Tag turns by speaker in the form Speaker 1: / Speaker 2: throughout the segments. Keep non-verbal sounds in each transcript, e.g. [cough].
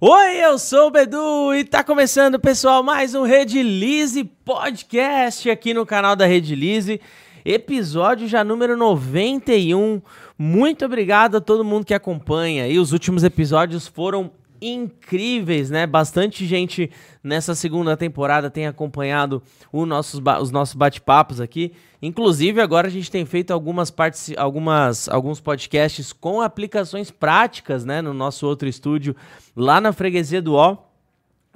Speaker 1: Oi, eu sou o Bedu e tá começando, pessoal, mais um Rede Lise Podcast aqui no canal da Rede Lise. Episódio já número 91. Muito obrigado a todo mundo que acompanha. E os últimos episódios foram incríveis, né? Bastante gente nessa segunda temporada tem acompanhado o nossos ba- os nossos bate-papos aqui. Inclusive, agora a gente tem feito algumas partes, algumas, alguns podcasts com aplicações práticas, né? No nosso outro estúdio, lá na Freguesia do UOL.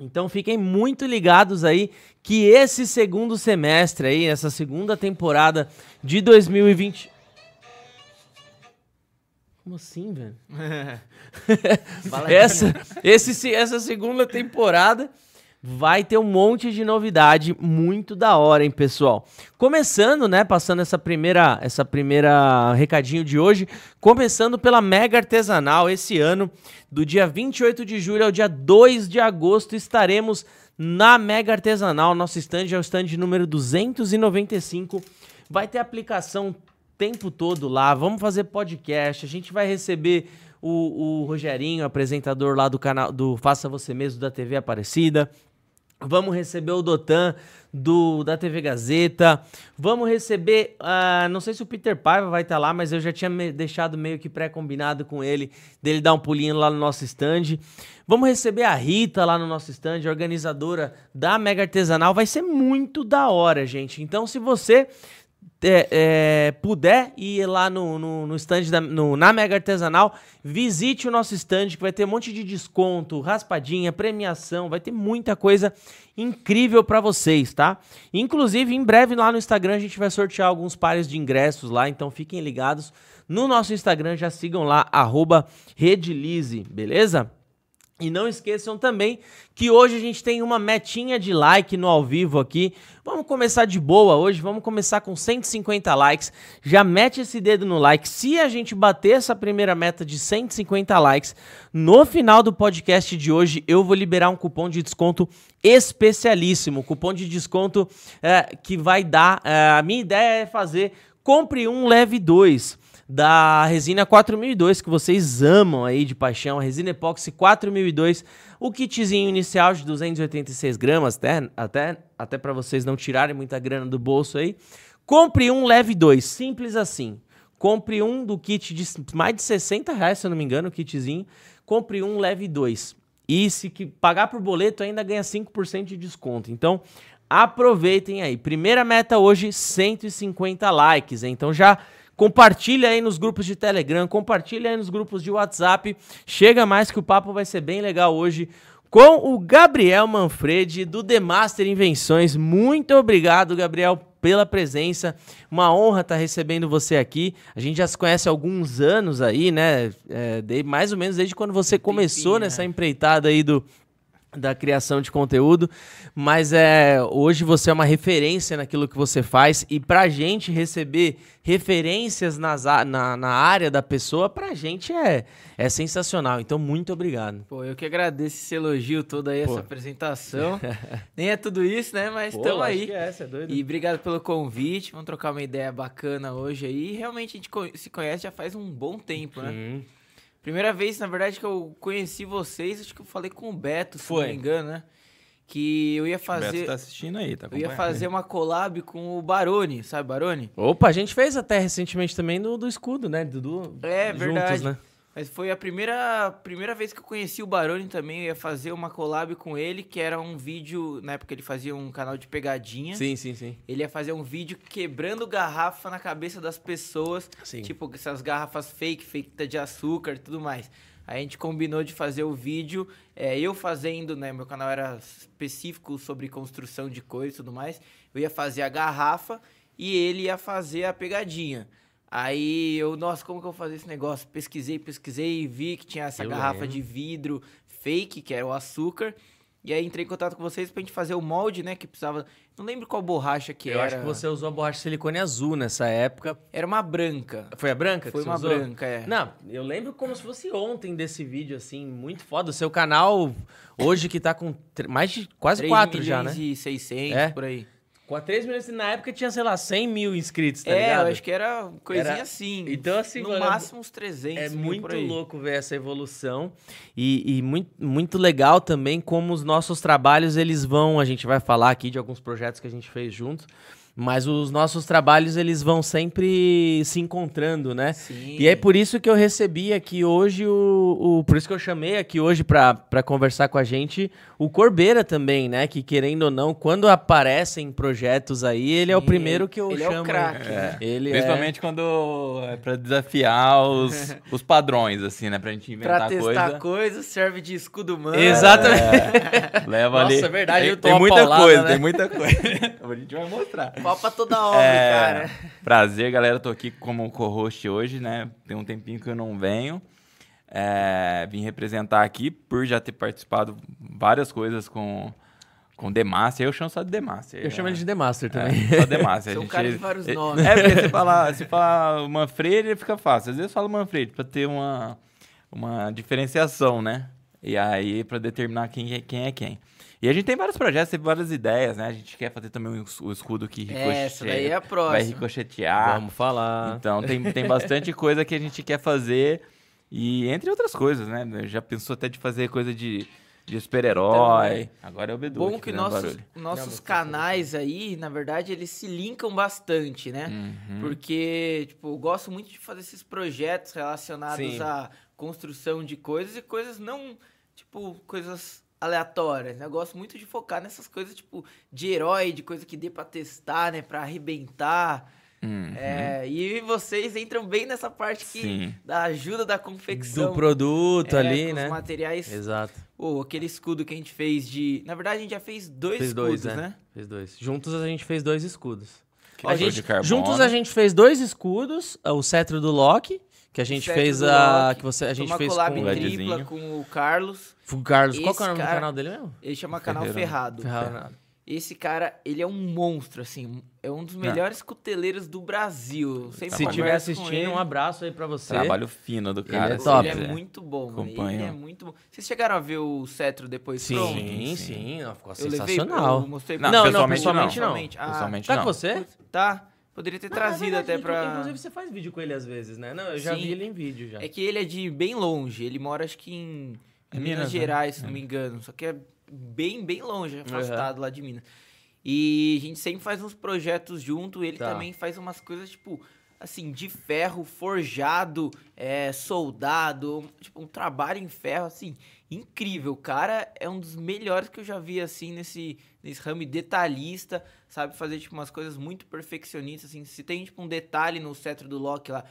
Speaker 1: Então fiquem muito ligados aí que esse segundo semestre aí, essa segunda temporada de 2020. Como assim, velho? essa, esse, se- essa segunda temporada vai ter um monte de novidade muito da hora, hein, pessoal? Começando, né, passando essa primeira, essa primeira recadinho de hoje, começando pela Mega Artesanal esse ano, do dia 28 de julho ao dia 2 de agosto estaremos na Mega Artesanal, nosso stand é o stand número 295. Vai ter aplicação tempo todo lá, vamos fazer podcast, a gente vai receber o, o Rogerinho, apresentador lá do canal do Faça Você Mesmo da TV Aparecida. Vamos receber o Dotan do, da TV Gazeta. Vamos receber. ah, não sei se o Peter Paiva vai estar lá, mas eu já tinha me- deixado meio que pré-combinado com ele, dele dar um pulinho lá no nosso stand. Vamos receber a Rita lá no nosso stand, organizadora da Mega Artesanal. Vai ser muito da hora, gente. Então, se você é, é, puder ir lá no, no, no stand da- no- na Mega Artesanal, visite o nosso stand que vai ter um monte de desconto, raspadinha, premiação, vai ter muita coisa incrível pra vocês, tá? Inclusive, em breve lá no Instagram a gente vai sortear alguns pares de ingressos lá, então fiquem ligados. No nosso Instagram já sigam lá, arroba Redilize, beleza? E não esqueçam também que hoje a gente tem uma metinha de like no ao vivo aqui. Vamos começar de boa hoje, vamos começar com 150 likes. Já mete esse dedo no like. Se a gente bater essa primeira meta de 150 likes, no final do podcast de hoje eu vou liberar um cupom de desconto especialíssimo. Cupom de desconto eh, que vai dar. eh, a minha ideia é fazer compre um, leve dois da resina 4002 que vocês amam aí de paixão, a resina epóxi 4002, o kitzinho inicial de 286 gramas, até, até, até para vocês não tirarem muita grana do bolso aí. Compre um, leve dois, simples assim. Compre um do kit de s- mais de 60 reais, se eu não me engano, o kitzinho. Compre um, leve dois. E se que pagar por boleto ainda ganha 5% de desconto. Então, aproveitem aí. Primeira meta hoje, 150 likes. hein? Então já compartilha aí nos grupos de Telegram, compartilha aí nos grupos de WhatsApp. Chega mais que o papo vai ser bem legal hoje com o Gabriel Manfredi do The Master Invenções. Muito obrigado, Gabriel, pela presença. Uma honra estar recebendo você aqui. A gente já se conhece há alguns anos aí, né? É, de- mais ou menos desde quando você começou
Speaker 2: tempinho,
Speaker 1: nessa empreitada aí do da criação de conteúdo, mas é hoje você é uma referência naquilo que você faz e pra gente receber referências nas a- na, na área da pessoa, pra gente é, é sensacional. Então, muito obrigado.
Speaker 2: Pô, eu que agradeço esse elogio todo aí,
Speaker 1: Pô.
Speaker 2: essa
Speaker 3: [laughs]
Speaker 2: apresentação. Nem é tudo isso, né? Mas estamos
Speaker 3: é
Speaker 1: é
Speaker 2: aí. E obrigado pelo convite. Vamos trocar uma ideia bacana hoje aí. E Realmente a gente co- se conhece já faz um bom tempo, né?
Speaker 1: Hum.
Speaker 2: Primeira vez, na verdade, que eu conheci vocês, acho que eu falei com o Beto, se
Speaker 1: Foi.
Speaker 2: não me engano, né? Que eu ia
Speaker 3: O Beto
Speaker 2: fazer.
Speaker 3: tá assistindo aí, tá
Speaker 2: Eu ia
Speaker 3: acompanhando.
Speaker 2: fazer uma collab com o Barone, sabe, Barone?
Speaker 1: Opa, a gente fez até recentemente também do, do escudo, né? Do, do-
Speaker 2: É, verdade.
Speaker 1: né?
Speaker 2: Mas foi a primeira, primeira vez que eu conheci o Barone também. Eu ia fazer uma collab com ele, que era um vídeo. Na época ele fazia um canal de pegadinha.
Speaker 1: Sim, sim, sim.
Speaker 2: Ele ia fazer um vídeo quebrando garrafa na cabeça das pessoas.
Speaker 1: Sim.
Speaker 2: Tipo, essas garrafas fake, feita de açúcar e tudo mais. Aí a gente combinou de fazer o vídeo, é, eu fazendo, né? Meu canal era específico sobre construção de coisas e tudo mais. Eu ia fazer a garrafa e ele ia fazer a pegadinha. Aí eu, nossa, como que eu vou fazer esse negócio? Pesquisei, pesquisei e vi que tinha essa
Speaker 1: Eu
Speaker 2: garrafa
Speaker 1: lembro.
Speaker 2: de vidro fake, que era o açúcar. E aí entrei em contato com vocês pra gente fazer o molde, né? Que precisava. Não lembro qual borracha que
Speaker 1: Eu
Speaker 2: era.
Speaker 1: acho que você usou a borracha de silicone azul nessa época.
Speaker 2: Era uma branca.
Speaker 1: Foi a branca que
Speaker 2: Foi
Speaker 1: você
Speaker 2: uma
Speaker 1: usou?
Speaker 2: branca, é.
Speaker 1: Não, eu lembro como se fosse ontem desse vídeo, assim, muito foda. O seu canal, hoje que tá com tre- mais de quase
Speaker 2: Três
Speaker 1: quatro
Speaker 2: milhões
Speaker 1: já, né?
Speaker 2: e 600,
Speaker 1: É?
Speaker 2: por aí.
Speaker 1: Com a 3 milhões, na época tinha, sei lá, 100 mil inscritos, tá
Speaker 2: é,
Speaker 1: ligado?
Speaker 2: eu acho que era coisinha
Speaker 1: Era-
Speaker 2: assim.
Speaker 1: Então, assim,
Speaker 2: no
Speaker 1: mano,
Speaker 2: máximo uns 300.
Speaker 1: É
Speaker 2: mil por
Speaker 1: muito
Speaker 2: aí.
Speaker 1: louco ver essa evolução e, muito, muito legal também como os nossos trabalhos eles vão. A gente vai falar aqui de alguns projetos que a gente fez juntos, mas os nossos trabalhos eles vão sempre se encontrando, né?
Speaker 2: Sim.
Speaker 1: E é por isso que eu recebi aqui hoje o, o- por isso que eu chamei aqui hoje para conversar com a gente o Corbeira também, né? Que querendo ou não, quando aparecem projetos aí, ele é o
Speaker 2: Sim,
Speaker 1: primeiro que eu
Speaker 2: ele é o
Speaker 1: chamo. aí.
Speaker 2: craque, né?
Speaker 1: Ele é.
Speaker 3: Principalmente quando é pra desafiar os, os padrões, assim, né? Pra gente
Speaker 2: Pra
Speaker 3: inventar
Speaker 2: testar coisa.
Speaker 3: coisa.
Speaker 2: serve de escudo humano.
Speaker 1: [laughs] Exatamente. [laughs]
Speaker 3: Leva
Speaker 1: Nossa,
Speaker 3: ali.
Speaker 1: é verdade,
Speaker 3: tem,
Speaker 1: eu tô
Speaker 3: tem
Speaker 1: uma
Speaker 3: muita
Speaker 1: paulada,
Speaker 3: coisa,
Speaker 1: né? [laughs]
Speaker 3: tem muita coisa. a gente vai mostrar.
Speaker 2: Papa toda obra,
Speaker 3: É,
Speaker 2: cara.
Speaker 3: Prazer, galera. Tô aqui como co-host hoje, né? Tem um tempinho que eu não venho. É, vim representar aqui por já ter participado várias coisas com com Demacia. Eu chamo só de Demacia. É.
Speaker 1: Eu chamo ele de The Master também.
Speaker 3: Só Demacia.
Speaker 2: Sou um cara de vários nomes.
Speaker 3: É, porque se falar, se falar Manfredi, fica fácil. Às vezes eu falo Manfredi pra ter uma, uma diferenciação, né? E aí, pra determinar quem é quem. é quem. E a gente tem vários projetos, tem várias ideias, né? A gente quer fazer também o es- o escudo que ricocheteia.
Speaker 2: É, Essa daí é a
Speaker 3: Vai
Speaker 2: próxima.
Speaker 3: ricochetear.
Speaker 1: Vamos falar.
Speaker 3: Então, tem, tem bastante coisa que a gente quer fazer. E entre outras coisas, né? Já pensou até de fazer coisa de, de super-herói. Agora é o Bedu.
Speaker 2: Bom
Speaker 3: aqui
Speaker 2: que
Speaker 3: fazendo
Speaker 2: nossos,
Speaker 3: barulho.
Speaker 1: Não,
Speaker 2: nossos
Speaker 1: mas-
Speaker 2: canais aí, na verdade, eles se linkam bastante, né?
Speaker 3: Uhum.
Speaker 2: Porque, tipo, eu gosto muito de fazer esses projetos relacionados
Speaker 1: Sim.
Speaker 2: à construção de coisas e coisas não, tipo, coisas aleatórias, né? Eu gosto muito de focar nessas coisas, tipo, de herói, de coisa que dê pra testar, né? Pra arrebentar.
Speaker 3: Uhum.
Speaker 2: É, e vocês entram bem nessa parte que
Speaker 3: Sim.
Speaker 2: da ajuda da
Speaker 1: do
Speaker 2: confecção.
Speaker 1: produto
Speaker 2: é,
Speaker 1: ali,
Speaker 2: com
Speaker 1: né?
Speaker 2: Os materiais
Speaker 1: Exato.
Speaker 2: Pô, aquele escudo que a gente fez de. Na verdade, a gente já fez dois
Speaker 1: Fez
Speaker 2: escudos,
Speaker 1: dois,
Speaker 2: né?
Speaker 1: né? Fez dois. Juntos a gente fez dois escudos.
Speaker 3: Que
Speaker 1: A
Speaker 3: foi
Speaker 1: gente-
Speaker 3: de carbono.
Speaker 1: juntos a gente fez dois escudos, ah, o cetro do Loki, que a gente
Speaker 2: cetro
Speaker 1: fez
Speaker 2: do
Speaker 1: a
Speaker 2: Loki,
Speaker 1: que você a gente
Speaker 2: Foi uma
Speaker 1: fez com
Speaker 2: collab
Speaker 3: o
Speaker 1: o
Speaker 3: Ledzinho.
Speaker 2: tripla com o Carlos.
Speaker 1: Carlos. Qual que é o
Speaker 2: Esse
Speaker 1: nome do
Speaker 2: cara-
Speaker 1: canal dele mesmo?
Speaker 2: Ele chama Canal
Speaker 3: Ferreira.
Speaker 2: Ferrado.
Speaker 1: Ferrado.
Speaker 2: Esse cara, ele é um monstro, assim. É um dos
Speaker 3: Não.
Speaker 2: melhores cuteleiros do Brasil. Eu Sempre
Speaker 1: Ah. Se
Speaker 3: Tá bom.
Speaker 1: estiver
Speaker 2: converso com
Speaker 1: assistindo,
Speaker 2: ele.
Speaker 1: um abraço aí pra você.
Speaker 3: Trabalho fino do
Speaker 1: Ele
Speaker 3: cara.
Speaker 1: é
Speaker 3: assim,
Speaker 1: top.
Speaker 2: Ele
Speaker 3: né?
Speaker 2: é muito bom, mano. Ele
Speaker 3: Acompanho.
Speaker 2: é muito bom. Vocês chegaram a ver o Cetro depois
Speaker 1: Sim,
Speaker 2: pronto?
Speaker 1: sim,
Speaker 3: sim.
Speaker 1: não, ficou
Speaker 2: Eu levei,
Speaker 1: sensacional.
Speaker 2: eu mostrei
Speaker 3: Não,
Speaker 2: pra-
Speaker 3: pessoalmente não.
Speaker 2: Ah,
Speaker 3: Pessoalmente
Speaker 1: tá
Speaker 3: não.
Speaker 1: com você?
Speaker 2: Tá. Poderia ter trazido
Speaker 1: Ah, é verdade,
Speaker 2: até
Speaker 1: inclu-
Speaker 2: pra...
Speaker 1: Inclusive você faz vídeo com ele às vezes, né? Não, eu já
Speaker 2: Sim.
Speaker 1: vi ele em vídeo já.
Speaker 2: É que ele é de bem longe. Ele mora, acho que em
Speaker 3: Em
Speaker 2: Minas,
Speaker 3: Minas, né?
Speaker 2: Gerais, se não me engano. Só que é bem, bem longe, é
Speaker 1: Aham.
Speaker 2: afastado lá de Minas. E a gente sempre faz uns projetos junto. Ele
Speaker 1: Tá.
Speaker 2: também faz umas coisas, tipo, assim, de ferro, forjado, é, soldado. um- Tipo, um trabalho em ferro, assim, incrível. O cara é um dos melhores que eu já vi, assim, nesse, nesse ramo e detalhista. Sabe fazer, tipo, umas coisas muito perfeccionistas, assim. Se tem, tipo, um detalhe no cetro do Loki lá,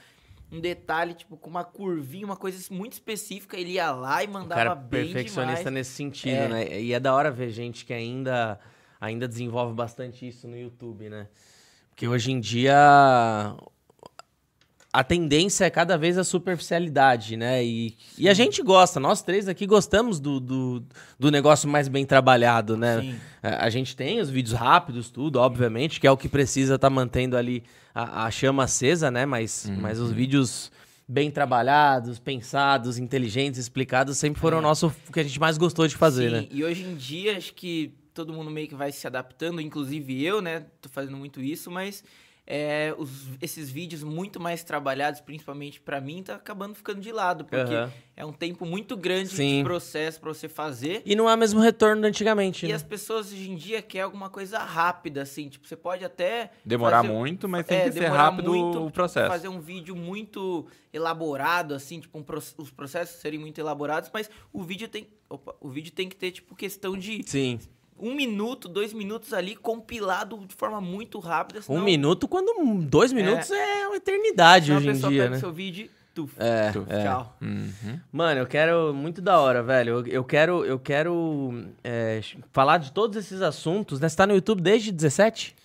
Speaker 2: um detalhe, tipo, com uma curvinha, uma coisa muito específica, ele ia lá e
Speaker 1: O
Speaker 2: mandava
Speaker 1: cara
Speaker 2: bem
Speaker 1: perfeccionista
Speaker 2: demais.
Speaker 1: nesse sentido,
Speaker 2: É.
Speaker 1: né? E é da hora ver gente que ainda, ainda desenvolve bastante isso no YouTube, né? Porque hoje em dia a tendência é cada vez a superficialidade, né? E, e a gente gosta, nós três aqui gostamos do, do, do negócio mais bem trabalhado, né?
Speaker 2: Sim.
Speaker 1: É, A gente tem os vídeos rápidos, tudo, obviamente, que é o que precisa estar mantendo ali a, a chama acesa, né? Mas,
Speaker 2: Uhum.
Speaker 1: mas os vídeos bem trabalhados, pensados, inteligentes, explicados, sempre foram o nosso o que a gente mais gostou de fazer,
Speaker 2: É. Sim,
Speaker 1: né?
Speaker 2: E hoje em dia, acho que todo mundo meio que vai se adaptando, inclusive eu, né? Tô fazendo muito isso, mas é, os- esses vídeos muito mais trabalhados, principalmente pra mim, tá acabando ficando de lado, porque
Speaker 1: Aham.
Speaker 2: é um tempo muito grande
Speaker 1: Sim.
Speaker 2: de processo pra você fazer.
Speaker 1: E não é o mesmo retorno do antigamente,
Speaker 2: E
Speaker 1: né?
Speaker 2: as pessoas hoje em dia querem alguma coisa rápida, assim. Tipo, você pode até
Speaker 3: Demorar
Speaker 2: fazer-
Speaker 3: muito, mas tem
Speaker 2: É,
Speaker 3: que ser
Speaker 2: demorar
Speaker 3: rápido
Speaker 2: muito
Speaker 3: o processo.
Speaker 2: fazer um vídeo muito elaborado, assim, tipo, um pro- os processos serem muito elaborados, mas o vídeo tem. opa, o vídeo tem que ter, tipo, questão de
Speaker 1: Sim.
Speaker 2: um minuto, dois minutos ali, compilado de forma muito rápida.
Speaker 1: Um
Speaker 2: senão-
Speaker 1: minuto, quando um- dois minutos é, uma eternidade
Speaker 2: senão
Speaker 1: hoje
Speaker 2: a
Speaker 1: em
Speaker 2: pessoa
Speaker 1: dia,
Speaker 2: pega
Speaker 1: né?
Speaker 2: o seu vídeo e tuf, é, tchau.
Speaker 3: Uhum.
Speaker 1: Mano, eu quero muito da hora, velho. Eu, eu quero, eu quero é, falar de todos esses assuntos, né? Você tá no YouTube desde 17?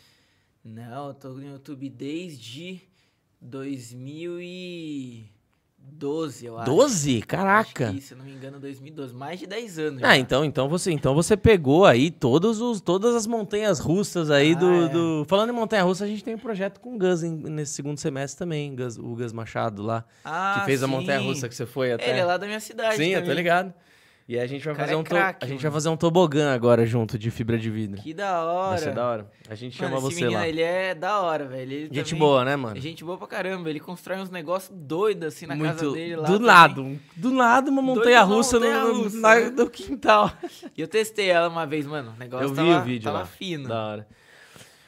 Speaker 2: Não, eu tô no YouTube desde 2012, eu acho.
Speaker 1: 12?
Speaker 2: Acho
Speaker 1: Caraca.
Speaker 2: que, se eu não me engano, 2012. Mais de 10 anos. já.
Speaker 1: Ah, então, então você, então você pegou aí todos os, todas as montanhas russas aí
Speaker 2: Ah,
Speaker 1: do,
Speaker 2: é.
Speaker 1: do- Falando em montanha russa, a gente tem um projeto com o Gus em- nesse segundo semestre também, Gus- o Gus Machado lá,
Speaker 2: Ah,
Speaker 1: que fez a
Speaker 2: sim.
Speaker 1: montanha russa que você foi até.
Speaker 2: Ele é lá da minha cidade
Speaker 1: Sim, eu tô
Speaker 2: também.
Speaker 1: ligado. E a gente vai
Speaker 2: O cara
Speaker 1: fazer
Speaker 2: é
Speaker 1: um to-
Speaker 2: craque,
Speaker 1: a gente vai
Speaker 2: mano.
Speaker 1: fazer um tobogã agora junto de fibra de vidro.
Speaker 2: Que da
Speaker 1: Vai ser
Speaker 2: hora.
Speaker 1: da hora. A gente
Speaker 2: Mano,
Speaker 1: chama
Speaker 2: esse
Speaker 1: você
Speaker 2: menino,
Speaker 1: lá.
Speaker 2: ele é da hora, velho. Ele
Speaker 1: Gente
Speaker 2: também- é
Speaker 1: boa, né, mano?
Speaker 2: Gente boa pra caramba. Ele constrói uns negócios doidos assim na casa dele lá.
Speaker 1: do
Speaker 2: também.
Speaker 1: lado, um- do lado uma
Speaker 2: Doido
Speaker 1: montanha
Speaker 2: uma
Speaker 1: russa no, no,
Speaker 2: montanha-russa,
Speaker 1: na-
Speaker 2: né?
Speaker 1: no quintal.
Speaker 2: E eu testei ela uma vez, mano. O negócio
Speaker 1: Eu vi
Speaker 2: tava,
Speaker 1: o vídeo
Speaker 2: tava
Speaker 1: lá.
Speaker 2: fino.
Speaker 1: Da hora.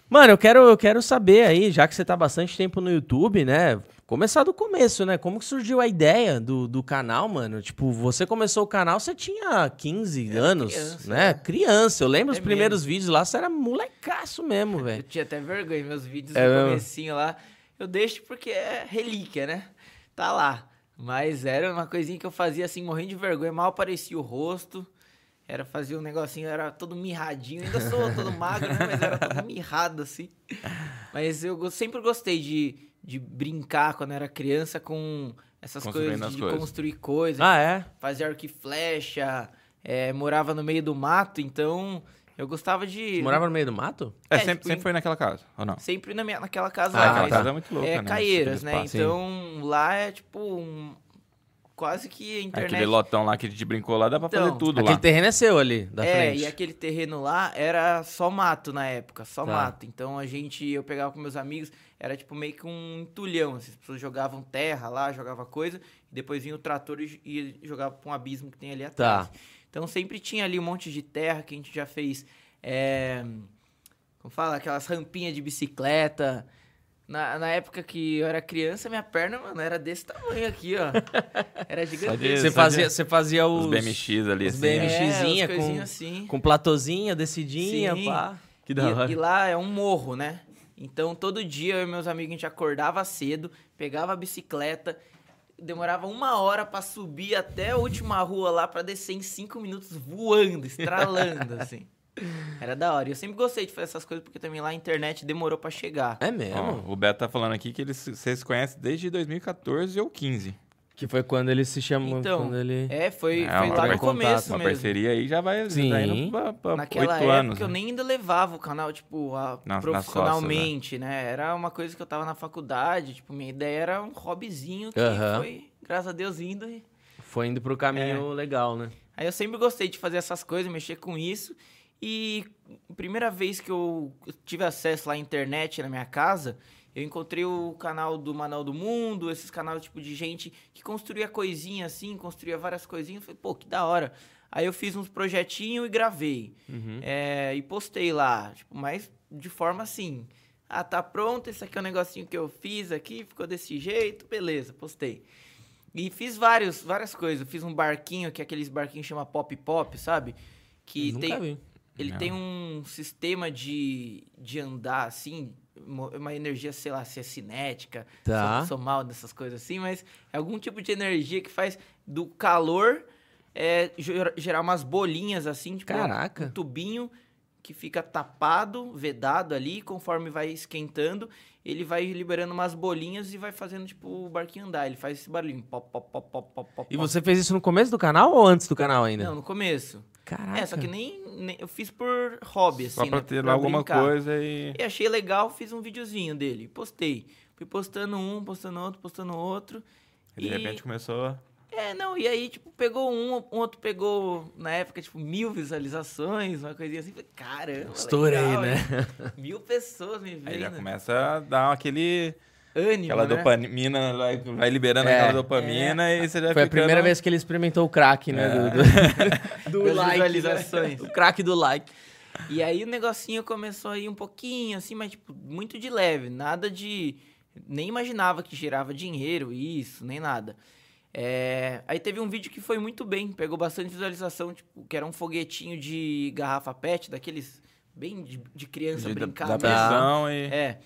Speaker 1: Mano, eu quero, eu quero saber aí, já que você tá bastante tempo no YouTube, né? Começar do começo, né? Como que surgiu a ideia do, do canal, mano? Tipo, você começou o canal, você tinha 15 anos,
Speaker 2: criança,
Speaker 1: né? Criança. Eu lembro
Speaker 2: É
Speaker 1: os primeiros vídeos lá, você era molecaço mesmo,
Speaker 2: Eu
Speaker 1: velho.
Speaker 2: tinha até vergonha, meus vídeos
Speaker 1: É
Speaker 2: no
Speaker 1: mesmo?
Speaker 2: comecinho lá. Eu deixo porque é relíquia, né? Tá lá. Mas era uma coisinha que eu fazia assim, morrendo de vergonha, mal aparecia o rosto. Era fazer um negocinho, era todo mirradinho. Ainda sou
Speaker 1: [laughs]
Speaker 2: todo magro, né? Mas era todo mirrado, assim. Mas eu go- sempre gostei de, de brincar quando era criança com essas
Speaker 3: Construindo
Speaker 2: coisas,
Speaker 3: as
Speaker 2: de
Speaker 3: coisas.
Speaker 2: construir coisas
Speaker 1: Ah, é?
Speaker 2: fazia arco e flecha, é, morava no meio do mato, então eu gostava de.
Speaker 1: Você morava no meio do mato?
Speaker 3: É,
Speaker 2: É,
Speaker 3: sempre,
Speaker 2: tipo,
Speaker 3: sempre foi naquela casa, ou não?
Speaker 2: Sempre na minha, naquela casa
Speaker 1: Ah,
Speaker 2: lá.
Speaker 1: aquela
Speaker 2: mas
Speaker 1: casa
Speaker 3: é muito louca,
Speaker 2: é,
Speaker 3: né?
Speaker 2: Caieiras,
Speaker 3: Aquele
Speaker 2: né?
Speaker 3: espaço.
Speaker 2: Então lá é tipo um. Quase que a internet.
Speaker 3: Aquele lotão lá que a gente brincou lá, dá pra
Speaker 2: Então,
Speaker 3: fazer tudo
Speaker 1: Aquele
Speaker 3: lá.
Speaker 1: terreno é seu ali, da
Speaker 2: é,
Speaker 1: frente.
Speaker 2: e aquele terreno lá era só mato na época, só
Speaker 1: Tá.
Speaker 2: mato. Então a gente, eu pegava com meus amigos, era tipo meio que um entulhão. Assim, as pessoas jogavam terra lá, jogava coisa, e depois vinha o trator e, e jogava pra um abismo que tem ali atrás.
Speaker 1: Tá.
Speaker 2: Então sempre tinha ali um monte de terra que a gente já fez. é, como fala? Aquelas rampinhas de bicicleta. Na, na época que eu era criança, minha perna, mano, era desse tamanho aqui, ó. Era gigantesca.
Speaker 1: Você
Speaker 3: Sabe-
Speaker 1: fazia, você fazia os,
Speaker 3: Os BMX ali,
Speaker 1: os
Speaker 3: assim.
Speaker 1: BMX.
Speaker 3: é.
Speaker 1: MXzinha
Speaker 2: umas
Speaker 1: com-
Speaker 2: coisinhas assim.
Speaker 1: com platôzinha, descidinha,
Speaker 2: Sim.
Speaker 1: pá. Que
Speaker 2: e, e lá é um morro, né? Então todo dia eu e meus amigos a gente acordava cedo, pegava a bicicleta, demorava uma hora pra subir até a última rua lá pra descer em cinco minutos voando, estralando, assim. Era da hora. E Eu sempre gostei de fazer essas coisas porque também lá a internet demorou pra chegar.
Speaker 1: É mesmo?
Speaker 3: Ó, o Beto tá falando aqui que eles vocês conhecem desde 2014 ou 15.
Speaker 1: Que foi quando ele se chamou,
Speaker 2: Então,
Speaker 1: quando ele...
Speaker 2: É, foi,
Speaker 3: É,
Speaker 2: foi
Speaker 3: uma
Speaker 2: lá
Speaker 3: par-
Speaker 2: no começo
Speaker 3: Uma
Speaker 2: mesmo.
Speaker 3: parceria aí já vai
Speaker 1: Sim.
Speaker 3: já tá indo pra- pra
Speaker 2: Naquela
Speaker 3: oito
Speaker 2: época
Speaker 3: anos.
Speaker 2: eu
Speaker 3: né?
Speaker 2: nem ainda levava o canal, tipo, a-
Speaker 3: Nas- né? nas
Speaker 2: profissionalmente, né? Era uma coisa que eu tava na faculdade, tipo, minha ideia era um hobbyzinho que
Speaker 1: Aham.
Speaker 2: foi, graças a Deus, indo. e-
Speaker 1: Foi indo pro caminho legal, né?
Speaker 2: Aí eu sempre gostei de fazer essas coisas, mexer com isso. E a primeira vez que eu tive acesso lá à internet na minha casa, eu encontrei o canal do Manual do Mundo, esses canais tipo de gente que construía coisinha assim, construía várias coisinhas. Eu Falei, pô, que da hora. Aí eu fiz uns projetinhos e gravei.
Speaker 1: Uhum.
Speaker 2: É, e postei lá, tipo, mas de forma assim. Ah, tá pronto, esse aqui é o negocinho que eu fiz aqui, ficou desse jeito, beleza, postei. E fiz vários, várias coisas. Eu Fiz um barquinho, que é aqueles barquinhos que chama Pop Pop, sabe? Que
Speaker 1: Nunca
Speaker 2: tem,
Speaker 1: vi.
Speaker 2: ele
Speaker 3: Não.
Speaker 2: tem um sistema de, de andar assim, mo- uma energia, sei lá, se é cinética,
Speaker 1: Tá.
Speaker 2: sou, sou mal dessas coisas assim, mas é algum tipo de energia que faz do calor é, ger- gerar umas bolinhas assim, tipo um
Speaker 1: Caraca.
Speaker 2: tubinho que fica tapado, vedado ali, conforme vai esquentando, ele vai liberando umas bolinhas e vai fazendo tipo o barquinho andar, ele faz esse barulhinho, pop, pop, pop, pop, pop, pop.
Speaker 1: E você né? fez isso no começo do canal ou antes do canal ainda?
Speaker 2: Não, no começo.
Speaker 1: Caraca.
Speaker 2: É, só que nem, nem- eu fiz por hobby, assim,
Speaker 3: Só pra
Speaker 2: né?
Speaker 3: ter lá alguma
Speaker 2: brincar.
Speaker 3: coisa e.
Speaker 2: E achei legal, fiz um videozinho dele, postei. Fui postando um, postando outro, postando outro.
Speaker 3: e De repente começou.
Speaker 2: É, não, e aí, tipo, pegou um, um outro pegou, na época, tipo, mil visualizações, uma coisinha assim. Falei, caramba,
Speaker 1: Estourei,
Speaker 2: legal,
Speaker 1: né?
Speaker 2: hein? Mil pessoas me
Speaker 3: Aí já
Speaker 2: vendo.
Speaker 3: começa a dar aquele.
Speaker 2: Ânimo,
Speaker 3: Aquela
Speaker 2: né? É.
Speaker 3: dopamina, vai, vai liberando
Speaker 1: É.
Speaker 3: aquela dopamina e você já
Speaker 1: Foi a
Speaker 3: ficando-
Speaker 1: primeira vez que ele experimentou o crack, né?
Speaker 3: É.
Speaker 1: [laughs] Do, do, do
Speaker 2: Das
Speaker 1: like. né?
Speaker 2: visualizações.
Speaker 1: O crack do like.
Speaker 2: E aí o negocinho começou a ir um pouquinho, assim, mas tipo, muito de leve, nada de. Nem imaginava que gerava dinheiro, isso, nem nada. É, Aí teve um vídeo que foi muito bem, pegou bastante visualização, tipo, que era um foguetinho de garrafa pet, daqueles bem de, de criança
Speaker 3: de, da,
Speaker 2: brincar
Speaker 3: da
Speaker 2: mesmo.
Speaker 3: pressão e.
Speaker 2: É.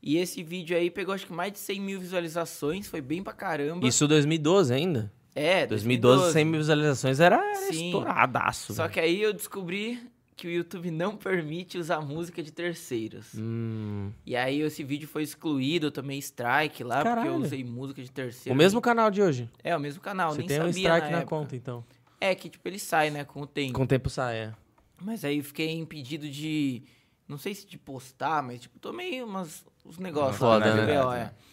Speaker 2: E esse vídeo aí pegou acho que mais de 100 mil visualizações, foi bem pra caramba.
Speaker 1: Isso 2012 ainda.
Speaker 2: É,
Speaker 1: 2012, 100 mil visualizações era, era
Speaker 2: Sim.
Speaker 1: estouradaço.
Speaker 2: Só
Speaker 1: velho.
Speaker 2: que aí eu descobri que o YouTube não permite usar música de terceiros.
Speaker 1: Hum.
Speaker 2: E aí esse vídeo foi excluído, eu tomei strike lá, porque
Speaker 1: Caralho.
Speaker 2: eu usei música de terceiro.
Speaker 1: O mesmo canal de hoje.
Speaker 2: É, o mesmo canal,
Speaker 1: Você
Speaker 2: nem
Speaker 1: tem
Speaker 2: sabia
Speaker 1: um strike na,
Speaker 2: época.
Speaker 1: conta, então.
Speaker 2: É, que tipo, ele sai, né, com o tempo.
Speaker 1: Com o tempo sai, é.
Speaker 2: Mas aí eu fiquei impedido de, não sei se de postar, mas tipo, tomei umas, uns negócios lá
Speaker 1: Foda,
Speaker 2: na
Speaker 1: né?
Speaker 2: BBO, é.
Speaker 1: [laughs]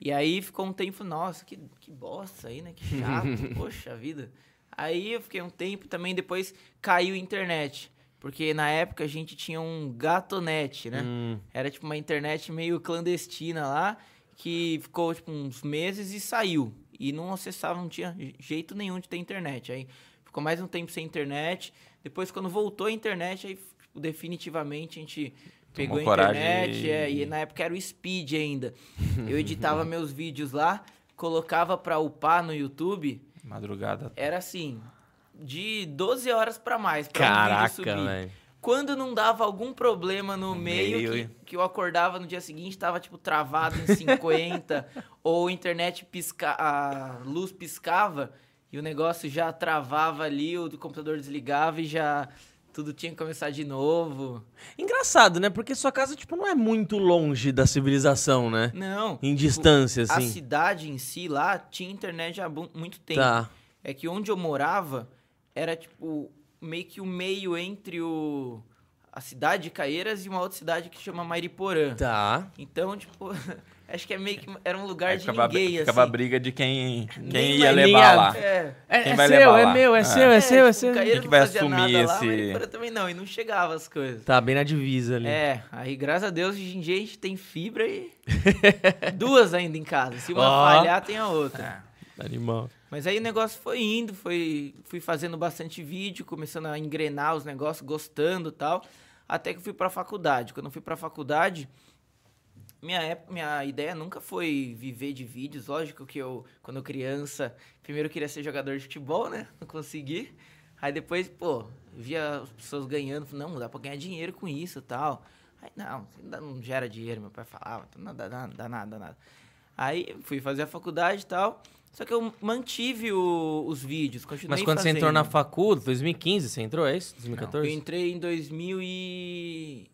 Speaker 2: E aí ficou um tempo, nossa, que, que bosta aí, né, que chato, poxa vida. Aí eu fiquei um tempo também, depois caiu a internet. Porque na época a gente tinha um gatonete, né?
Speaker 1: Hum,
Speaker 2: Era tipo uma internet meio clandestina lá, que ficou tipo uns meses e saiu. E não acessava, não tinha jeito nenhum de ter internet. Aí ficou mais um tempo sem internet. Depois, quando voltou a internet, aí tipo, definitivamente a gente pegou
Speaker 3: Tomou
Speaker 2: a internet.
Speaker 3: coragem e-
Speaker 2: É, e na época era o Speed ainda. Eu
Speaker 3: [laughs]
Speaker 2: editava meus vídeos lá, colocava pra upar no YouTube.
Speaker 3: Madrugada.
Speaker 2: Era assim, de 12 horas pra mais. Pra um
Speaker 1: Caraca,
Speaker 2: vídeo subir
Speaker 1: velho.
Speaker 2: quando não dava algum problema no,
Speaker 3: No
Speaker 2: meio,
Speaker 3: meio,
Speaker 2: que, que eu acordava no dia seguinte, tava tipo travado em 50, ou a internet pisca, a luz piscava e o negócio já travava ali, o do computador desligava e já tudo tinha que começar de novo.
Speaker 1: Engraçado, né? Porque sua casa, tipo, não é muito longe da civilização, né?
Speaker 2: Não.
Speaker 1: Em
Speaker 2: tipo,
Speaker 1: distância,
Speaker 2: A
Speaker 1: assim.
Speaker 2: cidade em si lá tinha internet há bu- muito tempo.
Speaker 1: Tá.
Speaker 2: É que onde eu morava era tipo meio que o meio entre o a cidade de Caeiras e uma outra cidade que chama Mairiporã.
Speaker 1: Tá.
Speaker 2: Então, tipo, [laughs] acho que é meio que era um lugar
Speaker 3: Aí
Speaker 2: de
Speaker 3: ficava, a bri-
Speaker 2: ninguém, assim.
Speaker 3: ficava a briga de quem,
Speaker 2: Nem
Speaker 3: quem ia
Speaker 1: vai-
Speaker 3: levar
Speaker 1: nem
Speaker 3: lá.
Speaker 2: É.
Speaker 1: É,
Speaker 3: Quem
Speaker 1: é
Speaker 3: vai
Speaker 1: seu,
Speaker 3: levar
Speaker 1: é
Speaker 3: lá?
Speaker 1: meu, é,
Speaker 3: É.
Speaker 1: seu, é seu, é
Speaker 2: tipo,
Speaker 1: seu.
Speaker 2: Caeiras
Speaker 3: Quem que
Speaker 2: não
Speaker 3: vai
Speaker 2: fazia
Speaker 3: assumir
Speaker 2: nada lá,
Speaker 3: esse-
Speaker 2: Mairiporã também não, e não chegava as coisas.
Speaker 1: Tá bem na divisa ali.
Speaker 2: É, aí graças a Deus hoje em dia a gente tem fibra
Speaker 3: [laughs]
Speaker 2: e duas ainda em casa. Se uma
Speaker 1: Ó.
Speaker 2: falhar, tem a
Speaker 3: É.
Speaker 2: outra.
Speaker 1: Animal.
Speaker 2: Mas aí o negócio foi indo, foi, fui fazendo bastante vídeo, começando a engrenar os negócios, gostando e tal. Até que eu fui pra faculdade. Quando eu fui pra faculdade, minha, época, minha ideia nunca foi viver de vídeos. Lógico que eu, quando criança, primeiro eu queria ser jogador de futebol, né? [laughs] Não consegui. Aí depois, pô, via as pessoas ganhando. falei, Não, dá pra ganhar dinheiro com isso e tal. Aí, não, isso não dá- não gera dinheiro. Meu pai falava, "Então "Não dá nada, dá nada, dá nada. Aí fui fazer a faculdade e tal. Só que eu mantive o- os vídeos, continuei
Speaker 1: Mas quando você entrou
Speaker 2: fazendo.
Speaker 1: na faculdade, 2015, você entrou, é isso?
Speaker 2: Eu
Speaker 1: 2014?
Speaker 2: entrei em 2014,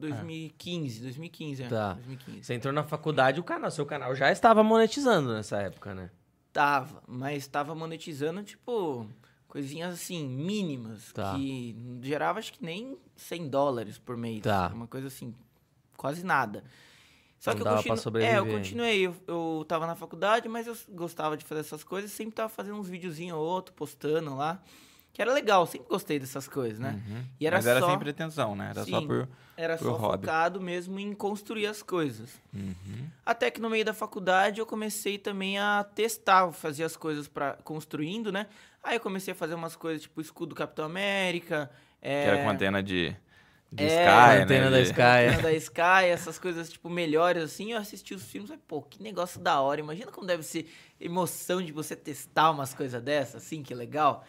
Speaker 2: 2015, 2015, é.
Speaker 1: Tá.
Speaker 2: 2015.
Speaker 1: Você entrou na faculdade, o canal, seu canal já estava monetizando nessa época, né?
Speaker 2: Tava, mas tava monetizando, tipo, coisinhas assim, mínimas,
Speaker 1: Tá.
Speaker 2: que gerava acho que nem 100 dólares por mês.
Speaker 1: Tá.
Speaker 2: Uma coisa assim, quase nada. Só
Speaker 1: Não
Speaker 2: que eu
Speaker 1: dava pra
Speaker 2: continuo-
Speaker 1: sobreviver
Speaker 2: É, eu
Speaker 1: ainda.
Speaker 2: continuei. Eu, eu tava na faculdade, mas eu gostava de fazer essas coisas, sempre tava fazendo uns videozinhos ou outro, postando lá. Que era legal, sempre gostei dessas coisas, né?
Speaker 3: Uhum.
Speaker 2: E era
Speaker 3: Mas era
Speaker 2: só-
Speaker 3: sem pretensão, né? Era só
Speaker 2: Sim.
Speaker 3: por.
Speaker 2: Era
Speaker 3: Pro
Speaker 2: só
Speaker 3: hobby.
Speaker 2: focado mesmo em construir as coisas.
Speaker 3: Uhum.
Speaker 2: Até que no meio da faculdade eu comecei também a testar, fazer as coisas para construindo, né? Aí eu comecei a fazer umas coisas tipo escudo do Capitão América, é,
Speaker 3: Que era com antena de, de
Speaker 2: É,
Speaker 3: Sky, né?
Speaker 1: antena da
Speaker 3: de-
Speaker 1: Sky. é.
Speaker 2: [laughs] Antena da Sky, essas coisas tipo melhores assim. Eu assisti os filmes, mas pô, que negócio da hora. Imagina como deve ser emoção de você testar umas coisas dessas, assim, que legal.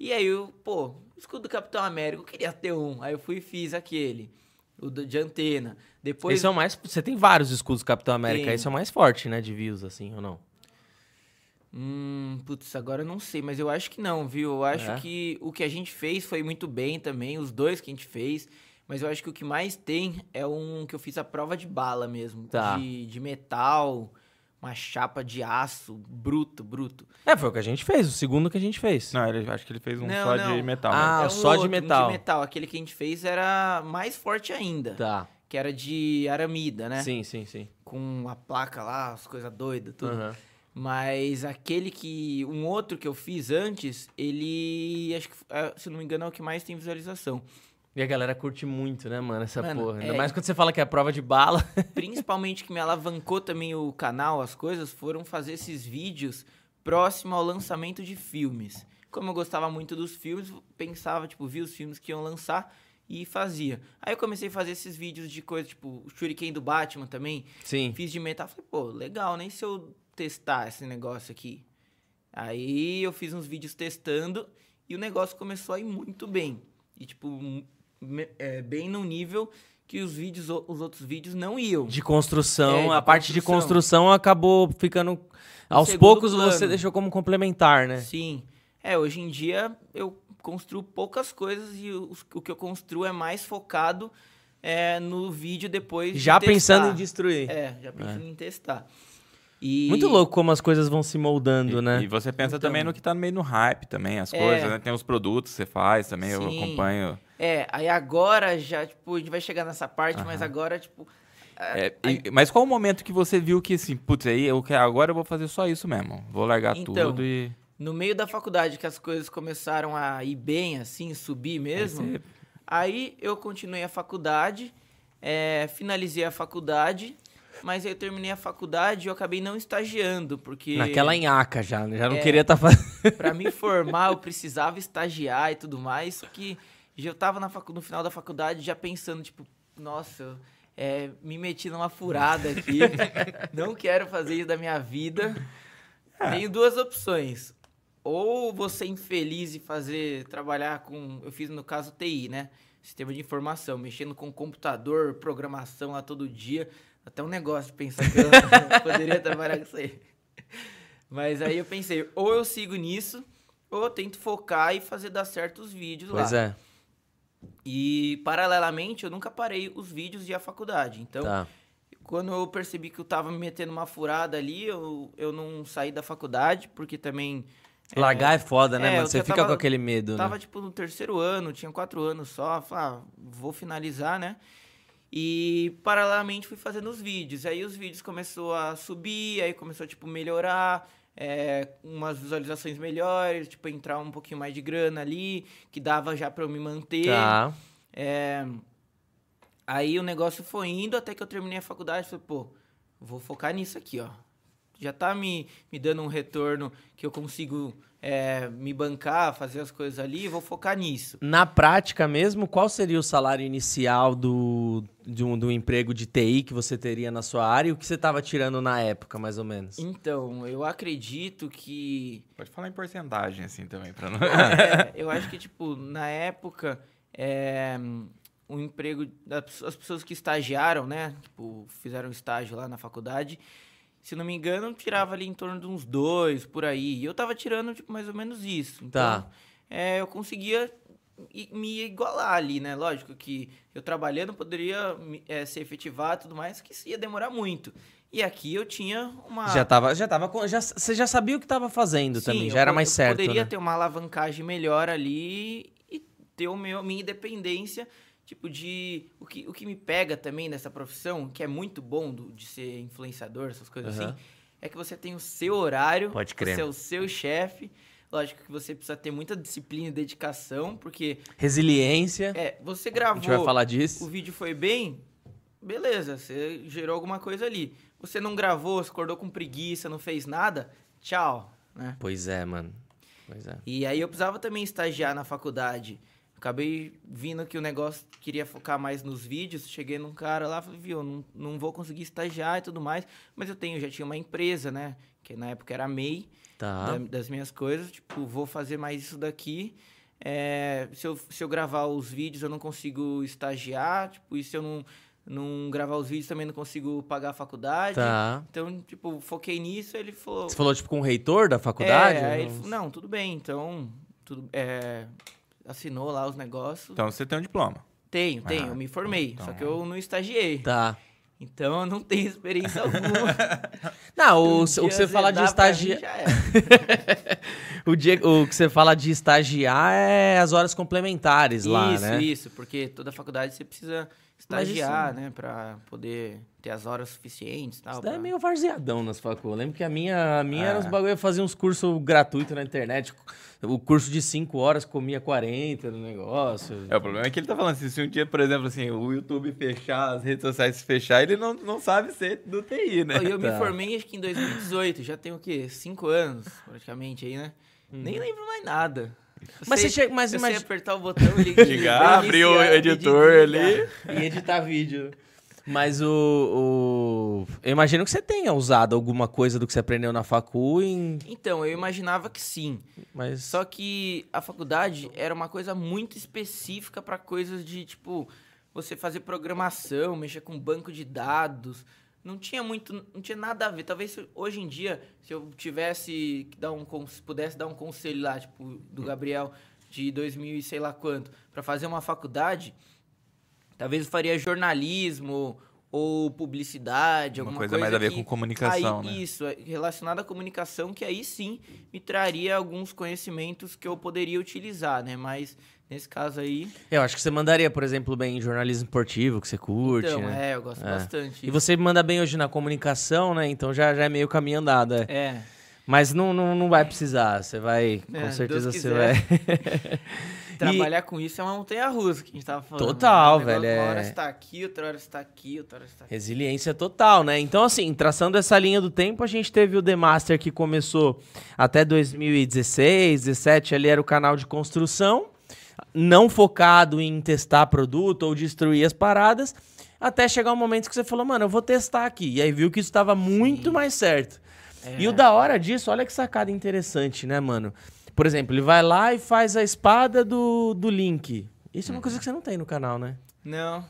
Speaker 2: E aí eu, pô, escudo do Capitão América, eu queria ter um. Aí eu fui e fiz aquele, o do- de antena. Depois
Speaker 1: Esse é o mais. Você tem vários escudos do Capitão América,
Speaker 2: Tem.
Speaker 1: esse é o mais forte, né? De views, assim, ou não?
Speaker 2: Hum, putz, agora eu não sei, mas eu acho que não, viu? Eu acho
Speaker 1: É?
Speaker 2: que o que a gente fez foi muito bem também, os dois que a gente fez, mas eu acho que o que mais tem é um que eu fiz a prova de bala mesmo,
Speaker 1: Tá.
Speaker 2: de, de metal, uma chapa de aço, bruto, bruto.
Speaker 1: É, foi o que a gente fez, o segundo que a gente fez.
Speaker 3: Não, ele, acho que ele fez um
Speaker 2: Não,
Speaker 3: só de
Speaker 2: não.
Speaker 3: metal.
Speaker 1: Ah,
Speaker 2: É um
Speaker 1: só de
Speaker 2: um
Speaker 1: metal.
Speaker 2: de metal, aquele que a gente fez era mais forte ainda,
Speaker 1: Tá.
Speaker 2: que era de aramida, né?
Speaker 1: Sim, sim, sim.
Speaker 2: Com a placa lá, as coisas doidas, tudo.
Speaker 1: Aham.
Speaker 2: Mas aquele que. Um outro que eu fiz antes, ele. Acho que, eh, se não me engano, é o que mais tem visualização.
Speaker 1: E a galera curte muito, né, mano, essa
Speaker 2: Mano,
Speaker 1: porra. Ainda
Speaker 2: é-
Speaker 1: mais quando você fala que é a prova de bala.
Speaker 2: Principalmente que me alavancou também o canal, as coisas, foram fazer esses vídeos próximo ao lançamento de filmes. Como eu gostava muito dos filmes, pensava, tipo, via os filmes que iam lançar e fazia. Aí eu comecei a fazer esses vídeos de coisa, tipo, o Shuriken do Batman também,
Speaker 1: Sim.
Speaker 2: Fiz de metal, falei, pô, legal, nem se eu testar esse negócio aqui. Aí eu fiz uns vídeos testando e o negócio começou a ir muito bem. E, tipo, m- me- é, bem no nível que os vídeos, o- os outros vídeos não iam.
Speaker 1: De construção,
Speaker 2: É, de
Speaker 1: a parte de
Speaker 2: construção.
Speaker 1: construção acabou ficando. aos
Speaker 2: segundo
Speaker 1: poucos você
Speaker 2: plano.
Speaker 1: deixou como complementar, né?
Speaker 2: Sim. É, hoje em dia eu construo poucas coisas e os- o, que eu construo é mais focado é, no vídeo depois. de
Speaker 1: Já pensando
Speaker 2: testar.
Speaker 1: em destruir.
Speaker 2: É, já pensando em testar. E-
Speaker 1: Muito louco como as coisas vão se moldando,
Speaker 3: E,
Speaker 1: né?
Speaker 3: e você pensa também no que tá meio no hype também, as
Speaker 2: Então. É.
Speaker 3: coisas, né? Tem os produtos que você faz também, eu
Speaker 2: Sim.
Speaker 3: acompanho.
Speaker 2: É, aí agora já, tipo, a gente vai chegar nessa parte, mas agora, tipo.
Speaker 3: É, e- mas qual o momento que você viu que assim, putz, aí eu, que- agora eu vou fazer só isso mesmo. Vou largar
Speaker 2: Então,
Speaker 3: tudo e.
Speaker 2: No meio da faculdade, que as coisas começaram a ir bem, assim, subir mesmo.
Speaker 3: Aí você-
Speaker 2: Aí eu continuei a faculdade, é, finalizei a faculdade, mas eu terminei a faculdade e eu acabei não estagiando, porque
Speaker 1: Naquela nhaca já, né? já não
Speaker 2: É.
Speaker 1: queria estar fazendo.
Speaker 2: para me formar eu precisava estagiar e tudo mais, só que já eu tava na facu- no final da faculdade já pensando, tipo, nossa, é, me meti numa furada aqui, não quero fazer isso da minha vida. Tenho duas opções. Ou você infeliz e fazer trabalhar com, eu fiz no caso TI, né? Sistema de informação, mexendo com computador, programação lá todo dia. Até um negócio de pensar que eu [laughs] poderia trabalhar com isso aí. Mas aí eu pensei, ou eu sigo nisso, ou eu tento focar e fazer dar certo os vídeos
Speaker 1: Pois
Speaker 2: lá.
Speaker 1: é,
Speaker 2: E paralelamente, eu nunca parei os vídeos e a faculdade. Então,
Speaker 1: tá.
Speaker 2: quando eu percebi que eu tava me metendo uma furada ali, eu, eu não saí da faculdade, porque também
Speaker 1: Largar é foda, né,
Speaker 2: é, eu
Speaker 1: mano? Você
Speaker 2: já
Speaker 1: fica
Speaker 2: tava-
Speaker 1: com aquele medo,
Speaker 2: tava,
Speaker 1: né?
Speaker 2: tipo, no terceiro ano, tinha quatro anos só. Falei, ah, vou finalizar, né? E paralelamente fui fazendo os vídeos. Aí os vídeos começou a subir, aí começou, tipo, melhorar. é, umas visualizações melhores, tipo, entrar um pouquinho mais de grana ali, que dava já pra eu me manter.
Speaker 1: Tá.
Speaker 2: Aí o negócio foi indo até que eu terminei a faculdade. Falei, pô, vou focar nisso aqui, ó. Já tá me, me dando um retorno que eu consigo é, me bancar, fazer as coisas ali, vou focar nisso.
Speaker 1: Na prática mesmo, qual seria o salário inicial do, de, um, do emprego de TI que você teria na sua área e o que você tava tirando na época, mais ou menos?
Speaker 2: Então, eu acredito que.
Speaker 3: Pode falar em porcentagem, assim, também,
Speaker 1: [laughs]
Speaker 3: pra não...
Speaker 2: é, eu acho que, tipo, na época, é, o emprego. das pessoas- As pessoas que estagiaram, né? Tipo, fizeram estágio lá na faculdade. Se não me engano, tirava ali em torno de uns dois por aí. E eu tava tirando, tipo, mais ou menos isso. Então,
Speaker 1: Tá.
Speaker 2: é, eu conseguia i- me igualar ali, né? Lógico que eu trabalhando poderia me- é, se efetivar e tudo mais, que isso ia demorar muito. E aqui eu tinha uma.
Speaker 1: Já tava, já tava, com- já, você já sabia o que tava fazendo também,
Speaker 2: ah, Sim,
Speaker 1: já
Speaker 2: eu
Speaker 1: era
Speaker 2: po-
Speaker 1: mais
Speaker 2: eu
Speaker 1: certo,
Speaker 2: Poderia
Speaker 1: né?
Speaker 2: ter uma alavancagem melhor ali e ter o meu, minha independência, tipo, de. O que, o que me pega também nessa profissão, que é muito bom do- de ser influenciador, essas coisas
Speaker 1: Aham.
Speaker 2: assim, é que você tem o seu horário,
Speaker 1: Pode crer.
Speaker 2: você é o seu chefe. Lógico que você precisa ter muita disciplina e dedicação, porque
Speaker 1: Resiliência,
Speaker 2: é, você
Speaker 1: a gente vai
Speaker 2: gravou
Speaker 1: falar
Speaker 2: o
Speaker 1: disso.
Speaker 2: vídeo foi bem, beleza, você gerou alguma coisa ali. Você não gravou, você acordou com preguiça, não fez nada, tchau, né?
Speaker 1: Pois é, mano. Pois é.
Speaker 2: E aí eu precisava também estagiar na faculdade. Acabei vindo que o negócio queria focar mais nos vídeos. Cheguei num cara lá, falei, viu, não, não vou conseguir estagiar e tudo mais. Mas eu tenho, já tinha uma empresa, né? Que na época era a MEI
Speaker 1: Tá.
Speaker 2: da- das minhas coisas. Tipo, vou fazer mais isso daqui. É, se, eu, se eu gravar os vídeos, eu não consigo estagiar. Tipo, e se eu não, não gravar os vídeos, também não consigo pagar a faculdade.
Speaker 1: Tá.
Speaker 2: Então, tipo, foquei nisso. Ele falou.
Speaker 1: Você falou, tipo, com o reitor da faculdade?
Speaker 2: É, aí ele
Speaker 1: Não-
Speaker 2: falou, não, tudo bem, então. Tudo, é, assinou lá os negócios.
Speaker 3: [laughs] Então você tem um diploma.
Speaker 2: tenho,
Speaker 3: Ah,
Speaker 2: tenho, eu me formei. Só
Speaker 3: então-
Speaker 1: é.
Speaker 2: que eu não estagiei.
Speaker 1: Tá.
Speaker 2: Então eu não
Speaker 1: [laughs]
Speaker 2: tenho experiência alguma.
Speaker 1: Não, o,
Speaker 2: Um
Speaker 1: o que
Speaker 2: dia
Speaker 1: você fala de
Speaker 2: azedar pra mim
Speaker 1: estagiar.
Speaker 2: já é. era.
Speaker 1: O, dia, o que você fala de estagiar é as horas complementares lá,
Speaker 2: isso,
Speaker 1: né?
Speaker 2: isso, porque toda faculdade você precisa estagiar, né? Pra poder ter as horas suficientes e tal.
Speaker 1: Isso daí é
Speaker 2: pra-
Speaker 1: meio varzeadão nas facul. Eu lembro que a minha, a minha era uns
Speaker 3: Ah.
Speaker 1: bagulho, eu fazia uns cursos gratuitos na internet. O curso de 5 horas comia 40 no negócio.
Speaker 3: É, o problema é que ele tá falando assim, se um dia, por exemplo, assim, o YouTube fechar, as redes sociais se fechar, ele não, não sabe ser do TI, né?
Speaker 2: Ó, E eu
Speaker 1: Tá.
Speaker 2: me formei acho que em 2018, já tenho o quê? Cinco anos, praticamente aí, né? Nem lembro mais nada. Eu
Speaker 1: Mas
Speaker 2: sei-
Speaker 1: você chega- mas
Speaker 2: eu
Speaker 1: imagi-
Speaker 2: sei apertar o botão de de-
Speaker 3: Ligar, abrir o
Speaker 2: iniciar, de
Speaker 3: editor
Speaker 2: desligar.
Speaker 3: ali.
Speaker 1: E editar [laughs] vídeo. Mas o, o- Eu imagino que você tenha usado alguma coisa do que você aprendeu na facul em.
Speaker 2: Então, eu imaginava que sim.
Speaker 1: Mas.
Speaker 2: Só que a faculdade era uma coisa muito específica para coisas de tipo você fazer programação, mexer com banco de dados. Não tinha muito, não tinha nada a ver. Talvez se- hoje em dia, se eu tivesse que dar um con- se pudesse dar um conselho lá, tipo
Speaker 3: Hum.
Speaker 2: do Gabriel de 2000 e sei lá quanto, para fazer uma faculdade, talvez eu faria jornalismo ou publicidade,
Speaker 3: Uma
Speaker 2: alguma
Speaker 3: coisa mais a ver
Speaker 2: que-
Speaker 3: com comunicação,
Speaker 2: aí,
Speaker 3: né?
Speaker 2: Isso, é relacionado à comunicação, que aí sim me traria alguns conhecimentos que eu poderia utilizar, né? Mas nesse caso aí.
Speaker 1: Eu acho que você mandaria, por exemplo, bem em jornalismo esportivo, que você curte,
Speaker 2: então,
Speaker 1: né?
Speaker 2: é, eu gosto
Speaker 1: É.
Speaker 2: bastante.
Speaker 1: E você manda bem hoje na comunicação, né? Então já, já é meio caminho andado, é.
Speaker 2: É.
Speaker 1: Mas não, não, não vai precisar. Você vai, com
Speaker 2: É, Deus
Speaker 1: certeza você vai. [laughs]
Speaker 2: quiser. Trabalhar com isso é uma montanha russa que a gente tava falando. né?
Speaker 1: Total,
Speaker 2: Um negócio,
Speaker 1: velho,
Speaker 2: Uma
Speaker 1: é-
Speaker 2: hora está aqui, outra hora está aqui, outra hora está aqui.
Speaker 1: Resiliência total, né? Então, assim, traçando essa linha do tempo, a gente teve o The Master que começou até 2016, 17, ali era o canal de construção, não focado em testar produto ou destruir as paradas, até chegar um momento que você falou, mano, eu vou testar aqui. E aí viu que isso estava muito mais certo.
Speaker 2: É.
Speaker 1: E o da hora disso, olha que sacada interessante, né, mano? Por exemplo, ele vai lá e faz a espada do, do Link. Isso é
Speaker 2: Uhum.
Speaker 1: uma coisa que você não tem no canal,
Speaker 2: [laughs]
Speaker 1: né?
Speaker 2: Não.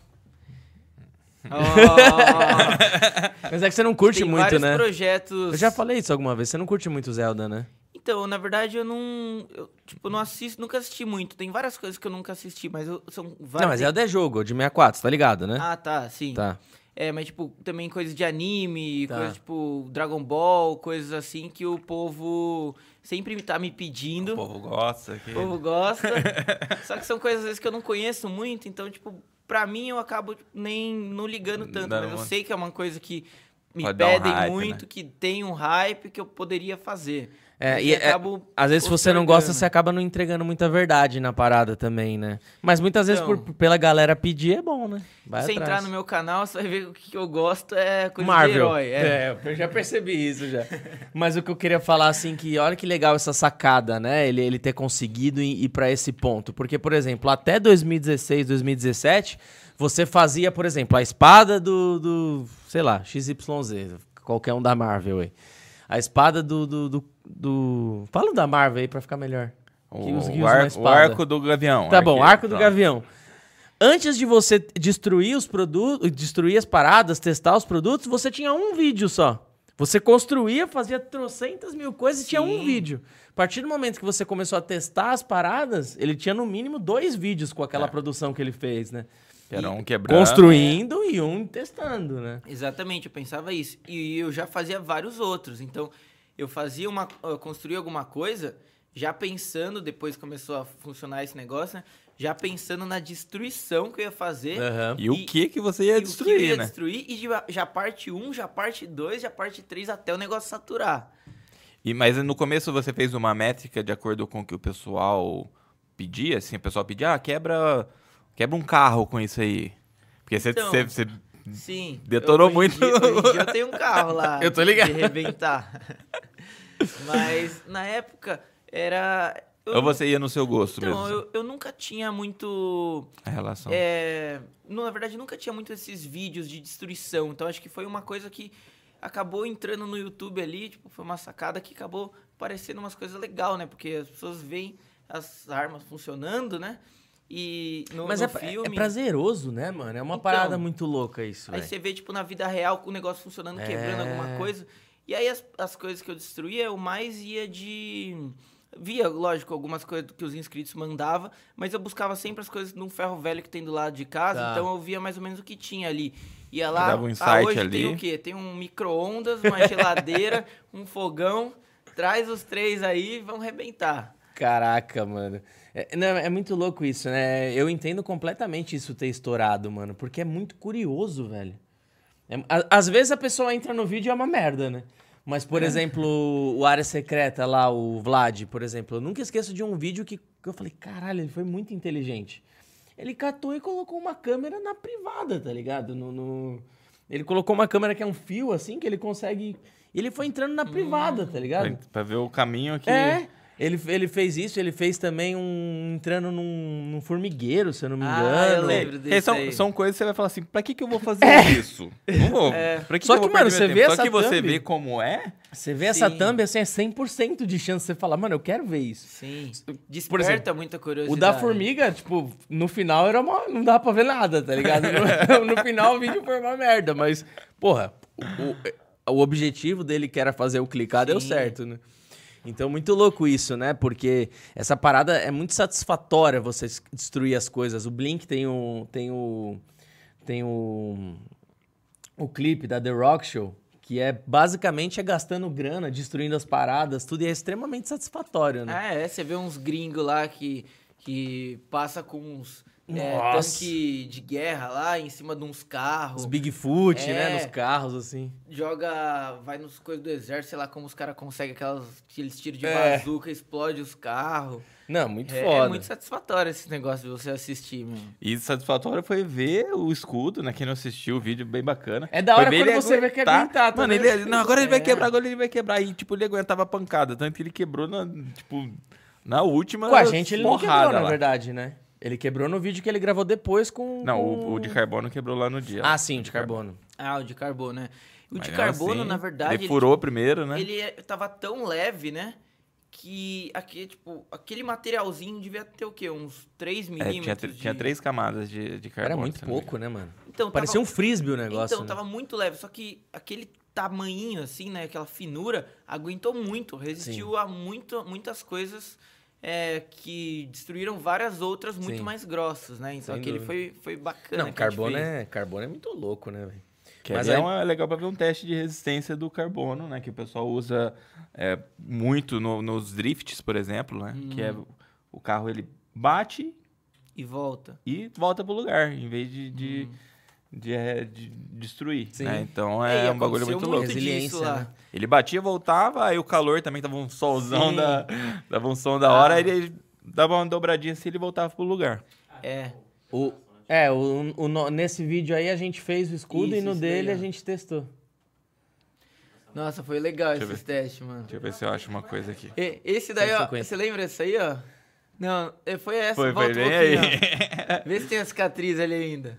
Speaker 2: Oh,
Speaker 1: Mas é que você não curte
Speaker 2: tem
Speaker 1: muito,
Speaker 2: vários
Speaker 1: né?
Speaker 2: projetos.
Speaker 1: Eu já falei isso alguma vez, você não curte muito Zelda, né?
Speaker 2: Então, na verdade, eu não. Eu, tipo, não assisto, nunca assisti muito. Tem várias coisas que eu nunca assisti, mas eu, são várias.
Speaker 1: Não, mas Zelda é jogo, de 64, tá ligado, né?
Speaker 2: Ah, tá, sim.
Speaker 1: Tá.
Speaker 2: É, mas, tipo, também coisas de anime,
Speaker 1: Tá.
Speaker 2: coisas tipo Dragon Ball, coisas assim que o povo sempre tá me pedindo.
Speaker 3: O povo gosta. Que...
Speaker 2: O povo
Speaker 3: [laughs]
Speaker 2: gosta. só que são coisas às vezes que eu não conheço muito, então, tipo, pra mim eu acabo tipo, nem não ligando tanto.
Speaker 3: Dando
Speaker 2: mas eu
Speaker 3: uma-
Speaker 2: sei que é uma coisa que me
Speaker 3: Pode dar um
Speaker 2: pedem
Speaker 3: hype,
Speaker 2: muito, que tem um hype que eu poderia fazer.
Speaker 1: É,
Speaker 2: Eu
Speaker 1: e é-
Speaker 2: acabo
Speaker 1: às vezes se você não gosta,
Speaker 2: postergando.
Speaker 1: você acaba não entregando muita verdade na parada também, né? Mas muitas vezes
Speaker 2: Então.
Speaker 1: por- pela galera pedir é bom, né? Vai
Speaker 2: Se você
Speaker 1: atrás.
Speaker 2: entrar no meu canal, você vai ver que o que eu gosto é coisa
Speaker 1: Marvel.
Speaker 2: de herói. É.
Speaker 1: eu já percebi isso já. Mas o que eu queria falar, assim, que olha que legal essa sacada, né? Ele, ele ter conseguido ir, ir para esse ponto. Porque, por exemplo, até 2016, 2017, você fazia, por exemplo, a espada do, do sei lá, XYZ, qualquer um da Marvel aí. A espada do. do, do, do- Fala o da Marvel aí pra ficar melhor. Que os- que usam
Speaker 3: O,
Speaker 1: uma
Speaker 3: ar- o
Speaker 1: espada.
Speaker 3: arco do gavião.
Speaker 1: Tá bom,
Speaker 3: arqueiro,
Speaker 1: arco do
Speaker 3: pronto.
Speaker 1: gavião. Antes de você destruir os produtos, destruir as paradas, testar os produtos, você tinha um vídeo só. Você construía, fazia trocentas mil coisas e tinha um
Speaker 2: Sim.
Speaker 1: vídeo. A partir do momento que você começou a testar as paradas, ele tinha no mínimo dois vídeos com aquela produção que ele fez, né?
Speaker 3: Era um quebrando.
Speaker 1: Construindo e um testando, né?
Speaker 2: Exatamente, eu pensava isso. E eu já fazia vários outros. Então, eu fazia uma. Eu construía alguma coisa, já pensando, depois começou a funcionar esse negócio, né? Já pensando na destruição que eu ia fazer.
Speaker 3: E o
Speaker 2: E-
Speaker 3: que que você
Speaker 2: e o
Speaker 3: ia
Speaker 2: que eu ia
Speaker 3: destruir, né?
Speaker 2: destruir e já- já parte 1, já parte 2, já parte 3, até o negócio saturar.
Speaker 3: E, mas no começo você fez uma métrica de acordo com o que o pessoal pedia, assim, o pessoal pedia, ah, quebra, quebra um carro com isso aí. Porque você,
Speaker 2: Então,
Speaker 3: você- você-
Speaker 2: Sim.
Speaker 3: Detorou
Speaker 2: Eu- hoje em
Speaker 3: muito.
Speaker 2: dia- hoje em dia eu tenho um carro lá.
Speaker 3: [laughs] Eu tô ligado.
Speaker 2: De arrebentar. [laughs] Mas, na época, era. eu
Speaker 3: ou É você ia no seu gosto
Speaker 2: Então,
Speaker 3: mesmo,
Speaker 2: eu, eu nunca tinha muito.
Speaker 3: a relação.
Speaker 2: É, não, na verdade, nunca tinha muito esses vídeos de destruição. Então, acho que foi uma coisa que acabou entrando no YouTube ali. Tipo, foi uma sacada que acabou parecendo umas coisas legais, né? Porque as pessoas veem as armas funcionando, né? E no,
Speaker 1: Mas
Speaker 2: no
Speaker 1: é, pra- é
Speaker 2: filme.
Speaker 1: prazeroso, né, mano? É uma
Speaker 2: Então,
Speaker 1: parada muito louca isso,
Speaker 2: Aí
Speaker 1: velho.
Speaker 2: você vê, tipo, na vida real, o negócio funcionando, quebrando
Speaker 1: É.
Speaker 2: alguma coisa. E aí as, as coisas que eu destruía, eu mais ia de. Via, lógico, algumas coisas que os inscritos mandavam, mas eu buscava sempre as coisas num ferro velho que tem do lado de casa,
Speaker 1: Tá.
Speaker 2: então eu via mais ou menos o que tinha ali. Ia lá,
Speaker 3: Dava um
Speaker 2: ah,
Speaker 3: insight
Speaker 2: hoje
Speaker 3: ali."
Speaker 2: tem o quê? Tem um micro-ondas, uma geladeira, [laughs] um fogão, traz os três aí e vão arrebentar.
Speaker 1: Caraca, mano. É, não, é muito louco isso, né? Eu entendo completamente isso ter estourado, mano, porque é muito curioso, velho. É, a- às vezes a pessoa entra no vídeo e é uma merda, né? Mas, por exemplo, o Área Secreta lá, o Vlad, por exemplo, eu nunca esqueço de um vídeo que, que eu falei, caralho, ele foi muito inteligente. Ele catou e colocou uma câmera na privada, tá ligado? No, no- Ele colocou uma câmera que é um fio, assim, que ele consegue... Ele foi entrando na privada, tá ligado?
Speaker 3: Pra, pra ver o caminho que...
Speaker 1: É. Ele, ele fez isso, ele fez também um. entrando num, num formigueiro, se eu não me
Speaker 2: Ah,
Speaker 1: engano.
Speaker 2: eu lembro.
Speaker 3: É,
Speaker 2: desse
Speaker 3: são,
Speaker 2: aí.
Speaker 3: são coisas que você vai falar assim, pra que que eu vou fazer isso? Não vou. Pra que
Speaker 1: Só
Speaker 3: eu vou
Speaker 1: que, mano,
Speaker 3: perder
Speaker 1: você
Speaker 3: meu
Speaker 1: vê
Speaker 3: tempo?
Speaker 1: essa
Speaker 3: Só que você
Speaker 1: thumb-
Speaker 3: vê como é,
Speaker 1: Você vê essa
Speaker 2: Sim.
Speaker 1: thumb assim, é 100% de chance de você falar, mano, eu quero ver isso.
Speaker 2: Sim.
Speaker 1: Por
Speaker 2: Desperta
Speaker 1: exemplo,
Speaker 2: muita
Speaker 1: O
Speaker 2: curiosidade.
Speaker 1: da formiga, tipo, no final era uma. Não dava pra ver nada, tá
Speaker 2: [laughs]
Speaker 1: ligado? No, no final o vídeo foi uma merda, mas, porra, o, o objetivo dele que era fazer o clicar deu
Speaker 2: Sim.
Speaker 1: certo, né? Então, muito louco isso, né? Porque essa parada é muito satisfatória você s- destruir as coisas. O Blink tem o. tem o. tem o. o clipe da The Rock Show. Que é basicamente é gastando grana, destruindo as paradas, tudo e é extremamente satisfatório, né?
Speaker 2: Ah, é, você vê uns gringos lá que, que passa com uns é,
Speaker 1: Nossa.
Speaker 2: tanque de guerra lá em cima de uns carros.
Speaker 1: Os Bigfoot,
Speaker 2: É.
Speaker 1: né? Nos carros, assim.
Speaker 2: Joga. Vai nos coisas do exército, sei lá como os caras conseguem aquelas, aqueles tiros de
Speaker 1: É.
Speaker 2: bazuca, explode os carros.
Speaker 1: Não, muito
Speaker 2: É,
Speaker 1: foda.
Speaker 2: é muito satisfatório esse negócio de você assistir, mano.
Speaker 3: E satisfatório foi ver o escudo, né? Quem não assistiu o vídeo, bem bacana.
Speaker 1: É da
Speaker 3: Foi
Speaker 1: hora
Speaker 3: bem
Speaker 1: quando
Speaker 3: ele
Speaker 1: você vê que aguentar
Speaker 3: Mano,
Speaker 1: também.
Speaker 3: ele, não, agora ele vai
Speaker 2: É.
Speaker 3: quebrar, agora ele vai quebrar. E, tipo, ele aguentava a pancada. Tanto que ele quebrou na, tipo, na última
Speaker 1: Com a gente ele não
Speaker 3: porrada
Speaker 1: quebrou, na
Speaker 3: lá.
Speaker 1: verdade, né? Ele quebrou no vídeo que ele gravou depois com...
Speaker 3: Não,
Speaker 1: com-
Speaker 3: o, o de carbono quebrou lá no dia.
Speaker 1: Ah, sim, o de carbono.
Speaker 2: Ah, o de carbono, né? O
Speaker 3: Mas
Speaker 2: de
Speaker 3: mesmo
Speaker 2: carbono,
Speaker 3: assim,
Speaker 2: na verdade,
Speaker 3: Ele
Speaker 2: ele,
Speaker 3: furou primeiro, né?
Speaker 2: ele é- tava tão leve, né? Que aqui, tipo, aquele materialzinho devia ter o quê? Uns 3
Speaker 3: É,
Speaker 2: milímetros?
Speaker 3: tinha, tr-
Speaker 2: de-
Speaker 3: tinha três camadas de, de
Speaker 1: Era
Speaker 3: carbono. se
Speaker 1: muito
Speaker 3: não me
Speaker 1: pouco, né, mano?
Speaker 2: Então,
Speaker 1: Parecia
Speaker 2: tava,
Speaker 1: um frisbee o negócio,
Speaker 2: Então,
Speaker 1: né?
Speaker 2: tava muito leve, só que aquele tamanhinho, assim, né? Aquela finura, aguentou muito, resistiu a muito, muitas coisas é, que destruíram várias outras muito
Speaker 1: Sim.
Speaker 2: mais grossas, né? Então,
Speaker 1: Sem
Speaker 2: aquele
Speaker 1: dúvida.
Speaker 2: foi, foi bacana.
Speaker 1: Não,
Speaker 2: né, que a gente
Speaker 1: carbono
Speaker 2: fez.
Speaker 1: é, carbono é muito louco, né, velho?
Speaker 3: Que
Speaker 1: Mas
Speaker 3: ali é,
Speaker 1: aí-
Speaker 3: uma- é legal pra ver um teste de resistência do carbono, né? Que o pessoal usa é, muito no- nos drifts, por exemplo, né? Que é o carro ele bate
Speaker 2: E volta.
Speaker 3: e volta pro lugar, em vez de, de, de, é, de destruir.
Speaker 1: Sim.
Speaker 3: né? Então é,
Speaker 2: E
Speaker 3: um bagulho
Speaker 2: aconteceu
Speaker 3: muito louco.
Speaker 2: disso
Speaker 1: Resiliência,
Speaker 2: lá.
Speaker 1: né?
Speaker 3: Ele batia, voltava, aí o calor também tava um solzão
Speaker 1: Sim.
Speaker 3: da. Dava um som da hora,
Speaker 2: Ah.
Speaker 3: aí ele dava uma dobradinha assim e ele voltava pro lugar.
Speaker 2: É.
Speaker 1: O, é, o, o no- nesse vídeo aí a gente fez o escudo e
Speaker 2: Isso,
Speaker 1: no
Speaker 2: isso é daí,
Speaker 1: dele
Speaker 2: ó.
Speaker 1: a gente testou.
Speaker 2: Nossa, foi legal
Speaker 3: Deixa eu
Speaker 2: esses testes, mano.
Speaker 3: Deixa eu ver se eu acho uma coisa aqui.
Speaker 2: E- Esse daí, ó,
Speaker 1: 150.
Speaker 2: você lembra dessa aí, ó? Não, é, foi essa,
Speaker 3: Foi, foi
Speaker 2: volta um
Speaker 3: bem aí. [laughs]
Speaker 2: pouquinho, ó. Vê se tem a cicatriz ali ainda.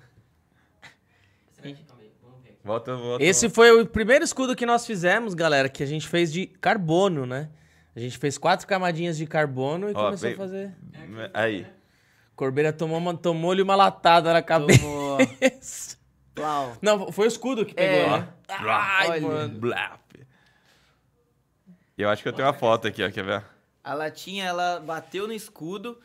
Speaker 3: Volta, volta.
Speaker 1: Esse foi o primeiro escudo que nós fizemos, galera, que a gente fez de carbono, né? A gente fez quatro camadinhas de carbono e
Speaker 3: um. Ó,
Speaker 1: começou
Speaker 3: veio-
Speaker 1: a fazer.
Speaker 3: Aí.
Speaker 1: Corbeira tomou uma- tomou-lhe uma latada na cabeça.
Speaker 2: Tomou. Plau.
Speaker 1: [laughs] Não, foi o escudo que pegou,
Speaker 2: É.
Speaker 1: né?
Speaker 3: Ai,
Speaker 2: olha.
Speaker 3: mano. Blap. Eu acho que eu tenho uma foto aqui, ó. Quer ver?
Speaker 2: A latinha, ela bateu no escudo,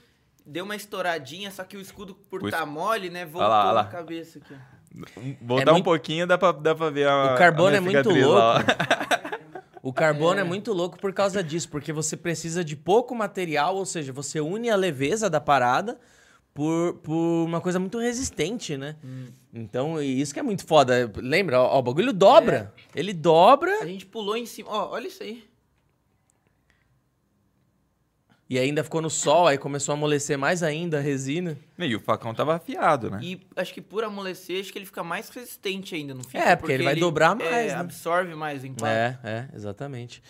Speaker 2: deu uma estouradinha, só que o escudo, por
Speaker 3: O es-
Speaker 2: tá mole, né, voltou
Speaker 3: lá, olha lá.
Speaker 2: na cabeça aqui. ó.
Speaker 3: Voltar um
Speaker 1: muito-
Speaker 3: pouquinho, dá pra, dá pra ver a.
Speaker 1: O carbono
Speaker 3: a minha
Speaker 1: é muito
Speaker 3: cicatriz lá, [laughs] ó.
Speaker 1: O carbono é. muito louco por causa disso, porque você precisa de pouco material, ou seja, você une a leveza da parada por, por uma coisa muito resistente, né? Então, e isso que é muito foda. Lembra? Ó, ó, o bagulho dobra. Ele
Speaker 2: A
Speaker 1: dobra
Speaker 2: gente pulou em cima, ó, olha isso aí.
Speaker 1: e ainda ficou no sol, aí começou a amolecer mais ainda a resina.
Speaker 3: E o facão tava afiado,
Speaker 1: É.
Speaker 3: né?
Speaker 2: E acho que por amolecer, acho que ele fica mais resistente ainda, não fica?
Speaker 1: É, porque ele vai dobrar mais,
Speaker 2: é,
Speaker 1: né?
Speaker 2: absorve mais então, o impacto.
Speaker 1: É, é, exatamente.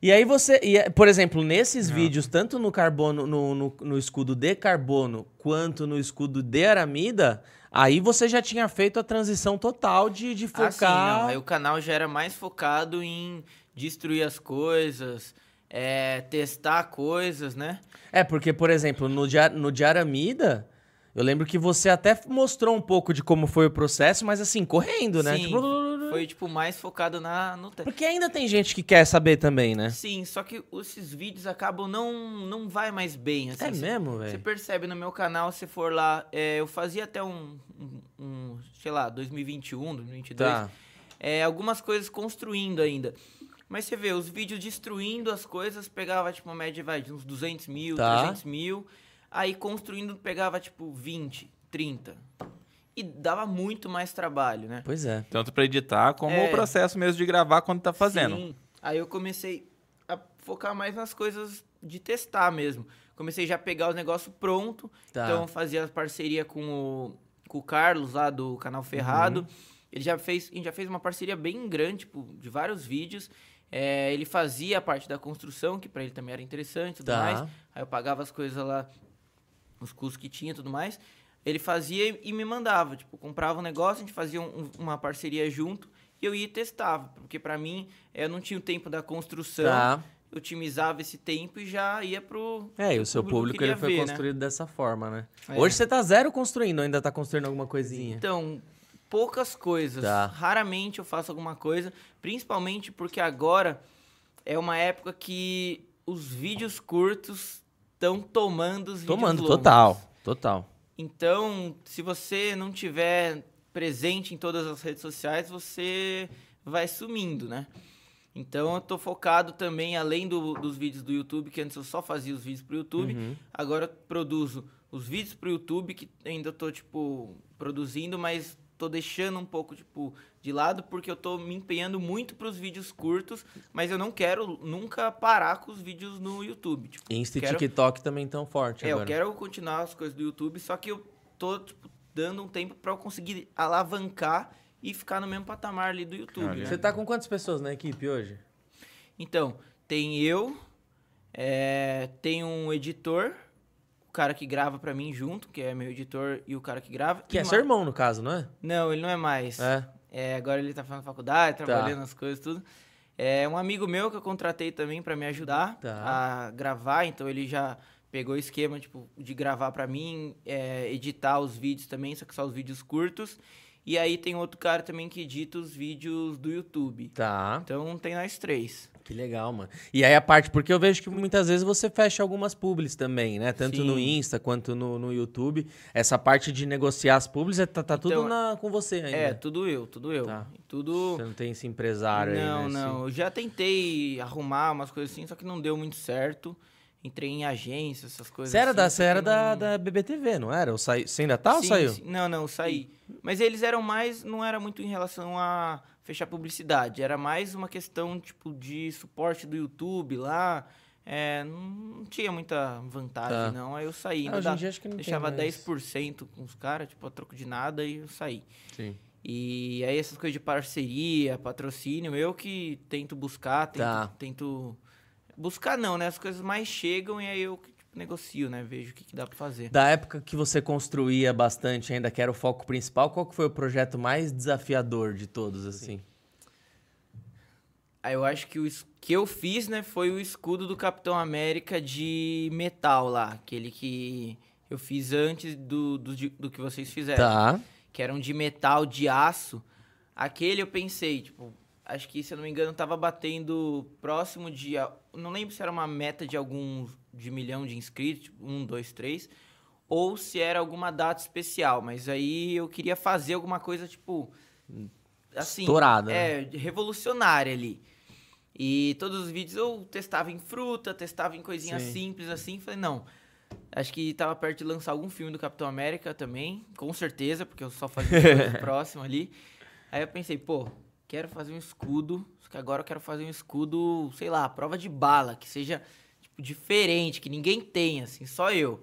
Speaker 1: E aí você, e, é, por exemplo, nesses vídeos, tanto no carbono, no, no, no escudo de carbono, quanto no escudo de aramida, aí você já tinha feito a transição total de, de
Speaker 2: Ah, sim, não.
Speaker 1: focar.
Speaker 2: Aí o canal já era mais focado em destruir as coisas, é, testar coisas, né?
Speaker 1: É, porque, por exemplo, no de, a- no de aramida, eu lembro que você até mostrou um pouco de como foi o processo, mas assim, correndo, né?
Speaker 2: Sim,
Speaker 1: Tipo,
Speaker 2: Foi, tipo, mais focado na, no teste.
Speaker 1: Porque ainda tem gente que quer saber também, né?
Speaker 2: Sim, só que esses vídeos acabam não, não vai mais bem, assim.
Speaker 1: É
Speaker 2: Você-
Speaker 1: mesmo,
Speaker 2: Você
Speaker 1: velho?
Speaker 2: percebe no meu canal, se for lá, é, eu fazia até um, um- um, sei lá, 2021, 2022.
Speaker 1: Tá.
Speaker 2: é, algumas coisas construindo ainda. Mas você vê, os vídeos destruindo as coisas, pegava tipo uma média vai, de uns 200 mil,
Speaker 1: Tá.
Speaker 2: 300 mil. Aí construindo pegava tipo 20, 30. E dava muito mais trabalho, né?
Speaker 1: Pois é.
Speaker 3: Tanto pra editar como
Speaker 2: É.
Speaker 3: o processo mesmo de gravar quando tá fazendo.
Speaker 2: Sim. Aí eu comecei a focar mais nas coisas de testar mesmo. Comecei já a pegar os negócios pronto.
Speaker 1: Tá.
Speaker 2: Então eu fazia parceria com o, com o Carlos lá do canal Ferrado.
Speaker 1: Uhum.
Speaker 2: Ele já fez, a gente já fez uma parceria bem grande, tipo, de vários vídeos. É, ele fazia a parte da construção, que pra ele também era interessante e tudo
Speaker 1: Tá.
Speaker 2: mais. Aí eu pagava as coisas lá, os custos que tinha e tudo mais. Ele fazia e- e me mandava, tipo, comprava um negócio, a gente fazia um- uma parceria junto e eu ia e testava, porque pra mim eh, eu não tinha o tempo da construção,
Speaker 1: Tá.
Speaker 2: eu otimizava esse tempo e já ia pro
Speaker 1: É, e o seu público, ele
Speaker 2: queria
Speaker 1: foi
Speaker 2: ver, né?
Speaker 1: construído dessa forma, né?
Speaker 2: É.
Speaker 1: Hoje você tá zero construindo, ainda tá construindo alguma coisinha.
Speaker 2: Então, poucas coisas.
Speaker 1: Tá.
Speaker 2: Raramente eu faço alguma coisa, principalmente porque agora é uma época que os vídeos curtos estão tomando os vídeos
Speaker 1: Tomando,
Speaker 2: longos.
Speaker 1: total, total.
Speaker 2: Então, se você não tiver presente em todas as redes sociais, você vai sumindo, né? Então eu tô focado também, além do- dos vídeos do YouTube, que antes eu só fazia os vídeos pro YouTube, agora eu produzo os vídeos pro YouTube, que ainda eu tô, tipo, produzindo, mas tô deixando um pouco, tipo, de lado, porque eu tô me empenhando muito pros vídeos curtos, mas eu não quero nunca parar com os vídeos no YouTube. Tipo,
Speaker 1: Insta e
Speaker 2: quero-
Speaker 1: TikTok também tão forte
Speaker 2: é,
Speaker 1: agora.
Speaker 2: eu quero continuar as coisas do YouTube, só que eu tô, tipo, dando um tempo pra eu conseguir alavancar e ficar no mesmo patamar ali do YouTube.
Speaker 3: Olha.
Speaker 2: né?
Speaker 1: Você tá com quantas pessoas na equipe hoje?
Speaker 2: Então, tem eu, é, tem um editor, o cara que grava pra mim junto, que é meu editor e o cara que grava.
Speaker 1: Que
Speaker 2: e
Speaker 1: é
Speaker 2: ma-
Speaker 1: seu irmão, no caso, não é?
Speaker 2: Não, ele não é mais.
Speaker 1: É.
Speaker 2: É, agora ele tá fazendo faculdade,
Speaker 1: Tá.
Speaker 2: trabalhando as coisas, tudo. É um amigo meu que eu contratei também pra me ajudar
Speaker 1: Tá.
Speaker 2: a gravar, então ele já pegou o esquema, tipo, de gravar pra mim, é, editar os vídeos também, só que só os vídeos curtos. E aí tem outro cara também que edita os vídeos do YouTube.
Speaker 1: Tá.
Speaker 2: Então tem nós três.
Speaker 1: Que legal, mano. E aí a parte, porque eu vejo que muitas vezes você fecha algumas publis também, né? Tanto no
Speaker 2: Sim.
Speaker 1: Insta quanto no, no YouTube. Essa parte de negociar as publis é- tá, tá tudo
Speaker 2: Então,
Speaker 1: na- com você ainda.
Speaker 2: É, tudo eu, tudo eu.
Speaker 1: Tá.
Speaker 2: Tudo.
Speaker 1: Você não tem esse empresário aí, né?
Speaker 2: não,
Speaker 1: Esse-
Speaker 2: não. Eu já tentei arrumar umas coisas assim, só que não deu muito certo. Entrei em agência, essas coisas
Speaker 1: Você era,
Speaker 2: assim,
Speaker 1: da,
Speaker 2: só
Speaker 1: você
Speaker 2: que
Speaker 1: era da,
Speaker 2: não-
Speaker 1: da BBTV, não era? Ou sai- Você ainda tá ou
Speaker 2: Sim,
Speaker 1: saiu?
Speaker 2: sim. Não, não, eu saí. Mas eles eram mais, não era muito em relação a fechar publicidade, era mais uma questão tipo de suporte do YouTube lá. É, não tinha muita
Speaker 1: Tá.
Speaker 2: vantagem, não. Aí eu saí.
Speaker 1: Ah,
Speaker 2: ainda
Speaker 1: hoje em
Speaker 2: dá-
Speaker 1: dia acho que não tem
Speaker 2: deixava
Speaker 1: mais.
Speaker 2: 10% com os caras, tipo, a troco de nada, e eu saí.
Speaker 1: Sim.
Speaker 2: E aí essas coisas de parceria, patrocínio, eu que tento buscar, tento,
Speaker 1: Tá.
Speaker 2: tento- buscar não, né? As coisas mais chegam e aí eu que, tipo, negocio, né? Vejo o que, que dá pra fazer.
Speaker 1: Da época que você construía bastante ainda, que era o foco principal, qual que foi o projeto mais desafiador de todos, assim?
Speaker 2: Aí eu acho que o es- que eu fiz, né, foi o escudo do Capitão América de metal lá, aquele que eu fiz antes do, do, de- do que vocês fizeram.
Speaker 1: Tá.
Speaker 2: que eram de metal, de aço. Aquele eu pensei, tipo, acho que, se eu não me engano, tava batendo próximo de. a- Não lembro se era uma meta de algum. de milhão de inscritos, tipo, um, dois, três. Ou se era alguma data especial. Mas aí eu queria fazer alguma coisa, tipo. Assim.
Speaker 1: Estourada, né?
Speaker 2: É, revolucionária ali. E todos os vídeos eu testava em fruta, testava em coisinha
Speaker 1: Sim.
Speaker 2: simples assim. Falei, não. Acho que tava perto de lançar algum filme do Capitão América também, com certeza, porque eu só fazia coisa próxima ali. Aí eu pensei, pô, quero fazer um escudo, só que agora eu quero fazer um escudo, sei lá, à prova de bala, que seja tipo, diferente, que ninguém tenha, assim, só eu.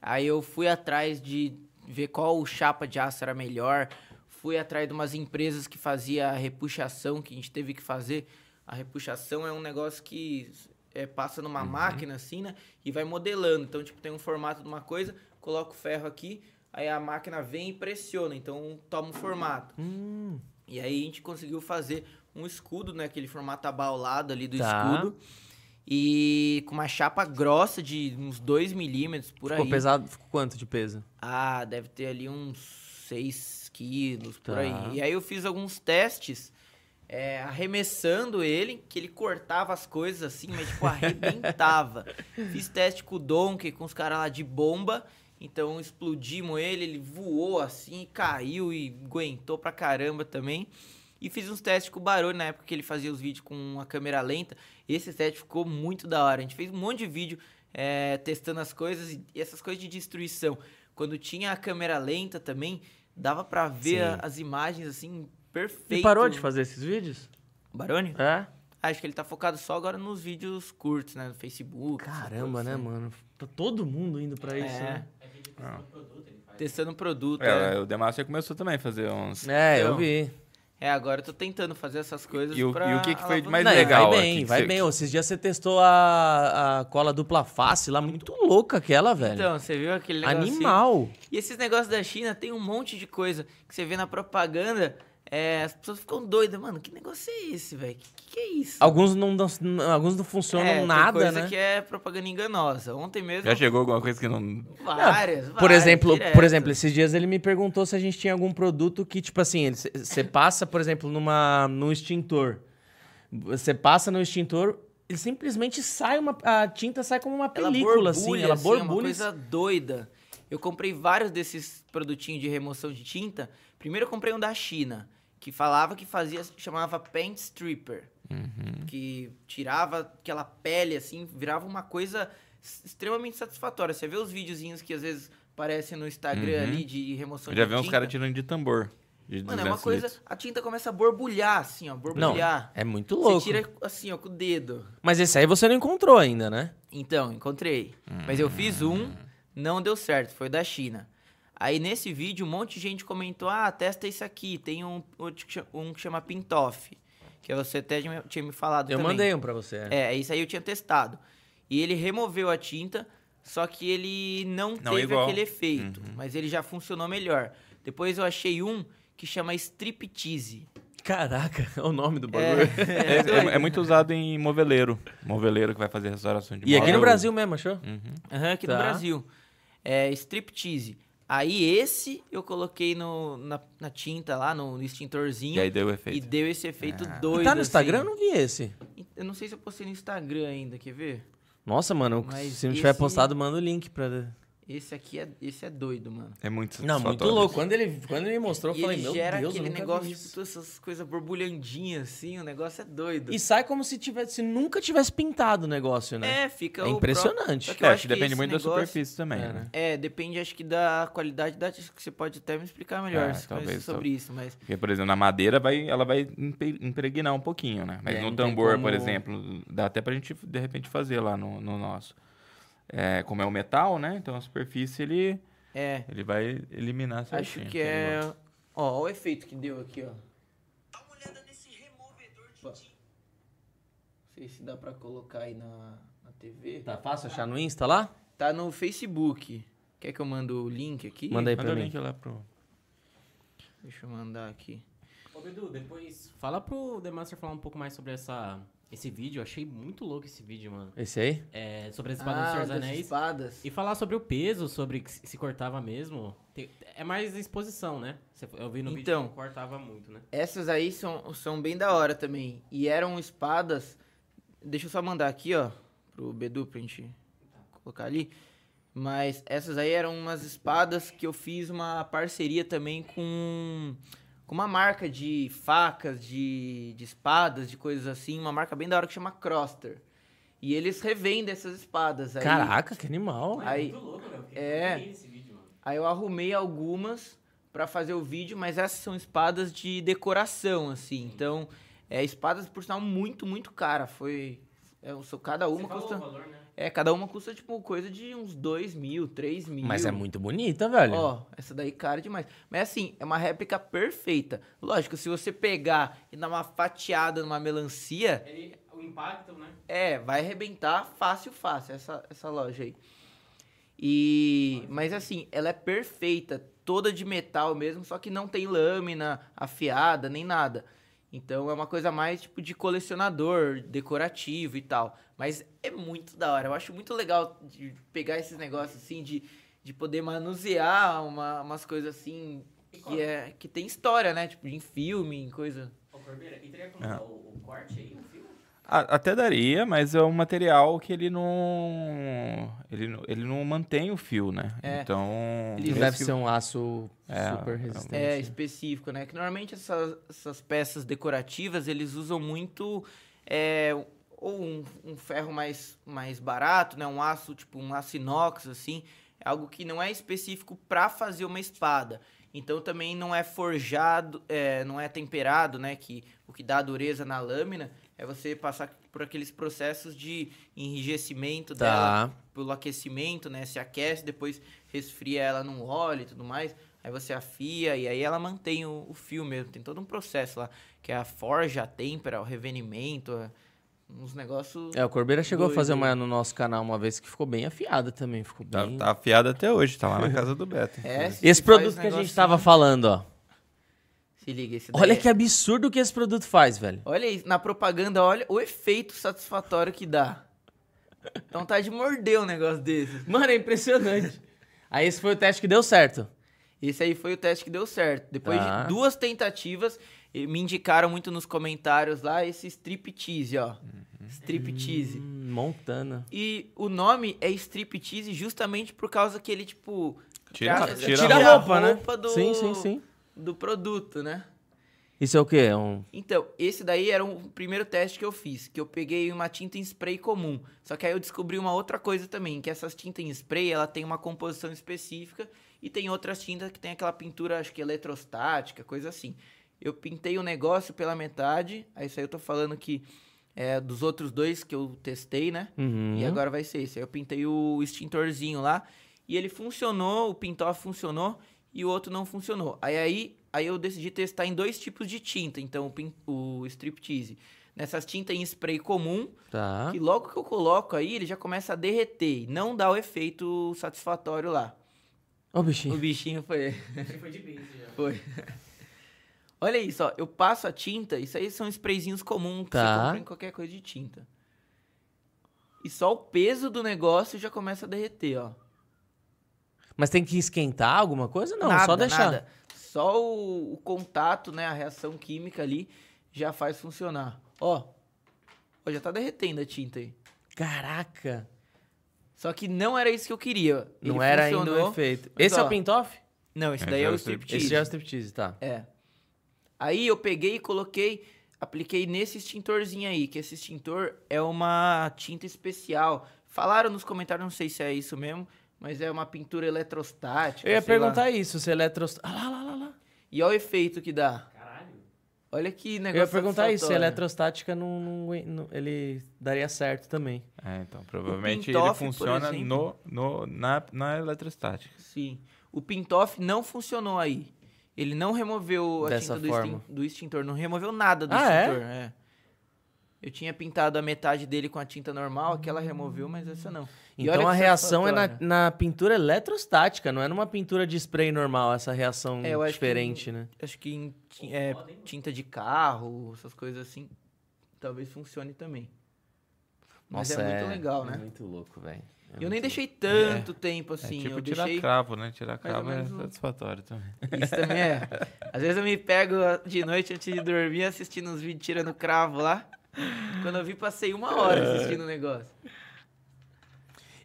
Speaker 2: Aí eu fui atrás de ver qual chapa de aço era melhor, fui atrás de umas empresas que fazia a repuxação, que a gente teve que fazer. A repuxação é um negócio que é, passa numa
Speaker 1: Uhum.
Speaker 2: máquina, assim, né? E vai modelando. Então, tipo, tem um formato de uma coisa, coloca o ferro aqui, aí a máquina vem e pressiona. Então, toma o formato. E aí a gente conseguiu fazer um escudo, né? Aquele formato abaulado ali do
Speaker 1: Tá.
Speaker 2: escudo. E com uma chapa grossa de uns 2 milímetros por
Speaker 1: Ficou
Speaker 2: aí.
Speaker 1: pesado? Ficou quanto de peso?
Speaker 2: Ah, deve ter ali uns 6 quilos por
Speaker 1: Tá.
Speaker 2: aí. E aí eu fiz alguns testes é, arremessando ele, que ele cortava as coisas assim, mas tipo, arrebentava. fiz teste com o Donkey, com os caras lá de bomba. Então explodimos ele, ele voou assim, caiu e aguentou pra caramba também. E fiz uns testes com o Barone na época que ele fazia os vídeos com a câmera lenta. Esse teste ficou muito da hora. A gente fez um monte de vídeo é, testando as coisas e- e essas coisas de destruição. Quando tinha a câmera lenta também, dava pra ver a- as imagens assim perfeito.
Speaker 1: Você parou de fazer esses vídeos?
Speaker 2: Barone?
Speaker 1: É?
Speaker 2: Acho que ele tá focado só agora nos vídeos curtos, né? No Facebook. essas
Speaker 1: Caramba,
Speaker 2: coisas
Speaker 1: né,
Speaker 2: assim.
Speaker 1: mano? Tá todo mundo indo pra isso,
Speaker 2: É.
Speaker 1: né?
Speaker 2: Testando produto, é.
Speaker 3: É, o Demarcio começou também a fazer uns.
Speaker 1: É, eu
Speaker 2: Então,
Speaker 1: vi.
Speaker 2: É, agora eu tô tentando fazer essas coisas
Speaker 3: E o-
Speaker 2: pra
Speaker 3: e o que que foi de mais
Speaker 1: Não, e
Speaker 3: legal,
Speaker 1: vai
Speaker 3: ó,
Speaker 1: bem,
Speaker 3: que
Speaker 1: vai
Speaker 3: você-
Speaker 1: bem. Ô, Esses dias você testou a, a cola dupla face lá, muito louca aquela, velho.
Speaker 2: Então, você viu aquele negocinho?
Speaker 1: Animal.
Speaker 2: E esses negócios da China tem um monte de coisa que você vê na propaganda. é, as pessoas ficam doidas, mano. Que negócio é esse, velho? Que, que que é isso?
Speaker 1: Alguns não, dão- alguns não funcionam
Speaker 2: É, tem
Speaker 1: nada,
Speaker 2: coisa
Speaker 1: né?
Speaker 2: que é propaganda enganosa. Ontem mesmo,
Speaker 3: Já chegou alguma coisa que não.
Speaker 2: várias, várias.
Speaker 1: Por exemplo, por
Speaker 2: direto.
Speaker 1: exemplo, esses dias ele me perguntou se a gente tinha algum produto que, tipo assim, você passa, por exemplo, numa, num extintor. Você passa no extintor, ele simplesmente sai uma. A tinta sai como uma
Speaker 2: Ela
Speaker 1: película, assim. Ela
Speaker 2: é uma
Speaker 1: borbulha.
Speaker 2: coisa doida. Eu comprei vários desses produtinhos de remoção de tinta. Primeiro eu comprei um da China, que falava que fazia, chamava Paint Stripper. que tirava aquela pele assim, virava uma coisa s- extremamente satisfatória. Você vê os videozinhos que às vezes aparecem no Instagram
Speaker 3: Uhum.
Speaker 2: ali de remoção
Speaker 3: Eu já
Speaker 2: de
Speaker 3: vi uns
Speaker 2: tinta.
Speaker 3: caras tirando de tambor. De
Speaker 2: Mano, é uma
Speaker 3: 200
Speaker 2: coisa,
Speaker 3: litros.
Speaker 2: a tinta começa a borbulhar assim, ó,
Speaker 1: Não,
Speaker 2: borbulhar.
Speaker 1: é muito louco.
Speaker 2: Você tira assim, ó, com o dedo.
Speaker 1: Mas esse aí você não encontrou ainda, né?
Speaker 2: Então, encontrei. Mas eu fiz um, não deu certo, foi da China. Aí nesse vídeo, um monte de gente comentou: ah, testa isso aqui. Tem um, outro que cha- um que chama Pintoff, que você até tinha tinha me falado
Speaker 1: Eu
Speaker 2: também.
Speaker 1: mandei um pra você. é.
Speaker 2: É, isso aí eu tinha testado. E ele removeu a tinta, só que ele não,
Speaker 3: Não é
Speaker 2: teve
Speaker 3: igual.
Speaker 2: aquele efeito, mas ele já funcionou melhor. Depois eu achei um que chama Striptease.
Speaker 1: Caraca, [laughs] é o nome do
Speaker 2: É,
Speaker 1: bagulho.
Speaker 2: [laughs]
Speaker 3: É, é- é muito usado em moveleiro. Moveleiro que vai fazer restauração de
Speaker 1: E aqui no
Speaker 3: móvel.
Speaker 1: Brasil mesmo, achou?
Speaker 3: Uhum.
Speaker 2: Aham, aqui
Speaker 1: Tá.
Speaker 2: no Brasil. É, striptease. Aí esse eu coloquei no, na, na tinta lá, no, no extintorzinho.
Speaker 3: E aí deu o
Speaker 2: e
Speaker 3: efeito.
Speaker 2: deu esse efeito
Speaker 1: E
Speaker 2: doido.
Speaker 1: tá no Instagram? Eu
Speaker 2: assim.
Speaker 1: não vi esse.
Speaker 2: Eu não sei se eu postei no Instagram ainda, quer ver?
Speaker 1: Nossa, mano,
Speaker 2: Mas
Speaker 1: se não tiver
Speaker 2: esse-
Speaker 1: postado, manda o link pra.
Speaker 2: Esse aqui é, esse é doido, mano.
Speaker 3: É muito
Speaker 1: Não, muito
Speaker 3: satisfatório.
Speaker 1: louco. Quando ele, quando ele mostrou, eu
Speaker 2: e
Speaker 1: falei,
Speaker 2: ele
Speaker 1: meu
Speaker 2: gera
Speaker 1: Deus, eu
Speaker 2: aquele
Speaker 1: nunca vi
Speaker 2: negócio,
Speaker 1: isso.
Speaker 2: tipo, todas essas coisas borbulhandinhas assim, o negócio é doido.
Speaker 1: E sai como se tivesse, se nunca tivesse pintado o negócio, né?
Speaker 2: É, fica
Speaker 1: É
Speaker 2: o
Speaker 1: impressionante.
Speaker 2: próprio- Só que
Speaker 3: É,
Speaker 2: eu
Speaker 3: acho
Speaker 2: acho que
Speaker 3: que depende
Speaker 2: esse
Speaker 3: muito da
Speaker 2: negócio-
Speaker 3: superfície também,
Speaker 1: É,
Speaker 3: né?
Speaker 2: É, depende, acho que da qualidade da tinta, que você pode até me explicar melhor
Speaker 1: É,
Speaker 3: Ah,
Speaker 2: se
Speaker 3: talvez,
Speaker 2: conhecer sobre isso, mas
Speaker 3: Porque, por exemplo, na madeira vai, ela vai impe- impregnar um pouquinho, né? Mas
Speaker 1: É,
Speaker 3: no
Speaker 1: não tem
Speaker 3: tambor, por
Speaker 1: como-
Speaker 3: exemplo, dá até pra gente, de repente, fazer lá no, no nosso. É, como é o metal, né? Então a superfície ele,
Speaker 2: é,
Speaker 3: ele vai eliminar
Speaker 2: Acho
Speaker 3: certinho.
Speaker 2: que é. Ó, ó, o efeito que deu aqui, ó. Dá uma olhada nesse removedor de tinta. Não sei se dá pra colocar aí na, na TV.
Speaker 1: Tá fácil achar no Insta lá?
Speaker 2: Tá no Facebook. Quer que eu mando o link aqui?
Speaker 1: Manda aí
Speaker 3: Manda
Speaker 1: pra
Speaker 3: o
Speaker 1: mim.
Speaker 3: link lá pro.
Speaker 2: Deixa eu mandar aqui.
Speaker 4: Ô, Bedu, depois fala pro The Master falar um pouco mais sobre essa, esse vídeo. Eu achei muito louco esse vídeo, mano.
Speaker 1: Esse aí?
Speaker 4: É, sobre as espadas dos Senhor dos
Speaker 2: Ah, das
Speaker 4: Anéis.
Speaker 2: espadas.
Speaker 4: E falar sobre o peso, sobre que se se cortava mesmo. Tem- é mais exposição, né? Você- Eu vi no vídeo
Speaker 2: Então.
Speaker 4: que não cortava muito, né?
Speaker 2: Essas aí são, são bem da hora também. E eram espadas. Deixa eu só mandar aqui, ó, pro Bedu pra gente colocar ali. Mas essas aí eram umas espadas que eu fiz uma parceria também com, com uma marca de facas, de, de espadas, de coisas assim. Uma marca bem da hora que chama Croster. E eles revendem essas espadas aí.
Speaker 1: Caraca, que animal.
Speaker 2: Aí-
Speaker 4: muito louco, né? Eu fiquei
Speaker 2: É.
Speaker 4: bem nesse vídeo, mano.
Speaker 2: Aí eu arrumei algumas pra fazer o vídeo, mas essas são espadas de decoração, assim. Então, é, espadas, por sinal, muito, muito cara. Foi. É, um- so- cada
Speaker 4: Você
Speaker 2: uma
Speaker 4: falou
Speaker 2: custa.
Speaker 4: o valor, né?
Speaker 2: É, cada uma custa, tipo, coisa de uns 2 mil, 3 mil.
Speaker 1: Mas é muito bonita, velho.
Speaker 2: Ó, essa daí cara demais. Mas assim, é uma réplica perfeita. Lógico, se você pegar e dar uma fatiada numa melancia,
Speaker 4: Ele- o impacto, né?
Speaker 2: é, vai arrebentar fácil, fácil essa, essa loja aí. E. Mas assim, ela é perfeita, toda de metal mesmo, só que não tem lâmina afiada nem nada. Então é uma coisa mais tipo de colecionador, decorativo e tal. Mas é muito da hora. Eu acho muito legal de pegar esses negócios assim, de, de poder manusear uma- umas coisas assim que, é, que tem história, né? Tipo, em filme, em coisa.
Speaker 4: Ô, Corbeira, e teria como dar o, o corte aí, o
Speaker 2: [laughs]
Speaker 4: fio?
Speaker 3: A- até daria, mas é um material que ele não. Ele, não- ele não mantém o fio, né?
Speaker 2: É.
Speaker 3: Então.
Speaker 2: Ele
Speaker 1: Deve ser um aço
Speaker 3: É,
Speaker 1: super resistente.
Speaker 2: É, específico, né? Que normalmente essas, essas peças decorativas, eles usam muito é, ou um, um ferro mais, mais barato, né? Um aço, tipo um aço inox, assim. Algo que não é específico para fazer uma espada. Então também não é forjado, é, não é temperado, né? Que o que dá a dureza na lâmina é você passar por aqueles processos de enrijecimento dela
Speaker 1: Tá.
Speaker 2: pelo aquecimento, né? Se aquece, depois resfria ela num óleo e tudo mais. Aí você afia e aí ela mantém o, o fio mesmo. Tem todo um processo lá, que é a forja, a têmpera, o revenimento, é- uns negócios...
Speaker 1: É, o Corbeira chegou a fazer
Speaker 2: Doido.
Speaker 1: uma no nosso canal uma vez que ficou bem afiada também. Ficou
Speaker 3: Tá,
Speaker 1: bem.
Speaker 3: tá afiado até hoje, tá lá na casa do Beto.
Speaker 2: É, se
Speaker 1: Esse
Speaker 2: faz
Speaker 1: produto que a gente
Speaker 2: negocinho-
Speaker 1: tava falando, ó.
Speaker 2: Se liga, esse daí
Speaker 1: Olha
Speaker 2: é-
Speaker 1: que absurdo que esse produto faz, velho.
Speaker 2: Olha isso, na propaganda, olha o efeito satisfatório que dá. Então tá de morder um negócio desse.
Speaker 1: Mano, é impressionante. Aí esse foi o teste que deu certo.
Speaker 2: Esse aí foi o teste que deu certo. Depois
Speaker 1: Tá.
Speaker 2: de duas tentativas, eh, me indicaram muito nos comentários lá esse striptease, ó. Striptease.
Speaker 1: Hum, Montana.
Speaker 2: E o nome é striptease justamente por causa que ele, tipo...
Speaker 3: Tira-
Speaker 2: tra-
Speaker 3: tira a
Speaker 1: roupa, né?
Speaker 2: do,
Speaker 1: Sim, sim, sim.
Speaker 2: do produto, né?
Speaker 1: Isso é o quê? É um-
Speaker 2: Então, esse daí era o primeiro teste que eu fiz, que eu peguei uma tinta em spray comum. Só que aí eu descobri uma outra coisa também, que essas tintas em spray, ela tem uma composição específica e tem outras tintas que tem aquela pintura, acho que eletrostática, coisa assim. Eu pintei o negócio pela metade, aí isso aí eu tô falando que é dos outros dois que eu testei, né?
Speaker 1: Uhum.
Speaker 2: E agora vai ser esse. Aí eu pintei o extintorzinho lá. E ele funcionou, o pintoff funcionou e o outro não funcionou. Aí, aí, aí eu decidi testar em dois tipos de tinta. Então, o, pin- o striptease. Nessas tintas em spray comum,
Speaker 1: Tá.
Speaker 2: que logo que eu coloco aí, ele já começa a derreter. E não dá o efeito satisfatório lá.
Speaker 1: Ó, o bichinho.
Speaker 2: O bichinho foi. [laughs]
Speaker 4: Foi de base já.
Speaker 2: foi. Olha isso, ó. Eu passo a tinta. Isso aí são sprayzinhos comuns que
Speaker 1: Tá.
Speaker 2: você compra em qualquer coisa de tinta. E só o peso do negócio já começa a derreter, ó.
Speaker 1: Mas tem que esquentar alguma coisa? Não,
Speaker 2: Nada,
Speaker 1: só deixar.
Speaker 2: nada. Só o, o contato, né? A reação química ali já faz funcionar. Ó, ó, já tá derretendo a tinta aí.
Speaker 1: Caraca.
Speaker 2: Só que não era isso que eu queria. Ele
Speaker 1: não era ainda
Speaker 2: funcionou-
Speaker 1: o efeito.
Speaker 2: mas,
Speaker 1: Esse é
Speaker 2: ó,
Speaker 1: o pintoff?
Speaker 2: Não, esse
Speaker 3: Esse
Speaker 2: daí é,
Speaker 3: é
Speaker 2: o
Speaker 3: o
Speaker 2: striptease.
Speaker 1: Esse já é o striptease, tá.
Speaker 2: É. Aí eu peguei e coloquei, apliquei nesse extintorzinho aí, que esse extintor é uma tinta especial. Falaram nos comentários, não sei se é isso mesmo, mas é uma pintura eletrostática.
Speaker 1: Eu ia
Speaker 2: sei lá.
Speaker 1: perguntar isso, se eletros... Ah, lá, lá, lá, lá.
Speaker 2: E olha o efeito que dá.
Speaker 4: Caralho.
Speaker 2: Olha que
Speaker 1: Eu
Speaker 2: negócio.
Speaker 1: ia perguntar isso, se é
Speaker 2: satisfatório.
Speaker 1: eletrostática não, não- não- ele daria certo também.
Speaker 3: É, então, provavelmente ele
Speaker 2: Pintoff, por
Speaker 3: funciona no,
Speaker 2: exemplo.
Speaker 3: no, na, na eletrostática.
Speaker 2: Sim. O pintoff não funcionou aí. Ele não removeu a
Speaker 1: Dessa
Speaker 2: tinta do, extin-
Speaker 1: forma.
Speaker 2: do extintor. Não removeu nada do
Speaker 1: Ah, é?
Speaker 2: extintor. é? Eu tinha pintado a metade dele com a tinta normal, aquela removeu, mas essa não. E olha
Speaker 1: Então
Speaker 2: que né?
Speaker 1: a reação é na,
Speaker 2: satisfatória.
Speaker 1: na pintura eletrostática, não é numa pintura de spray normal, essa reação
Speaker 2: É, eu acho que-
Speaker 1: diferente, né?
Speaker 2: Acho que em ti- é, tinta de carro, essas coisas assim, talvez funcione também. Mas
Speaker 1: Nossa,
Speaker 2: é muito legal,
Speaker 1: é
Speaker 2: né?
Speaker 1: muito louco, velho. É
Speaker 2: eu
Speaker 1: muito
Speaker 2: nem deixei tanto tempo assim.
Speaker 3: é tipo
Speaker 2: eu
Speaker 3: tirar
Speaker 2: deixei...
Speaker 3: cravo, né? Tirar
Speaker 2: mais ou
Speaker 3: cravo é
Speaker 2: menos um-
Speaker 3: satisfatório também.
Speaker 2: Isso também é. Às vezes eu me pego de noite antes de dormir assistindo uns vídeos tirando cravo lá. Quando eu vi, passei uma hora assistindo o negócio.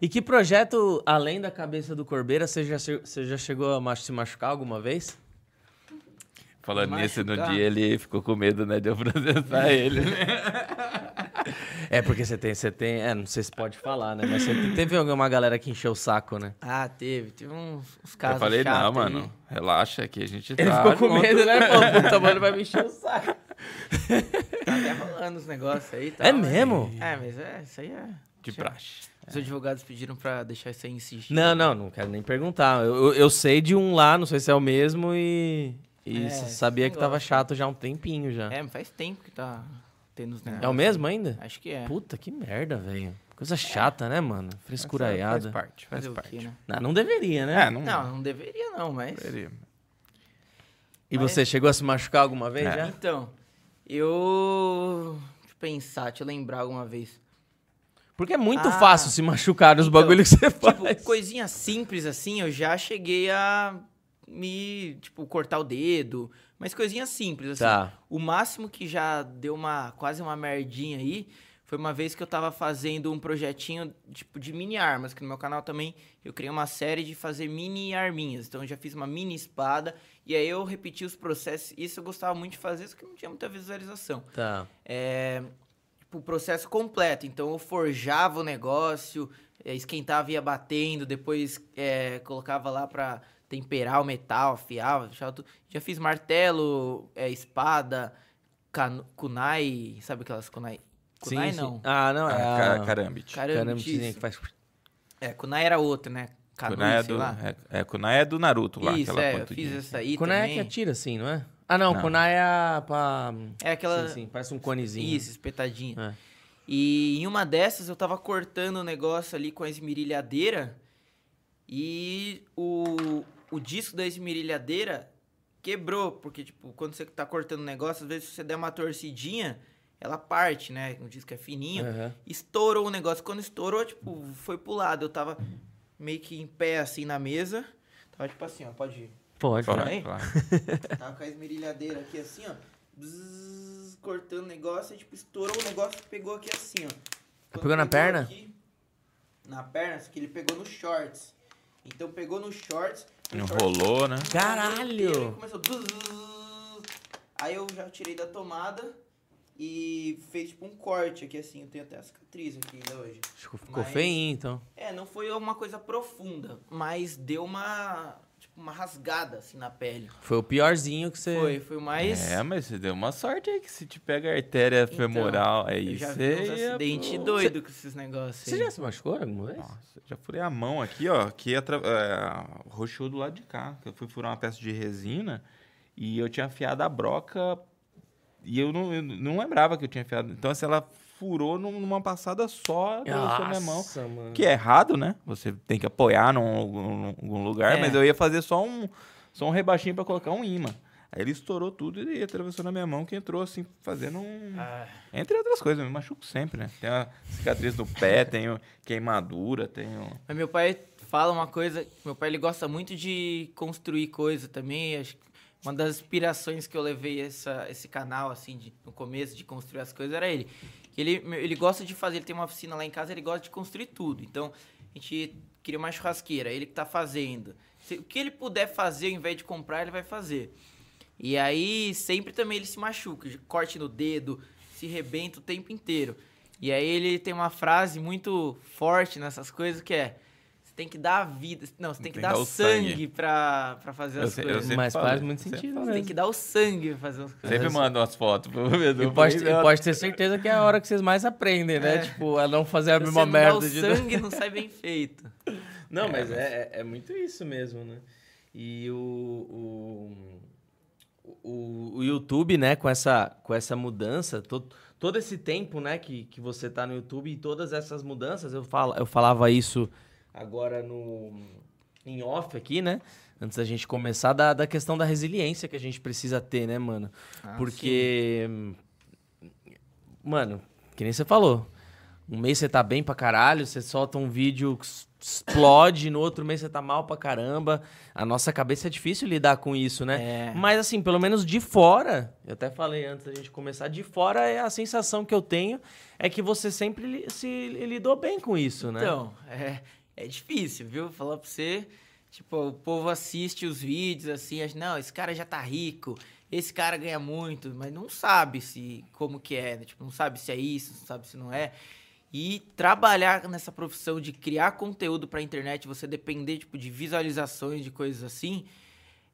Speaker 1: E que projeto, além da cabeça do Corbeira, você já, che- você já chegou a mach- se machucar alguma vez?
Speaker 3: Falando nisso, no
Speaker 2: Machucar.
Speaker 3: dia ele ficou com medo, né? De eu [laughs] processar
Speaker 2: [laughs]
Speaker 3: ele, né?
Speaker 1: É porque você tem, você tem, é, não sei se pode falar, né? Mas você te- teve alguma galera que encheu o saco, [laughs] né?
Speaker 2: Ah, teve. Teve uns, uns casos
Speaker 3: Eu falei,
Speaker 2: chatos
Speaker 3: não,
Speaker 2: aí."
Speaker 3: mano, relaxa que a gente tá...
Speaker 1: Ele ficou com
Speaker 3: junto."
Speaker 1: medo, né? Falou, puta, mano, vai me encher o saco.
Speaker 2: Tá até rolando os negócios aí. e Tal,
Speaker 1: É
Speaker 2: mas-
Speaker 1: mesmo?
Speaker 2: É, mas é, isso aí é...
Speaker 3: De praxe.
Speaker 2: Os advogados pediram pra deixar isso aí em sigilo.
Speaker 1: Não, não, não quero nem perguntar. Eu, eu- eu sei de um lá, não sei se é o mesmo e, e
Speaker 2: É,
Speaker 1: s- sabia que tava
Speaker 2: negócio.
Speaker 1: chato já há um tempinho já. É,
Speaker 2: É, faz tempo que tá tendo os negócios.
Speaker 1: o mesmo ainda?
Speaker 2: Acho que é.
Speaker 1: Puta, que merda, velho. Coisa chata, né, mano?
Speaker 3: Faz
Speaker 1: Frescuraiada.
Speaker 3: parte, faz
Speaker 2: Fazer o quê,
Speaker 3: parte.
Speaker 2: né?
Speaker 1: Não, não deveria, né?
Speaker 3: É, não...
Speaker 2: Não, não deveria não, mas...
Speaker 3: Seria.
Speaker 1: E
Speaker 2: mas-
Speaker 1: você chegou a se machucar alguma vez
Speaker 3: É.
Speaker 1: já?
Speaker 2: Então, eu... Deixa eu pensar, deixa eu lembrar alguma vez.
Speaker 1: Porque é muito
Speaker 2: Ah.
Speaker 1: fácil se machucar nos
Speaker 2: Então,
Speaker 1: bagulhos que você faz.
Speaker 2: Tipo, coisinha simples assim, eu já cheguei a me, tipo, cortar o dedo. Mas coisinha simples, assim.
Speaker 1: Tá.
Speaker 2: O máximo que já deu uma, quase uma merdinha aí, foi uma vez que eu tava fazendo um projetinho, tipo, de mini armas, que no meu canal também eu criei uma série de fazer mini arminhas. Então eu já fiz uma mini espada, e aí eu repeti os processos. Isso eu gostava muito de fazer, só que não tinha muita visualização
Speaker 1: Tá.
Speaker 2: é, tipo, o processo completo. Então eu forjava o negócio, é, esquentava e ia batendo, depois é, colocava lá pra temperar o metal, afiava, deixava tudo. Já fiz martelo, é, espada, cano- kunai, sabe aquelas kunai? Kunai não.
Speaker 1: Ah, não, é.
Speaker 3: Ah,
Speaker 1: a-
Speaker 3: ca- carambit.
Speaker 2: Caramba,
Speaker 1: Carambetezinha que faz.
Speaker 2: É, kunai era outro, né? Kanui,
Speaker 3: Kunai é
Speaker 2: sei
Speaker 3: do,
Speaker 2: lá.
Speaker 3: é, é, Kunai é do Naruto lá,
Speaker 2: Isso,
Speaker 3: aquela
Speaker 2: é, eu
Speaker 3: pontudinha.
Speaker 2: fiz essa aí
Speaker 1: Kunai é
Speaker 2: também.
Speaker 1: que atira, assim, não é? Ah, não,
Speaker 3: Não.
Speaker 1: Kunai é a. Pra...
Speaker 2: É aquela...
Speaker 1: Sim, sim, parece um conezinho.
Speaker 2: Isso, espetadinha.
Speaker 1: É.
Speaker 2: E em uma dessas eu tava cortando o negócio ali com a esmerilhadeira e o, o disco da esmerilhadeira quebrou, porque tipo, quando você tá cortando o negócio, às vezes se você der uma torcidinha, ela parte, né? O disco é fininho.
Speaker 1: Aham.
Speaker 2: Estourou o negócio. Quando estourou, tipo, foi pro lado. Eu tava meio que em pé assim na mesa. Tava tipo assim, ó, pode ir.
Speaker 1: Pode,
Speaker 3: Claro,
Speaker 1: pode.
Speaker 2: Kunai?
Speaker 3: claro.
Speaker 2: Tava com a esmerilhadeira aqui assim, ó. Bzzz, cortando o negócio, e, tipo, estourou o negócio e pegou aqui assim, ó. Quando
Speaker 1: Pegou Tá na perna?
Speaker 2: aqui, na perna, só que ele pegou nos shorts. Então pegou nos shorts. no shorts,
Speaker 3: Enrolou, né?
Speaker 2: pegou no inteiro,
Speaker 1: Caralho!
Speaker 2: e Começou. bzzz. Aí eu já tirei da tomada e fez tipo um corte aqui assim. Eu tenho até a cicatriz aqui ainda hoje.
Speaker 1: Ficou, ficou
Speaker 2: Mas-
Speaker 1: feinho, então.
Speaker 2: É, não foi uma coisa profunda, mas deu uma. Tipo, uma rasgada assim na pele.
Speaker 1: Foi o piorzinho que você.
Speaker 2: Foi, foi mais.
Speaker 3: É, mas você deu uma sorte aí que se te pega a artéria
Speaker 2: Então,
Speaker 3: femoral, é
Speaker 2: eu
Speaker 3: isso.
Speaker 2: já vi uns
Speaker 3: aí,
Speaker 2: acidentes
Speaker 3: pô.
Speaker 2: doidos com esses negócios.
Speaker 5: Você
Speaker 2: aí.
Speaker 5: já se machucou alguma vez?
Speaker 3: Nossa, já furei a mão aqui, ó, que atra... é, roxou do lado de cá. Eu fui furar uma peça de resina e eu tinha afiado a broca e eu não, eu não lembrava que eu tinha afiado. Então, assim, ela furou num- numa passada só, atravessou minha mão.
Speaker 5: Nossa, mano.
Speaker 3: Que é errado, né? Você tem que apoiar num, algum- algum lugar,
Speaker 2: É.
Speaker 3: mas eu ia fazer só um, só um rebaixinho pra colocar um imã. Aí ele estourou tudo e atravessou na minha mão, que entrou assim, fazendo um.
Speaker 2: Ah.
Speaker 3: Entre outras coisas, eu me machuco sempre, né? Tem a cicatriz no pé, tenho queimadura, tenho.
Speaker 2: Mas meu pai fala uma coisa, meu pai ele gosta muito de construir coisa também, acho que uma das inspirações que eu levei essa, esse canal, assim, de- no começo, de construir as coisas, era ele. Que Ele, meu, ele gosta de fazer, ele tem uma oficina lá em casa, ele gosta de construir tudo. Então, a gente queria uma churrasqueira, ele que tá fazendo. Se- o que ele puder fazer, ao invés de comprar, ele vai fazer. E aí, sempre também ele se machuca, de corte no dedo, se rebenta o tempo inteiro. E aí ele tem uma frase muito forte nessas coisas que é: você tem que dar a vida, não, você tem que dar
Speaker 3: o
Speaker 2: sangue,
Speaker 3: sangue.
Speaker 2: pra, pra fazer
Speaker 3: Eu
Speaker 2: as
Speaker 3: sei- eu
Speaker 2: coisas.
Speaker 3: sei. sempre
Speaker 5: Mas
Speaker 3: falei,
Speaker 5: faz muito
Speaker 3: sempre
Speaker 5: sentido,
Speaker 2: Você tem
Speaker 5: né?
Speaker 2: que dar o sangue pra fazer as coisas.
Speaker 3: Sempre mando as fotos pro Edu.
Speaker 5: E pode, e pode ter certeza que é a hora que vocês mais aprendem, né? Tipo, a não fazer a
Speaker 2: Se É. você
Speaker 5: mesma
Speaker 2: não dá o
Speaker 5: merda de novo.
Speaker 2: sangue, não sai bem feito.
Speaker 5: Não, mas é, é, é muito isso mesmo, né? E o, o, o, o YouTube, né, com essa, com essa mudança, to, todo esse tempo, né, que, que você tá no YouTube e todas essas mudanças, eu, fal, eu falava isso agora no em off aqui, né? Antes da gente começar, da, da questão da resiliência que a gente precisa ter, né, mano?
Speaker 2: Ah,
Speaker 5: Porque. Mano, que nem você falou. Um mês você tá bem pra caralho, você solta um vídeo que s- explode, no outro mês você tá mal pra caramba. A nossa cabeça é difícil lidar com isso, né?
Speaker 2: É.
Speaker 5: Mas assim, pelo menos de fora, eu até falei antes da gente começar, de fora é a sensação que eu tenho é que você sempre li- se lidou bem com isso, né?
Speaker 2: Então, é, é difícil, viu? Falar pra você. Tipo, o povo assiste os vídeos assim, acha, não, esse cara já tá rico, esse cara ganha muito, mas não sabe se como que é, né? Tipo, não sabe se é isso, não sabe se não é. E trabalhar nessa profissão de criar conteúdo pra internet, você depender tipo de visualizações, de coisas assim,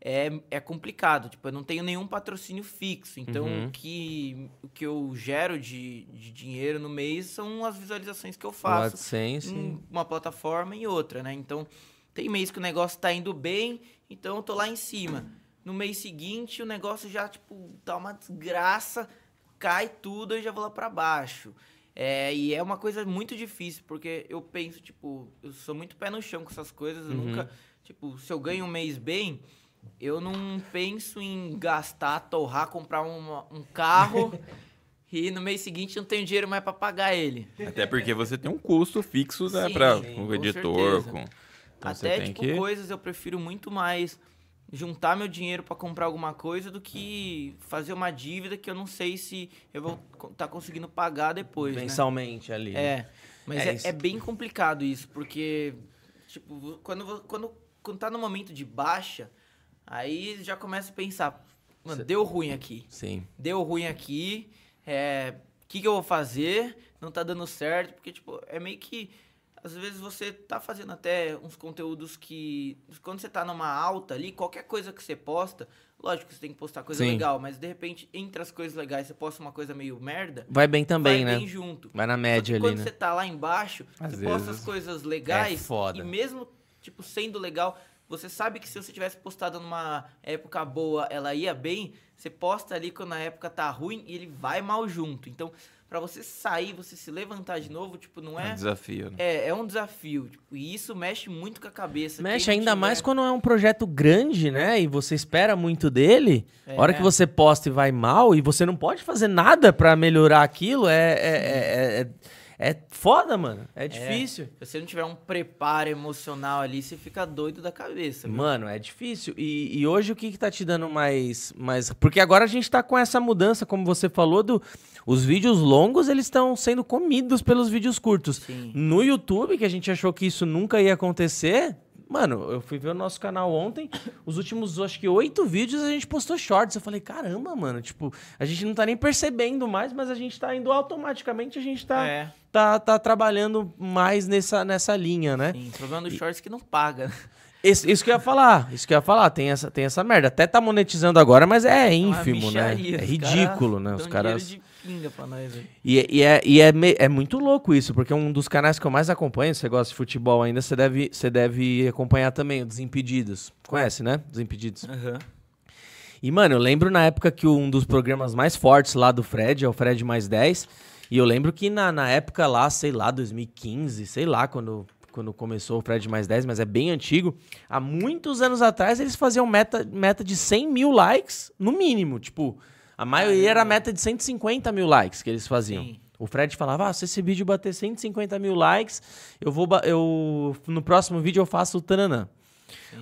Speaker 2: é, é complicado. Tipo, eu não tenho nenhum patrocínio fixo. Então,
Speaker 5: Uhum.
Speaker 2: o, que, o que eu gero de, de dinheiro no mês são as visualizações que eu
Speaker 1: O
Speaker 2: faço
Speaker 1: AdSense.
Speaker 2: em Um, uma plataforma e outra, né? Então, tem mês que o negócio tá indo bem, então eu tô lá em cima. No mês seguinte, o negócio já, tipo, tá uma desgraça, cai tudo, eu já vou lá pra baixo. É, e é uma coisa muito difícil, porque eu penso, tipo, eu sou muito pé no chão com essas coisas, eu nunca, tipo, se eu ganho um mês bem, eu não penso em gastar, torrar, comprar uma- um carro e no mês seguinte eu não tenho dinheiro mais pra pagar ele.
Speaker 3: Até porque você tem um custo fixo, né?
Speaker 2: Sim,
Speaker 3: pra,
Speaker 2: sim,
Speaker 3: com o
Speaker 2: com
Speaker 3: editor,
Speaker 2: certeza.
Speaker 3: com. Então você
Speaker 2: Até,
Speaker 3: tem
Speaker 2: tipo,
Speaker 3: que-
Speaker 2: coisas eu prefiro muito mais juntar meu dinheiro pra comprar alguma coisa do que fazer uma dívida que eu não sei se eu vou co- tá conseguindo pagar depois, né?
Speaker 5: Mensalmente ali. né?
Speaker 2: É, mas
Speaker 5: É
Speaker 2: é,
Speaker 5: isso.
Speaker 2: é bem complicado isso, porque, tipo, vo- quando, vo- quando, quando tá no momento de baixa, aí já começa a pensar, mano, deu ruim aqui
Speaker 5: Sim.
Speaker 2: deu ruim aqui, é, o que, que eu vou fazer? Não tá dando certo, porque, tipo, é meio que. Às vezes você tá fazendo até uns conteúdos que. Quando você tá numa alta ali, qualquer coisa que você posta, lógico que você tem que postar coisa
Speaker 5: Sim.
Speaker 2: legal, mas de repente, entre as coisas legais, você posta uma coisa meio merda,
Speaker 5: Vai bem também,
Speaker 2: vai
Speaker 5: né?
Speaker 2: bem junto.
Speaker 5: Vai na
Speaker 2: Só que
Speaker 5: média ali,
Speaker 2: quando
Speaker 5: né?
Speaker 2: você tá lá embaixo,
Speaker 3: Às
Speaker 2: você posta as
Speaker 3: vezes.
Speaker 2: coisas legais
Speaker 5: É foda.
Speaker 2: e mesmo, tipo, sendo legal, você sabe que se você tivesse postado numa época boa, ela ia bem, você posta ali quando a época tá ruim e ele vai mal junto. Então, pra você sair, você se levantar de novo, tipo, não
Speaker 3: É um
Speaker 2: é...
Speaker 3: desafio, né?
Speaker 2: É, é um desafio, tipo, e isso mexe muito com a cabeça.
Speaker 1: Mexe
Speaker 2: Quem
Speaker 1: ainda
Speaker 2: tiver-
Speaker 1: mais quando é um projeto grande, né? E você espera muito dele.
Speaker 2: É.
Speaker 1: A hora que você posta e vai mal, e você não pode fazer nada pra melhorar aquilo, é, é, é, é, é foda, mano. É difícil.
Speaker 2: Se você não tiver um preparo emocional ali, você fica doido da cabeça. viu?
Speaker 1: Mano, é difícil. E, e hoje o que, que tá te dando mais, mais. Porque agora a gente tá com essa mudança, como você falou, do. Os vídeos longos, eles estão sendo comidos pelos vídeos curtos.
Speaker 2: Sim.
Speaker 1: No YouTube, que a gente achou que isso nunca ia acontecer, Mano, eu fui ver o nosso canal ontem, os últimos, acho que oito vídeos a gente postou shorts. Eu falei, caramba, mano, tipo, a gente não tá nem percebendo mais, mas a gente tá indo automaticamente, a gente tá,
Speaker 2: É,
Speaker 1: tá, tá trabalhando mais nessa, nessa linha, né?
Speaker 2: sim. O problema dos shorts é que não paga. né?
Speaker 1: Esse- isso que eu ia falar, isso que eu ia falar, tem essa, tem essa merda. Até tá monetizando agora, mas é
Speaker 2: uma
Speaker 1: ínfimo, né?
Speaker 2: bicharia,
Speaker 1: É
Speaker 2: os
Speaker 1: ridículo, né? Os
Speaker 2: dão
Speaker 1: caras.
Speaker 2: dinheiro de pinga pra nós, né? velho.
Speaker 1: E, é- e é, e é, me- é muito louco isso, porque um dos canais que eu mais acompanho, se você gosta de futebol ainda, você deve, você deve acompanhar também, o Desimpedidos. Conhece, né? Desimpedidos. E, mano, eu lembro na época que um dos programas mais fortes lá do Fred, é o Fred mais 10. E eu lembro que na, na época lá, sei lá, 2015, sei lá, quando, quando começou o Fred mais 10, mas é bem antigo. Há muitos anos atrás, eles faziam meta, meta de 100 mil likes, no mínimo. Tipo, a maioria era meta de 150 mil likes que eles faziam.
Speaker 2: Sim.
Speaker 1: O Fred falava, ah, se esse vídeo bater 150 mil likes, eu vou, ba- eu, no próximo vídeo eu faço o tananã.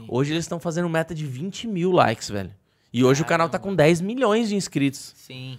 Speaker 1: Hoje eles estão fazendo meta de 20 mil likes, velho. E hoje o canal tá com 10 milhões de inscritos.
Speaker 2: Sim.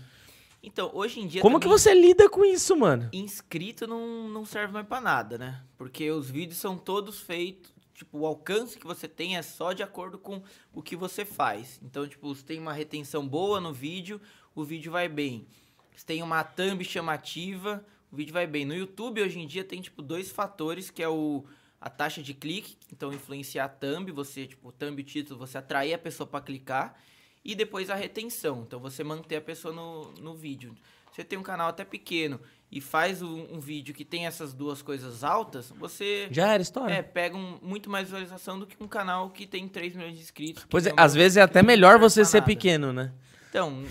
Speaker 2: Então, hoje em dia.
Speaker 1: Como que
Speaker 2: também,
Speaker 1: você lida com isso, mano?
Speaker 2: Inscrito não, não serve mais pra nada, né? Porque os vídeos são todos feitos. Tipo, o alcance que você tem é só de acordo com o que você faz. Então, tipo, se tem uma retenção boa no vídeo, o vídeo vai bem. Se tem uma thumb chamativa, o vídeo vai bem. No YouTube, hoje em dia, tem, tipo, dois fatores, que é o a taxa de clique, então influenciar a thumb, você, tipo, thumb e título, você atrair a pessoa pra clicar, e depois a retenção, então você manter a pessoa no, no vídeo. Você tem um canal até pequeno e faz um, um vídeo que tem essas duas coisas altas, você
Speaker 1: Já era
Speaker 2: é,
Speaker 1: história.
Speaker 2: pega um- muito mais visualização do que um canal que tem 3 milhões de inscritos. que
Speaker 1: pois é,
Speaker 2: não-
Speaker 1: às vezes é até
Speaker 2: não
Speaker 1: melhor
Speaker 2: serve
Speaker 1: você
Speaker 2: pra
Speaker 1: ser
Speaker 2: nada.
Speaker 1: pequeno, né?
Speaker 2: Então,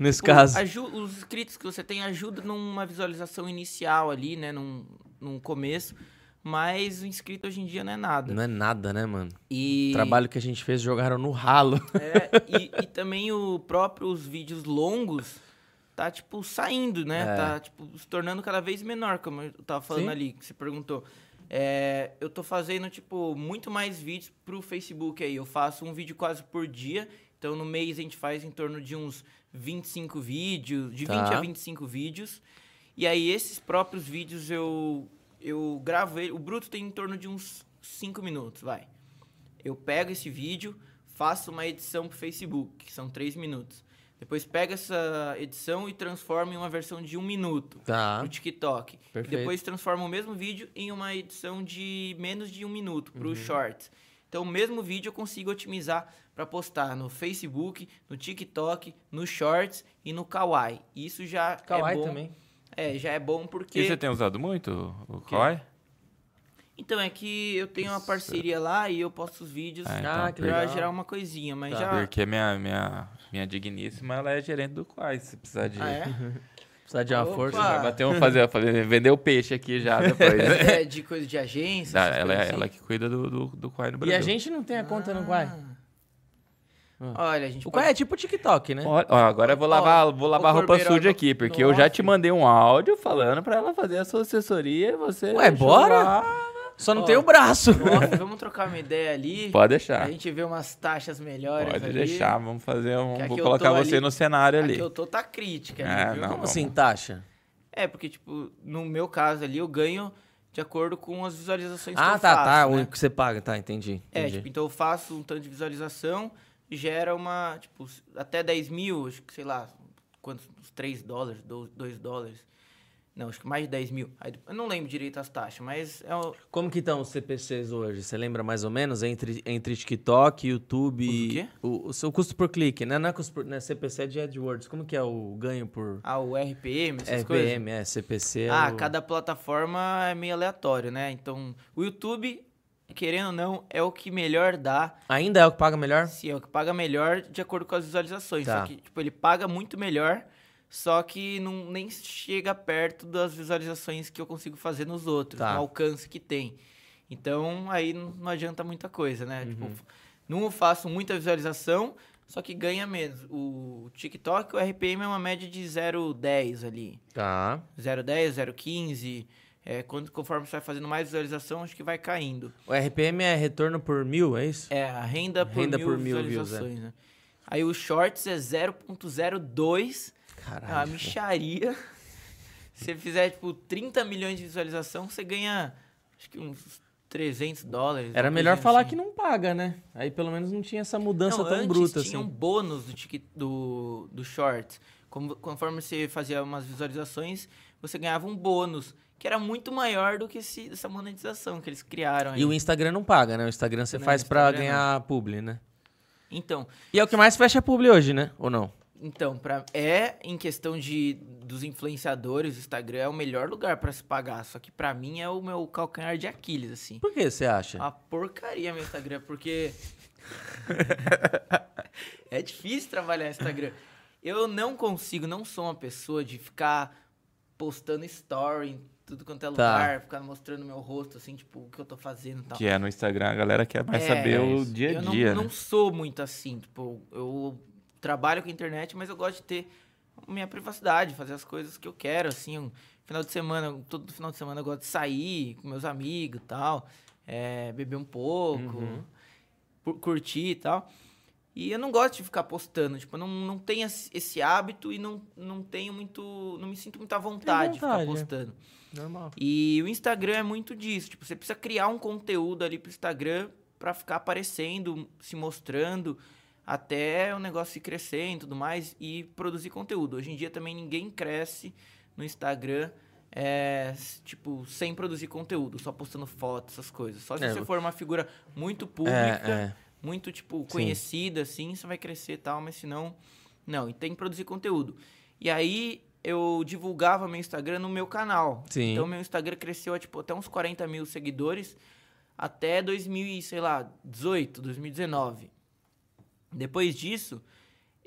Speaker 1: Nesse
Speaker 2: o-
Speaker 1: caso.
Speaker 2: aju- os inscritos que você tem ajudam numa visualização inicial ali, né? Num, num começo. Mas o inscrito hoje em dia não é nada.
Speaker 1: Não é nada, né, mano?
Speaker 2: E,
Speaker 1: O trabalho que a gente fez jogaram no
Speaker 2: [laughs]
Speaker 1: ralo.
Speaker 2: é, e, e também o próprio, os vídeos longos tá, tipo, saindo, né? Tá, tipo, se tornando cada vez menor, como eu tava falando
Speaker 1: É. Sim.
Speaker 2: ali, que você perguntou. É, eu tô fazendo, tipo, muito mais vídeos pro Facebook aí. Eu faço um vídeo quase por dia. Então, no mês a gente faz em torno de uns 25 vídeos, de
Speaker 1: Tá.
Speaker 2: 20 a 25 vídeos. E aí, esses próprios vídeos eu, eu gravo ele. O bruto tem em torno de uns 5 minutos, vai. Eu pego esse vídeo, faço uma edição pro Facebook, que são 3 minutos. Depois pego essa edição e transformo em uma versão de 1 minuto
Speaker 1: Tá. [laughs]
Speaker 2: pro TikTok.
Speaker 1: Perfeito.
Speaker 2: E depois transforma o mesmo vídeo em uma edição de menos de um minuto pro shorts. Então, o mesmo vídeo eu consigo otimizar para postar no Facebook, no TikTok, no Shorts e no Kawaii. Isso já é bom. É, já é bom porque
Speaker 3: E você tem usado muito o Kawaii?
Speaker 2: Então é que eu tenho uma parceria lá e eu posto os vídeos
Speaker 3: Ah, então,
Speaker 2: pra
Speaker 3: Ah, que legal.
Speaker 2: gerar uma coisinha, mas já
Speaker 3: Porque minha, minha, minha digníssima, ela é gerente do Kawaii, se precisar de...
Speaker 2: Ah, é?
Speaker 1: Precisa de uma
Speaker 2: Opa!
Speaker 1: força.
Speaker 3: Vai bater um fazer, fazer, vender o peixe aqui
Speaker 2: [laughs]
Speaker 3: já [laughs] depois.
Speaker 2: É, de coisa de agência.
Speaker 3: Dá,
Speaker 2: essas
Speaker 3: ela, é,
Speaker 2: coisas assim.
Speaker 3: ela que cuida do, do, do Kawaii
Speaker 1: E
Speaker 3: no Brasil.
Speaker 1: a gente não tem a conta no Quai.
Speaker 2: Olha, a gente
Speaker 1: Ah. O
Speaker 2: pode-
Speaker 1: Quai é tipo TikTok, né?
Speaker 3: Ó, ó, agora eu vou lavar, vou lavar
Speaker 2: ô,
Speaker 3: a roupa
Speaker 2: Corbeiro,
Speaker 3: suja
Speaker 2: ó,
Speaker 3: aqui, porque
Speaker 2: no
Speaker 3: eu já
Speaker 2: off.
Speaker 3: te mandei um áudio falando pra ela fazer a sua assessoria e você.
Speaker 1: Ué,
Speaker 3: deixou
Speaker 1: bora?
Speaker 3: lá.
Speaker 1: Só não
Speaker 2: Ó.
Speaker 1: tem o braço.
Speaker 2: [laughs] Ó, vamos trocar uma ideia ali.
Speaker 3: Pode
Speaker 2: A
Speaker 3: deixar.
Speaker 2: gente vê umas taxas melhores
Speaker 3: Pode
Speaker 2: ali.
Speaker 3: deixar, vamos fazer um.
Speaker 2: Que aqui
Speaker 3: Vou
Speaker 2: eu
Speaker 3: colocar
Speaker 2: tô
Speaker 3: você
Speaker 2: ali-
Speaker 3: no cenário
Speaker 2: Aqui
Speaker 3: ali.
Speaker 2: eu tô tá crítica, ali,
Speaker 3: É,
Speaker 2: viu?
Speaker 3: não.
Speaker 1: [laughs] Como assim, taxa?
Speaker 2: É, porque, tipo, no meu caso ali, eu ganho de acordo com as visualizações que
Speaker 1: Ah,
Speaker 2: eu
Speaker 1: tá,
Speaker 2: faço,
Speaker 1: tá.
Speaker 2: né?
Speaker 1: O que você paga, tá, entendi.
Speaker 2: É,
Speaker 1: entendi.
Speaker 2: tipo, então eu faço um tanto de visualização, gera uma, tipo, s- até 10 mil, acho que, sei lá, quantos, uns 3 dólares, 2 dólares. Não, acho que mais de 10 mil. Aí de- eu não lembro direito as taxas, mas é o...
Speaker 1: Como que estão os CPCs hoje? Você lembra mais ou menos entre, entre TikTok, YouTube
Speaker 2: Os
Speaker 1: e
Speaker 2: quê?
Speaker 1: o, o seu custo por clique, né? Não é custo por, né? CPC é de AdWords. Como que é o ganho por
Speaker 2: Ah, o RPM, essas coisas.
Speaker 1: RPM, é CPC? é
Speaker 2: Ah,
Speaker 1: o-
Speaker 2: cada plataforma é meio aleatório, né? Então, o YouTube, querendo ou não, é o que melhor dá,
Speaker 1: ainda é o que paga melhor?
Speaker 2: se é o que paga melhor de acordo com as visualizações.
Speaker 1: Tá.
Speaker 2: Só que, tipo, ele paga muito melhor, só que não, nem chega perto das visualizações que eu consigo fazer nos outros,
Speaker 1: Tá.
Speaker 2: no alcance que tem. Então, aí não, não adianta muita coisa, né?
Speaker 1: Uhum.
Speaker 2: Tipo, não faço muita visualização, só que ganha menos. O TikTok, o RPM é uma média de 0,10 ali.
Speaker 1: Tá.
Speaker 2: 0,10, 0,15. É, quando, conforme você vai fazendo mais visualização, acho que vai caindo.
Speaker 1: O RPM é retorno por mil, é isso?
Speaker 2: É, a renda por
Speaker 1: Renda
Speaker 2: mil
Speaker 1: por mil views,
Speaker 2: visualizações, né? Aí o shorts é 0.02. É uma
Speaker 1: Caralho.
Speaker 2: micharia. [laughs] Se você fizer, tipo, 30 milhões de visualização, você ganha, acho que uns 300 dólares.
Speaker 5: Era
Speaker 2: uma
Speaker 5: melhor
Speaker 2: coisinha
Speaker 5: falar
Speaker 2: assim.
Speaker 5: que não paga, né? Aí pelo menos não tinha essa mudança
Speaker 2: Não,
Speaker 5: tão
Speaker 2: antes
Speaker 5: bruta
Speaker 2: tinha um
Speaker 5: assim.
Speaker 2: bônus do, tique- do, do short. Como- conforme você fazia umas visualizações, você ganhava um bônus, que era muito maior do que esse- essa monetização que eles criaram. aí.
Speaker 5: E o Instagram não paga, né? O Instagram você
Speaker 2: Não,
Speaker 5: faz
Speaker 2: o
Speaker 5: pra
Speaker 2: Instagram não.
Speaker 5: ganhar publi, né?
Speaker 2: Então,
Speaker 5: E é o que mais fecha publi hoje, né? Ou não?
Speaker 2: então pra, é em questão de dos influenciadores, o Instagram é o melhor lugar pra se pagar. Só que pra mim é o meu calcanhar de Aquiles, assim.
Speaker 5: Por que você acha?
Speaker 2: Uma porcaria meu Instagram, porque. é difícil trabalhar no Instagram. Eu não consigo, não sou uma pessoa de ficar postando story em tudo quanto é lugar, ficar mostrando meu rosto, assim, tipo, o que eu tô fazendo e tal.
Speaker 3: Que é no Instagram, a galera quer mais
Speaker 2: É,
Speaker 3: saber
Speaker 2: é
Speaker 3: o
Speaker 2: isso.
Speaker 3: dia a
Speaker 2: eu não,
Speaker 3: dia,
Speaker 2: não
Speaker 3: né?
Speaker 2: sou muito assim, tipo, eu trabalho com a internet, mas eu gosto de ter minha privacidade, fazer as coisas que eu quero, assim, um final de semana, todo final de semana eu gosto de sair com meus amigos e tal, é, beber um pouco,
Speaker 3: Uhum.
Speaker 2: pu- curtir e tal. E eu não gosto de ficar postando, tipo, eu não, não tenho esse esse hábito e não, não tenho muito, não me sinto muito à vontade de ficar
Speaker 5: vontade, é.
Speaker 2: postando.
Speaker 5: Normal.
Speaker 2: E o Instagram é muito disso. Tipo, você precisa criar um conteúdo ali pro Instagram pra ficar aparecendo, se mostrando, até o negócio ir crescendo e tudo mais, e produzir conteúdo. Hoje em dia também ninguém cresce no Instagram. é, s- tipo, sem produzir conteúdo, só postando fotos, essas coisas. Só se
Speaker 5: É,
Speaker 2: você
Speaker 5: eu-
Speaker 2: for uma figura muito pública,
Speaker 5: É, é.
Speaker 2: muito, tipo, conhecida, assim, você vai crescer e tal, mas se não, não. E tem que produzir conteúdo. E aí, eu divulgava meu Instagram no meu canal.
Speaker 5: Sim.
Speaker 2: Então, meu Instagram cresceu, a, tipo, até uns 40 mil seguidores até 2000, e, sei lá, 18, 2019. Depois disso,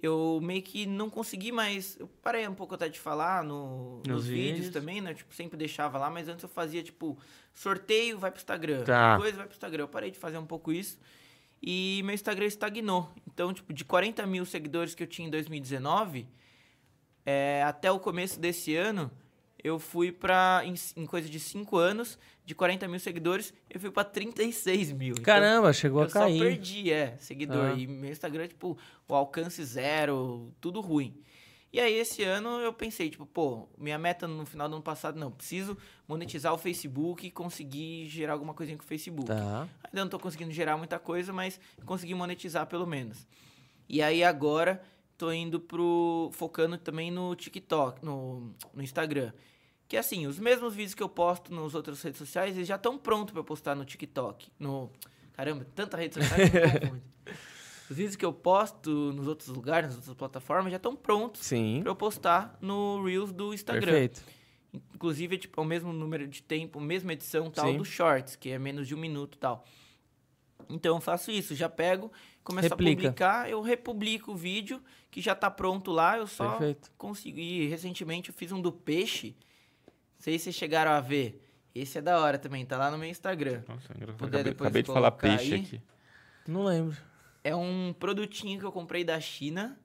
Speaker 2: eu meio que não consegui mais... Eu parei um pouco até de falar no, nos, vídeos,
Speaker 5: vídeos.
Speaker 2: também, né? Tipo, sempre deixava lá, mas antes eu fazia, tipo, sorteio, vai pro Instagram.
Speaker 5: Tá.
Speaker 2: Depois vai pro Instagram. Eu parei de fazer um pouco isso. E meu Instagram estagnou. Então, tipo, de 40 mil seguidores que eu tinha em 2019, é, até o começo desse ano, eu fui pra. Em, em coisa de 5 anos, de 40 mil seguidores, eu fui pra 36 mil. Então,
Speaker 5: Caramba, chegou
Speaker 2: eu
Speaker 5: a
Speaker 2: só
Speaker 5: cair.
Speaker 2: perdi, é, seguidor.
Speaker 5: Ah.
Speaker 2: E meu Instagram, tipo, o alcance zero, tudo ruim. E aí, esse ano, eu pensei, tipo, pô, minha meta no final do ano passado, não, preciso monetizar o Facebook e conseguir gerar alguma coisinha com o Facebook.
Speaker 5: Tá.
Speaker 2: Ainda não tô conseguindo gerar muita coisa, mas consegui monetizar pelo menos. E aí agora tô indo pro. focando também no TikTok, no, no Instagram. Que assim, os mesmos vídeos que eu posto nas outras redes sociais, eles já estão prontos pra eu postar no TikTok. No. Caramba, tanta rede social que eu confundo. Os vídeos que eu posto nos outros lugares, nas outras plataformas, já estão prontos
Speaker 5: Sim.
Speaker 2: pra eu postar no Reels do Instagram.
Speaker 5: Perfeito.
Speaker 2: Inclusive, é, tipo, é o mesmo número de tempo, mesma edição tal
Speaker 5: Sim.
Speaker 2: do Shorts, que é menos de um minuto tal. Então eu faço isso, já pego, começo
Speaker 5: Replica.
Speaker 2: a publicar, eu republico o vídeo que já tá pronto lá, eu só
Speaker 5: Perfeito.
Speaker 2: consigo. E recentemente eu fiz um do peixe. Não sei se vocês chegaram a ver. Esse é da hora também, tá lá no meu Instagram.
Speaker 3: Nossa, é engraçado.
Speaker 2: Puder
Speaker 3: acabei,
Speaker 2: depois
Speaker 3: acabei de falar
Speaker 2: colocar
Speaker 3: peixe
Speaker 2: aí.
Speaker 3: aqui.
Speaker 5: Não lembro.
Speaker 2: É um produtinho que eu comprei da China,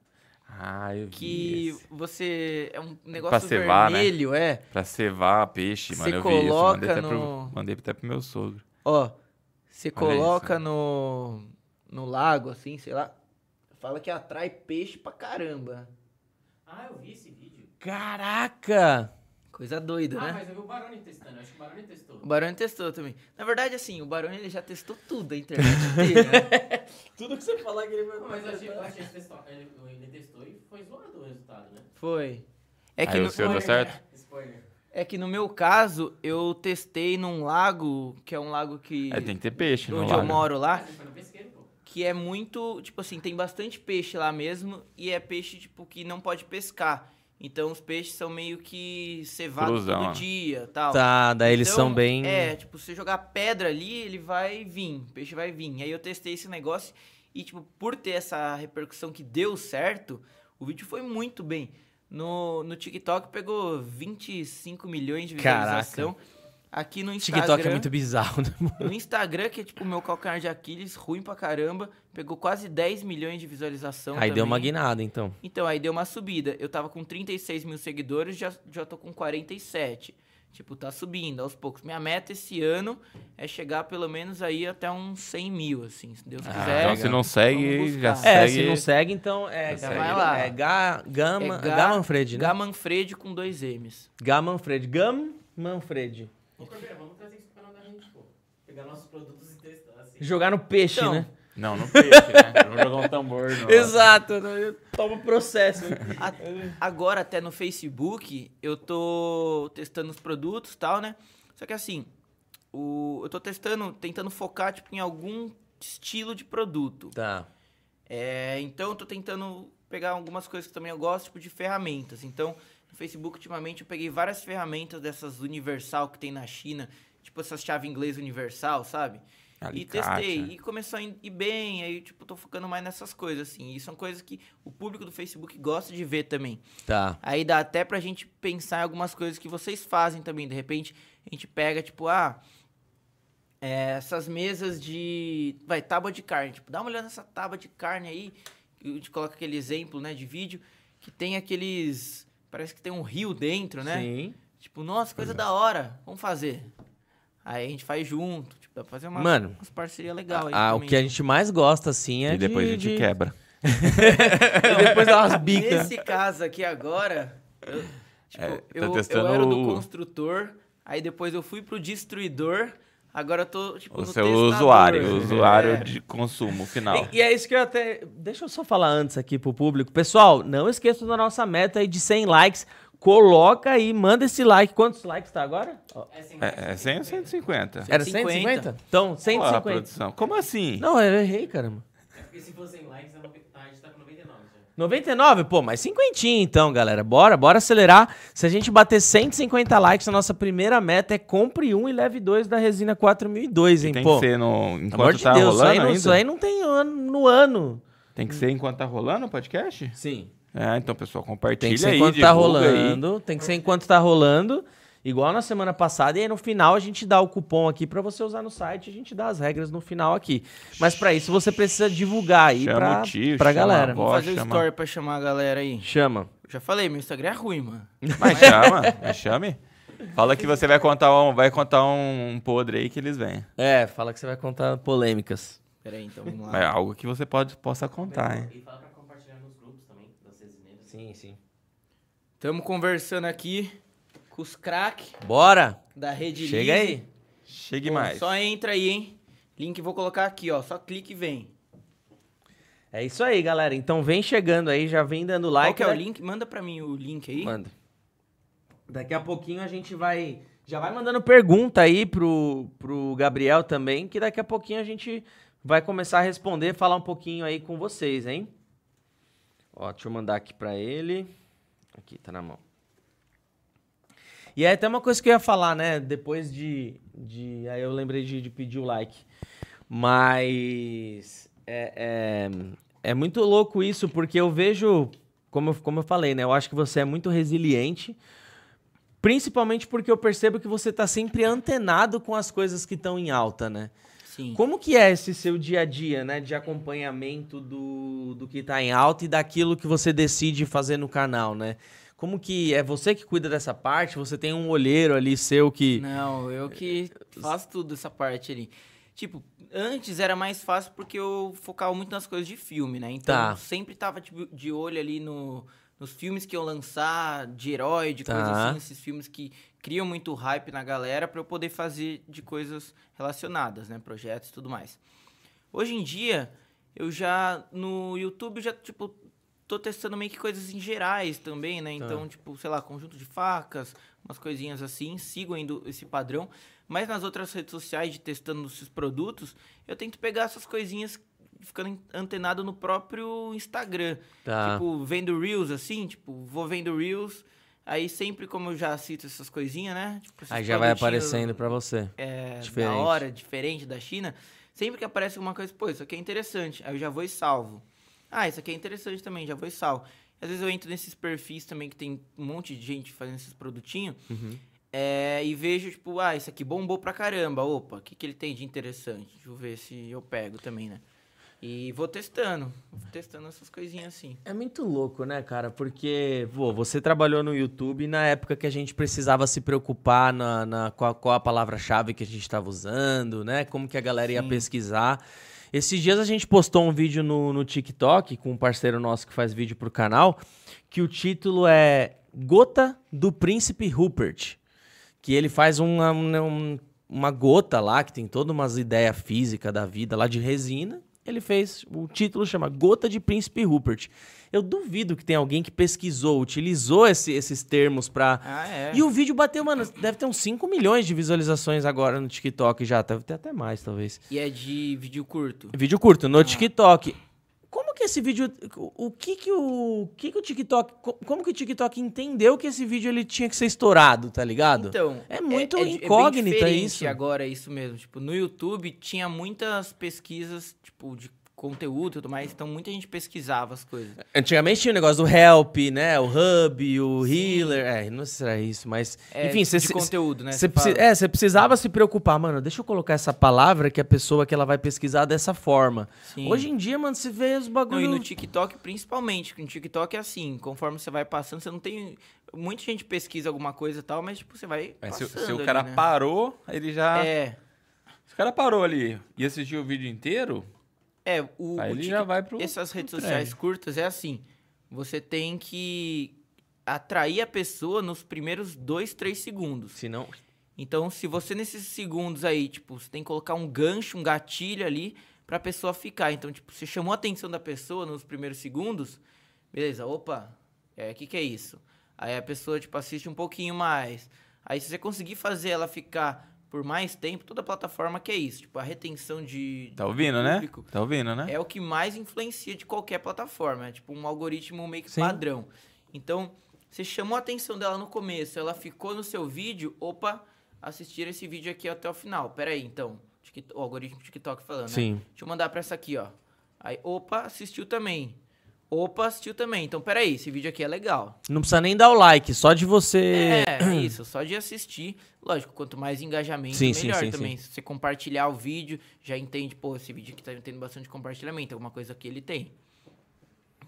Speaker 3: Ah, eu vi
Speaker 2: que
Speaker 3: esse.
Speaker 2: você é um negócio
Speaker 3: Pra cevar, né?
Speaker 2: vermelho, é.
Speaker 3: Pra cevar peixe,
Speaker 2: Você
Speaker 3: mano, eu vi isso.
Speaker 2: coloca
Speaker 3: Mandei até, pro,
Speaker 2: no-
Speaker 3: mandei até pro meu sogro.
Speaker 2: Ó, você
Speaker 3: Olha isso,
Speaker 2: coloca
Speaker 3: né?
Speaker 2: no, no lago, assim, sei lá. Fala que atrai peixe pra caramba.
Speaker 4: Ah, eu vi esse vídeo.
Speaker 5: Caraca!
Speaker 2: Coisa doida,
Speaker 4: Ah,
Speaker 2: né?
Speaker 4: mas eu vi o Baroni testando. Acho que o Baroni testou.
Speaker 2: O Barone testou também. Na verdade, assim, o Barone ele já testou tudo a internet inteira.
Speaker 4: [laughs]
Speaker 2: né?
Speaker 5: Tudo que você falar que ele vai
Speaker 4: Não, mas eu achei, eu achei que testou- ele, ele testou e foi zoado o resultado, né?
Speaker 2: Foi. É que,
Speaker 3: Aí
Speaker 2: no,
Speaker 3: o seu deu
Speaker 4: Spoiler,
Speaker 3: certo?
Speaker 4: né? Spoiler.
Speaker 2: é que no meu caso, eu testei num lago, que é um lago que.
Speaker 3: É, tem que ter peixe, não
Speaker 2: onde eu moro lá,
Speaker 4: Ah, ele foi no pesqueiro, pô.
Speaker 2: que é muito, tipo assim, tem bastante peixe lá mesmo e é peixe tipo que não pode pescar. Então os peixes são meio que cevados
Speaker 3: Cruzão,
Speaker 2: todo
Speaker 3: né?
Speaker 2: dia, tal.
Speaker 5: Tá, daí eles
Speaker 2: Então,
Speaker 5: são bem.
Speaker 2: É, tipo, se você jogar pedra ali, ele vai vir, o peixe vai vir. E aí eu testei esse negócio e, tipo, por ter essa repercussão que deu certo, o vídeo foi muito bem. No, no TikTok pegou 25 milhões de visualização. Aqui no Instagram.
Speaker 5: TikTok é muito bizarro, né? mano?
Speaker 2: No Instagram, que é tipo o meu calcanhar de Aquiles, ruim pra caramba, pegou quase 10 milhões de visualização.
Speaker 5: Aí deu
Speaker 2: também.
Speaker 5: uma guinada, então.
Speaker 2: Então, aí deu uma subida. Eu tava com 36 mil seguidores, já, já tô com 47. Tipo, tá subindo aos poucos. Minha meta esse ano é chegar pelo menos aí até uns 100 mil, assim, se
Speaker 5: Ah,
Speaker 2: Deus quiser.
Speaker 3: então se não
Speaker 2: Vamos
Speaker 3: segue, já
Speaker 2: buscar.
Speaker 5: É,
Speaker 3: segue.
Speaker 5: se não segue, então é.
Speaker 3: Já
Speaker 5: Ga-
Speaker 2: vai lá.
Speaker 5: É Ga, Gama,
Speaker 2: É Ga-
Speaker 5: Gá Manfred, né?
Speaker 2: Gá Manfred com dois M's.
Speaker 5: Gá Manfred. Gam Manfred.
Speaker 4: Ô, Corbeira, vamos trazer isso pro canal da gente, pô. Pegar pegar nossos produtos e testar, assim.
Speaker 1: Jogar no peixe,
Speaker 2: Então,
Speaker 1: né?
Speaker 3: Não, não peixe, né? Vamos jogar um tambor. Não.
Speaker 1: Exato, né? toma o processo.
Speaker 2: A- agora até no Facebook, eu tô testando os produtos e tal, né? Só que assim, o, eu tô testando, tentando focar tipo, em algum estilo de produto.
Speaker 1: Tá.
Speaker 2: É, então eu tô tentando pegar algumas coisas que também eu gosto, tipo de ferramentas. Então, no Facebook, ultimamente, eu peguei várias ferramentas dessas universal que tem na China, tipo essas chaves inglês universal, sabe?
Speaker 3: Alicate,
Speaker 2: e testei.
Speaker 3: né?
Speaker 2: E começou a ir bem, aí, tipo, tô focando mais nessas coisas, assim. E são coisas que o público do Facebook gosta de ver também.
Speaker 1: Tá.
Speaker 2: Aí dá até pra gente pensar em algumas coisas que vocês fazem também. De repente, a gente pega, tipo, ah, é, essas mesas de. Vai, tábua de carne. Tipo, dá uma olhada nessa tábua de carne aí. que A gente coloca aquele exemplo, né, de vídeo, que tem aqueles. Parece que tem um rio dentro, né?
Speaker 1: Sim. Uhum.
Speaker 2: Tipo, nossa, coisa da hora. Vamos fazer. Aí a gente faz junto. Tipo, dá pra fazer umas,
Speaker 1: Mano,
Speaker 2: umas parcerias legais aí.
Speaker 1: Ah, o
Speaker 2: também.
Speaker 1: que a gente mais gosta, assim, é
Speaker 3: E depois
Speaker 1: de,
Speaker 3: a gente
Speaker 1: de- [laughs]
Speaker 3: quebra.
Speaker 1: E depois dá umas bicas.
Speaker 2: Nesse caso aqui agora, eu, tipo,
Speaker 3: É, tá
Speaker 2: eu, eu
Speaker 3: testando
Speaker 2: era do
Speaker 3: o-
Speaker 2: construtor, aí depois eu fui pro destruidor, agora eu tô, tipo,
Speaker 3: O
Speaker 2: no
Speaker 3: seu
Speaker 2: testador.
Speaker 3: usuário, o
Speaker 2: É.
Speaker 3: usuário de consumo final.
Speaker 1: E, e é isso que eu até. Deixa eu só falar antes aqui pro público. Pessoal, não esqueçam da nossa meta aí de 100 likes. Coloca aí, manda esse like. Quantos likes tá agora? Ó,
Speaker 4: É, assim,
Speaker 3: É, é 100 ou 150?
Speaker 1: Era
Speaker 2: 150?
Speaker 1: 150? Então,
Speaker 3: Olha lá,
Speaker 1: 150.
Speaker 3: produção. Como assim?
Speaker 1: Não, eu errei, caramba.
Speaker 4: é porque se fossem likes, a noven- a gente tá com 99 já.
Speaker 1: 99? Pô, mas cinquentinha então, galera. Bora, bora acelerar. Se a gente bater 150 likes, a nossa primeira meta é compre um e leve dois da resina 4002, hein,
Speaker 3: Tem
Speaker 1: pô.
Speaker 3: que ser no,
Speaker 1: Pelo amor
Speaker 3: enquanto
Speaker 1: de
Speaker 3: tá
Speaker 1: Deus, isso aí,
Speaker 3: rolando
Speaker 1: não, isso
Speaker 3: ainda?
Speaker 1: aí não tem ano, no ano.
Speaker 3: Tem que ser enquanto tá rolando o podcast?
Speaker 1: Sim.
Speaker 3: É, então, pessoal, compartilha
Speaker 1: Tem que ser
Speaker 3: aí,
Speaker 1: enquanto tá
Speaker 3: divulga aí.
Speaker 1: rolando, tem que ser enquanto tá rolando, igual na semana passada, e aí no final a gente dá o cupom aqui pra você usar no site, a gente dá as regras no final aqui. Mas pra isso você precisa divulgar aí
Speaker 3: Chama
Speaker 1: pra,
Speaker 3: o tio,
Speaker 1: pra
Speaker 3: chama
Speaker 1: galera.
Speaker 3: a
Speaker 2: Vamos fazer o
Speaker 3: Chama.
Speaker 2: story pra chamar a galera aí.
Speaker 1: Chama.
Speaker 2: Já falei, meu Instagram é ruim, mano.
Speaker 3: Mas chama, mas chame. Fala que você vai contar um, vai contar um podre aí que eles vêm.
Speaker 1: É, fala que você vai contar polêmicas.
Speaker 2: Pera aí, então, vamos
Speaker 3: É
Speaker 2: lá.
Speaker 3: algo que você pode, possa contar, hein?
Speaker 4: E fala pra compartilhar nos grupos também, das resineiras.
Speaker 1: Sim, sim.
Speaker 2: Tamo conversando aqui com os crack
Speaker 1: Bora!
Speaker 2: da Rede
Speaker 1: Chega
Speaker 2: Lise.
Speaker 1: aí.
Speaker 3: Chegue
Speaker 2: Pô,
Speaker 3: mais.
Speaker 2: Só entra aí, hein? Link vou colocar aqui, ó. Só clique e vem.
Speaker 1: É isso aí, galera. Então vem chegando aí, já vem dando
Speaker 2: Qual
Speaker 1: like.
Speaker 2: que é o
Speaker 1: né?
Speaker 2: link? Manda pra mim o link aí.
Speaker 1: Manda. Daqui a pouquinho a gente vai. Já vai mandando pergunta aí pro, pro Gabriel também, que daqui a pouquinho a gente vai começar a responder, falar um pouquinho aí com vocês, hein? Ó, deixa eu mandar aqui pra ele. Aqui, tá na mão. E aí, até uma coisa que eu ia falar, né? Depois de. de aí eu lembrei de, de pedir o like. Mas. É, é, é muito louco isso, porque eu vejo. Como eu, como eu falei, né? Eu acho que você é muito resiliente. Principalmente porque eu percebo que você tá sempre antenado com as coisas que estão em alta, né?
Speaker 2: Sim.
Speaker 1: Como que é esse seu dia a dia, né? De acompanhamento do, do que tá em alta e daquilo que você decide fazer no canal, né? Como que é você que cuida dessa parte? Você tem um olheiro ali seu que.
Speaker 2: Não, eu que faço tudo essa parte ali. Tipo, antes era mais fácil porque eu focava muito nas coisas de filme, né? Então
Speaker 1: Tá.
Speaker 2: eu sempre tava tipo, de olho ali no, nos filmes que eu lançar, de herói, de
Speaker 1: Tá.
Speaker 2: coisas assim, esses filmes que criam muito hype na galera pra eu poder fazer de coisas relacionadas, né? Projetos e tudo mais. Hoje em dia, eu já no YouTube já, tipo, tô testando meio que coisas em gerais também, né? Então, tipo, sei lá, conjunto de facas, umas coisinhas assim, sigo ainda esse padrão. Mas nas outras redes sociais, de testando esses produtos, eu tento pegar essas coisinhas ficando antenado no próprio Instagram.
Speaker 1: Tá.
Speaker 2: Tipo, vendo Reels, assim, tipo, vou vendo Reels. Aí sempre, como eu já cito essas coisinhas, né? Tipo, esses
Speaker 1: aí já vai
Speaker 2: produtinhos
Speaker 1: aparecendo pra você.
Speaker 2: é,
Speaker 1: Diferente.
Speaker 2: da hora, diferente da China, sempre que aparece alguma coisa, pô, isso aqui é interessante, aí eu já vou e salvo. Ah, isso aqui é interessante também, já vou e salvo. Às vezes eu entro nesses perfis também que tem um monte de gente fazendo esses produtinhos
Speaker 1: Uhum.
Speaker 2: é, e vejo, tipo, ah, isso aqui bombou pra caramba, opa, o que, que ele tem de interessante? Deixa eu ver se eu pego também, né? E vou testando, vou testando essas coisinhas assim.
Speaker 1: É muito louco, né, cara? Porque, pô, você trabalhou no YouTube na época que a gente precisava se preocupar na, na- qual, qual a palavra-chave que a gente estava usando, né? Como que a galera ia
Speaker 2: Sim.
Speaker 1: pesquisar. Esses dias a gente postou um vídeo no, no TikTok com um parceiro nosso que faz vídeo pro canal, que o título é Gota do Príncipe Rupert. Que ele faz um, um- um uma gota lá, que tem toda umas ideias físicas da vida lá de resina. Ele fez, o título chama Gota de Príncipe Rupert. Eu duvido que tem alguém que pesquisou, utilizou esse- esses termos pra.
Speaker 2: Ah, é.
Speaker 1: E o vídeo bateu, mano, deve ter uns 5 milhões de visualizações agora no TikTok já. Deve ter até mais, talvez.
Speaker 2: E é de vídeo curto.
Speaker 1: Vídeo curto
Speaker 2: Ah.
Speaker 1: no TikTok. Como que esse vídeo. O o que que o, o que que o TikTok. co- Como que o TikTok entendeu que esse vídeo ele tinha que ser estourado, tá ligado?
Speaker 2: Então,
Speaker 1: É muito
Speaker 2: di- bem
Speaker 1: incógnita
Speaker 2: diferente
Speaker 1: isso.
Speaker 2: Agora é isso mesmo. Tipo, no YouTube tinha muitas pesquisas, tipo, de conteúdo e tudo mais, então muita gente pesquisava as coisas.
Speaker 1: Antigamente tinha o negócio do help, né? O hub, o healer. É, não sei se era isso, mas.
Speaker 2: É,
Speaker 1: Enfim, você.
Speaker 2: de conteúdo, né?
Speaker 1: Você
Speaker 2: se fala.
Speaker 1: preci- É, você precisava se preocupar, mano. Deixa eu colocar essa palavra que a pessoa que ela vai pesquisar dessa forma.
Speaker 2: Sim.
Speaker 1: é, Hoje em dia, mano, você vê os
Speaker 2: Não,
Speaker 1: bagulho.
Speaker 2: e no TikTok, principalmente, que no TikTok é assim, conforme você vai passando, você não tem. Muita gente pesquisa alguma coisa e tal, mas tipo, você vai.
Speaker 3: É, se,
Speaker 2: passando
Speaker 3: o- se o
Speaker 2: ali,
Speaker 3: cara
Speaker 2: né?
Speaker 3: parou, ele já.
Speaker 2: É.
Speaker 3: Se o cara parou ali e assistiu o vídeo inteiro,
Speaker 2: É, o,
Speaker 3: Aí
Speaker 2: o
Speaker 3: ele já vai pro-
Speaker 2: essas redes
Speaker 3: pro
Speaker 2: sociais
Speaker 3: trash.
Speaker 2: curtas é assim. Você tem que atrair a pessoa nos primeiros dois, três segundos.
Speaker 1: Se não.
Speaker 2: Então, se você nesses segundos aí, tipo, você tem que colocar um gancho, um gatilho ali pra pessoa ficar. Então, tipo, você chamou a atenção da pessoa nos primeiros segundos, beleza, opa, é, que que é isso? Aí a pessoa, tipo, assiste um pouquinho mais. Aí se você conseguir fazer ela ficar por mais tempo, toda plataforma que é isso, tipo, a retenção de...
Speaker 3: tá
Speaker 2: de
Speaker 3: ouvindo, né?
Speaker 2: público
Speaker 3: Tá ouvindo, né?
Speaker 2: é o que mais influencia de qualquer plataforma. É tipo um algoritmo meio que
Speaker 1: Sim.
Speaker 2: padrão. Então, você chamou a atenção dela no começo, ela ficou no seu vídeo, opa, assistir esse vídeo aqui até o final. Pera aí, então. Tiktok- O algoritmo TikTok falando, né?
Speaker 1: Sim.
Speaker 2: Deixa eu mandar pra essa aqui, ó. Aí, opa, assistiu também. Opa, assistiu também. Então, pera aí, esse vídeo aqui é legal.
Speaker 1: Não precisa nem dar o like, só de você.
Speaker 2: É, isso, só de assistir. Lógico, quanto mais engajamento,
Speaker 1: Sim, sim,
Speaker 2: melhor
Speaker 1: sim,
Speaker 2: também. Se você compartilhar o vídeo, já entende, pô, esse vídeo aqui tá tendo bastante compartilhamento, alguma coisa que ele tem.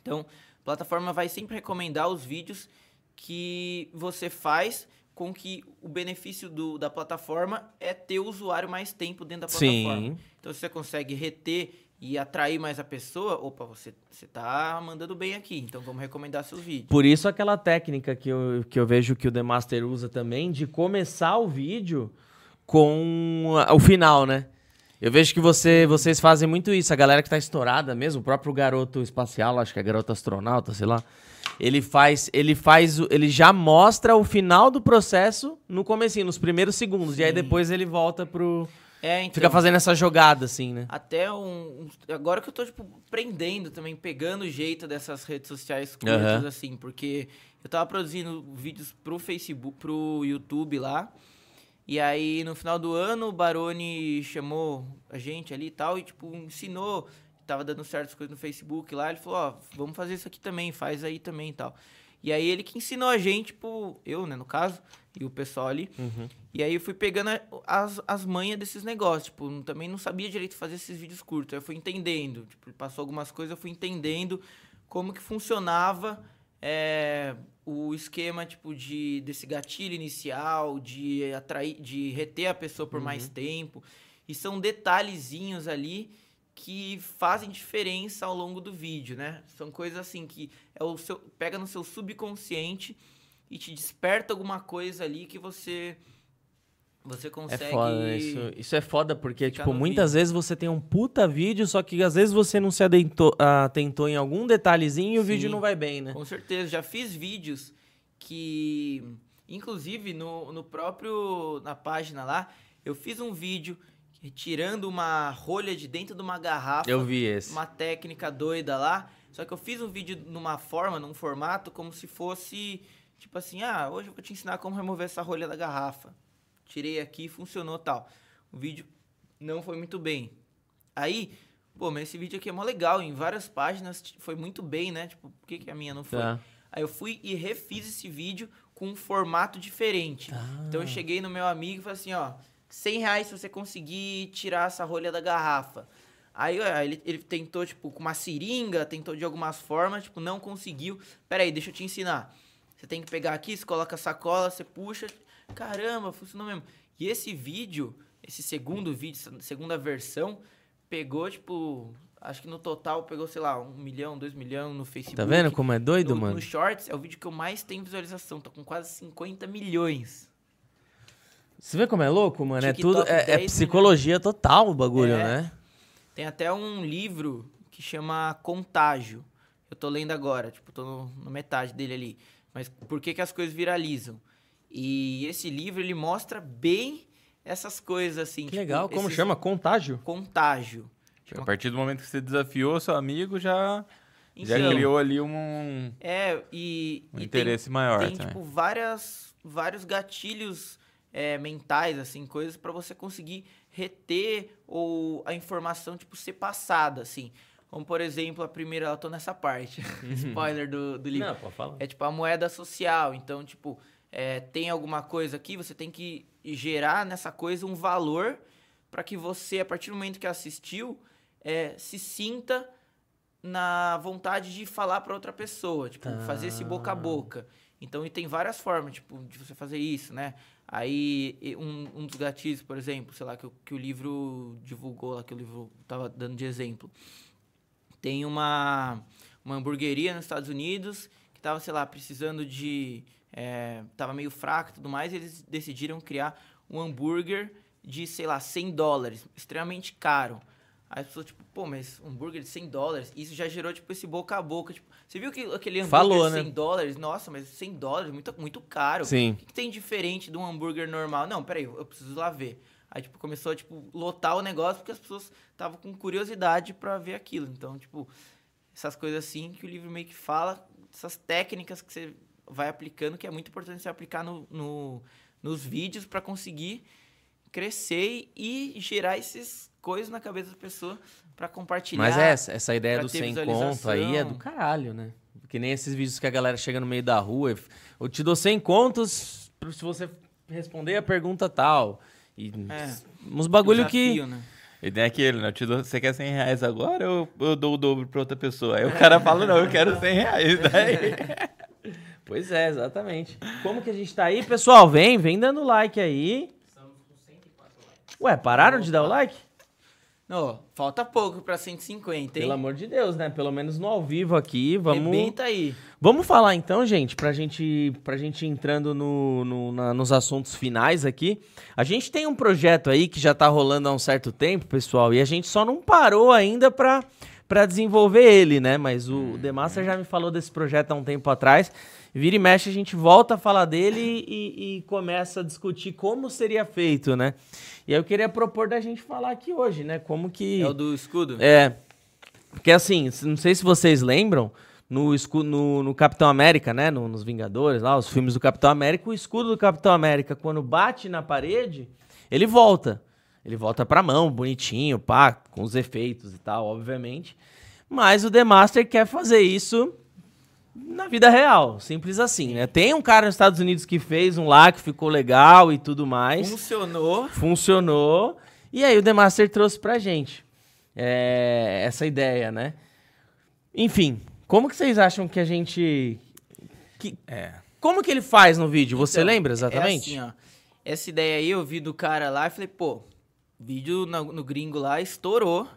Speaker 2: Então, a plataforma vai sempre recomendar os vídeos que você faz com que o benefício do- da plataforma é ter o usuário mais tempo dentro da É, plataforma.
Speaker 1: Sim.
Speaker 2: Então, se você consegue reter e atrair mais a pessoa, opa, você, você tá mandando bem aqui, então vamos recomendar seus vídeos.
Speaker 1: Por isso aquela técnica que eu, que eu vejo que o The Master usa também de começar o vídeo com a- o final, né? Eu vejo que você, vocês fazem muito isso. A galera que tá estourada mesmo, o próprio garoto espacial, acho que é garoto astronauta, sei lá. Ele faz, ele faz, o- ele já mostra o final do processo no comecinho, nos primeiros segundos. E aí depois ele volta pro.
Speaker 2: É, então,
Speaker 1: Fica fazendo essa jogada, assim, né?
Speaker 2: Até um, um- Agora que eu tô, tipo, prendendo também, pegando o jeito dessas redes sociais curtas,
Speaker 1: Aham.
Speaker 2: assim, porque eu tava produzindo vídeos pro Facebook, pro YouTube lá. E aí, no final do ano, o Baroni chamou a gente ali e tal, e, tipo, ensinou. Tava dando certas coisas no Facebook lá. Ele falou, ó, vamos fazer isso aqui também, faz aí também e tal. E aí ele que ensinou a gente, tipo, eu, né, no caso, e o pessoal ali. E aí eu fui pegando a- as, as manhas desses negócios, tipo, não- também não sabia direito fazer esses vídeos curtos. Aí eu fui entendendo, tipo, ele passou algumas coisas, eu fui entendendo como que funcionava é, o esquema, tipo, de, desse gatilho inicial, de atrair, de reter a pessoa por mais
Speaker 1: Uhum.
Speaker 2: tempo. E são detalhezinhos ali que fazem diferença ao longo do vídeo, né? São coisas assim que é o seu, pega no seu subconsciente e te desperta alguma coisa ali que você
Speaker 1: É
Speaker 2: você consegue
Speaker 1: foda, né? isso, isso é foda porque,
Speaker 2: ficar
Speaker 1: tipo,
Speaker 2: no
Speaker 1: muitas vezes você tem um puta vídeo, só que às vezes você não se adentou, atentou em algum detalhezinho e o vídeo
Speaker 2: Sim.
Speaker 1: não vai bem, né?
Speaker 2: Com certeza, já fiz vídeos que, inclusive no, no próprio, na página lá, eu fiz um vídeo tirando uma rolha de dentro de uma garrafa,
Speaker 1: Eu vi esse.
Speaker 2: uma técnica doida lá, só que eu fiz um vídeo numa forma, num formato, como se fosse, tipo assim, ah, hoje eu vou te ensinar como remover essa rolha da garrafa. Tirei aqui, funcionou tal. O vídeo não foi muito bem. Aí, pô, mas esse vídeo aqui é mó legal, em várias páginas t- foi muito bem, né? Tipo, por que, que a minha não foi?
Speaker 1: Tá.
Speaker 2: Aí eu fui e refiz esse vídeo com um formato diferente.
Speaker 1: Ah.
Speaker 2: Então eu cheguei no meu amigo e falei assim, ó, 100 reais se você conseguir tirar essa rolha da garrafa. Aí ó, ele, ele tentou, tipo, com uma seringa, tentou de algumas formas, tipo, não conseguiu. Pera aí, deixa eu te ensinar. Você tem que pegar aqui, você coloca a sacola, você puxa. Caramba, funcionou mesmo. E esse vídeo, esse segundo vídeo, essa segunda versão, pegou, tipo, acho que no total pegou, sei lá, um milhão, dois milhões tipo, no Facebook.
Speaker 1: Tá vendo como é doido,
Speaker 2: no,
Speaker 1: mano?
Speaker 2: No Shorts é o vídeo que eu mais tenho visualização, tá com quase 50 milhões.
Speaker 1: Você vê como é louco, mano? É
Speaker 2: TikTok
Speaker 1: tudo. É, é
Speaker 2: 10
Speaker 1: psicologia total o bagulho,
Speaker 2: É.
Speaker 1: né?
Speaker 2: Tem até um livro que chama Contágio. Eu tô lendo agora, tipo, tô no, no metade dele ali. Mas por que, que as coisas viralizam? E esse livro, ele mostra bem essas coisas, assim.
Speaker 1: Que
Speaker 2: tipo,
Speaker 1: legal. Como
Speaker 2: esses-
Speaker 1: chama? Contágio?
Speaker 2: Contágio.
Speaker 3: A partir do momento que você desafiou seu amigo, já, já
Speaker 2: Então,
Speaker 3: criou ali um,
Speaker 2: É, e...
Speaker 3: um
Speaker 2: e tem-
Speaker 3: interesse maior
Speaker 2: tem
Speaker 3: também.
Speaker 2: tipo várias vários gatilhos é, mentais assim coisas pra você conseguir reter ou a informação tipo ser passada assim como por exemplo a primeira eu tô nessa parte [laughs] spoiler do, do livro
Speaker 1: pode falar.
Speaker 2: é tipo a moeda social. Então, tipo, é, tem alguma coisa aqui, você tem que gerar nessa coisa um valor para que você, a partir do momento que assistiu, é, se sinta na vontade de falar para outra pessoa, tipo, fazer esse boca a boca. Então, e tem várias formas, tipo, de você fazer isso, né? Aí, e um, um dos gatilhos, por exemplo, sei lá, que, o- que o livro divulgou lá, que o livro tava dando de exemplo tem uma, uma hamburgueria nos Estados Unidos que tava, sei lá, precisando de. É, tava meio fraco e tudo mais, e eles decidiram criar um hambúrguer de, sei lá, 100 dólares, extremamente caro. Aí as pessoas, tipo, pô, mas um hambúrguer de 100 dólares? Isso já gerou, tipo, esse boca a boca. Tipo, você viu que aquele hambúrguer
Speaker 1: Falou,
Speaker 2: de
Speaker 1: né?
Speaker 2: 100 dólares? Nossa, mas 100 dólares, muito, muito caro.
Speaker 1: Sim.
Speaker 2: O que, que tem diferente de um hambúrguer normal? Não, peraí, eu preciso lá ver. Aí, tipo, começou a, tipo, lotar o negócio porque as pessoas estavam com curiosidade pra ver aquilo. Então, tipo, essas coisas assim que o livro meio que fala, essas técnicas que você vai aplicando, que é muito importante você aplicar no, no- nos vídeos pra conseguir crescer e gerar essas coisas na cabeça da pessoa pra compartilhar.
Speaker 1: Mas é essa, essa ideia
Speaker 2: pra
Speaker 1: do
Speaker 2: ter
Speaker 1: sem
Speaker 2: visualização.
Speaker 1: conto aí é do caralho, né? Que nem esses vídeos que a galera chega no meio da rua. e f- Eu te dou 100 contos pro- se você responder a pergunta tal. E
Speaker 2: É.
Speaker 1: uns um bagulho que.
Speaker 2: desafio, né?
Speaker 3: E tem aquele, né? Eu te dou- você quer 100 reais agora ou eu dou o dobro pra outra pessoa? Aí o cara fala, não, eu quero 100 reais. [laughs] Daí...
Speaker 1: Pois é, exatamente. Como que a gente tá aí, pessoal? Vem, vem dando like aí. Ué, pararam de dar o like?
Speaker 2: Não, falta pouco pra 150, hein?
Speaker 1: Pelo amor de Deus, né? Pelo menos no ao vivo
Speaker 2: É
Speaker 1: aqui, vamos.
Speaker 2: Rebenta aí.
Speaker 1: Vamos falar então, gente, pra gente, pra gente entrando no, no- na- nos assuntos finais aqui. A gente tem um projeto aí que já tá rolando há um certo tempo, pessoal, e a gente só não parou ainda pra, pra desenvolver ele, né? Mas o
Speaker 2: Uhum.
Speaker 1: The Master já me falou desse projeto há um tempo atrás. Vira e mexe, a gente volta a falar dele e, e começa a discutir como seria feito, né? E aí eu queria propor da gente falar aqui hoje, né? Como que.
Speaker 2: É o do escudo?
Speaker 1: É. Porque assim, se- não sei se vocês lembram, no, escu- no, no Capitão América, né? no- nos Vingadores lá, os filmes do Capitão América, o escudo do Capitão América, quando bate na parede, ele volta. Ele volta pra mão, bonitinho, pá, com os efeitos e tal, obviamente. Mas o The Master quer fazer isso na vida real, simples assim, né? Tem um cara nos Estados Unidos que fez um lá que ficou legal e tudo
Speaker 2: Um
Speaker 1: mais
Speaker 2: Funcionou.
Speaker 1: funcionou. E aí o The Master trouxe pra gente é, essa ideia, né? Enfim, como que vocês acham que a gente. que-
Speaker 3: É.
Speaker 1: Como que ele faz no vídeo? Você
Speaker 2: Então,
Speaker 1: lembra exatamente?
Speaker 2: É assim, ó. Essa ideia aí eu vi do cara lá e falei, pô, vídeo na- no, gringo lá estourou.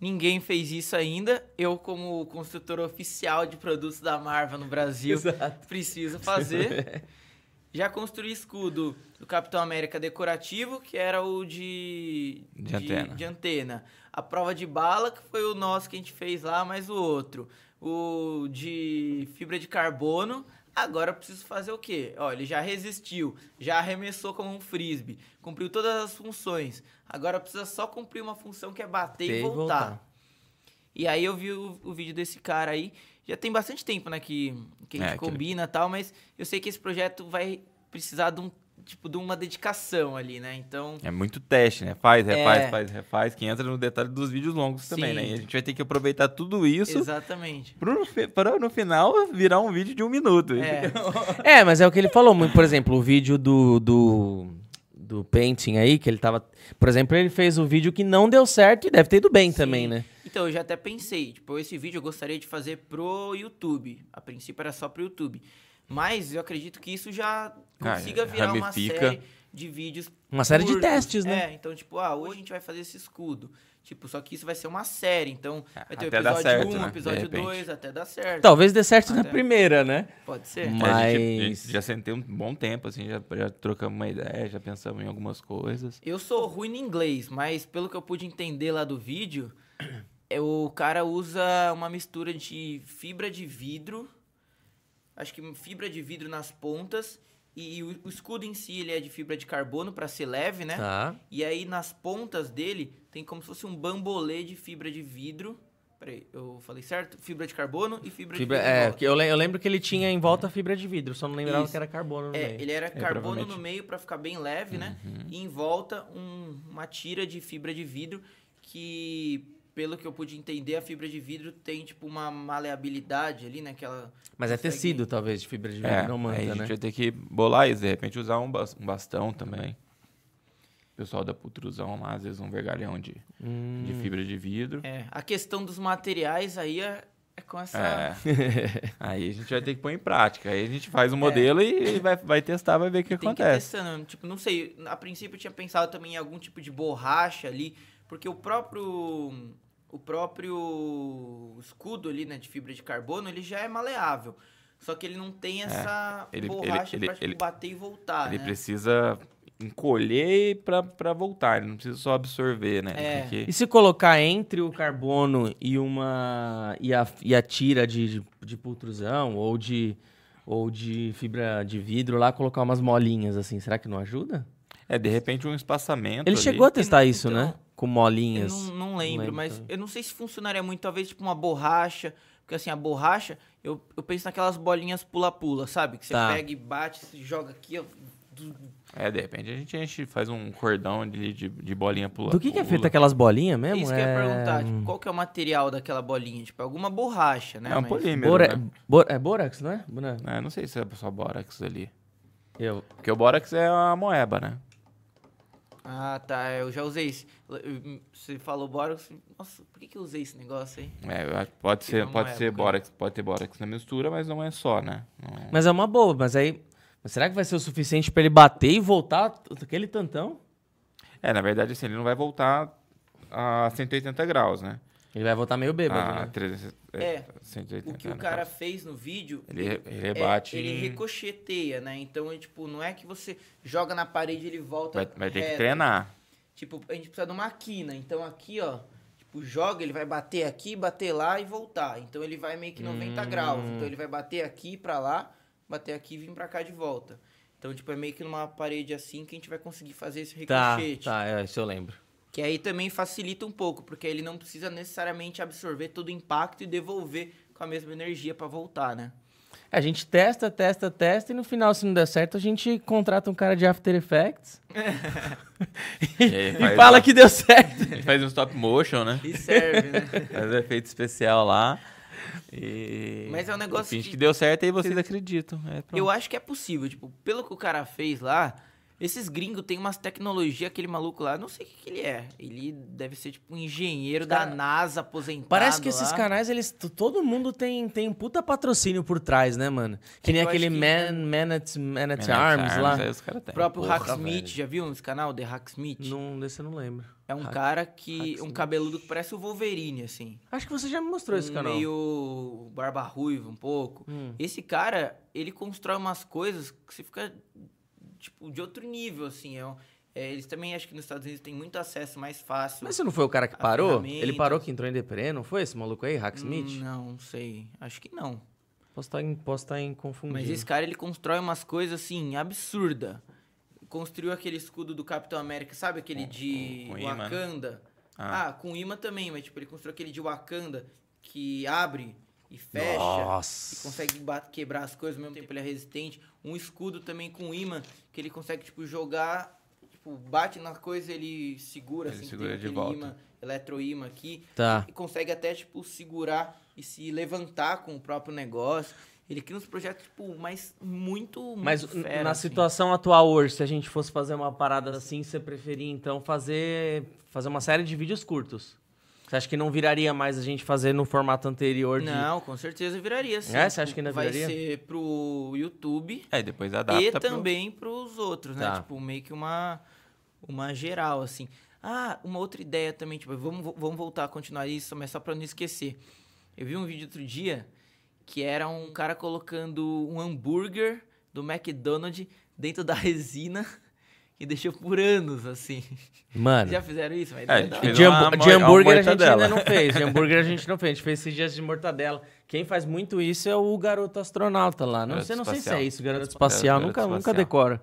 Speaker 2: Ninguém fez isso ainda. Eu, como construtor oficial de produtos da Marvel no Brasil, preciso
Speaker 3: [laughs]
Speaker 2: fazer. Já construí escudo do Capitão América decorativo, que era o de,
Speaker 3: De antena.
Speaker 2: de antena. A prova de bala, que foi o nosso que a gente fez lá, mais o outro. O de fibra de carbono. Agora eu preciso fazer o quê? Ó, ele já resistiu, já arremessou como um frisbee, cumpriu todas as funções. Agora precisa só cumprir uma função que é bater
Speaker 1: Bater
Speaker 2: e
Speaker 1: e
Speaker 2: voltar.
Speaker 1: voltar.
Speaker 2: E aí eu vi o, o vídeo desse cara aí. Já tem bastante tempo, né, que, que a
Speaker 3: É,
Speaker 2: gente
Speaker 3: que-
Speaker 2: combina e tal, mas eu sei que esse projeto vai precisar de um tipo de uma dedicação ali, né? Então,
Speaker 3: É muito teste, né? Faz, refaz,
Speaker 2: É.
Speaker 3: faz, refaz, que entra no detalhe dos vídeos longos também,
Speaker 2: Sim.
Speaker 3: né? E a gente vai ter que aproveitar tudo isso [laughs]
Speaker 2: exatamente.
Speaker 3: pro fi- pra no final virar um vídeo de um minuto.
Speaker 2: É.
Speaker 1: É, mas é o que ele falou. muito. Por exemplo, o vídeo do, do, do painting aí, que ele tava. Por exemplo, ele fez o vídeo que não deu certo e deve ter ido bem também, né?
Speaker 2: Então, eu já até pensei, tipo, esse vídeo eu gostaria de fazer pro YouTube. A princípio era só pro YouTube. Mas eu acredito que isso já
Speaker 3: Ah,
Speaker 2: consiga
Speaker 3: é,
Speaker 2: virar uma
Speaker 3: ramifica.
Speaker 2: série de vídeos
Speaker 1: Uma série de
Speaker 2: curtos.
Speaker 1: testes, né?
Speaker 2: É, então, tipo, ah, hoje a gente vai fazer esse escudo. Tipo, só que isso vai ser uma série, então vai ter o
Speaker 3: É, até dar
Speaker 2: episódio
Speaker 3: certo,
Speaker 2: 1,
Speaker 3: né? De
Speaker 2: episódio
Speaker 3: repente. Então,
Speaker 2: 2, até dar certo.
Speaker 1: Talvez dê certo na
Speaker 2: Até.
Speaker 1: primeira, né?
Speaker 2: Pode ser.
Speaker 3: É, [laughs] a gente- a
Speaker 1: Mas-
Speaker 3: gente já sentei um bom tempo, assim, já, já trocamos uma ideia, já pensamos em algumas coisas.
Speaker 2: Eu sou ruim em inglês, mas pelo que eu pude entender lá do vídeo, [clears throat] é, o cara usa uma mistura de fibra de vidro, acho que fibra de vidro nas pontas, e o, o escudo em si ele é de fibra de carbono para ser leve, né?
Speaker 1: Tá.
Speaker 2: E aí nas pontas dele tem como se fosse um bambolê de fibra de vidro. Peraí, eu falei certo? Fibra de carbono e fibra,
Speaker 1: Fibra-
Speaker 2: de vidro. em
Speaker 1: é,
Speaker 2: volta.
Speaker 1: que eu, le- eu lembro que ele tinha em volta fibra de vidro, só não lembrava
Speaker 2: Isso.
Speaker 1: que era carbono no
Speaker 2: É,
Speaker 1: meio.
Speaker 2: ele era carbono no
Speaker 3: provavelmente.
Speaker 2: meio pra ficar bem leve, né? E em volta um- uma tira de fibra de vidro que, pelo que eu pude entender, a fibra de vidro tem tipo uma maleabilidade ali, né? Que ela
Speaker 1: Mas é
Speaker 2: consegue-
Speaker 1: tecido, talvez, de fibra de vidro,
Speaker 3: É,
Speaker 1: não manta,
Speaker 3: aí a gente
Speaker 1: né?
Speaker 3: vai ter que bolar isso, de repente usar um, bas- um bastão também. O pessoal da Putruzão lá, às vezes um vergalhão de,
Speaker 1: Hum.
Speaker 3: de fibra de vidro.
Speaker 2: É, a questão dos materiais aí é, é com essa.
Speaker 3: É.
Speaker 1: [laughs]
Speaker 3: aí a gente vai ter que pôr em prática. Aí a gente faz
Speaker 1: É.
Speaker 3: um modelo e, e vai, vai testar, vai ver o que
Speaker 2: E tem
Speaker 3: acontece.
Speaker 2: Que ir testando. Tipo, não sei, a princípio eu tinha pensado também em algum tipo de borracha ali, porque o próprio o próprio escudo ali, né, de fibra de carbono, ele já é maleável. Só que ele não tem essa
Speaker 3: É, ele- ele-
Speaker 2: borracha
Speaker 3: ele-
Speaker 2: pra tipo,
Speaker 3: ele-
Speaker 2: bater e voltar,
Speaker 3: Ele
Speaker 2: né?
Speaker 3: precisa encolher pra, pra voltar, ele não precisa só absorver, né? Ele
Speaker 2: É.
Speaker 3: tem que-
Speaker 1: E se colocar entre o carbono e uma e a, e a tira de, de, de pultrusão ou de ou de fibra de vidro lá, colocar umas molinhas assim, será que não ajuda?
Speaker 3: É, de repente um espaçamento.
Speaker 1: Ele
Speaker 3: ali.
Speaker 1: chegou a testar
Speaker 2: Então,
Speaker 1: isso, né? Com
Speaker 2: Eu
Speaker 1: molinhas.
Speaker 2: não, não lembro,
Speaker 1: lembro
Speaker 2: mas
Speaker 1: também.
Speaker 2: eu não sei se funcionaria muito, talvez tipo uma borracha, porque assim, a borracha, eu, eu penso naquelas bolinhas pula-pula, sabe? Que você
Speaker 1: Tá.
Speaker 2: pega e bate, se joga aqui, ó, du-
Speaker 3: É, de repente a gente enche, faz um cordão ali de, de bolinha pulando.
Speaker 1: Do que, que é feito aquelas bolinhas mesmo?
Speaker 2: Isso que eu ia perguntar, tipo, qual que é o material daquela bolinha? Tipo, alguma borracha, né?
Speaker 3: É um
Speaker 2: Mas-
Speaker 3: polímero,
Speaker 1: Bora...
Speaker 3: né?
Speaker 1: bora- É bórax, não é? Não é?
Speaker 3: É, não sei se é só bórax ali.
Speaker 1: Eu...
Speaker 3: Porque o bórax é a moeba, né?
Speaker 2: Ah, tá, eu já usei esse. Eu- eu- Você falou bórax, nossa, por que que eu usei esse negócio aí?
Speaker 3: É, eu acho- pode ser,
Speaker 2: uma
Speaker 3: pode
Speaker 2: moeba,
Speaker 3: ser
Speaker 2: né?
Speaker 3: bórax, pode ter bórax na mistura, mas não é só, né? Não-
Speaker 1: Mas é uma boa, mas aí. Mas será que vai ser o suficiente pra ele bater e voltar t- aquele tantão?
Speaker 3: É, na verdade, assim, ele não vai voltar a 180 graus, né?
Speaker 1: Ele vai voltar meio bêbado,
Speaker 3: A
Speaker 2: Ah,
Speaker 1: né?
Speaker 3: 300,
Speaker 2: É,
Speaker 3: 180
Speaker 2: O que o
Speaker 3: no
Speaker 2: cara
Speaker 3: caso.
Speaker 2: fez no vídeo...
Speaker 3: Ele re- ele rebate
Speaker 2: É, ele
Speaker 3: em-
Speaker 2: ricocheteia, né? Então, é, tipo, não é que você joga na parede e ele volta
Speaker 3: Então, vai, vai ter que
Speaker 2: reto.
Speaker 3: treinar.
Speaker 2: [laughs] Tipo, a gente precisa de uma quina. Então, aqui, ó, tipo, joga, ele vai bater aqui, bater lá e voltar. Então, ele vai meio que 90
Speaker 1: Hum.
Speaker 2: graus. Então, ele vai bater aqui pra lá, bater aqui e vir pra cá de volta. Então, tipo, é meio que numa parede assim que a gente vai conseguir fazer esse
Speaker 1: Tá,
Speaker 2: ricochete.
Speaker 1: tá, é, isso eu lembro.
Speaker 2: Que aí também facilita um pouco, porque ele não precisa necessariamente absorver todo o impacto e devolver com a mesma energia pra
Speaker 1: [laughs]
Speaker 2: voltar, né?
Speaker 1: É, A gente testa, testa, testa e no final, se não der certo, a gente contrata um cara de After
Speaker 2: [laughs]
Speaker 1: Effects
Speaker 2: É,
Speaker 3: aí
Speaker 1: e,
Speaker 3: faz
Speaker 1: fala
Speaker 3: lá.
Speaker 1: que deu certo.
Speaker 3: Ele faz um stop motion, né?
Speaker 2: E serve, né?
Speaker 3: Faz um efeito especial lá. E...
Speaker 2: Mas é um negócio
Speaker 3: Finge
Speaker 2: que-
Speaker 3: que... deu certo aí vocês acreditam. É, pronto.
Speaker 2: Eu acho que é possível, tipo, pelo que o cara fez lá, esses gringos têm umas tecnologias, aquele maluco lá, não sei o que, que ele é. Ele deve ser tipo um engenheiro da NASA aposentado.
Speaker 1: Parece que esses
Speaker 2: Tá lá.
Speaker 1: canais, eles. t- Todo mundo tem, tem um puta patrocínio por trás, né, mano? Que nem
Speaker 2: eu acho
Speaker 1: aquele
Speaker 2: que-
Speaker 1: Man, man, at, man at
Speaker 3: Man at
Speaker 1: Arms, lá.
Speaker 3: aí os cara
Speaker 2: O
Speaker 3: tem.
Speaker 2: próprio
Speaker 1: Porra,
Speaker 2: Hacksmith,
Speaker 1: velho.
Speaker 2: já viu esse canal, The Hacksmith?
Speaker 1: Não, desse eu não lembro.
Speaker 2: É um cara que. Um cabeludo que parece o Wolverine, assim.
Speaker 1: Acho que você já me mostrou esse
Speaker 2: um
Speaker 1: canal. Hum.
Speaker 2: Meio barba ruiva um pouco. Esse cara, ele constrói umas coisas que você fica, tipo, de outro nível, assim. É, um- é, eles também, acho que nos Estados Unidos tem muito acesso mais fácil.
Speaker 1: Mas você não foi o cara que
Speaker 2: A
Speaker 1: parou?
Speaker 2: ferramenta.
Speaker 1: Ele parou que entrou em deprê, não foi esse maluco aí, Hack Smith?
Speaker 2: Hum, Não, não sei. Acho que não.
Speaker 1: Posso estar em, posso tá em confundido.
Speaker 2: Mas esse cara, ele constrói umas coisas, assim, absurda. Construiu aquele escudo do Capitão América, sabe? Aquele de
Speaker 3: com imã, né?
Speaker 2: Wakanda.
Speaker 3: Ah.
Speaker 2: Ah. com imã também, mas, tipo, ele construiu aquele de Wakanda que abre e fecha. E
Speaker 1: Nossa.
Speaker 2: consegue ba- quebrar as coisas, ao mesmo tempo ele é resistente. Um escudo também com imã, que ele consegue, tipo, jogar... Tipo, bate na coisa, ele segura,
Speaker 3: Ele
Speaker 2: assim,
Speaker 3: segura
Speaker 2: tem
Speaker 3: de
Speaker 2: aquele
Speaker 3: volta.
Speaker 2: imã, eletroímã aqui.
Speaker 1: Tá.
Speaker 2: E consegue até, tipo, segurar e se levantar com o próprio negócio. Ele cria uns projetos, tipo, mas muito, muito
Speaker 1: Mas
Speaker 2: fera,
Speaker 1: na
Speaker 2: assim.
Speaker 1: situação atual hoje, se a gente fosse fazer uma parada assim, você preferia então fazer, fazer uma série de vídeos curtos? Você acha que não viraria mais a gente fazer no formato anterior de...
Speaker 2: Não, com certeza viraria, sim.
Speaker 1: É? Você acha que ainda
Speaker 2: Vai
Speaker 1: viraria?
Speaker 2: ser pro YouTube
Speaker 3: Aí É, depois adapta
Speaker 2: e
Speaker 3: pro-
Speaker 2: também pros outros, né?
Speaker 1: Tá.
Speaker 2: Tipo, meio que uma, uma geral, assim. Ah, uma outra ideia também, tipo, vamos, vo- vamos voltar a continuar isso, mas só pra não esquecer. Eu vi um vídeo outro dia que era um cara colocando um hambúrguer do McDonald's dentro da [laughs] resina e deixou por anos, assim.
Speaker 1: Mano.
Speaker 2: Já fizeram isso? Mas
Speaker 3: É,
Speaker 2: não dá.
Speaker 3: fez
Speaker 1: De,
Speaker 3: uma
Speaker 1: hambu-
Speaker 3: mo-
Speaker 1: de
Speaker 3: uma
Speaker 1: hambúrguer a gente
Speaker 3: mortadela.
Speaker 1: ainda não fez. De hambúrguer a gente não fez. A gente fez esses dias de mortadela. Quem faz muito isso é o garoto astronauta lá. Não,
Speaker 3: Garoto
Speaker 1: sei, não sei se
Speaker 3: espacial.
Speaker 1: é isso, garoto espacial.
Speaker 3: garoto
Speaker 1: nunca, nunca
Speaker 3: espacial.
Speaker 1: decora.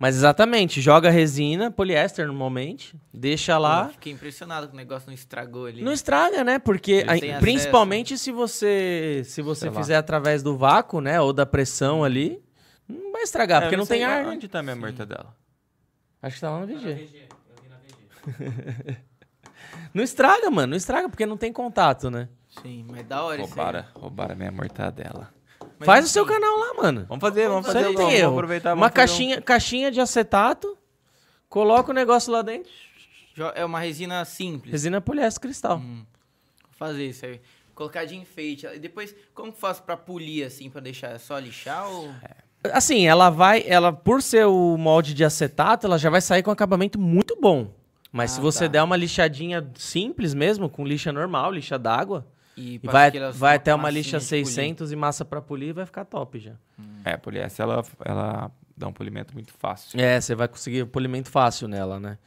Speaker 1: Mas exatamente, joga resina, poliéster normalmente, deixa
Speaker 2: Eu
Speaker 1: lá.
Speaker 2: Fiquei impressionado que o negócio não estragou ali.
Speaker 1: Não estraga, né? Porque
Speaker 2: Eles
Speaker 1: aí,
Speaker 2: têm acesso.
Speaker 1: principalmente se você se você
Speaker 3: Sei lá.
Speaker 1: fizer através do vácuo, né, ou da pressão ali, não vai
Speaker 3: Ah,
Speaker 1: estragar,
Speaker 3: É,
Speaker 1: porque não tem ar. né?
Speaker 3: Onde tá minha mortadela?
Speaker 1: Acho que tá lá no VG.
Speaker 4: VG, eu vi na VG.
Speaker 1: [laughs] Não estraga, mano, não estraga porque não tem contato, né?
Speaker 2: Sim, mas da hora isso. aí.
Speaker 3: Roubaram, roubaram a minha mortadela.
Speaker 2: Mas,
Speaker 1: Faz
Speaker 2: enfim,
Speaker 1: o seu canal lá, mano.
Speaker 3: Vamos fazer, vamos
Speaker 1: Isso
Speaker 3: fazer. um
Speaker 1: aí
Speaker 3: Vamos,
Speaker 1: tem
Speaker 3: vamos
Speaker 1: erro.
Speaker 3: aproveitar.
Speaker 1: Uma
Speaker 3: vamos fazer um-
Speaker 1: caixinha, caixinha de acetato, coloca o negócio lá dentro,
Speaker 2: jo- É uma resina simples.
Speaker 1: resina poliéster cristal.
Speaker 2: Vou fazer isso aí. Colocar de enfeite. E depois, como que faço pra polir, assim, pra deixar É só lixar ou...
Speaker 1: Assim, ela vai, ela por ser o molde de acetato, ela já vai sair com um acabamento muito bom. Mas
Speaker 2: Ah,
Speaker 1: se você
Speaker 2: tá.
Speaker 1: der uma lixadinha simples mesmo, com lixa normal, lixa d'água, e
Speaker 2: passa
Speaker 1: vai,
Speaker 2: Tipo aquelas
Speaker 1: vai até uma
Speaker 2: massinhas
Speaker 1: lixa
Speaker 2: de polir?
Speaker 1: 600 e massa pra polir, vai ficar top já.
Speaker 3: É, poliéster, ela, ela dá um polimento muito fácil.
Speaker 1: É, você vai conseguir polimento fácil nela, né?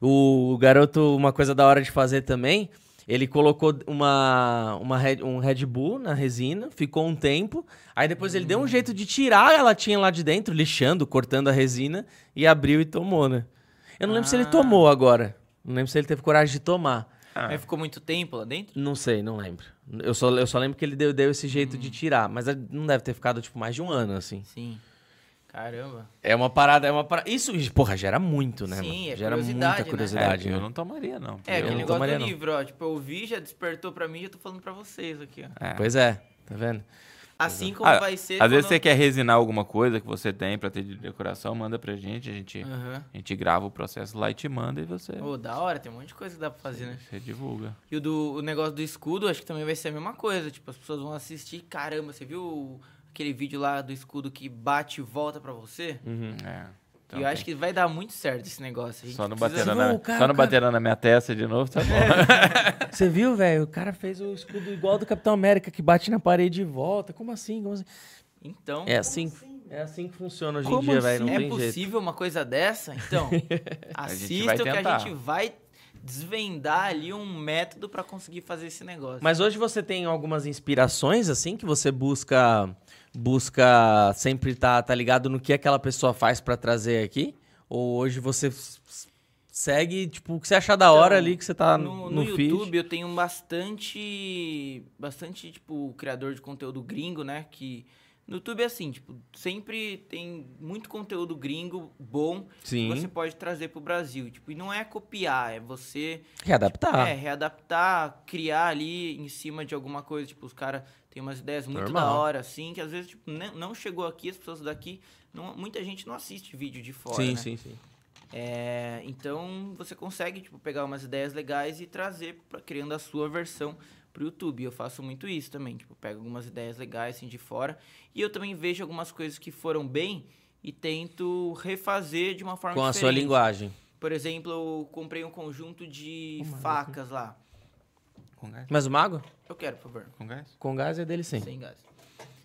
Speaker 1: O, o garoto, uma coisa da hora de fazer também, ele colocou uma, uma Red- um Red Bull na resina, ficou um tempo, aí depois ele deu um jeito de tirar a latinha lá de dentro, lixando, cortando a resina, e abriu e tomou, né? Eu não lembro se ele
Speaker 2: Ah.
Speaker 1: tomou agora. Não lembro se ele teve coragem de tomar.
Speaker 2: Aí ficou muito tempo lá dentro?
Speaker 1: Não sei, não lembro. Eu só, eu só lembro que ele deu, deu esse jeito de tirar, mas eh, não deve ter ficado, tipo, mais de um ano, assim.
Speaker 2: Sim. Caramba.
Speaker 1: É uma parada, é uma parada. Isso, porra, gera muito, né?
Speaker 2: Sim,
Speaker 1: mano?
Speaker 2: é
Speaker 1: gera
Speaker 2: curiosidade,
Speaker 1: muita
Speaker 2: né?
Speaker 1: curiosidade.
Speaker 3: É, eu
Speaker 1: né?
Speaker 3: não tomaria, não.
Speaker 2: É,
Speaker 3: eu
Speaker 2: aquele
Speaker 1: não
Speaker 2: negócio
Speaker 1: tomaria,
Speaker 2: do
Speaker 1: não.
Speaker 2: livro, ó. Tipo, eu vi, já despertou pra mim e eu tô falando pra vocês aqui, ó.
Speaker 3: É.
Speaker 1: Pois é, tá vendo?
Speaker 2: Assim como
Speaker 3: Ah,
Speaker 2: vai ser...
Speaker 3: Às vezes você
Speaker 2: quando-
Speaker 3: quer resinar alguma coisa que você tem pra ter de decoração, manda pra gente, a gente,
Speaker 2: Aham.
Speaker 3: a gente grava o processo lá e te manda e você,
Speaker 2: Ô, da hora, tem um monte de coisa que dá pra fazer, né?
Speaker 3: você divulga.
Speaker 2: E o, do, o negócio do escudo, acho que também vai ser a mesma coisa. Tipo, as pessoas vão assistir. Caramba, você viu o- aquele vídeo lá do escudo que bate e volta pra você?
Speaker 3: É.
Speaker 2: E eu acho que vai dar muito certo esse negócio. A gente
Speaker 3: Só não
Speaker 2: precisa-
Speaker 3: baterá
Speaker 1: Você
Speaker 3: na,
Speaker 1: viu, cara,
Speaker 3: só não
Speaker 1: cara-
Speaker 3: baterá na minha testa de novo, tá bom.
Speaker 1: Você viu, velho? O cara fez o escudo igual do Capitão América que bate na parede e volta. Como assim? Como assim?
Speaker 2: Então,
Speaker 1: É assim, é assim que funciona hoje
Speaker 3: Como
Speaker 1: em dia, velho. Não
Speaker 2: é
Speaker 1: tem
Speaker 2: possível
Speaker 1: jeito.
Speaker 2: uma coisa
Speaker 1: [laughs]
Speaker 2: dessa? Então,
Speaker 3: gente vai
Speaker 2: assista que a
Speaker 3: tentar.
Speaker 2: gente vai desvendar ali um método pra conseguir fazer esse negócio.
Speaker 1: Mas hoje você tem algumas inspirações, assim, que você busca busca sempre tá, tá ligado no que aquela pessoa faz pra trazer aqui? Ou hoje você s- s- segue, tipo, o que você achar da hora
Speaker 2: Então,
Speaker 1: ali que você tá no,
Speaker 2: no, no
Speaker 1: feed?
Speaker 2: YouTube eu tenho bastante bastante tipo criador de conteúdo gringo né que no YouTube é assim tipo sempre tem muito conteúdo gringo bom que
Speaker 1: Sim.
Speaker 2: você pode trazer pro Brasil tipo e não é copiar é você
Speaker 1: Readaptar.
Speaker 2: é, readaptar criar ali em cima de alguma coisa tipo os caras têm umas ideias muito da
Speaker 1: Normal.
Speaker 2: hora assim que às vezes tipo, não, não chegou aqui as pessoas daqui não- muita gente não assiste vídeo de fora
Speaker 1: sim,
Speaker 2: né?
Speaker 1: sim, sim.
Speaker 2: É, então você consegue tipo, pegar umas ideias legais e trazer pra, criando a sua versão pro YouTube. Eu faço muito isso também, tipo, pego algumas ideias legais assim de fora e eu também vejo algumas coisas que foram bem e tento refazer de uma forma
Speaker 1: Com a sua
Speaker 2: diferente.
Speaker 1: linguagem.
Speaker 2: Por exemplo, eu comprei um conjunto de facas lá.
Speaker 3: Com gás?
Speaker 1: Mas o mago?
Speaker 2: Eu quero, por favor.
Speaker 3: Com gás?
Speaker 1: Com gás é dele sim.
Speaker 2: Sem gás.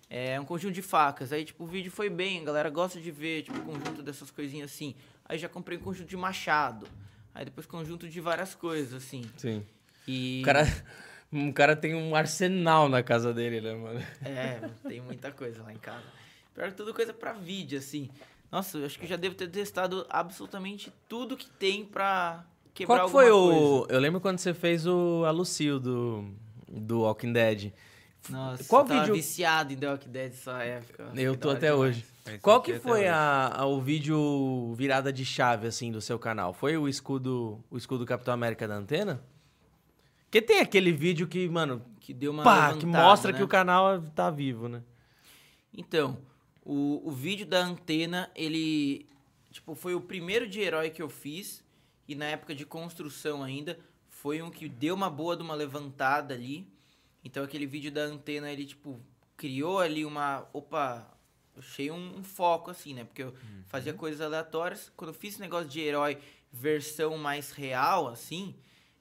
Speaker 2: É um conjunto de facas. Aí, tipo, o vídeo foi bem, a galera gosta de ver, tipo, conjunto dessas coisinhas assim. Aí já comprei um conjunto de machado. Aí depois conjunto de várias coisas, assim.
Speaker 1: Sim.
Speaker 2: E.
Speaker 1: O cara, [laughs] o cara tem um arsenal na casa dele, né, mano?
Speaker 2: É, tem muita coisa lá em casa. Pior que tudo coisa pra vídeo, assim. Nossa, eu acho que eu já devo ter testado absolutamente tudo que tem pra quebrar
Speaker 1: Qual que foi
Speaker 2: alguma
Speaker 1: o.
Speaker 2: coisa.
Speaker 1: Eu lembro quando você fez o a Lucille do, do Walking Dead.
Speaker 2: Nossa,
Speaker 1: Qual
Speaker 2: eu tava
Speaker 1: vídeo-
Speaker 2: viciado em The Walking Dead essa época.
Speaker 1: Eu
Speaker 2: Que
Speaker 1: tô
Speaker 2: da hora
Speaker 1: até
Speaker 2: demais.
Speaker 1: hoje.
Speaker 3: Esse
Speaker 1: É Qual
Speaker 3: aqui é
Speaker 1: que
Speaker 3: até
Speaker 1: foi
Speaker 3: hoje.
Speaker 1: a, a- o vídeo virada de chave, assim, do seu canal? Foi o escudo o escudo do Capitão América da antena? Porque tem aquele vídeo que, mano,
Speaker 2: Que deu uma.
Speaker 1: pá, que
Speaker 2: levantada,
Speaker 1: mostra
Speaker 2: né?
Speaker 1: que o canal tá vivo, né?
Speaker 2: Então, o, o vídeo da antena, ele. Tipo, foi o primeiro de herói que eu fiz. E na época de construção ainda, foi um que deu uma boa de uma levantada ali. Então aquele vídeo da antena, ele, tipo, criou ali uma. Opa!
Speaker 1: Uhum.
Speaker 2: Achei um, um foco, assim, né? Porque eu fazia coisas aleatórias. Quando eu fiz esse negócio de herói, versão mais real, assim,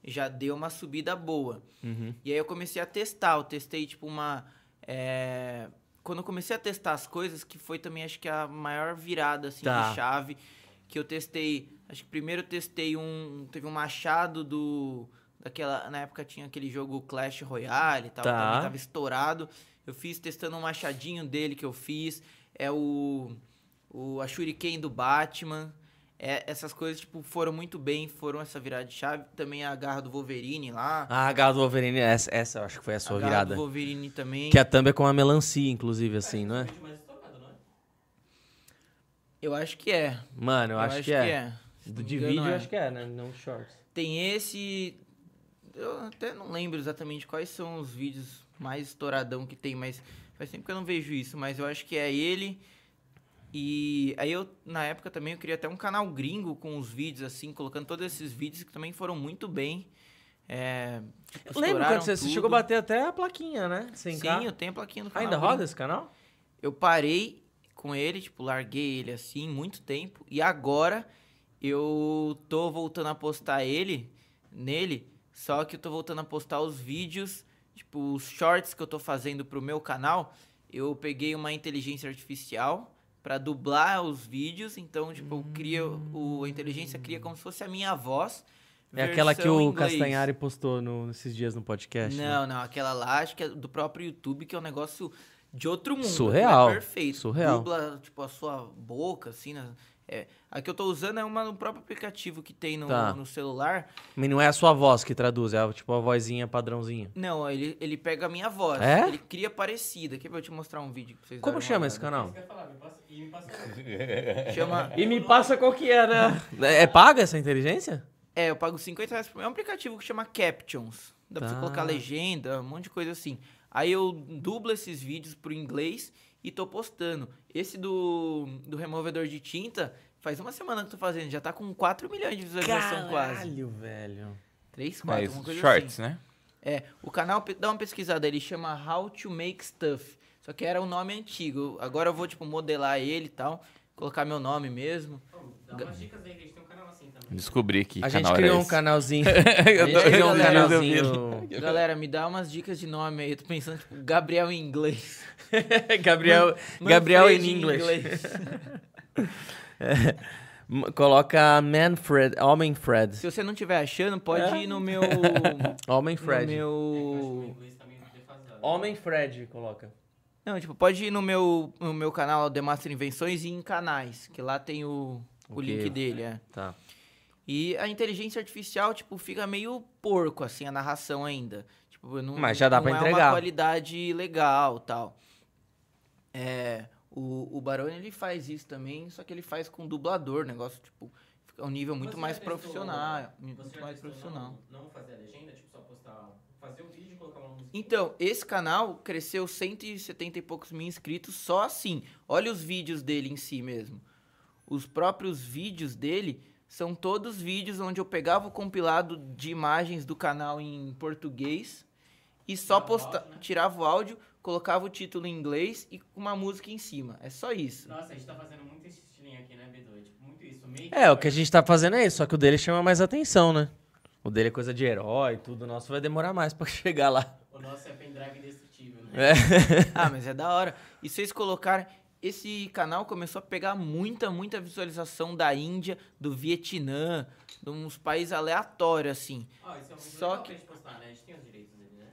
Speaker 2: já deu uma subida boa.
Speaker 1: Uhum.
Speaker 2: E aí eu comecei a testar. Eu testei, tipo, uma. é, Quando eu comecei a testar as coisas, que foi também, acho que a maior virada, assim,
Speaker 1: Tá.
Speaker 2: de chave. Que eu testei. Acho que primeiro eu testei um. Teve um machado do. Daquela. Na época tinha aquele jogo Clash Royale e tal. que
Speaker 1: Tá.
Speaker 2: também tava estourado. Eu fiz testando um machadinho dele que eu fiz. É o. O a Shuriken do Batman. É, essas coisas, tipo, foram muito bem, foram essa virada de chave. Também a garra do Wolverine lá.
Speaker 1: Ah, a garra do Wolverine, essa, essa eu acho que foi a sua
Speaker 2: A garra
Speaker 1: virada.
Speaker 2: do Wolverine também.
Speaker 1: Que a thumb é com a melancia, inclusive, assim, não é?
Speaker 2: Eu acho que é.
Speaker 1: Mano, eu, acho, que, é.
Speaker 2: Se
Speaker 1: Do
Speaker 2: não me
Speaker 1: de
Speaker 2: engano,
Speaker 1: vídeo
Speaker 2: é.
Speaker 1: eu acho que é, né? Não shorts.
Speaker 2: Tem esse. Eu até não lembro exatamente quais são os vídeos mais estouradão que tem, mas faz tempo que eu não vejo isso, mas eu acho que é ele. E aí eu, na época também, eu queria até um canal gringo com os vídeos, assim, colocando todos esses vídeos que também foram muito bem. É, tipo,
Speaker 1: Lembra
Speaker 2: estouraram
Speaker 1: quando você, você
Speaker 2: tudo.
Speaker 1: chegou a bater até a plaquinha, né? Sem
Speaker 2: Sim,
Speaker 1: cá.
Speaker 2: eu tenho a plaquinha no canal.
Speaker 1: Ainda
Speaker 2: gringo.
Speaker 1: roda esse canal?
Speaker 2: Eu parei com ele, tipo, larguei ele assim, muito tempo. E agora eu tô voltando a postar ele, nele, só que eu tô voltando a postar os vídeos, tipo, os shorts que eu tô fazendo pro meu canal. Eu peguei uma inteligência artificial pra dublar os vídeos, então, tipo, eu cria, o, a inteligência cria como se fosse a minha voz.
Speaker 1: É aquela que
Speaker 2: versão
Speaker 1: o
Speaker 2: em inglês.
Speaker 1: Castanhari postou no- nesses dias no podcast. né?
Speaker 2: Não, não, aquela lá, acho que é do próprio YouTube, que é um negócio de outro mundo.
Speaker 1: Surreal,
Speaker 2: Aquilo É perfeito.
Speaker 1: surreal.
Speaker 2: Dubla, tipo, a sua boca, assim, né? É, a que eu tô usando é uma no próprio aplicativo que tem no,
Speaker 1: Tá.
Speaker 2: no celular.
Speaker 1: Mas não é a sua voz que traduz, é tipo a vozinha padrãozinha.
Speaker 2: Não, ele, ele pega a minha voz.
Speaker 1: É?
Speaker 2: Ele cria parecida. Quer ver eu te mostrar um vídeo pra vocês
Speaker 1: Como
Speaker 2: darem uma
Speaker 1: chama esse
Speaker 2: olhada?
Speaker 1: canal?
Speaker 2: Chama...
Speaker 1: E me passa qual que é, né? [laughs] É paga essa inteligência?
Speaker 2: É, eu pago 50 reais por mês. É um aplicativo que chama Captions. Dá pra
Speaker 1: Tá.
Speaker 2: você colocar legenda, um monte de coisa assim. Aí eu dublo esses vídeos pro inglês e tô postando. Esse do, do removedor de tinta, faz uma semana que eu tô fazendo. Já tá com 4 milhões de visualização quase.
Speaker 1: velho.
Speaker 2: 3, 4,
Speaker 3: Mas
Speaker 2: uma coisa
Speaker 3: É shorts,
Speaker 2: assim.
Speaker 3: né?
Speaker 2: É, o canal, pe- dá uma pesquisada, ele chama How to Make Stuff. Só que era o nome antigo. Agora eu vou, tipo, modelar ele e tal. Colocar meu nome mesmo.
Speaker 4: Dá umas dicas aí, que a gente tem um canal assim também.
Speaker 3: Descobri que tá
Speaker 1: A gente
Speaker 3: canal
Speaker 1: criou
Speaker 3: era
Speaker 1: um
Speaker 3: esse. [laughs]
Speaker 1: canalzinho.
Speaker 3: Eu
Speaker 1: A
Speaker 3: tô-
Speaker 1: gente criou um
Speaker 3: eu tô [laughs]
Speaker 1: canalzinho.
Speaker 2: Galera, me dá umas dicas de nome aí. Eu tô pensando, tipo, Gabriel em inglês.
Speaker 1: Gabriel, Gabriel in
Speaker 2: Manfred
Speaker 1: English. M- Coloca Manfred, Homem Fred.
Speaker 2: [laughs] Se você não tiver achando, pode ir
Speaker 1: [laughs]
Speaker 2: no meu.
Speaker 1: Homem
Speaker 2: no
Speaker 1: É? Fred.
Speaker 2: meu.
Speaker 4: Isso tá meio defasado.
Speaker 1: Homem Fred, coloca.
Speaker 2: Não, tipo, pode ir no meu, no meu canal The Master Invenções e em canais, que lá tem o, o
Speaker 1: Ok.
Speaker 2: link dele, é.
Speaker 1: Tá.
Speaker 2: E a inteligência artificial, tipo, fica meio porco, assim, a narração ainda. Tipo, não,
Speaker 1: Mas já dá
Speaker 2: não
Speaker 1: pra
Speaker 2: é
Speaker 1: entregar.
Speaker 2: uma qualidade legal tal. É, o, o Barone, ele faz isso também, só que ele faz com dublador, negócio, tipo, fica um nível muito
Speaker 4: Você já
Speaker 2: mais
Speaker 4: testou,
Speaker 2: profissional.
Speaker 4: Você
Speaker 2: Muito
Speaker 4: já
Speaker 2: mais
Speaker 4: testou
Speaker 2: profissional.
Speaker 4: Não, não fazer a legenda, tipo, só postar. Fazer o vídeo e colocar uma música.
Speaker 2: Então, esse canal cresceu 170 e poucos mil inscritos só assim. Olha os vídeos dele em si mesmo. Os próprios vídeos dele são todos vídeos onde eu pegava o compilado de imagens do canal em português e só
Speaker 4: Tirava o áudio, né?
Speaker 2: posta tirava o áudio, colocava o título em inglês e uma música em cima. É só isso.
Speaker 4: Nossa, a gente tá fazendo muito esse estilinho aqui, né, B2? Tipo, muito isso. Meio
Speaker 1: É, o que a gente tá fazendo é isso, só que o dele chama mais atenção, né? O dele é coisa de herói, tudo. O nosso vai demorar mais pra [laughs] chegar lá.
Speaker 4: O nosso é pendrive indestrutível, né?
Speaker 1: [laughs] É.
Speaker 2: ah, mas é da hora. E vocês colocaram. Esse canal começou a pegar muita, muita visualização da Índia, do Vietnã, de uns países aleatórios, assim.
Speaker 4: Ó, isso é um vídeo
Speaker 2: Só
Speaker 4: legal
Speaker 2: que-
Speaker 4: pra gente postar, né? A gente tem os direitos dele, né?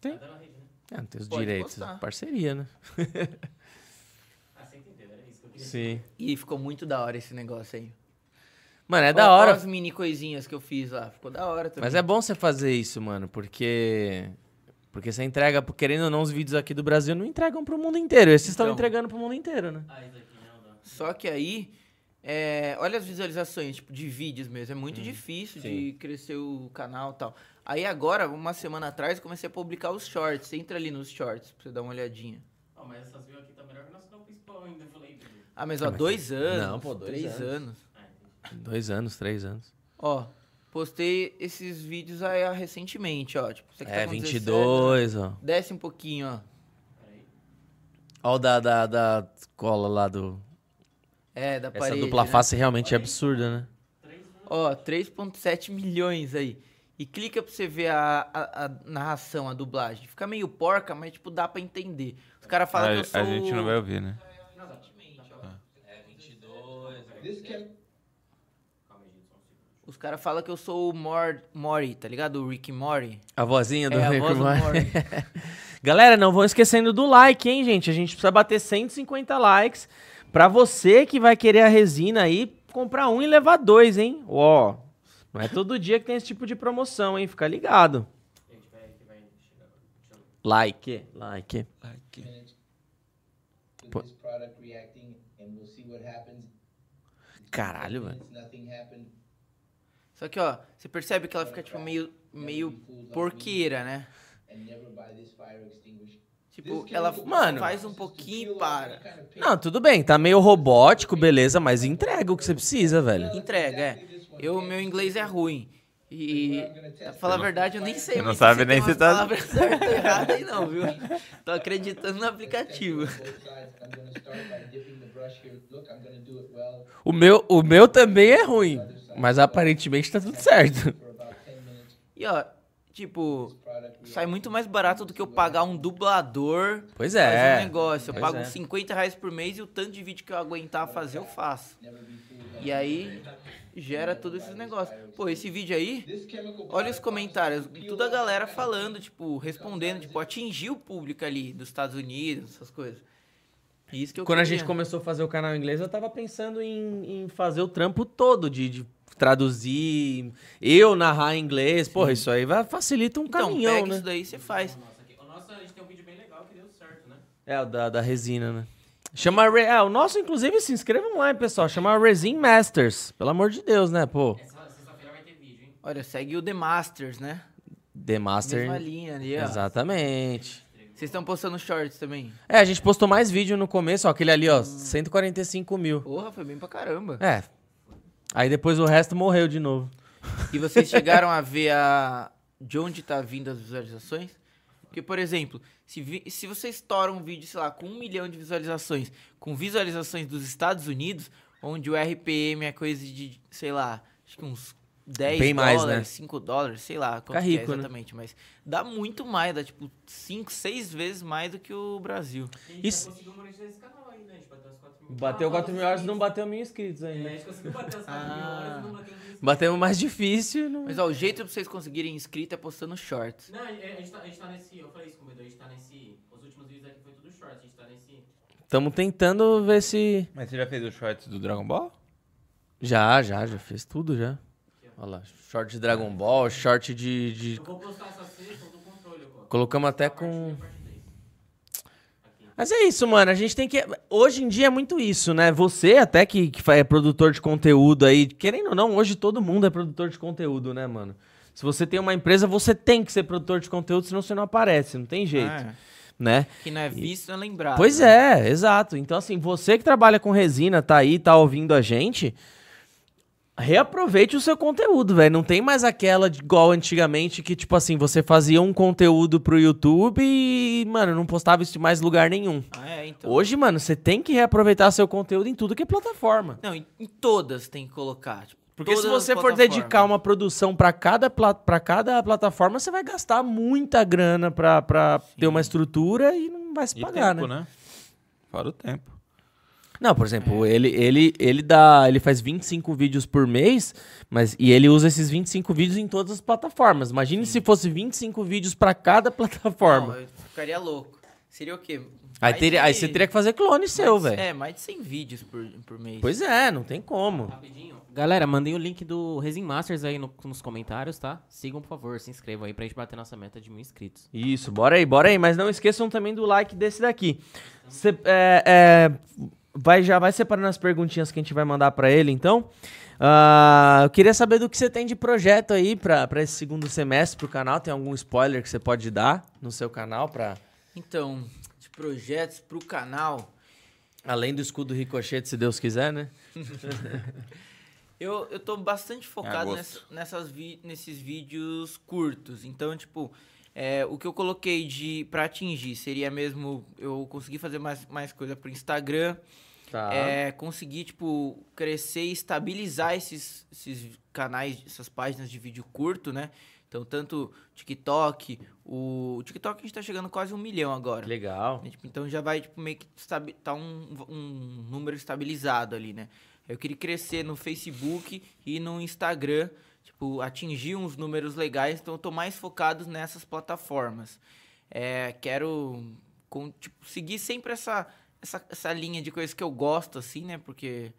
Speaker 1: Tem.
Speaker 4: Tá dando a rede, né?
Speaker 1: É, não tem os
Speaker 2: Pode
Speaker 1: direitos.
Speaker 2: postar.
Speaker 1: Parceria, né?
Speaker 4: Ah, você entendeu, era isso que eu queria.
Speaker 1: Sim.
Speaker 2: E ficou muito da hora esse negócio aí.
Speaker 1: Mano, é
Speaker 2: Ó-
Speaker 1: da
Speaker 2: ó
Speaker 1: hora.
Speaker 2: as mini coisinhas que eu fiz lá. Ficou da hora também.
Speaker 1: Mas é bom você fazer isso, mano, porque. Porque você entrega, querendo ou não, os vídeos aqui do Brasil não entregam pro mundo inteiro. Esses estão
Speaker 2: Então.
Speaker 1: entregando pro mundo inteiro, né?
Speaker 4: Ah, isso aqui não, não.
Speaker 2: Só que aí, é, olha as visualizações, tipo, de vídeos mesmo. É muito
Speaker 1: Uhum.
Speaker 2: difícil de crescer o canal e tal. Aí agora, uma semana atrás, eu comecei a publicar os shorts. Você entra ali nos shorts pra você dar uma olhadinha.
Speaker 4: Ó, mas essas views aqui tá melhor que o nosso canal principal ainda, eu falei. B2.
Speaker 2: Ah, mas ó, dois anos.
Speaker 1: Não, pô, dois
Speaker 2: Três anos.
Speaker 4: Ah, entendi.
Speaker 1: Dois anos, três anos.
Speaker 2: Ó, postei esses vídeos aí ó, recentemente, ó. Tipo, você que
Speaker 1: É,
Speaker 2: tá com 17,
Speaker 1: 22, ó.
Speaker 2: desce um pouquinho, ó.
Speaker 4: Peraí.
Speaker 1: Ó, o da, da, da cola lá do.
Speaker 2: É, da
Speaker 1: Essa
Speaker 2: parede,
Speaker 1: dupla
Speaker 2: né?
Speaker 1: face realmente é absurda, né?
Speaker 4: Três views.
Speaker 2: Ó, 3.7 milhões aí. E clica pra você ver a, a- a narração, a dublagem. Fica meio porca, mas, tipo, dá pra entender. Os caras falam que eu sou...
Speaker 3: a, a gente não
Speaker 2: o-
Speaker 3: vai ouvir, né?
Speaker 2: Os caras falam que eu sou o Mor... Mori, tá ligado? O Rick Mori.
Speaker 1: A vozinha do
Speaker 2: É, a
Speaker 1: Rick
Speaker 2: voz do
Speaker 1: Morty.
Speaker 2: Morty.
Speaker 1: [laughs]
Speaker 3: [laughs]
Speaker 1: Galera, não vão esquecendo do like, hein, gente? A gente precisa bater 150 likes pra você que vai querer a resina aí, comprar um e levar dois, hein? Ó, não é todo dia que tem esse tipo de promoção, hein? Fica ligado. Like, like.
Speaker 6: with this product reacting, and we'll see what happens.
Speaker 1: Caralho, velho.
Speaker 6: Since nothing happened,
Speaker 2: Só que, ó, você percebe que ela fica, tipo, meio, meio porqueira, né?
Speaker 6: and never buy this fire extinguisher.
Speaker 2: Tipo, ela
Speaker 1: Mano.
Speaker 2: faz um pouquinho e para.
Speaker 1: Não, tudo bem, tá meio robótico, beleza, mas entrega o que você precisa, velho.
Speaker 2: Entrega, é. Eu, meu inglês é ruim. E, pra falar a verdade, eu nem sei
Speaker 3: Não
Speaker 2: muito tem
Speaker 3: sabe nem
Speaker 2: umas
Speaker 3: se tá-
Speaker 2: [laughs] palavras certas e erradas aí não, viu? Tô acreditando no aplicativo.
Speaker 6: Both sides, I'm gonna start by dipping the brush here. Look, I'm gonna do it well
Speaker 1: O meu, o meu também é ruim, mas aparentemente tá tudo certo.
Speaker 6: for about 10 minutes.
Speaker 2: E, ó, tipo,
Speaker 6: Product
Speaker 2: sai muito mais barato do que eu pagar um dublador
Speaker 1: Pois
Speaker 2: pra fazer
Speaker 1: é.
Speaker 2: um negócio. Eu
Speaker 1: Pois
Speaker 2: pago
Speaker 1: é.
Speaker 2: 50 reais por mês e o tanto de vídeo que eu aguentar fazer, eu faço. E aí, gera todo esse negócio. Pô, esse vídeo aí...
Speaker 6: This chemical
Speaker 2: Olha os comentários, toda a galera falando, tipo, respondendo, tipo, atingiu o público ali dos Estados Unidos, essas coisas. E Isso que é. eu
Speaker 1: Quando a gente
Speaker 2: queria.
Speaker 1: começou a fazer o canal em inglês, eu tava pensando em, em fazer o trampo todo de, de traduzir, eu narrar em inglês. Porra, isso aí vai, facilita um
Speaker 2: então,
Speaker 1: caminhão,
Speaker 2: pega
Speaker 1: né?
Speaker 2: isso daí e você faz.
Speaker 4: Nossa, aqui- o nosso, a gente tem um vídeo bem legal que deu certo, né?
Speaker 1: É, o da, da resina, né? Chama. Re... Ah, o nosso, inclusive, se inscrevam lá, hein, pessoal. Chama Resin Masters. Pelo amor de Deus, né, pô?
Speaker 4: Essa sexta-feira vai ter vídeo, hein?
Speaker 2: Olha, segue o The Masters, né?
Speaker 1: The Master.
Speaker 2: Mesma linha ali, ó.
Speaker 1: Exatamente.
Speaker 2: Vocês estão postando shorts também.
Speaker 1: É, a gente postou mais vídeo no começo, ó, aquele ali,
Speaker 2: Hum.
Speaker 1: ó, 145 mil.
Speaker 2: Porra, foi bem pra caramba.
Speaker 1: É. Aí depois o resto morreu de novo.
Speaker 2: E vocês chegaram a ver a... de onde tá vindo as visualizações? Porque, por exemplo, se, vi- se você estoura um vídeo, sei lá, com um milhão de visualizações, com visualizações dos Estados Unidos, onde o RPM é coisa de, sei lá, acho que uns 10
Speaker 1: Bem mais,
Speaker 2: dólares,
Speaker 1: né?
Speaker 2: 5 dólares, sei lá
Speaker 1: Fica
Speaker 2: quanto que
Speaker 1: rico,
Speaker 2: é
Speaker 1: né?
Speaker 2: exatamente, mas dá muito mais, dá tipo 5, 6 vezes mais do que o Brasil.
Speaker 4: A gente
Speaker 1: Isso-
Speaker 4: já conseguiu monetizar esse canal ainda, a gente bateu as 4 mil.
Speaker 1: Bateu
Speaker 4: Ah,
Speaker 1: 4 mil horas e não
Speaker 4: sim.
Speaker 1: bateu mil inscritos
Speaker 4: É,
Speaker 1: ainda.
Speaker 4: a gente conseguiu bater as 4 mil horas e não bateu mil inscritos.
Speaker 1: Batemos mais difícil. né? Não...
Speaker 2: Mas ó, o jeito pra vocês conseguirem inscrito é postando shorts.
Speaker 4: Não, a a gente, tá, a gente tá nesse. Eu falei isso com o Bedu, a gente tá nesse. Os últimos vídeos aqui foi tudo short, a gente tá nesse.
Speaker 1: Estamos tentando ver se.
Speaker 3: Mas você já fez o short do Dragon Ball?
Speaker 1: Já, já, já fez tudo já. Olha lá, short de Dragon Ball, short de. de-
Speaker 4: Eu vou postar essa sexta do controle, pô.
Speaker 1: Colocamos até
Speaker 4: A parte
Speaker 1: com.
Speaker 4: um e a parte dois.
Speaker 1: Mas é isso, mano. A gente tem que. Hoje em dia é muito isso, né? Você, até que, que fa- é produtor de conteúdo aí, querendo ou não, hoje todo mundo é produtor de conteúdo, né, mano? Se você tem uma empresa, você tem que ser produtor de conteúdo, senão você não aparece, não tem jeito,
Speaker 2: Ah,
Speaker 1: né?
Speaker 2: que não é visto, não é lembrado.
Speaker 1: Pois
Speaker 2: né?
Speaker 1: é, exato. Então, assim, você que trabalha com resina, tá aí, tá ouvindo a gente, reaproveite o seu conteúdo, velho. Não tem mais aquela de, igual antigamente que, tipo assim, você fazia um conteúdo pro YouTube e, mano, não postava isso em mais lugar nenhum.
Speaker 2: Ah, é, então.
Speaker 1: Hoje, mano, você tem que reaproveitar seu conteúdo em tudo que é plataforma.
Speaker 2: Não, em em todas tem que colocar. tipo,
Speaker 1: Porque se
Speaker 2: todas as
Speaker 1: você for
Speaker 2: plataformas.
Speaker 1: dedicar uma produção para cada, pla- pra cada plataforma, você vai gastar muita grana pra, pra ter uma estrutura e não vai se pagar, né?
Speaker 3: Fora o tempo.
Speaker 1: Não, por exemplo,
Speaker 2: É.
Speaker 1: ele, ele, ele dá. Ele faz 25 vídeos por mês, mas e ele usa esses 25 vídeos em todas as plataformas. Imagine se fosse 25 vídeos pra cada plataforma.
Speaker 2: Não, eu ficaria louco. Seria o quê?
Speaker 1: aí,
Speaker 2: Mais
Speaker 1: teria,
Speaker 2: de-
Speaker 1: aí você teria que fazer clone seu,
Speaker 2: mais-
Speaker 1: velho.
Speaker 2: É, mais de 100 vídeos por, por mês.
Speaker 1: Pois é, não tem como.
Speaker 4: Rapidinho. Galera, mandei o link do Resin Masters aí no- nos comentários, tá? Sigam, por favor, se inscrevam aí pra gente bater nossa meta de mil inscritos.
Speaker 1: Isso, bora aí, bora aí. Mas não esqueçam também do like desse daqui. Cê- é, é, vai já vai separando as perguntinhas que a gente vai mandar pra ele, então. Ah, eu queria saber do que você tem de projeto aí pra pra esse segundo semestre pro canal. Tem algum spoiler que você pode dar no seu canal pra.
Speaker 2: Então, de projetos pro canal,
Speaker 1: Além do escudo ricochete, se Deus quiser, né?
Speaker 2: eu, eu tô bastante focado
Speaker 3: agosto.
Speaker 2: ness- nessas vi- nesses vídeos curtos. Então, tipo, é, o que eu coloquei de pra atingir seria mesmo eu conseguir fazer mais, mais coisa pro Instagram.
Speaker 5: Tá.
Speaker 2: é, conseguir, tipo, crescer e estabilizar esses, esses canais, essas páginas de vídeo curto, né? Então, tanto TikTok, o, o TikTok a gente tá chegando quase um milhão agora.
Speaker 5: Legal.
Speaker 2: né? Tipo, então já vai, tipo, meio que estabi- tá um, um número estabilizado ali, né? Eu queria crescer no Facebook e no Instagram, tipo, atingir uns números legais, então eu tô mais focado nessas plataformas. É, quero com- tipo, seguir sempre essa, essa, essa linha de coisas que eu gosto, assim, né? Porque.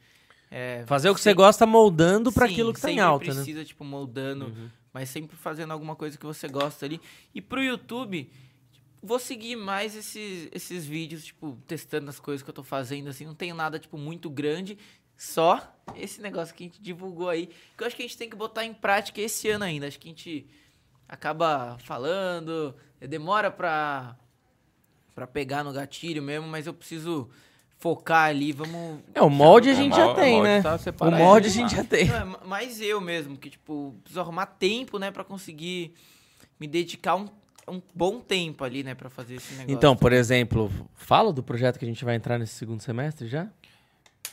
Speaker 2: é,
Speaker 1: Fazer o que você
Speaker 2: sem-
Speaker 1: gosta moldando pra
Speaker 2: Sim,
Speaker 1: aquilo que tá em
Speaker 2: sempre
Speaker 1: alta, né? Uhum.
Speaker 2: precisa, tipo, moldando, mas sempre fazendo alguma coisa que você gosta ali. E pro YouTube, tipo, vou seguir mais esses, esses vídeos, tipo, testando as coisas que eu tô fazendo, assim. Não tenho nada, tipo, muito grande, só esse negócio que a gente divulgou aí. Que eu acho que a gente tem que botar em prática esse ano ainda. Acho que a gente acaba falando, eh, demora pra, pra pegar no gatilho mesmo, mas eu preciso focar ali, vamos...
Speaker 1: É, o molde a
Speaker 3: O
Speaker 1: gente
Speaker 3: mol-
Speaker 1: já
Speaker 3: o
Speaker 1: tem,
Speaker 3: molde
Speaker 1: né?
Speaker 3: tá
Speaker 1: O
Speaker 3: separado.
Speaker 1: molde a gente já tem.
Speaker 2: Não, é ma- mais eu mesmo, que, tipo, preciso arrumar tempo, né, pra conseguir me dedicar um, um bom tempo ali, né, pra fazer esse negócio.
Speaker 1: Então, por exemplo, fala do projeto que a gente vai entrar nesse segundo semestre já?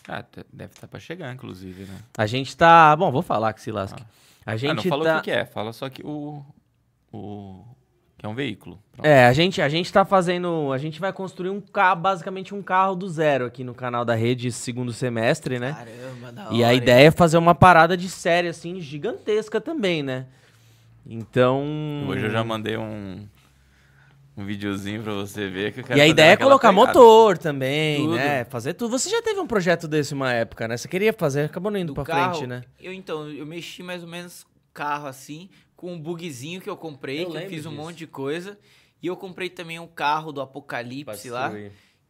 Speaker 3: Ah, tá- deve estar pra chegar, inclusive, né?
Speaker 1: A gente tá. Bom, vou falar que se lasque. A
Speaker 3: ah,
Speaker 1: gente
Speaker 3: não fala
Speaker 1: tá.
Speaker 3: o que que é, fala só que o. o que é um veículo. Pronto.
Speaker 1: É, a gente, a gente tá fazendo. A gente vai construir um carro, basicamente um carro do zero aqui no canal da rede esse segundo semestre, né?
Speaker 2: Caramba, da
Speaker 1: E
Speaker 2: hora,
Speaker 1: a
Speaker 2: hein?
Speaker 1: ideia é fazer uma parada de série, assim, gigantesca também, né? Então.
Speaker 3: Hoje eu já mandei um. Um videozinho pra você ver que eu quero
Speaker 1: E a
Speaker 3: fazer
Speaker 1: ideia é
Speaker 3: naquela
Speaker 1: colocar
Speaker 3: pegada.
Speaker 1: motor também,
Speaker 2: Tudo.
Speaker 1: né? Fazer tudo. Você já teve um projeto desse uma época, né? Você queria fazer, acabou não indo
Speaker 2: Do
Speaker 1: pra
Speaker 2: carro,
Speaker 1: frente, né?
Speaker 2: Eu, então, eu mexi mais ou menos carro, assim, com um bugzinho que eu comprei,
Speaker 1: Eu
Speaker 2: que eu
Speaker 1: lembro
Speaker 2: fiz um
Speaker 1: disso.
Speaker 2: monte de coisa. E eu comprei também um carro do
Speaker 1: tipo,
Speaker 2: Apocalipse lá.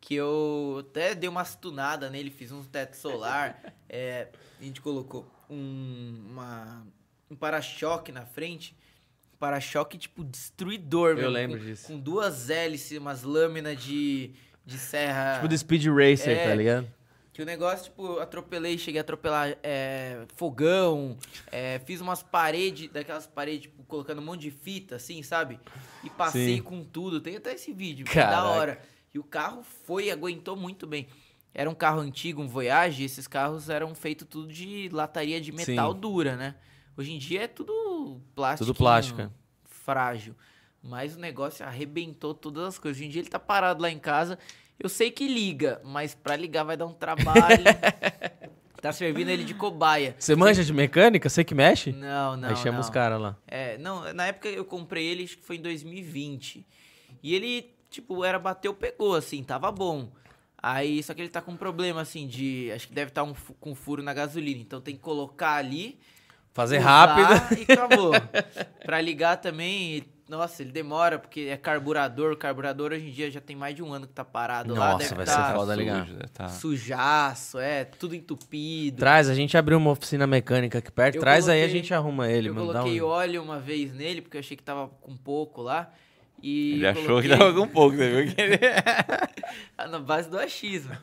Speaker 2: que eu até dei umas tunadas nele, fiz um teto solar.
Speaker 1: [laughs]
Speaker 2: é, a gente colocou um, uma- um para-choque na frente. Um para-choque, tipo, destruidor, mesmo,
Speaker 1: lembro
Speaker 2: com,
Speaker 1: disso.
Speaker 2: Com duas hélices, umas lâminas de, de serra.
Speaker 1: Tipo do Speed Racer,
Speaker 2: É.
Speaker 1: tá ligado?
Speaker 2: Que o negócio, tipo, eu atropelei, cheguei a atropelar é, fogão, é, fiz umas paredes, daquelas paredes, tipo, colocando um monte de fita, assim, sabe? E passei
Speaker 1: Sim.
Speaker 2: com tudo. Tem até esse vídeo, que é
Speaker 1: Caraca.
Speaker 2: da hora. E o carro foi, aguentou muito bem. Era um carro antigo, um Voyage, e esses carros eram feitos tudo de lataria de metal dura, né? Hoje em dia é tudo plástico.
Speaker 1: Tudo plástica.
Speaker 2: Frágil. Mas o negócio arrebentou todas as coisas. Hoje em dia ele tá parado lá em casa. Eu sei que liga, mas pra ligar vai dar
Speaker 1: [laughs]
Speaker 2: um trabalho. tá servindo ele de cobaia.
Speaker 1: Você manja de mecânica? Você que mexe?
Speaker 2: Não, não.
Speaker 1: Aí chama
Speaker 2: não.
Speaker 1: os caras lá.
Speaker 2: É, não, na época eu comprei ele, acho que foi em 2020. E ele, tipo, era bateu, pegou, assim, tava bom. Aí, só que ele tá com um problema, assim, de. Acho que deve estar com furo na gasolina. Então tem que colocar ali.
Speaker 1: Fazer
Speaker 2: usar
Speaker 1: rápido. [laughs]
Speaker 2: E acabou. [laughs] pra ligar também, nossa, ele demora, porque é carburador. O carburador hoje em dia já tem mais de um ano que tá parado lá.
Speaker 1: Nossa,
Speaker 2: deve
Speaker 1: vai
Speaker 2: tá
Speaker 1: ser foda,
Speaker 3: sujo,
Speaker 1: ligar.
Speaker 3: deve tá-
Speaker 2: Sujaço, é, tudo entupido.
Speaker 1: Traz, a gente abriu uma oficina mecânica aqui perto.
Speaker 2: Eu
Speaker 1: Traz aí, a
Speaker 2: coloquei-
Speaker 1: gente arruma ele,
Speaker 2: eu
Speaker 1: mano. Dá
Speaker 2: coloquei
Speaker 1: um-
Speaker 2: óleo uma vez nele, porque eu achei que tava com pouco lá. E
Speaker 3: Ele achou que
Speaker 2: coloquei-
Speaker 3: tava com pouco, você
Speaker 1: [laughs]
Speaker 3: viu? que ele-
Speaker 2: [laughs] Ah, Na base do achismo.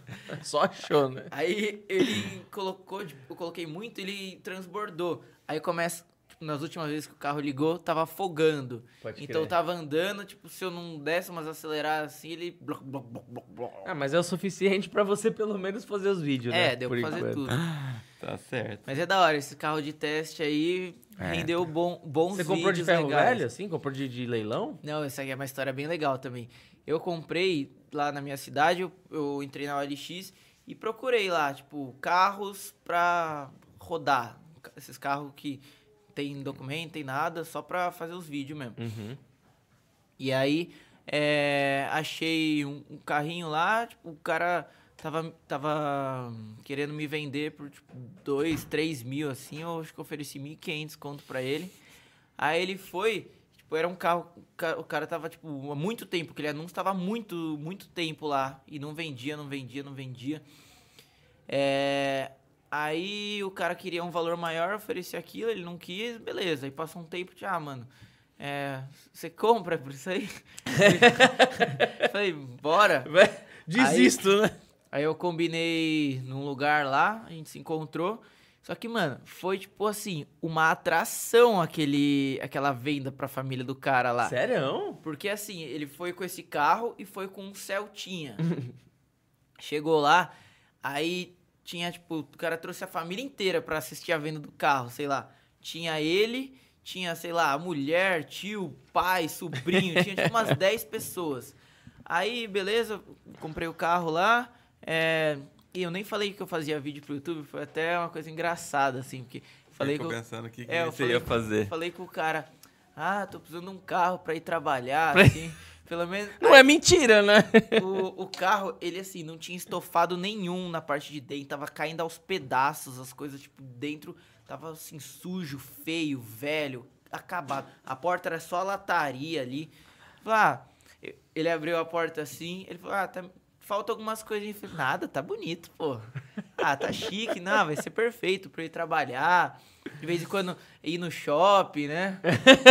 Speaker 1: Só achou, né?
Speaker 2: Aí ele colocou, tipo, eu coloquei muito, ele transbordou. Aí começa, tipo, nas últimas vezes que o carro ligou, tava afogando.
Speaker 1: Pode
Speaker 2: então
Speaker 1: crer.
Speaker 2: tava andando, tipo, se eu não desse umas aceleradas assim, ele. bloc, bloc, bloc, bloc, bloc.
Speaker 1: Ah, mas é o suficiente pra você pelo menos fazer os vídeos, né?
Speaker 2: É, deu
Speaker 1: Por
Speaker 2: pra fazer
Speaker 1: enquanto.
Speaker 2: tudo.
Speaker 3: Tá certo.
Speaker 2: Mas é da hora, esse carro de teste aí
Speaker 3: É,
Speaker 2: rendeu bom, bons
Speaker 1: Você comprou de
Speaker 2: vídeos né,
Speaker 1: ferro
Speaker 2: legais.
Speaker 1: velho, assim? Comprou de, de [laughs] leilão?
Speaker 2: Não, essa aqui é uma história bem legal também. Eu comprei lá na minha cidade, eu, eu entrei na OLX e procurei lá, tipo, carros pra rodar. Ca- Esses carros que tem documento, tem nada, só pra fazer os vídeos mesmo. E aí, é, achei um, um carrinho lá, tipo, o cara tava, tava querendo me vender por, tipo, 2, 3 mil, assim, eu acho que eu ofereci 1.500 conto pra ele. Aí ele foi, tipo, era um carro, o ca- o cara tava, tipo, há muito tempo, aquele anúncio tava há muito, muito tempo lá, e não vendia, não vendia, não vendia. É, aí o cara queria um valor maior, oferecia aquilo, ele não quis, beleza. Aí passou um tempo, tipo, ah, mano, é, você compra por isso aí? [laughs] Falei, bora.
Speaker 1: Desisto, né?
Speaker 2: Aí eu combinei num lugar lá, a gente se encontrou. Só que, mano, foi tipo assim, uma atração aquele, aquela venda pra família do cara lá.
Speaker 1: Sério?
Speaker 2: Porque assim, ele foi com esse carro e foi com um Celtinha. Chegou lá, Aí tinha, tipo, o cara trouxe a família inteira pra assistir a venda do carro, sei lá. Tinha ele, tinha, sei lá, a mulher, tio, pai, sobrinho, tinha tipo umas 10 pessoas. Aí, beleza, comprei o carro lá. é, E eu nem falei que eu fazia vídeo pro YouTube, foi até uma coisa engraçada, assim, porque falei que
Speaker 3: Fico
Speaker 2: eu-
Speaker 3: pensando o que, que
Speaker 2: é, eu
Speaker 3: você
Speaker 2: falei,
Speaker 3: ia fazer.
Speaker 2: Falei com o cara, ah, tô precisando de um carro pra ir trabalhar, assim. Pelo menos.
Speaker 1: Não é mentira, né? [laughs]
Speaker 2: O, o carro, ele assim, não tinha estofado nenhum na parte de dentro, tava caindo aos pedaços, as coisas, tipo, dentro tava assim, sujo, feio, velho, acabado. A porta era só lataria ali. Falei, ah, e- ele abriu a porta assim, ele falou, ah, tá, falta algumas coisinhas. Eu falei, nada, tá bonito, pô. Ah, tá chique, não, vai ser perfeito pra eu ir trabalhar. De vez em quando ir no shopping, né?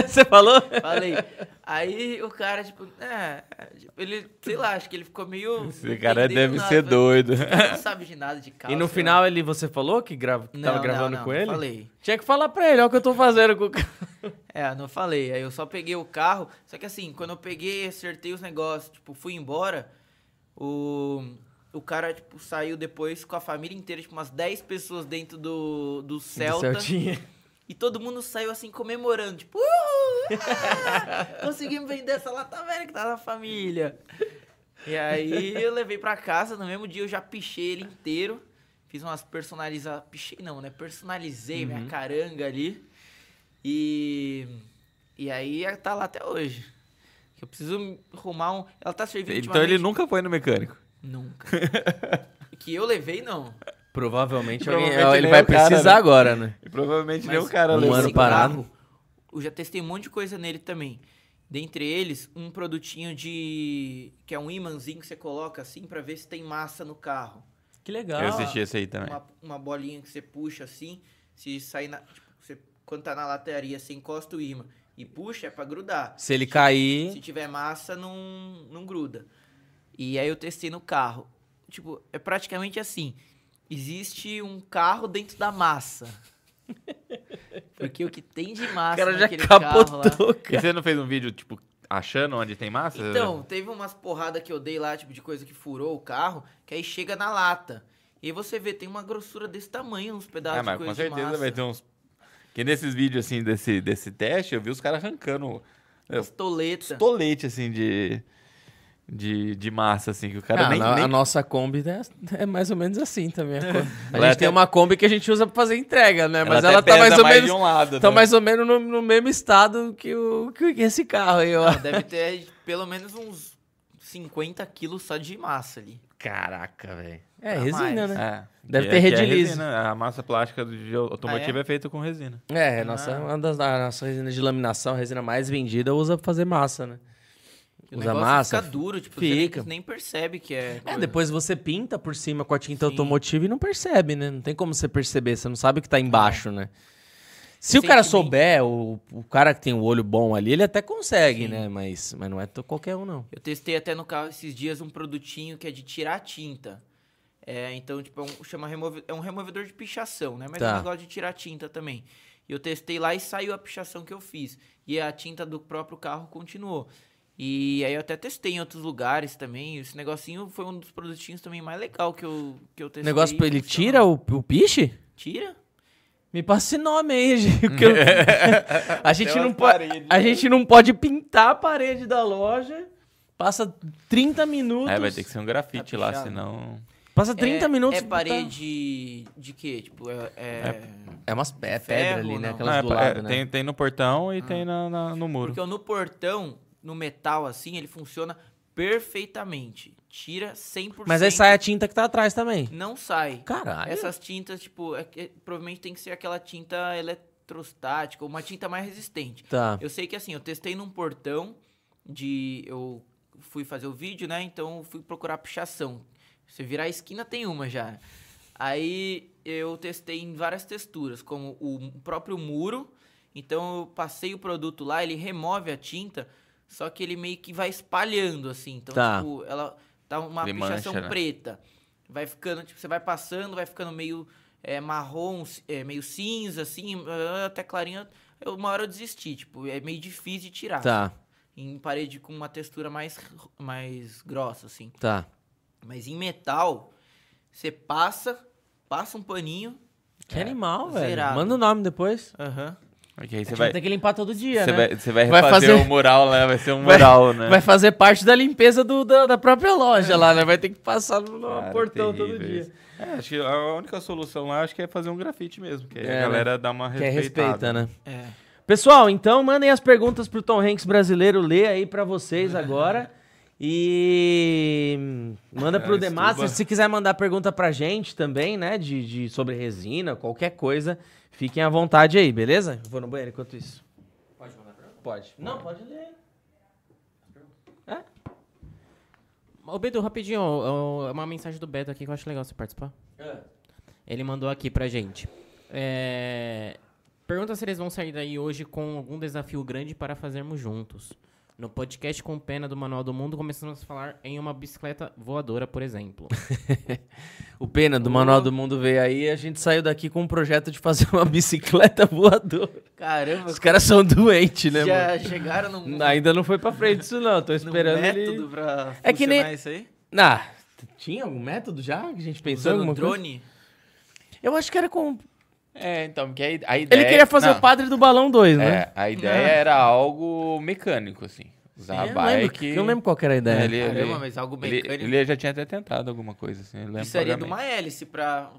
Speaker 1: Você falou?
Speaker 2: Falei. Aí o cara, tipo, é, tipo, ele, sei lá, acho que ele ficou meio.
Speaker 3: Esse cara é
Speaker 2: entendendo
Speaker 3: deve
Speaker 2: nada,
Speaker 3: ser
Speaker 2: falei,
Speaker 3: doido.
Speaker 2: Não sabe de nada de carro.
Speaker 1: E no
Speaker 2: sei
Speaker 1: final
Speaker 2: lá.
Speaker 1: ele, você falou que, grava, que tava
Speaker 2: Não,
Speaker 1: gravando
Speaker 2: não, não,
Speaker 1: com ele?
Speaker 2: Falei.
Speaker 1: Tinha que falar pra ele, olha o que eu tô fazendo com o cara.
Speaker 2: É, não falei. Aí eu só peguei o carro. Só que assim, quando eu peguei, acertei os negócios, tipo, fui embora. O, o cara, tipo, saiu depois com a família inteira, tipo, umas 10 pessoas dentro do, do Celta.
Speaker 1: Celtinha.
Speaker 2: E todo mundo saiu assim comemorando, tipo, uhul! Ah, conseguimos vender essa lata velha que tá na família. E aí eu levei pra casa, no mesmo dia eu já pichei ele inteiro. Fiz umas personaliza, pichei não, né? Personalizei
Speaker 3: Uhum.
Speaker 2: minha caranga ali. E e aí tá lá até hoje. Eu preciso arrumar um, ela tá servindo
Speaker 3: Então ele
Speaker 2: ultimamente-
Speaker 3: nunca foi no mecânico.
Speaker 2: nunca. [laughs] que eu levei não.
Speaker 1: Provavelmente,
Speaker 3: alguém-
Speaker 1: ele,
Speaker 3: nem
Speaker 1: vai
Speaker 3: o cara,
Speaker 1: precisar
Speaker 3: né?
Speaker 1: agora, né?
Speaker 3: E provavelmente
Speaker 2: Mas
Speaker 3: nem o cara
Speaker 1: um
Speaker 3: lembra.
Speaker 1: ano
Speaker 2: esse
Speaker 1: parado.
Speaker 2: carro, Eu já testei um monte de coisa nele também. Dentre eles, um produtinho de. que é um imãzinho que você coloca assim pra ver se tem massa no carro.
Speaker 1: Que legal.
Speaker 3: Eu assisti esse aí também.
Speaker 2: Uma,
Speaker 1: É.
Speaker 2: uma bolinha que você puxa assim, se sair na. tipo, você, quando tá na lataria, você encosta o imã e puxa, é pra grudar.
Speaker 1: Se ele cair.
Speaker 2: Se tiver massa, não, não gruda. E aí eu testei no carro. Tipo, é praticamente assim. Existe um carro dentro da
Speaker 3: [laughs]
Speaker 2: massa. Porque o que tem de massa
Speaker 1: O cara já
Speaker 2: naquele carro lá...
Speaker 1: capotou,
Speaker 3: E
Speaker 1: cara.
Speaker 3: você não fez um vídeo, tipo, achando onde tem massa?
Speaker 2: Então, teve umas porradas que eu dei lá, tipo, de coisa que furou o carro, que aí chega na lata. E aí você vê, tem uma grossura desse tamanho, uns pedaços
Speaker 3: Ah, mas
Speaker 2: de
Speaker 3: com
Speaker 2: coisa de
Speaker 3: certeza
Speaker 2: massa.
Speaker 3: vai ter uns. Que nesses vídeos, assim, desse, desse teste, eu vi os caras arrancando ter-
Speaker 2: Umas toletas.
Speaker 3: estolete, assim, de, de, de massa, assim, que o cara
Speaker 1: Ah,
Speaker 3: nem.
Speaker 1: na-
Speaker 3: nem-
Speaker 1: A nossa Kombi né, é, mais ou menos assim [laughs] também. A, co- a
Speaker 3: Ela
Speaker 1: gente tem
Speaker 3: até-
Speaker 1: uma Kombi que a gente usa pra fazer entrega, né? Mas
Speaker 3: até
Speaker 1: ela, tá
Speaker 3: pesa
Speaker 1: mais ou
Speaker 3: mais
Speaker 1: menos.
Speaker 3: de um lado,
Speaker 1: tá
Speaker 3: né?
Speaker 1: mais ou menos no, no mesmo estado que, o, que esse carro aí, ó.
Speaker 2: Não, Deve ter é, pelo menos uns 50 quilos só de massa ali.
Speaker 3: Caraca, velho.
Speaker 1: É,
Speaker 2: Tá
Speaker 1: resina,
Speaker 2: mais.
Speaker 1: né?
Speaker 3: É,
Speaker 1: Deve
Speaker 3: que
Speaker 1: ter
Speaker 3: é- que é
Speaker 1: redilize.
Speaker 3: resina, A massa plástica de automotiva é? feita com resina.
Speaker 1: É, nossa,
Speaker 2: Ah.
Speaker 1: uma das a nossa resina de laminação, a resina mais vendida, usa pra fazer massa, né?
Speaker 2: E O
Speaker 1: Usa
Speaker 2: negócio
Speaker 1: massa,
Speaker 2: fica duro, tipo, você nem-
Speaker 1: fica.
Speaker 2: nem percebe que é.
Speaker 1: É,
Speaker 2: coisa.
Speaker 1: depois você pinta por cima com a tinta
Speaker 2: Sim.
Speaker 1: automotiva e não percebe, né? Não tem como você perceber, você não sabe o
Speaker 3: É.
Speaker 1: que tá embaixo, né? Se o
Speaker 2: Recentemente-
Speaker 1: cara souber, o, o cara que tem o olho bom ali, ele até consegue, né? Mas, mas não é to- qualquer um, não.
Speaker 2: Eu testei até no carro esses dias um produtinho que é de tirar tinta. É, então, tipo, é um, chama remove, é um removedor de pichação, né? Mas é
Speaker 1: Tá.
Speaker 2: um negócio de tirar tinta também. E eu testei lá e saiu a pichação que eu fiz. E a tinta do próprio carro continuou. E aí eu até testei em outros lugares também. Esse negocinho foi um dos produtinhos também mais legal que eu, que eu
Speaker 1: O
Speaker 2: testei.
Speaker 1: negócio,
Speaker 2: e
Speaker 1: pra ele
Speaker 2: funcionou.
Speaker 1: tira o, o piche?
Speaker 2: Tira?
Speaker 1: Me passa esse nome aí, [laughs] gente.
Speaker 3: [laughs]
Speaker 1: porque eu- a, gente
Speaker 3: Tem
Speaker 1: não
Speaker 3: umas
Speaker 1: po-
Speaker 3: paredes,
Speaker 1: a
Speaker 3: né?
Speaker 1: gente não pode pintar a parede da loja. Passa 30 minutos.
Speaker 3: É, vai ter que ser um grafite
Speaker 2: Tá
Speaker 3: lá,
Speaker 2: pichado.
Speaker 3: senão.
Speaker 1: Passa 30
Speaker 2: É-
Speaker 1: minutos.
Speaker 2: É parede de quê? Tipo, é. é-
Speaker 1: É umas pe- é
Speaker 2: Ferro,
Speaker 1: pedra ali, né?
Speaker 2: não.
Speaker 1: Aquelas
Speaker 3: Não, é
Speaker 1: do
Speaker 3: pa-
Speaker 1: lado,
Speaker 3: é,
Speaker 1: né?
Speaker 3: tem, tem no portão e tem na, na- no muro.
Speaker 2: Porque o no portão, no metal assim, ele funciona perfeitamente. Tira 100%.
Speaker 1: Mas aí sai a tinta que tá atrás também.
Speaker 2: Não sai.
Speaker 1: Caralho.
Speaker 2: Essas tintas, tipo, é que- provavelmente tem que ser aquela tinta eletrostática, uma tinta mais resistente.
Speaker 1: Tá.
Speaker 2: Eu sei que assim, eu testei num portão de. Eu fui fazer o vídeo, né? Então eu fui procurar pichação. Você virar a esquina tem uma já. Aí eu testei em várias texturas, como o próprio muro. Então eu passei o produto lá, ele remove a tinta, só que ele meio que vai espalhando, assim. Então,
Speaker 1: Tá.
Speaker 2: tipo, ela tá uma
Speaker 3: Ele
Speaker 2: pichação
Speaker 3: mancha, né?
Speaker 2: preta. Vai ficando, tipo, você vai passando, vai ficando meio é, marrom, é, meio cinza, assim, até clarinha. Eu, uma hora eu desisti, tipo, é meio difícil de tirar.
Speaker 1: Tá,
Speaker 2: Em parede com uma textura mais, mais grossa, assim.
Speaker 1: tá.
Speaker 2: Mas em metal, Você passa, passa um paninho.
Speaker 1: Que animal, velho.
Speaker 2: zerado.
Speaker 1: Manda o nome depois.
Speaker 2: Aham.
Speaker 3: Porque aí você
Speaker 1: Você
Speaker 3: vai,
Speaker 1: vai ter que limpar todo dia,
Speaker 3: você
Speaker 1: né?
Speaker 3: vai, você vai
Speaker 1: Vai
Speaker 3: refazer
Speaker 1: fazer-
Speaker 3: o mural, né? Vai ser um mural, né?
Speaker 1: Vai fazer parte da limpeza do- da, da própria loja lá, né? Vai ter que passar no no
Speaker 3: Cara, é
Speaker 1: portão todo
Speaker 3: terrível
Speaker 1: dia.
Speaker 3: isso. É, acho que a única solução lá acho que é fazer um grafite mesmo, que aí
Speaker 1: É,
Speaker 3: a galera dá uma
Speaker 1: Que é respeita,
Speaker 3: respeitada.
Speaker 1: né?
Speaker 2: É.
Speaker 1: Pessoal, então mandem as perguntas pro Tom Hanks brasileiro ler aí pra [laughs] vocês agora. E manda pro
Speaker 3: É,
Speaker 1: The Master.
Speaker 3: estuba.
Speaker 1: Se quiser mandar pergunta pra gente também, né? De, de- sobre resina, qualquer coisa, fiquem à vontade aí, beleza? Eu Vou no banheiro enquanto isso.
Speaker 4: Pode mandar pra
Speaker 1: Pode. Não, pode ler.
Speaker 4: Ô, Beto, rapidinho, ó, ó, é uma mensagem do Beto aqui que eu acho legal você participar.
Speaker 3: É.
Speaker 4: Ele mandou aqui pra gente. É, Pergunta se eles vão sair daí hoje com algum desafio grande para fazermos juntos. No podcast com pena do Manual do Mundo, começamos a falar em uma bicicleta voadora,
Speaker 3: [laughs]
Speaker 4: por exemplo.
Speaker 1: O Pena do Manual do Mundo veio aí e a gente saiu daqui com um projeto de fazer uma [laughs] bicicleta voadora.
Speaker 2: Caramba,
Speaker 1: Os caras são doentes, né,
Speaker 2: já chegaram num,
Speaker 1: [laughs] mano? Ainda não foi pra frente isso, não. Tô
Speaker 2: num
Speaker 1: esperando ele...
Speaker 2: método pra
Speaker 1: É que nem-
Speaker 2: funcionar isso aí?
Speaker 1: Ah, t- tinha algum método já que a gente pensou em
Speaker 2: Usando
Speaker 1: alguma
Speaker 2: um
Speaker 1: coisa?
Speaker 2: drone?
Speaker 1: Eu acho que era com...
Speaker 3: É, então, porque a ide- a ideia...
Speaker 1: Ele queria fazer
Speaker 3: não,
Speaker 1: o padre do balão 2, né?
Speaker 3: É, a ideia era algo mecânico, assim. Usar a
Speaker 1: eu, lembro,
Speaker 3: bike...
Speaker 1: eu lembro qual que era a ideia.
Speaker 3: É, ele, ele,
Speaker 2: Caramba, mas algo
Speaker 3: ele,
Speaker 2: mecânico.
Speaker 3: ele já tinha até tentado alguma coisa, assim. eu lembro
Speaker 2: Precisaria de
Speaker 3: vagamente.
Speaker 2: uma hélice pra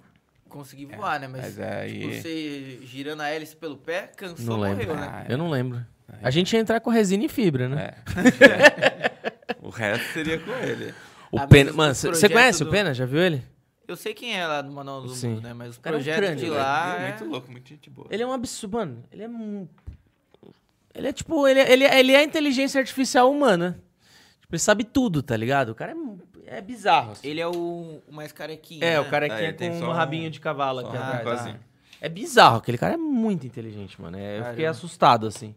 Speaker 2: conseguir
Speaker 1: É.
Speaker 2: voar, né? Mas,
Speaker 3: mas aí-
Speaker 2: tipo, você girando a hélice pelo pé, cansou,
Speaker 1: Não lembro. Ah.
Speaker 2: morreu, né?
Speaker 1: Eu não lembro. A gente ia entrar com resina e fibra, né?
Speaker 3: [laughs] É. o resto seria com ele.
Speaker 1: O
Speaker 2: Ah, mas
Speaker 1: Pena...
Speaker 2: o-
Speaker 1: Mano,
Speaker 2: o
Speaker 1: você
Speaker 2: projeto
Speaker 1: conhece o
Speaker 2: do-
Speaker 1: Pena? Já viu ele?
Speaker 2: Eu sei quem é lá do Manual do
Speaker 1: Sim.
Speaker 2: Mundo, né? Mas o
Speaker 1: cara é um
Speaker 2: projeto
Speaker 1: crânio,
Speaker 2: de
Speaker 1: né?
Speaker 2: lá é...
Speaker 3: Muito louco, muito gente boa.
Speaker 1: Ele é um absurdo, mano. Ele é um... Ele é tipo... Ele é, ele, é- ele é a inteligência artificial humana. Tipo, ele sabe tudo, tá ligado? O cara é, mu- é bizarro. assim.
Speaker 2: Ele é o, o mais carequinho,
Speaker 1: É,
Speaker 2: né?
Speaker 1: o cara
Speaker 3: Ah,
Speaker 1: que é
Speaker 3: ele tem
Speaker 1: com
Speaker 3: só
Speaker 1: um
Speaker 3: um-
Speaker 1: rabinho de cavalo
Speaker 3: Só
Speaker 1: aqui
Speaker 3: uma
Speaker 1: atrás.
Speaker 3: coisinha.
Speaker 1: É bizarro, aquele cara é muito inteligente, mano. É, eu fiquei assustado, assim.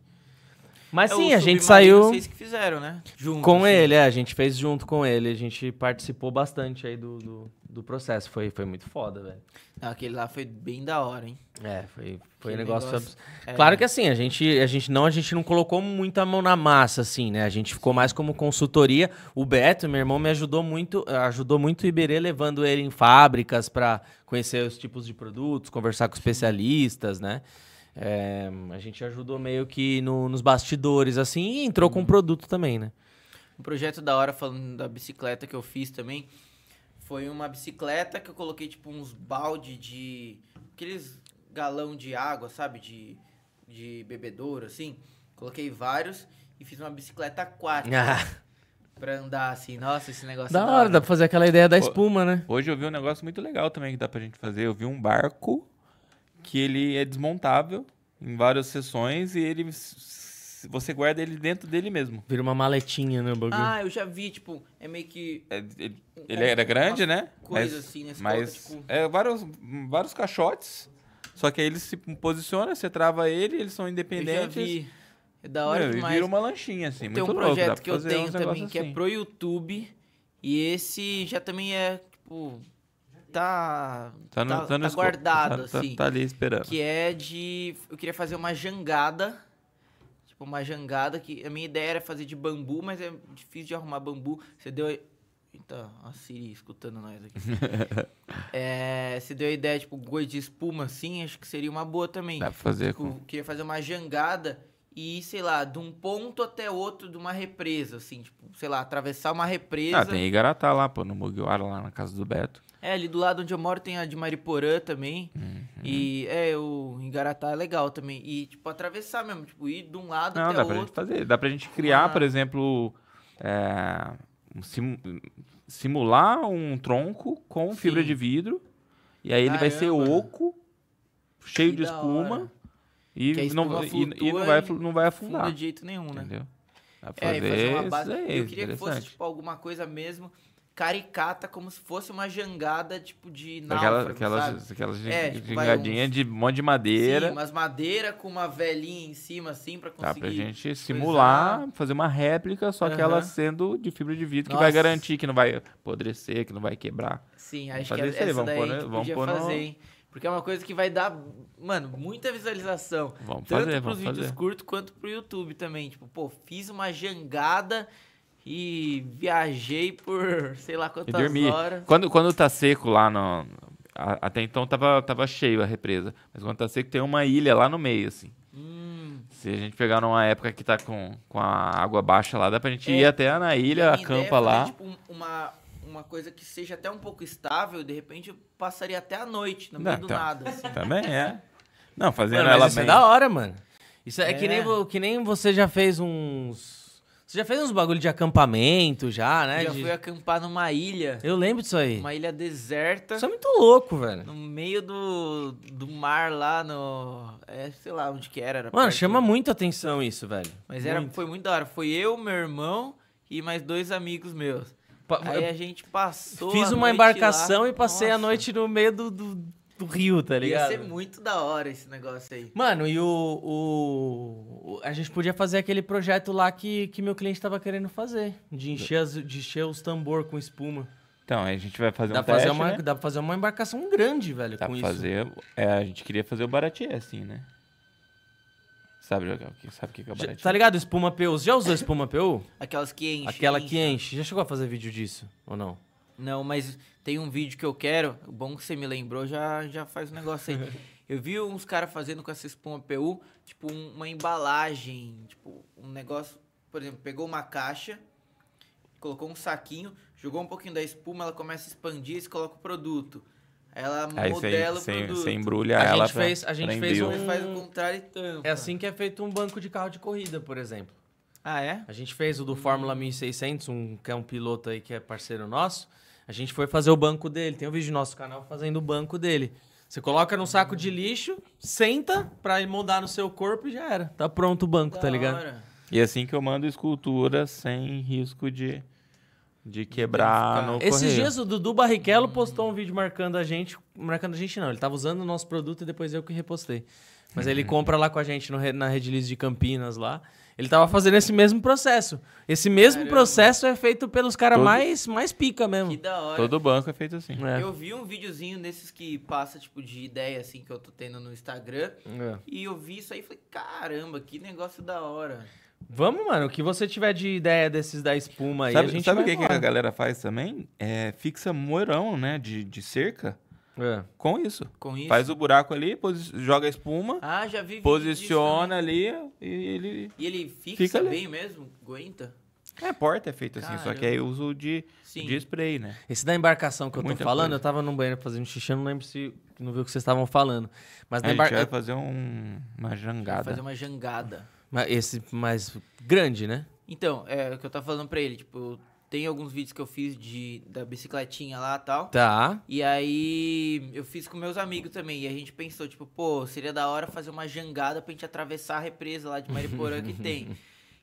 Speaker 1: Mas
Speaker 2: É o
Speaker 1: sim, Assim, a gente
Speaker 2: Submarino,
Speaker 1: saiu
Speaker 2: Vocês que fizeram, né? Juntos,
Speaker 1: com
Speaker 2: assim.
Speaker 1: ele, é, a gente fez junto com ele, a gente participou bastante aí do, do, do processo. Foi, foi muito foda, velho.
Speaker 2: Não, aquele lá foi bem da hora, hein?
Speaker 1: É, foi, foi
Speaker 2: Que
Speaker 1: um negócio.
Speaker 2: negócio-
Speaker 1: abs-
Speaker 2: é.
Speaker 1: Claro que assim, a gente, a gente não, a gente não colocou muita mão na massa, assim, né? A gente ficou mais como consultoria. O Beto, meu irmão, me ajudou muito, ajudou muito o Iberê levando ele em fábricas para conhecer os tipos de produtos, conversar com especialistas, né? É, a gente ajudou meio que no- nos bastidores, assim, e entrou com o produto também, né?
Speaker 2: Um projeto da hora falando da bicicleta que eu fiz também. Foi uma bicicleta que eu coloquei tipo uns balde de. aqueles galão de água, sabe? De, de bebedouro, assim. Coloquei vários e fiz uma bicicleta aquática
Speaker 3: Ah.
Speaker 2: [laughs] pra andar assim. Nossa, esse negócio é
Speaker 1: da hora, dá pra fazer aquela ideia da
Speaker 3: Pô.
Speaker 1: espuma, né?
Speaker 3: Hoje eu vi um negócio muito legal também que dá pra gente fazer. Eu vi um barco que ele é desmontável em várias seções e ele s- você guarda ele dentro dele mesmo.
Speaker 1: Vira uma maletinha, né, o bagulho?
Speaker 2: Ah, eu já vi, tipo, é meio que.
Speaker 3: É, Ele, ele era grande, né?
Speaker 2: Coisa assim, né? Você
Speaker 3: mas
Speaker 2: coloca, tipo-
Speaker 3: é, vários, vários caixotes. Só que aí ele se posiciona, você trava ele, eles são
Speaker 2: Eu já
Speaker 3: independentes.
Speaker 2: vi. É da hora
Speaker 3: Meu, e
Speaker 2: demais.
Speaker 3: vira uma lanchinha, assim.
Speaker 2: tem
Speaker 3: muito
Speaker 2: um
Speaker 3: louco, dá
Speaker 2: projeto
Speaker 3: pra
Speaker 2: que eu
Speaker 3: fazer
Speaker 2: tenho
Speaker 3: uns
Speaker 2: também
Speaker 3: negócios
Speaker 2: que é
Speaker 3: assim.
Speaker 2: pro YouTube e esse já também é tipo tá
Speaker 3: Tá, no, tá, no escopo,
Speaker 2: guardado
Speaker 3: tá- tá-
Speaker 2: assim
Speaker 3: Tá, ali esperando.
Speaker 2: que é de eu queria fazer uma jangada tipo uma jangada que a minha ideia era fazer de bambu mas é difícil de arrumar bambu você deu Eita, a Siri escutando nós
Speaker 3: [laughs]
Speaker 2: aqui é, você deu a ideia tipo goi de espuma assim acho que seria uma boa também
Speaker 3: Dá pra fazer
Speaker 2: Tipo,
Speaker 3: com...
Speaker 2: queria fazer uma jangada e, sei lá, de um ponto até outro de uma represa, assim, tipo, sei lá, atravessar uma represa.
Speaker 3: Ah, tem Igaratá lá, pô, no Mugiwara, lá na casa do Beto.
Speaker 2: É, ali do lado onde eu moro tem a de Mariporã também.
Speaker 3: Uhum.
Speaker 2: E é, o Engaratá é legal também. E, tipo, atravessar mesmo, tipo, ir de um lado
Speaker 3: Não,
Speaker 2: até
Speaker 3: dá pra
Speaker 2: outro.
Speaker 3: gente fazer. Dá pra gente criar,
Speaker 2: Ah.
Speaker 3: por exemplo, é, um simu- simular um tronco com fibra
Speaker 2: Sim.
Speaker 3: de vidro. E aí ele vai ser
Speaker 2: Caramba.
Speaker 3: oco, cheio
Speaker 2: Que
Speaker 3: de
Speaker 2: da
Speaker 3: espuma.
Speaker 2: hora.
Speaker 3: E,
Speaker 2: Que a
Speaker 3: não,
Speaker 2: espuma
Speaker 3: e- e,
Speaker 2: flutua
Speaker 3: não, vai,
Speaker 2: e
Speaker 3: flu- não vai
Speaker 2: Funda
Speaker 3: afundar.
Speaker 2: de jeito nenhum, né?
Speaker 3: Entendeu? Dá pra
Speaker 2: É,
Speaker 3: fazer,
Speaker 2: e fazer uma
Speaker 3: isso
Speaker 2: base.
Speaker 3: aí,
Speaker 2: eu queria que fosse,
Speaker 3: interessante.
Speaker 2: tipo, alguma coisa mesmo caricata, como se fosse uma jangada, tipo, de
Speaker 3: Aquela,
Speaker 2: náufrago, sabe?
Speaker 3: aquelas, aquelas
Speaker 2: É, tipo, vai
Speaker 3: gingadinha
Speaker 2: uns-
Speaker 3: de um monte de
Speaker 2: Sim,
Speaker 3: madeira.
Speaker 2: umas madeira com uma velhinha em cima, assim, pra
Speaker 3: Dá
Speaker 2: conseguir...
Speaker 3: pra gente simular,
Speaker 1: é.
Speaker 3: fazer uma réplica, só que ela
Speaker 2: Aham.
Speaker 3: sendo de fibra de vidro, que
Speaker 2: Nossa.
Speaker 3: vai garantir que não vai apodrecer, que não vai quebrar.
Speaker 2: Sim,
Speaker 3: Vamos
Speaker 2: acho que
Speaker 3: fazer isso aí,
Speaker 2: essa
Speaker 3: vamos
Speaker 2: daí
Speaker 3: pôr,
Speaker 2: a
Speaker 3: né?
Speaker 2: gente
Speaker 3: Vamos
Speaker 2: podia
Speaker 3: pôr no-
Speaker 2: fazer, hein? Porque é uma coisa que vai dar, mano, muita visualização.
Speaker 3: Vamos
Speaker 2: tanto
Speaker 3: fazer,
Speaker 2: pros
Speaker 3: vamos
Speaker 2: vídeos
Speaker 3: fazer.
Speaker 2: curtos quanto pro YouTube também. Tipo, pô, fiz uma jangada e viajei por sei lá
Speaker 3: E
Speaker 2: quantas
Speaker 3: dormi.
Speaker 2: horas.
Speaker 3: Quando, quando tá seco lá no. a- Até então tava, tava cheio a represa. Mas quando tá seco tem uma ilha lá no meio, assim.
Speaker 2: Hum,
Speaker 3: Se a gente pegar numa época que tá com, com a água baixa lá, dá pra gente
Speaker 2: É.
Speaker 3: ir até na ilha,
Speaker 2: A
Speaker 1: né?
Speaker 2: minha ideia é
Speaker 3: acampa
Speaker 2: fazer,
Speaker 3: lá.
Speaker 2: tipo, um- uma, uma coisa que seja até um pouco estável, de repente eu passaria até a noite, no
Speaker 3: Não,
Speaker 2: meio do
Speaker 3: então.
Speaker 2: nada.
Speaker 3: [laughs]
Speaker 2: assim.
Speaker 1: [laughs]
Speaker 3: Também é. Não, fazendo
Speaker 1: tipo, Mano,
Speaker 3: ela
Speaker 1: mas isso
Speaker 3: bem.
Speaker 1: é da hora, mano. Isso é,
Speaker 2: É.
Speaker 1: Que, nem, vo- que nem você já fez uns. Você já fez uns bagulho de acampamento, já, né?
Speaker 2: Já
Speaker 1: De-
Speaker 2: fui acampar numa ilha,
Speaker 1: Eu lembro disso aí.
Speaker 2: uma ilha deserta,
Speaker 1: Isso é muito louco, velho.
Speaker 2: no meio do, do mar lá no... É, sei lá onde que era. era
Speaker 1: Mano,
Speaker 2: perto-
Speaker 1: chama muito atenção isso, velho.
Speaker 2: Mas era, foi muito da hora. Foi eu, meu irmão e mais dois amigos meus.
Speaker 1: Pa-
Speaker 2: Aí a gente passou
Speaker 1: Fiz
Speaker 2: a
Speaker 1: uma
Speaker 2: noite
Speaker 1: embarcação
Speaker 2: lá.
Speaker 1: e passei a
Speaker 2: Nossa,
Speaker 1: noite no meio do, do- do rio, tá
Speaker 2: Ia
Speaker 1: ligado?
Speaker 2: ser muito da hora esse negócio aí.
Speaker 1: Mano, e o, o- o- A gente podia fazer aquele projeto lá que, que meu cliente tava querendo fazer. De encher, as- de encher os tambor com espuma.
Speaker 3: Então, aí a gente vai fazer
Speaker 1: Dá
Speaker 3: um
Speaker 1: pra, fazer
Speaker 3: teste,
Speaker 1: uma,
Speaker 3: né?
Speaker 1: dá pra fazer uma embarcação grande, velho,
Speaker 3: Dá
Speaker 1: com
Speaker 3: pra
Speaker 1: isso.
Speaker 3: fazer... É, a gente queria fazer o Baratier, assim, né? Sabe jogar o que? Sabe o que que é o
Speaker 1: Já-
Speaker 3: Baratier?
Speaker 1: tá ligado? Espuma PU. Você já usou espuma PU?
Speaker 2: Aquelas que enchem.
Speaker 1: Aquela que enche. Já chegou a fazer vídeo disso? Ou não?
Speaker 2: Não, mas tem um vídeo que eu quero. Bom que você me lembrou, já, já faz o negócio
Speaker 3: [laughs]
Speaker 2: aí. Eu vi uns caras fazendo com essa espuma PU, tipo, um- uma embalagem, tipo, um negócio. Por exemplo, pegou uma caixa, colocou um saquinho, jogou um pouquinho da espuma, ela começa a expandir e você coloca o produto. Aí Ela
Speaker 3: Aí
Speaker 2: modela o
Speaker 3: você,
Speaker 2: produto.
Speaker 3: você embrulha
Speaker 1: A
Speaker 3: ela
Speaker 1: gente
Speaker 3: pra-
Speaker 1: fez- a gente
Speaker 3: pra
Speaker 1: fez
Speaker 3: envio.
Speaker 1: um-
Speaker 2: Depois faz o contrário e tampa.
Speaker 1: É assim que é feito um banco de carro de corrida, por exemplo.
Speaker 2: Ah, é?
Speaker 1: A gente fez o do Fórmula 1600, um, que é um piloto aí que é parceiro nosso. A gente foi fazer o banco dele. Tem um vídeo no nosso canal fazendo o banco dele. Você coloca num saco de lixo, senta pra moldar no seu corpo e já era. Tá pronto o banco, tá
Speaker 2: Da
Speaker 1: ligado?
Speaker 2: hora.
Speaker 3: E assim que eu mando escultura sem risco de, de quebrar no
Speaker 1: Esses
Speaker 3: correio.
Speaker 1: dias o Dudu Barrichello postou um vídeo marcando a gente. Marcando a gente não, ele tava usando o nosso produto e depois eu que repostei. Mas
Speaker 3: Uhum.
Speaker 1: ele compra lá com a gente no re- na Rede Liz de Campinas lá. Ele tava fazendo esse mesmo processo. Esse mesmo processo é feito pelos caras
Speaker 3: Todo-
Speaker 1: mais, mais pica mesmo.
Speaker 2: Que da hora.
Speaker 3: Todo banco é feito assim.
Speaker 1: É.
Speaker 2: Eu vi um videozinho desses que passa, tipo, de ideia, assim, que eu tô tendo no Instagram. E eu vi isso aí e falei, caramba, que negócio da hora.
Speaker 1: Vamos, mano. O que você tiver de ideia desses da espuma aí,
Speaker 3: sabe
Speaker 1: a gente
Speaker 3: sabe
Speaker 1: vai
Speaker 3: o que, é, que a
Speaker 1: embora.
Speaker 3: galera faz também? É, fixa moerão, né, de, de cerca
Speaker 1: É.
Speaker 3: com isso.
Speaker 2: Com isso.
Speaker 3: Faz o buraco ali, posi- joga a espuma,
Speaker 2: Ah, já vi vídeo
Speaker 1: né?
Speaker 3: posiciona ali e ele...
Speaker 2: disso. E ele fixa
Speaker 3: Fica ali.
Speaker 2: bem mesmo? Aguenta?
Speaker 3: É, porta é feito assim, só que
Speaker 2: Caramba.
Speaker 3: aí eu uso de,
Speaker 2: Sim.
Speaker 3: de spray, né?
Speaker 1: Esse da embarcação que eu tô
Speaker 3: Muita
Speaker 1: falando,
Speaker 3: coisa.
Speaker 1: eu tava num banheiro fazendo xixi, eu não lembro se não viu o que vocês estavam falando. Mas
Speaker 3: Aí
Speaker 1: da
Speaker 3: a gente vai
Speaker 1: embarcação.
Speaker 3: fazer um- uma jangada.
Speaker 2: Fazer uma jangada.
Speaker 1: Esse mais grande, né?
Speaker 2: Então, é o que eu tava falando pra ele, tipo, tem alguns vídeos que eu fiz de, da bicicletinha lá e tal.
Speaker 1: Tá.
Speaker 2: E aí eu fiz com meus amigos também. E a gente pensou, tipo, pô, seria da hora fazer uma jangada pra gente atravessar a represa lá de Mariporã que
Speaker 3: [laughs]
Speaker 2: tem.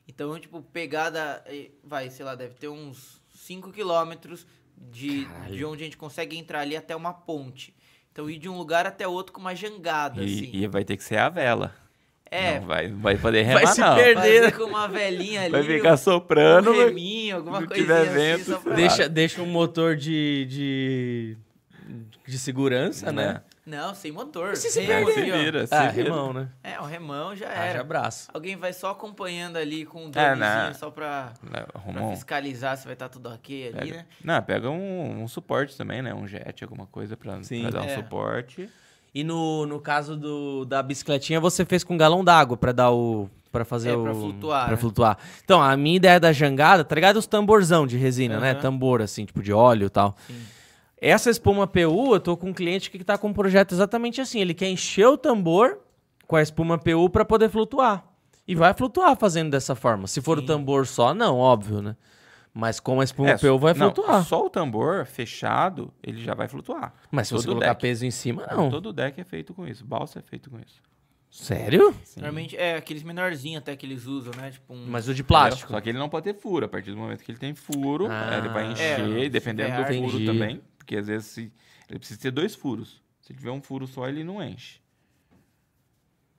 Speaker 2: Então, tipo, pegada. eh, Vai, sei lá, deve ter uns 5 quilômetros de, de onde a gente consegue entrar ali até uma ponte. Então, ir de um lugar até outro com uma jangada, assim.
Speaker 3: E, e vai ter que ser a vela.
Speaker 2: É,
Speaker 3: Não vai, vai poder remar,
Speaker 1: se
Speaker 3: não.
Speaker 1: perder.
Speaker 2: fazer com uma velhinha ali.
Speaker 3: Vai ficar
Speaker 2: um
Speaker 3: soprando, vai-
Speaker 2: reminho, alguma
Speaker 3: não
Speaker 2: coisinha
Speaker 3: tiver
Speaker 2: assim,
Speaker 3: vento,
Speaker 2: só pra-
Speaker 1: Deixa, deixa um motor de. de, de segurança, né?
Speaker 2: Não, sem motor.
Speaker 1: se se
Speaker 2: sem
Speaker 1: perder?
Speaker 3: Se
Speaker 2: aqui, ó.
Speaker 3: vira, se
Speaker 1: Ah,
Speaker 3: vira.
Speaker 1: irmão, né?
Speaker 2: É, o remão
Speaker 3: Ah,
Speaker 2: já
Speaker 1: Haja
Speaker 2: era.
Speaker 1: abraço.
Speaker 2: Alguém vai só acompanhando ali com um
Speaker 3: É,
Speaker 2: dronezinho
Speaker 3: né?
Speaker 2: só pra,
Speaker 3: Né, Arruma
Speaker 2: pra
Speaker 3: um.
Speaker 2: fiscalizar se vai estar tudo ok ali,
Speaker 3: Pega,
Speaker 2: né?
Speaker 3: não, pega um, um suporte também, né? Um jet, alguma coisa pra,
Speaker 1: Sim.
Speaker 3: pra dar um
Speaker 2: É.
Speaker 3: suporte.
Speaker 1: E no, no caso do, da bicicletinha, você fez com um galão d'água pra dar o. Pra fazer
Speaker 2: É,
Speaker 1: o.
Speaker 2: pra flutuar,
Speaker 1: pra
Speaker 2: né?
Speaker 1: flutuar. Então, a minha ideia da jangada, tá ligado? Os tamborzão de resina, né?
Speaker 2: Aham.
Speaker 1: Tambor, assim, tipo de óleo e tal. Essa espuma PU, eu tô com um cliente que tá com um projeto exatamente assim. Ele quer encher o tambor com a espuma PU pra poder flutuar. E vai flutuar fazendo dessa forma. Se for o tambor só, não, óbvio, né? Mas com a espuma
Speaker 3: É,
Speaker 1: PU vai
Speaker 3: não,
Speaker 1: flutuar.
Speaker 3: Só o tambor fechado, ele já vai flutuar.
Speaker 1: Mas se
Speaker 3: todo
Speaker 1: você colocar
Speaker 3: deck.
Speaker 1: peso em cima, não.
Speaker 3: Todo deck é feito com isso. Balsa é feito com isso.
Speaker 1: Sério?
Speaker 2: Normalmente é aqueles menorzinhos até que eles usam, né? Tipo um...
Speaker 1: Mas o de
Speaker 3: Entendeu?
Speaker 1: plástico.
Speaker 3: Só que ele não pode ter furo. A partir do momento que ele tem furo,
Speaker 1: Ah.
Speaker 3: ele vai
Speaker 2: É,
Speaker 3: encher, e dependendo do
Speaker 1: ferrar.
Speaker 3: furo
Speaker 1: Entendi.
Speaker 3: também. Porque às vezes se- ele precisa ter dois furos. Se tiver um furo só, ele não enche.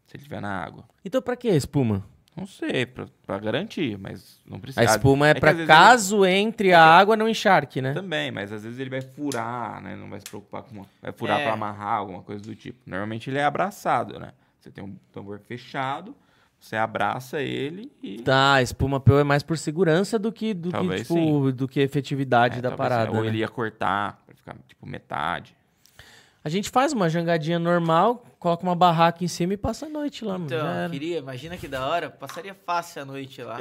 Speaker 3: Se ele tiver na água.
Speaker 1: Então pra que a espuma?
Speaker 3: Não sei, pra, pra garantir, mas não precisa.
Speaker 1: A espuma é,
Speaker 3: que às
Speaker 1: pra
Speaker 3: vezes
Speaker 1: caso entre a água não encharque, né?
Speaker 3: ele- Ah, Também, mas às vezes ele vai furar, né? Não vai se preocupar com. uma- Vai furar
Speaker 2: É.
Speaker 3: pra amarrar, alguma coisa do tipo. Normalmente ele é abraçado, né? Você tem um tambor fechado, Você abraça ele e.
Speaker 1: Tá, espuma PU é mais por segurança do que, do que,
Speaker 3: Talvez
Speaker 1: tipo, do que efetividade
Speaker 3: É,
Speaker 1: da
Speaker 3: talvez,
Speaker 1: parada.
Speaker 3: Ou
Speaker 1: né?
Speaker 3: ele ia cortar, pra ficar tipo metade.
Speaker 1: A gente faz uma jangadinha normal, coloca uma barraca em cima e passa a noite lá, mano.
Speaker 2: Então,
Speaker 1: Já era.
Speaker 2: queria, imagina que da hora, passaria fácil a noite lá.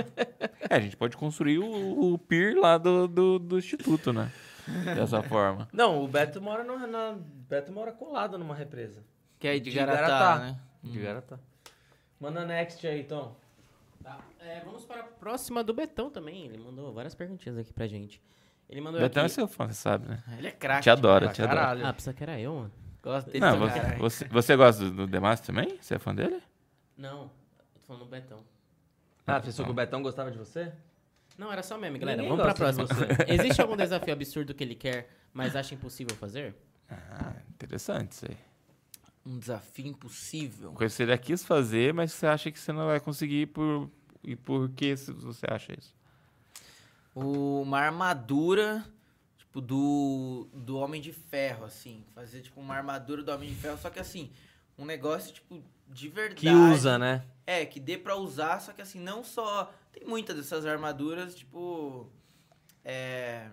Speaker 3: É, a gente pode construir o, o pier lá do, do, do instituto, né? Dessa forma.
Speaker 1: Não, o Beto mora no, na- Beto mora colado numa represa.
Speaker 2: Que aí de,
Speaker 1: De
Speaker 2: Garatá,
Speaker 1: Garatá.
Speaker 2: né?
Speaker 1: De Garatá. Manda next aí, Tom.
Speaker 4: Tá. É, vamos para a próxima do Betão também. Ele mandou várias perguntinhas aqui pra gente. Ele mandou
Speaker 3: Betão é
Speaker 4: aqui...
Speaker 3: seu fã, você sabe, né?
Speaker 2: Ele é craque.
Speaker 3: Te adoro,
Speaker 2: pra
Speaker 3: te adoro.
Speaker 2: caralho.
Speaker 4: Ah, pensava que era eu, mano.
Speaker 2: Gosto dele
Speaker 3: Não,
Speaker 2: pra
Speaker 3: você,
Speaker 2: caralho.
Speaker 3: você, você gosta do, do Demacio também? Você é fã dele?
Speaker 4: Não, eu tô falando do Betão.
Speaker 1: Ah, pensou que o Betão gostava de você?
Speaker 4: Não, era só meme, galera.
Speaker 1: Ninguém
Speaker 4: Vamos pra
Speaker 1: gosta
Speaker 4: próxima.
Speaker 1: de
Speaker 4: [laughs] Existe algum desafio absurdo que ele quer, mas acha impossível fazer?
Speaker 3: Ah, interessante isso aí.
Speaker 2: Um desafio impossível.
Speaker 3: Uma coisa que você já quis fazer, mas você acha que você não vai conseguir por. E por que se- você acha isso?
Speaker 2: uma armadura, tipo, do, do Homem de Ferro, assim. Fazer, tipo, uma armadura do Homem de Ferro, só que assim, um negócio, tipo, de verdade.
Speaker 1: Que usa, né?
Speaker 2: É, que dê pra usar, só que assim, não só. Tem muitas dessas armaduras, tipo. É.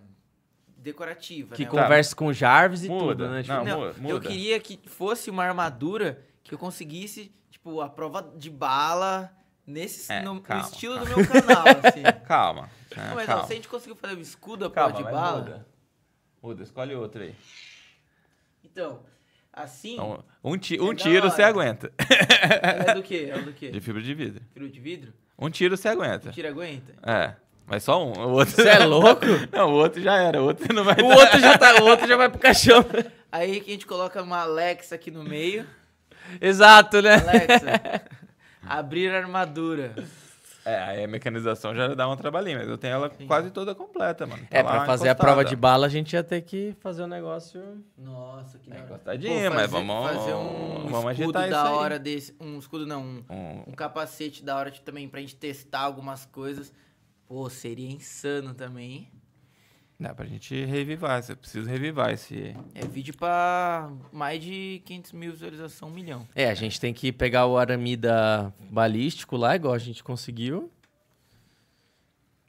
Speaker 2: Decorativa.
Speaker 1: Que
Speaker 2: né?
Speaker 1: conversa com o Jarvis e
Speaker 3: Tá. Muda,
Speaker 1: tudo, né? Tipo,
Speaker 3: não,
Speaker 2: Não,
Speaker 3: mu- muda.
Speaker 2: Eu queria que fosse uma armadura que eu conseguisse, tipo, a prova de bala nesse
Speaker 3: É,
Speaker 2: no, no
Speaker 3: calma,
Speaker 2: estilo do meu
Speaker 3: [laughs]
Speaker 2: canal, assim.
Speaker 3: Calma. né,
Speaker 2: Não, mas ó,
Speaker 3: calma.
Speaker 2: se a gente conseguiu fazer o escudo a prova
Speaker 3: calma
Speaker 2: de
Speaker 3: mas
Speaker 2: bala.
Speaker 3: Muda. muda, escolhe outro aí.
Speaker 2: Então, assim.
Speaker 3: Então, um, ti- um
Speaker 2: É da
Speaker 3: tiro
Speaker 2: hora.
Speaker 3: você aguenta.
Speaker 2: Ela é do quê? Ela é do
Speaker 3: [laughs] De
Speaker 2: quê?
Speaker 3: fibra de vidro.
Speaker 2: Fio de vidro?
Speaker 3: Um tiro você aguenta.
Speaker 2: Tira aguenta?
Speaker 3: É. Mas só um. O outro...
Speaker 1: Você é louco?
Speaker 3: [laughs] Não, o outro já era. O outro não vai
Speaker 1: O outro já tá, o outro [laughs] já vai pro caixão.
Speaker 2: Aí que a gente coloca uma Alexa aqui no meio.
Speaker 1: Exato, [laughs] né?
Speaker 3: [laughs]
Speaker 2: Alexa, abrir armadura.
Speaker 3: [laughs] É, aí a mecanização já dá um trabalhinho, mas eu tenho ela quase toda completa, mano. Tá
Speaker 1: É,
Speaker 3: lá
Speaker 1: pra fazer a prova de
Speaker 3: encostada. Tá
Speaker 1: bala, a gente ia ter que fazer um negócio.
Speaker 2: Nossa, que da hora.
Speaker 3: encostadinha, É mas vamos-
Speaker 2: fazer um
Speaker 3: vamos
Speaker 2: escudo
Speaker 3: agitar
Speaker 2: da
Speaker 3: isso aí.
Speaker 2: hora desse. Um escudo não, um,
Speaker 3: Um-
Speaker 2: um capacete da hora tipo, também pra gente testar algumas coisas. Pô, seria insano também.
Speaker 3: Dá pra gente revivar. Eu preciso revivar esse.
Speaker 2: É vídeo pra mais de 500 mil visualização, um milhão.
Speaker 1: É, a gente tem que pegar o aramida balístico lá, igual a gente conseguiu.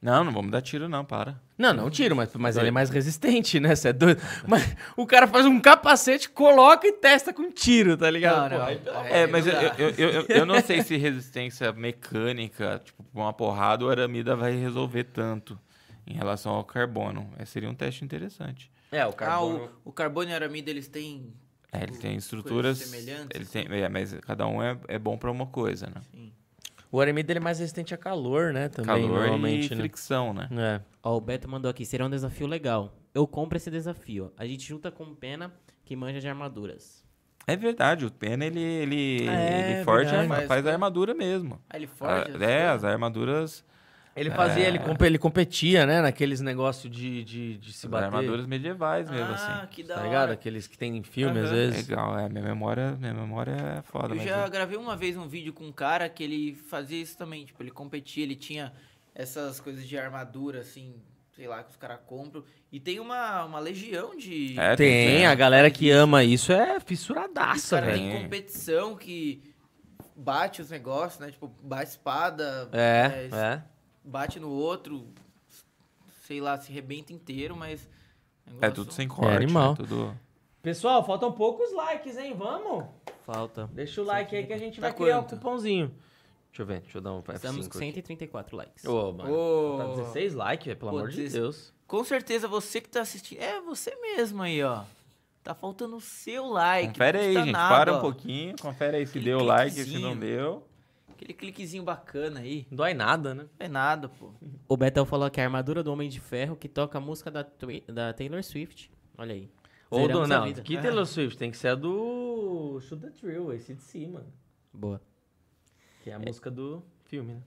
Speaker 3: Não, não vamos dar tiro, não, para.
Speaker 1: Não, não tiro, mas, mas ele é mais resistente, né? Você é [laughs] doido. Mas o cara faz um capacete, coloca e testa com tiro, tá ligado?
Speaker 2: Não,
Speaker 1: Pô,
Speaker 2: não.
Speaker 1: aí, pelo-
Speaker 3: É, mas
Speaker 2: não
Speaker 3: eu,
Speaker 2: dá.
Speaker 3: eu, eu, eu- eu
Speaker 1: [laughs]
Speaker 3: não sei se resistência mecânica, tipo, pra uma porrada, o aramida vai resolver tanto em relação ao carbono. É, seria um teste interessante.
Speaker 1: É, o
Speaker 2: Ah,
Speaker 1: carbono...
Speaker 2: o, o carbono e a aramida, eles têm.
Speaker 3: É, ele
Speaker 2: tipo,
Speaker 3: tem
Speaker 2: coisas
Speaker 3: estruturas.
Speaker 2: semelhantes,
Speaker 3: Ele
Speaker 2: assim?
Speaker 3: tem, é, mas cada um é, é bom pra uma coisa, né?
Speaker 1: O aramida ele é mais resistente a calor, né? Também,
Speaker 3: Calor e
Speaker 1: normalmente, né?
Speaker 3: fricção, né?
Speaker 1: É.
Speaker 4: Ó, o Beto mandou aqui, seria um desafio legal. Eu compro esse desafio. A gente junta com o Pena, que manja de armaduras.
Speaker 3: É verdade, o Pena ele, ele,
Speaker 1: É,
Speaker 3: ele forja,
Speaker 1: verdade.
Speaker 3: arma-
Speaker 2: Faz-
Speaker 3: faz a armadura mesmo.
Speaker 2: Ah, ele
Speaker 3: A-
Speaker 2: forja?
Speaker 3: é, as armaduras,
Speaker 1: Ele fazia, ele, comp- ele competia, né? Naqueles negócios de, de, de se
Speaker 3: as
Speaker 1: bater.
Speaker 3: armaduras medievais mesmo,
Speaker 2: ah,
Speaker 3: assim.
Speaker 2: que da
Speaker 1: Tá
Speaker 2: hora.
Speaker 1: ligado? Aqueles que tem em filme, às vezes.
Speaker 3: Legal, é, minha memória, minha memória é foda.
Speaker 2: Eu
Speaker 3: mas
Speaker 2: já
Speaker 3: eu-
Speaker 2: gravei uma vez um vídeo com um cara que ele fazia isso também, tipo, ele competia, ele tinha essas coisas de armadura, assim, sei lá, que os caras compram. E tem uma, uma legião de.
Speaker 3: É,
Speaker 1: Tem, a galera que ama isso é fissuradaça,
Speaker 2: cara
Speaker 1: velho.
Speaker 2: tem
Speaker 3: velho.
Speaker 2: competição que bate os negócios, né? Tipo, bate espada,
Speaker 1: É,
Speaker 2: é,
Speaker 1: é.
Speaker 2: bate no outro, sei lá, se rebenta inteiro, mas.
Speaker 3: É
Speaker 2: negócio-
Speaker 3: tudo sem corte. né?
Speaker 1: animal.
Speaker 3: Tudo...
Speaker 1: Pessoal, faltam poucos likes, hein? Vamos?
Speaker 4: Falta.
Speaker 1: Deixa o like aí que a gente
Speaker 2: Tá
Speaker 1: vai criar o
Speaker 2: quanto?
Speaker 1: cupomzinho. Deixa eu ver, deixa eu dar um F5
Speaker 4: Estamos com
Speaker 1: aqui.
Speaker 4: 134 likes.
Speaker 1: Ô, mano.
Speaker 3: né?
Speaker 2: Ô,
Speaker 1: Tá 16 likes, velho, pelo
Speaker 2: Pô,
Speaker 1: amor de
Speaker 2: 16.
Speaker 1: Deus.
Speaker 2: Com certeza você que tá assistindo. É você mesmo aí, ó. Tá faltando o seu like.
Speaker 3: Confere
Speaker 2: não É
Speaker 3: aí,
Speaker 2: custa
Speaker 3: gente.
Speaker 2: nada,
Speaker 3: Para
Speaker 2: ó.
Speaker 3: um pouquinho, confere aí se
Speaker 2: Aquele
Speaker 3: deu like, se
Speaker 2: cliquezinho.
Speaker 3: não deu.
Speaker 2: Aquele cliquezinho bacana aí.
Speaker 1: Não dói nada, né?
Speaker 2: Não é nada, pô.
Speaker 4: O Betão falou que é a armadura do Homem de Ferro que toca a música da, Twi- da Taylor Swift. Olha aí.
Speaker 1: Ou do,
Speaker 4: Zeramos a
Speaker 1: não,
Speaker 4: vida.
Speaker 1: que Taylor Swift tem que ser a do Shoot the Thrill, esse de cima,
Speaker 4: Boa.
Speaker 1: que é a música do filme, né?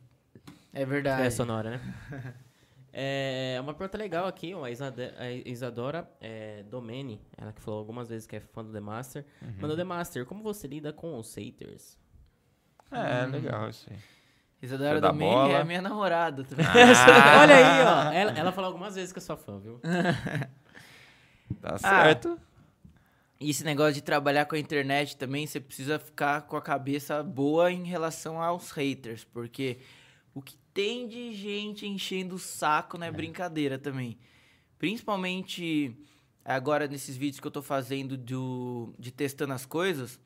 Speaker 2: É verdade.
Speaker 4: É sonora, né? [laughs] É uma pergunta legal aqui, ó, a, Isade- a Isadora é, Domene, ela que falou algumas vezes que é fã do The Master. Mandou The Master, como você lida com os haters?
Speaker 3: É,
Speaker 2: Hum.
Speaker 1: [laughs]
Speaker 3: legal isso aí.
Speaker 2: Isadora
Speaker 3: Você dá
Speaker 2: Domingue
Speaker 3: bola.
Speaker 2: é minha namorada também. Ah.
Speaker 4: Olha aí,
Speaker 3: Ah,
Speaker 4: ó.
Speaker 2: Ah,
Speaker 4: Ela, ela falou algumas vezes que é sua fã, viu?
Speaker 3: Tá certo.
Speaker 2: [laughs] E esse negócio de trabalhar com a internet também, você precisa ficar com a cabeça boa em relação aos haters, porque o que tem de gente enchendo o saco não é, brincadeira também. Principalmente agora nesses vídeos que eu tô fazendo do, de testando as coisas,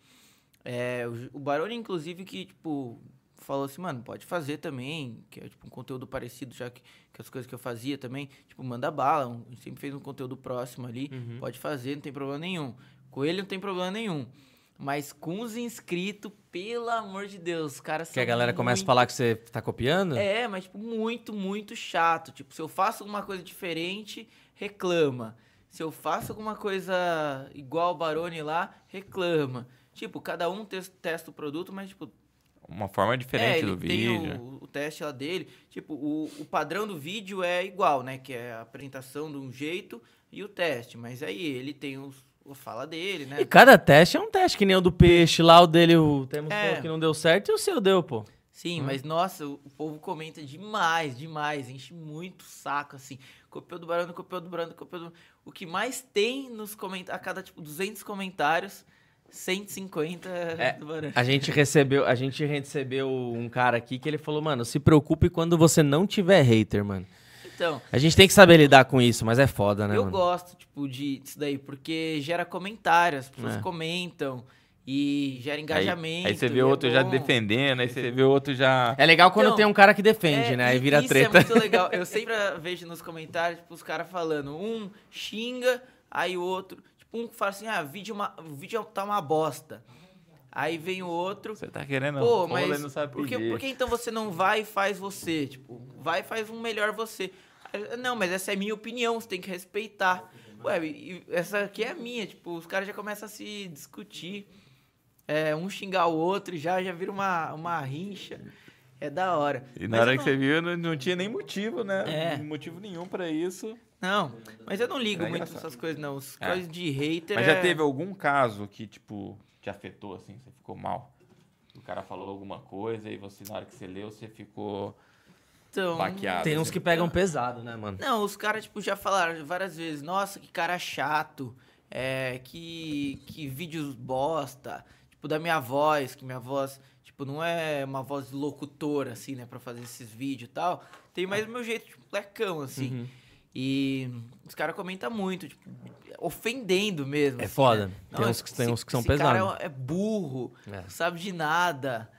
Speaker 2: é, o, o Baroni, inclusive, que, tipo, falou assim, mano, pode fazer também, que é, tipo, um conteúdo parecido, já que, que as coisas que eu fazia também, tipo, manda bala, um, sempre fez um conteúdo próximo ali,
Speaker 1: Uhum.
Speaker 2: pode fazer, não tem problema nenhum. Com ele não tem problema nenhum. Mas com os inscritos, pelo amor de Deus, os caras
Speaker 1: Que a galera começa a falar que você tá
Speaker 3: Hum.
Speaker 1: copiando?
Speaker 2: é, mas tipo, muito, muito chato. Tipo, se eu faço alguma coisa diferente, reclama. Se eu faço alguma coisa igual o Barone lá, reclama. Tipo, cada um tes- testa o produto, mas tipo,
Speaker 3: Uma forma diferente
Speaker 2: é, ele
Speaker 3: do
Speaker 2: tem
Speaker 3: vídeo.
Speaker 2: o, o teste lá dele. Tipo, o, o padrão do vídeo é igual, né? Que é a apresentação de um jeito e o teste. Mas aí ele tem os, a fala dele, né?
Speaker 1: E cada teste é um teste, que nem o do peixe lá, o dele, o Temos
Speaker 2: É.
Speaker 1: falou que não deu certo e o seu deu, pô.
Speaker 2: Sim,
Speaker 3: Hum?
Speaker 2: mas nossa, o o povo comenta demais, demais, enche muito o saco, assim. Copiou do Barano, copiou do Barano, copiou do. O que mais tem nos comentários, a cada tipo 200 comentários, 150 é do Barano.
Speaker 1: A gente recebeu, a gente recebeu um cara aqui que ele falou, mano, se preocupe quando você não tiver hater, mano.
Speaker 2: Então,
Speaker 1: A gente tem que saber lidar com isso, mas é foda, né,
Speaker 2: eu
Speaker 1: mano?
Speaker 2: gosto, tipo, de, disso daí, porque gera comentário, as pessoas
Speaker 1: É.
Speaker 2: comentam e gera engajamento.
Speaker 3: Aí você
Speaker 2: e
Speaker 3: vê
Speaker 2: é
Speaker 3: outro já
Speaker 2: bom. É.
Speaker 3: defendendo, aí você vê outro já.
Speaker 1: É legal quando
Speaker 2: Então,
Speaker 1: tem um cara que defende,
Speaker 2: É,
Speaker 1: né?
Speaker 2: e
Speaker 1: Aí vira
Speaker 2: isso
Speaker 1: treta.
Speaker 2: é muito legal. Eu sempre vejo nos comentários tipo, os caras falando, um xinga, aí o outro. Tipo, um fala assim, ah, vídeo uma, o vídeo tá uma bosta. Aí vem o outro.
Speaker 3: Você tá querendo.
Speaker 2: Pô,
Speaker 3: o
Speaker 2: mas.
Speaker 3: Roland não sabe
Speaker 2: por, que,
Speaker 3: pedir.
Speaker 2: por que então você não vai e faz você? Tipo, vai e faz um melhor você. Aí, Não, mas essa é minha opinião, você tem que respeitar. Ué, e- e essa aqui é a minha, tipo, os caras já começam a se discutir. É, um xingar o outro, já, já vira uma, uma rincha. É da hora.
Speaker 3: E
Speaker 2: Mas
Speaker 3: na hora
Speaker 2: eu
Speaker 3: que você viu, não, não tinha nem motivo, né?
Speaker 2: É.
Speaker 3: Motivo nenhum pra isso.
Speaker 2: Não, mas eu não ligo
Speaker 3: É
Speaker 2: muito
Speaker 3: engraçado.
Speaker 2: essas coisas, não. As
Speaker 3: É.
Speaker 2: coisas de hater.
Speaker 3: Mas já
Speaker 2: é-
Speaker 3: teve um algum caso que, tipo, te afetou, assim? Você ficou mal? O cara falou alguma coisa e você, na hora que você leu, você ficou
Speaker 2: Então,
Speaker 1: [laughs]
Speaker 3: baqueado.
Speaker 1: Tem uns
Speaker 3: assim.
Speaker 1: que pegam pesado, né, mano?
Speaker 2: Não, os caras, tipo, já falaram várias vezes, nossa, que cara chato, é, que, que vídeos bosta, tipo, da minha voz, que minha voz, tipo, não é uma voz de locutora, assim, né, pra fazer esses vídeos e tal. Tem mais o meu jeito, tipo, molecão, assim.
Speaker 3: Uhum.
Speaker 2: E os caras comentam muito, tipo, ofendendo mesmo.
Speaker 1: É
Speaker 2: assim,
Speaker 1: foda.
Speaker 2: né?
Speaker 1: Tem uns que- tem
Speaker 2: esse-
Speaker 1: uns que são
Speaker 2: esse cara
Speaker 1: pesados.
Speaker 2: é, é burro,
Speaker 1: É.
Speaker 2: não sabe de nada.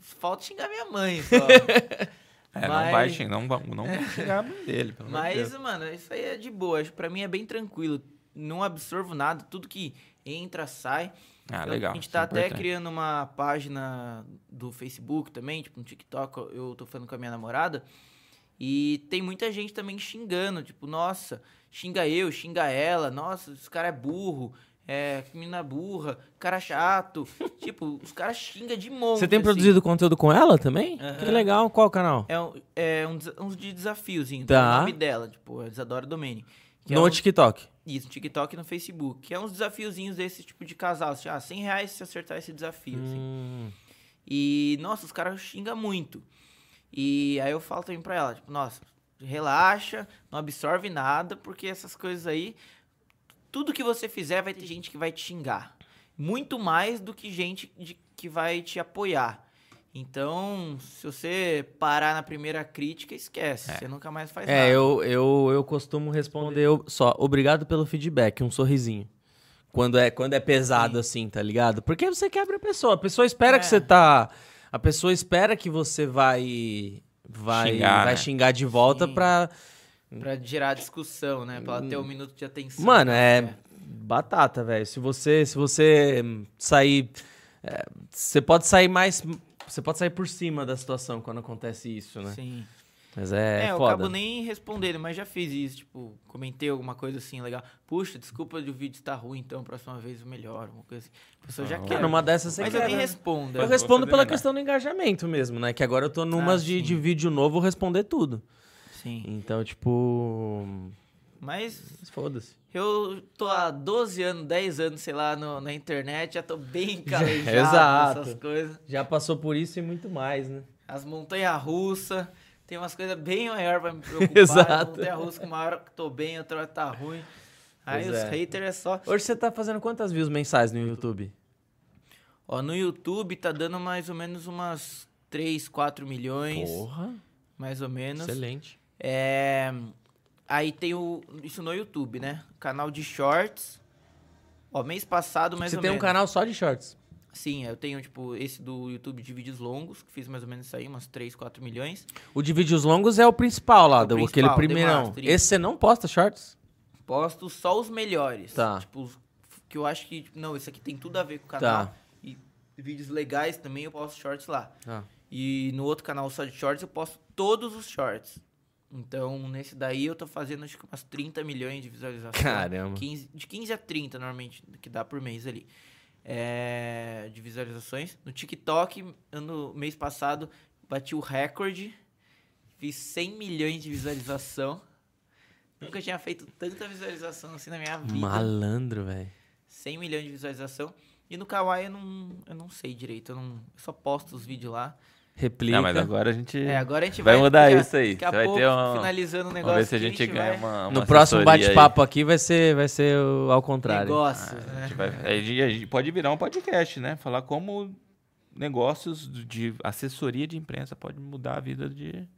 Speaker 2: Falta xingar minha mãe
Speaker 1: [laughs]
Speaker 2: só.
Speaker 3: É, não
Speaker 2: Mas-
Speaker 3: vai xing- não, vão-
Speaker 2: [laughs]
Speaker 3: não vão xingar a mãe dele, pelo amor de Deus.
Speaker 2: Mas, mano, isso aí é de boa. Acho que Pra mim é bem tranquilo. Não absorvo nada. Tudo que entra, sai.
Speaker 3: Ah,
Speaker 2: Eu-
Speaker 3: legal.
Speaker 2: A gente
Speaker 3: isso
Speaker 2: tá
Speaker 3: é
Speaker 2: até
Speaker 3: importante.
Speaker 2: criando uma página do Facebook também, tipo, no TikTok, eu- eu tô falando com a minha namorada. E tem muita gente também xingando, tipo, nossa, xinga eu, xinga ela, nossa, esse cara é burro, é, que menina burra, cara é chato. [laughs] tipo, os caras xingam de monte.
Speaker 1: Você tem
Speaker 2: assim.
Speaker 1: produzido conteúdo com ela também?
Speaker 2: Aham.
Speaker 1: Que legal. Qual o canal?
Speaker 2: É um, é um, desa- uns de desafios, então,
Speaker 1: Tá.
Speaker 2: o nome dela, tipo, a Isadora Domene. que é
Speaker 1: No
Speaker 2: um-
Speaker 1: TikTok.
Speaker 2: isso, no TikTok e no Facebook. Que é uns desafiozinhos desse tipo de casal. Assim, ah, 100 reais se acertar esse desafio. assim.
Speaker 1: Hum.
Speaker 2: E, nossa, os caras xingam muito. E aí eu falo também pra ela, tipo, nossa, relaxa, não absorve nada, porque essas coisas aí, tudo que você fizer vai ter gente que vai te xingar. Muito mais do que gente de- que vai te apoiar. Então, se você parar na primeira crítica, esquece. Você nunca mais faz nada.
Speaker 1: É, eu, eu, eu costumo responder eu só obrigado pelo feedback, um sorrisinho. Quando é, quando é pesado assim, tá ligado? Porque você quebra a pessoa. A pessoa espera que
Speaker 2: É.
Speaker 1: você tá. A pessoa espera que você vai. Vai xingar,
Speaker 3: Xingar,
Speaker 1: vai
Speaker 3: né?
Speaker 1: xingar de volta
Speaker 2: Sim.
Speaker 1: pra.
Speaker 2: Pra gerar discussão, né? Pra ela ter um minuto de atenção.
Speaker 1: Hum. Mano, é batata, velho. Se você, se você hum, sair, é, você pode sair mais, você pode sair por cima da situação quando acontece isso, né?
Speaker 2: Sim.
Speaker 1: Mas é,
Speaker 2: É, eu
Speaker 1: foda.
Speaker 2: acabo nem respondendo, mas já fiz isso. Tipo, comentei alguma coisa assim legal. Puxa, desculpa de o vídeo estar ruim, então próxima vez eu melhoro. Uma coisa assim. A pessoa já
Speaker 3: Ah,
Speaker 1: É,
Speaker 2: quer.
Speaker 1: numa dessas você
Speaker 2: Mas
Speaker 1: quebra,
Speaker 2: eu nem
Speaker 1: né?
Speaker 2: respondo.
Speaker 1: Eu
Speaker 3: Eu
Speaker 2: é.
Speaker 3: vou
Speaker 1: respondo
Speaker 3: fazer
Speaker 1: pela
Speaker 3: melhor.
Speaker 1: questão do engajamento mesmo, né? Que agora eu tô numas de,
Speaker 2: sim.
Speaker 1: de vídeo novo responder tudo.
Speaker 2: Sim.
Speaker 1: Então, tipo.
Speaker 2: Mas
Speaker 1: Foda-se.
Speaker 2: eu tô há 12 anos, 10 anos, sei lá, no- na internet, já
Speaker 1: [laughs]
Speaker 2: tô bem calejado
Speaker 1: exato.
Speaker 2: essas coisas.
Speaker 1: Já passou por isso e muito mais, né?
Speaker 2: As montanhas russas.
Speaker 1: [laughs]
Speaker 2: Tem umas coisas bem maior pra me preocupar.
Speaker 1: Exato.
Speaker 2: Montanha russa, uma hora que tô bem, outra hora tá ruim. Aí
Speaker 1: Pois
Speaker 2: os
Speaker 1: é.
Speaker 2: haters é só.
Speaker 1: Hoje você tá fazendo quantas views mensais no YouTube?
Speaker 2: Ó, no YouTube tá dando mais ou menos umas 3, 4 milhões.
Speaker 1: Porra,
Speaker 2: Mais ou menos.
Speaker 1: excelente.
Speaker 2: É, Aí tem o. Isso no YouTube, né? Canal de shorts. Ó, mês passado, mais
Speaker 1: você
Speaker 2: ou
Speaker 1: tem um
Speaker 2: menos.
Speaker 1: canal só de shorts?
Speaker 2: Sim, eu tenho, tipo, esse do YouTube de vídeos longos, que fiz mais ou menos isso aí, umas 3, 4 milhões.
Speaker 1: O de vídeos longos é o principal lá,
Speaker 2: O
Speaker 1: do,
Speaker 2: principal,
Speaker 1: aquele primeirão.
Speaker 2: The Master.
Speaker 1: Esse você não posta shorts?
Speaker 2: Posto só os melhores.
Speaker 1: Tá.
Speaker 2: Tipo, os que eu acho que. tipo, Não, isso aqui tem tudo a ver com o canal.
Speaker 1: Tá.
Speaker 2: E vídeos legais também eu posto shorts lá.
Speaker 1: Tá.
Speaker 2: E no outro canal só de shorts eu posto todos os shorts. Então, nesse daí eu tô fazendo acho que umas 30 milhões de visualizações.
Speaker 3: Uhum.
Speaker 1: Caramba.
Speaker 2: 15 de 15 a 30 normalmente, que dá por mês ali. É, de visualizações. No TikTok, ano, mês passado, bati o recorde. Fiz 100 milhões de visualização. Nunca tinha feito tanta visualização assim na minha vida.
Speaker 1: Malandro, velho.
Speaker 2: 100 milhões de visualização. E no Kawaii eu não, eu não sei direito. Eu, não, eu só posto os vídeos lá.
Speaker 1: Replica.
Speaker 3: Não, mas agora a gente.
Speaker 2: É, agora a gente vai.
Speaker 3: Vai mudar
Speaker 2: daqui a-
Speaker 3: isso aí.
Speaker 2: Daqui a
Speaker 3: Você vai
Speaker 2: pouco,
Speaker 3: ter um-
Speaker 2: finalizando o negócio. né?
Speaker 3: Vamos ver se a
Speaker 2: que
Speaker 3: gente ganha
Speaker 2: vai-
Speaker 3: uma. uma
Speaker 1: No próximo
Speaker 3: assessoria aí.
Speaker 1: bate-papo aqui vai ser, vai ser o- ao contrário.
Speaker 2: Negócio.
Speaker 3: A
Speaker 2: né?
Speaker 1: É.
Speaker 3: gente vai- a gente- a gente pode virar um podcast, né? Falar como negócios de- de assessoria de imprensa pode mudar a vida de,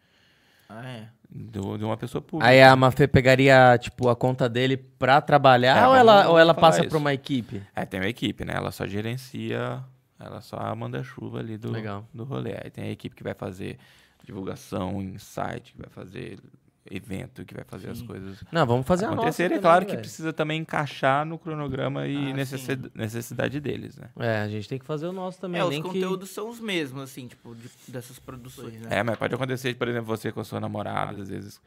Speaker 2: Ah, é.
Speaker 3: do- de uma pessoa pública.
Speaker 1: Aí a Mafê pegaria, tipo, a conta dele pra trabalhar
Speaker 3: É,
Speaker 1: ou
Speaker 3: vamos-
Speaker 1: ela, ou
Speaker 3: vamos
Speaker 1: ela
Speaker 3: falar
Speaker 1: passa
Speaker 3: isso.
Speaker 1: pra uma equipe?
Speaker 3: É, tem uma equipe, né? Ela só gerencia, ela só manda chuva ali do,
Speaker 1: Legal.
Speaker 3: do rolê. Aí tem a equipe que vai fazer divulgação, insight, que vai fazer evento, que vai fazer as coisas.
Speaker 1: Não, vamos fazer a nossa.
Speaker 3: acontecer, é
Speaker 1: também,
Speaker 3: claro que
Speaker 1: velho.
Speaker 3: precisa também encaixar no cronograma e
Speaker 2: Ah,
Speaker 3: necessi- necessidade deles, né?
Speaker 1: É, a gente tem que fazer o nosso também. né?
Speaker 2: É, os
Speaker 1: nem que-
Speaker 2: conteúdos são os mesmos, assim, tipo, de- dessas produções, né?
Speaker 3: É, mas pode acontecer, por exemplo, você com a sua namorada, às vezes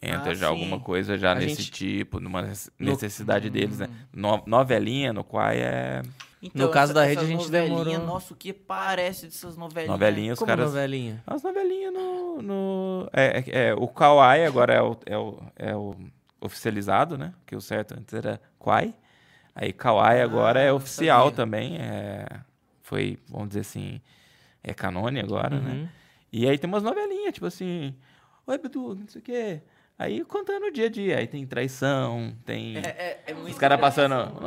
Speaker 3: entra
Speaker 2: Ah,
Speaker 3: já alguma
Speaker 2: sim.
Speaker 3: coisa já
Speaker 1: A
Speaker 3: nesse
Speaker 1: gente-
Speaker 3: tipo, numa nece-
Speaker 1: No-
Speaker 3: necessidade deles, né?
Speaker 2: Hum.
Speaker 3: No- novelinha, no qual é
Speaker 2: Então,
Speaker 1: No caso da rede, a
Speaker 2: essas
Speaker 1: gente
Speaker 2: novelinha,
Speaker 1: demorou-
Speaker 2: Nossa, o que parece dessas novelinhas?
Speaker 3: novelinha, os
Speaker 1: Como
Speaker 3: caras...
Speaker 1: novelinha?
Speaker 3: As novelinhas no... no- É, é- é, o Kawaii agora é o, é, o, é o oficializado, né? Que o certo antes era Kwai. Aí Kawaii agora
Speaker 2: Ah,
Speaker 3: é
Speaker 2: não
Speaker 3: oficial
Speaker 2: sabia.
Speaker 3: também. É... Foi, vamos dizer assim, é canone agora, né?
Speaker 1: Uhum.
Speaker 3: E aí tem umas novelinhas, tipo assim... Oi, Bidu, não sei o quê. Aí contando o dia a dia. Aí tem traição, tem...
Speaker 2: É, é, é muito
Speaker 3: os caras passando...
Speaker 2: engraçado.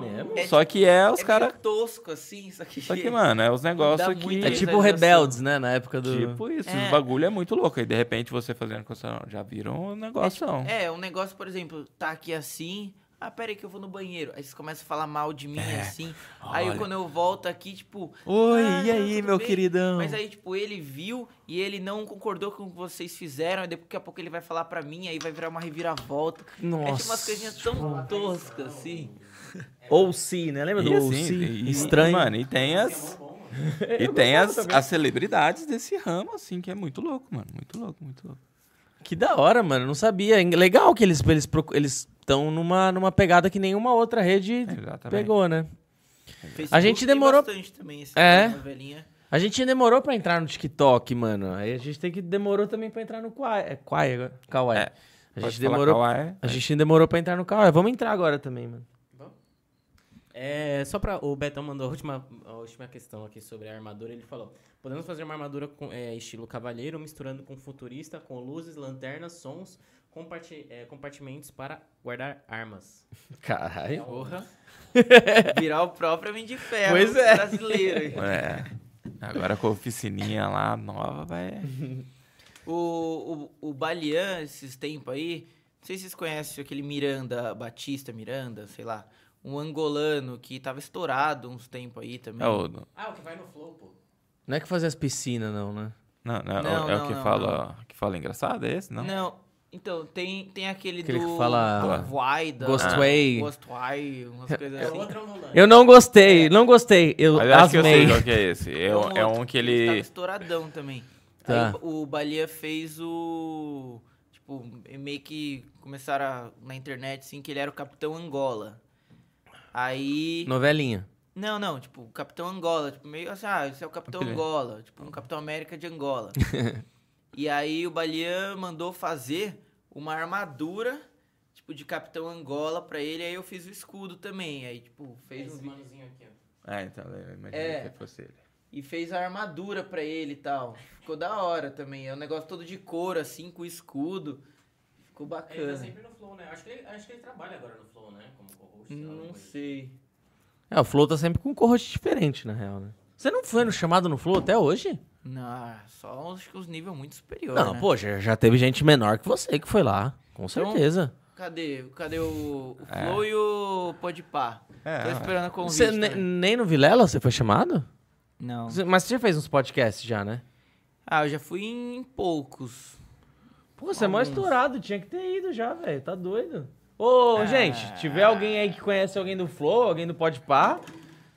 Speaker 3: Não, é...
Speaker 2: É
Speaker 3: Só que é os
Speaker 2: É
Speaker 3: caras...
Speaker 2: meio tosco, assim, isso aqui.
Speaker 3: Só que, mano, é os negócios
Speaker 2: muito
Speaker 3: que...
Speaker 1: É
Speaker 2: Visualização.
Speaker 1: tipo o Rebeldes, né? Na época do.
Speaker 3: Tipo isso,
Speaker 2: É.
Speaker 3: o bagulho é muito louco. Aí de repente você fazendo com essa. Já viram um negócio. não.
Speaker 2: É, um negócio, por exemplo, tá aqui assim. Ah, pera aí que eu vou no banheiro. Aí vocês começam a falar mal de mim,
Speaker 1: É,
Speaker 2: assim. Aí
Speaker 3: Olha.
Speaker 2: quando eu volto aqui, tipo.
Speaker 3: Oi,
Speaker 2: "Ah,
Speaker 3: e
Speaker 2: não,
Speaker 3: aí,
Speaker 2: tudo
Speaker 3: meu
Speaker 2: bem?"
Speaker 1: Hum.
Speaker 3: queridão?
Speaker 2: Mas aí, tipo, ele viu e ele não concordou com o que vocês fizeram. E daqui a pouco ele vai falar pra mim, aí vai virar uma reviravolta. É tipo umas
Speaker 1: Nossa.
Speaker 2: coisinhas tão toscas, assim.
Speaker 1: Ou se, né? Lembra
Speaker 3: E
Speaker 1: do ou
Speaker 3: assim,
Speaker 1: se?
Speaker 3: e-
Speaker 1: Estranho.
Speaker 3: Mano, e tem as. [laughs] E tem as, as celebridades desse ramo, assim, que é muito louco, mano. Muito louco, muito louco.
Speaker 1: Que da hora, mano. Não sabia. Legal que eles eles procu- eles estão numa, numa pegada que nenhuma outra rede
Speaker 3: É, Exatamente.
Speaker 1: pegou, né?
Speaker 2: Facebook
Speaker 1: A gente
Speaker 2: tem
Speaker 1: demorou-
Speaker 2: bastante também esse
Speaker 1: É.
Speaker 2: novelinha.
Speaker 1: A gente demorou pra entrar no TikTok, mano. Aí a gente tem que demorou também pra entrar no Kwai, é Kwai agora, Kawaii.
Speaker 3: É,
Speaker 1: a
Speaker 3: Pode
Speaker 1: gente
Speaker 3: falar
Speaker 1: demorou,
Speaker 3: qual é.
Speaker 1: a gente demorou para entrar no Kawaii. Vamos entrar agora também, mano.
Speaker 4: É, só pra. O Betão mandou a última, a última questão aqui sobre a armadura. Ele falou: podemos fazer uma armadura com, é, estilo cavaleiro, misturando com futurista, com luzes, lanternas, sons, comparti- é, compartimentos para guardar armas.
Speaker 1: Caralho.
Speaker 2: Porra. Virar o próprio Homem de Ferro
Speaker 1: Pois é. [laughs]
Speaker 2: brasileiro.
Speaker 3: É. Agora com a oficininha lá nova, vai.
Speaker 2: O, o, o Balian, esses tempos aí, não sei se vocês conhecem aquele Miranda, Batista Miranda, sei lá, um angolano que tava estourado uns tempos aí também.
Speaker 3: É o, não,
Speaker 4: Ah, o que vai no flow, pô.
Speaker 1: Não é que fazer as piscinas não, né?
Speaker 3: não, é o-
Speaker 2: Não,
Speaker 3: é o
Speaker 2: não,
Speaker 3: que
Speaker 2: não,
Speaker 3: fala. Que fala engraçado, é esse? Não.
Speaker 2: não. então, tem, tem aquele,
Speaker 1: Aquele que
Speaker 2: do...
Speaker 1: fala-
Speaker 2: Convoy da-
Speaker 1: Ghostway.
Speaker 2: Ghostway, umas coisas
Speaker 4: É
Speaker 2: assim.
Speaker 4: outra rolando.
Speaker 1: Eu não gostei, não gostei. Eu
Speaker 3: Mas eu acho que eu sei
Speaker 1: asmei.
Speaker 3: qual que é esse. É, um- é um
Speaker 2: outro
Speaker 3: que
Speaker 2: Tava
Speaker 3: ele.
Speaker 2: estouradão também.
Speaker 1: Tá.
Speaker 2: Aí o Balia fez o. Tipo, meio que começaram a- na internet assim que ele era o Capitão Angola. Aí.
Speaker 1: Novelinha.
Speaker 2: Não, não, tipo, o Capitão Angola. Tipo, meio assim, ah, esse é o Capitão
Speaker 3: Apelido.
Speaker 2: Angola. Tipo, um Capitão América de Angola. e aí o Balian mandou fazer uma armadura, tipo, de Capitão Angola pra ele. Aí eu fiz o escudo também. Aí, tipo, fez um
Speaker 4: É, Esse
Speaker 2: vídeo.
Speaker 4: manozinho aqui, ó. É,
Speaker 3: Ah, então, eu imaginei
Speaker 2: É.
Speaker 3: que fosse ele.
Speaker 2: E fez a armadura pra ele e tal. Ficou da hora também. É um negócio todo de couro, assim, com escudo. Ficou
Speaker 4: Ele tá
Speaker 2: bacana.
Speaker 4: sempre no Flow, né? Acho que ele, acho que ele trabalha agora no Flow, né? Como co-host. sei lá, alguma
Speaker 2: Hum, Não
Speaker 4: coisa.
Speaker 2: sei.
Speaker 1: É, o Flow tá sempre com um corrote diferente, na real, né? Você não foi no chamado no Flow até hoje?
Speaker 2: Não, ah, só acho que os níveis muito superiores.
Speaker 1: Não,
Speaker 2: né?
Speaker 1: pô, já, já teve gente menor que você que foi lá. Com certeza.
Speaker 2: Cadê? Cadê o, o
Speaker 1: É.
Speaker 2: Flow e o Podpah?
Speaker 3: É,
Speaker 2: Tô esperando a convite. né?
Speaker 1: Você ne-
Speaker 2: também.
Speaker 1: nem no Vilela você foi chamado?
Speaker 2: Não.
Speaker 1: Você- Mas você já fez uns podcasts já, né?
Speaker 2: Ah, eu já fui em poucos.
Speaker 1: Pô, você é mó estourado, tinha que ter ido já, velho. Tá doido. Ô, gente, tiver alguém aí que conhece alguém do Flow, alguém do Podpah,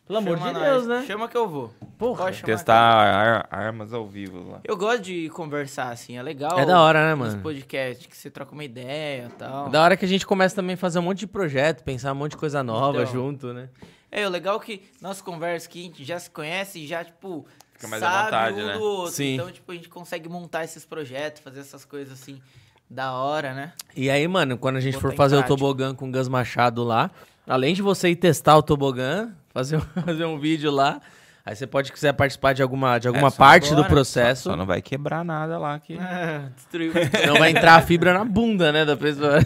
Speaker 1: pelo amor de
Speaker 2: Chama nós.
Speaker 1: Deus, né?
Speaker 2: Chama que eu vou.
Speaker 1: Porra.
Speaker 2: Pode chamar
Speaker 3: Testar ar- armas ao vivo lá.
Speaker 2: que Eu Eu gosto de conversar, assim, é legal.
Speaker 1: É da hora, né,
Speaker 2: Nos
Speaker 1: mano?
Speaker 2: podcasts, que você troca uma ideia e tal.
Speaker 1: É Da hora que a gente começa também a fazer um monte de projeto, pensar um monte de coisa nova
Speaker 2: Então.
Speaker 1: junto, né?
Speaker 2: É, o legal é que nossa conversa que a gente já se conhece e já, tipo,
Speaker 3: Fica mais à
Speaker 2: sabe
Speaker 3: vontade,
Speaker 2: um
Speaker 3: né?
Speaker 2: do outro.
Speaker 1: Sim.
Speaker 2: Então, tipo, a gente consegue montar esses projetos, fazer essas coisas assim, da
Speaker 1: [laughs]
Speaker 2: hora, né?
Speaker 1: E aí, mano, quando a gente
Speaker 2: Botar
Speaker 1: for
Speaker 2: em
Speaker 1: fazer o
Speaker 2: prática.
Speaker 1: tobogã com o Gus Machado lá, além de você ir testar o tobogã, fazer um, [laughs] fazer um vídeo lá, aí você pode quiser participar de alguma, de alguma
Speaker 3: só
Speaker 1: parte do
Speaker 2: agora.
Speaker 1: processo.
Speaker 3: Só não vai quebrar nada lá que.
Speaker 2: É. Destruiu.
Speaker 1: Não [laughs] vai entrar a fibra na bunda, né, da pessoa.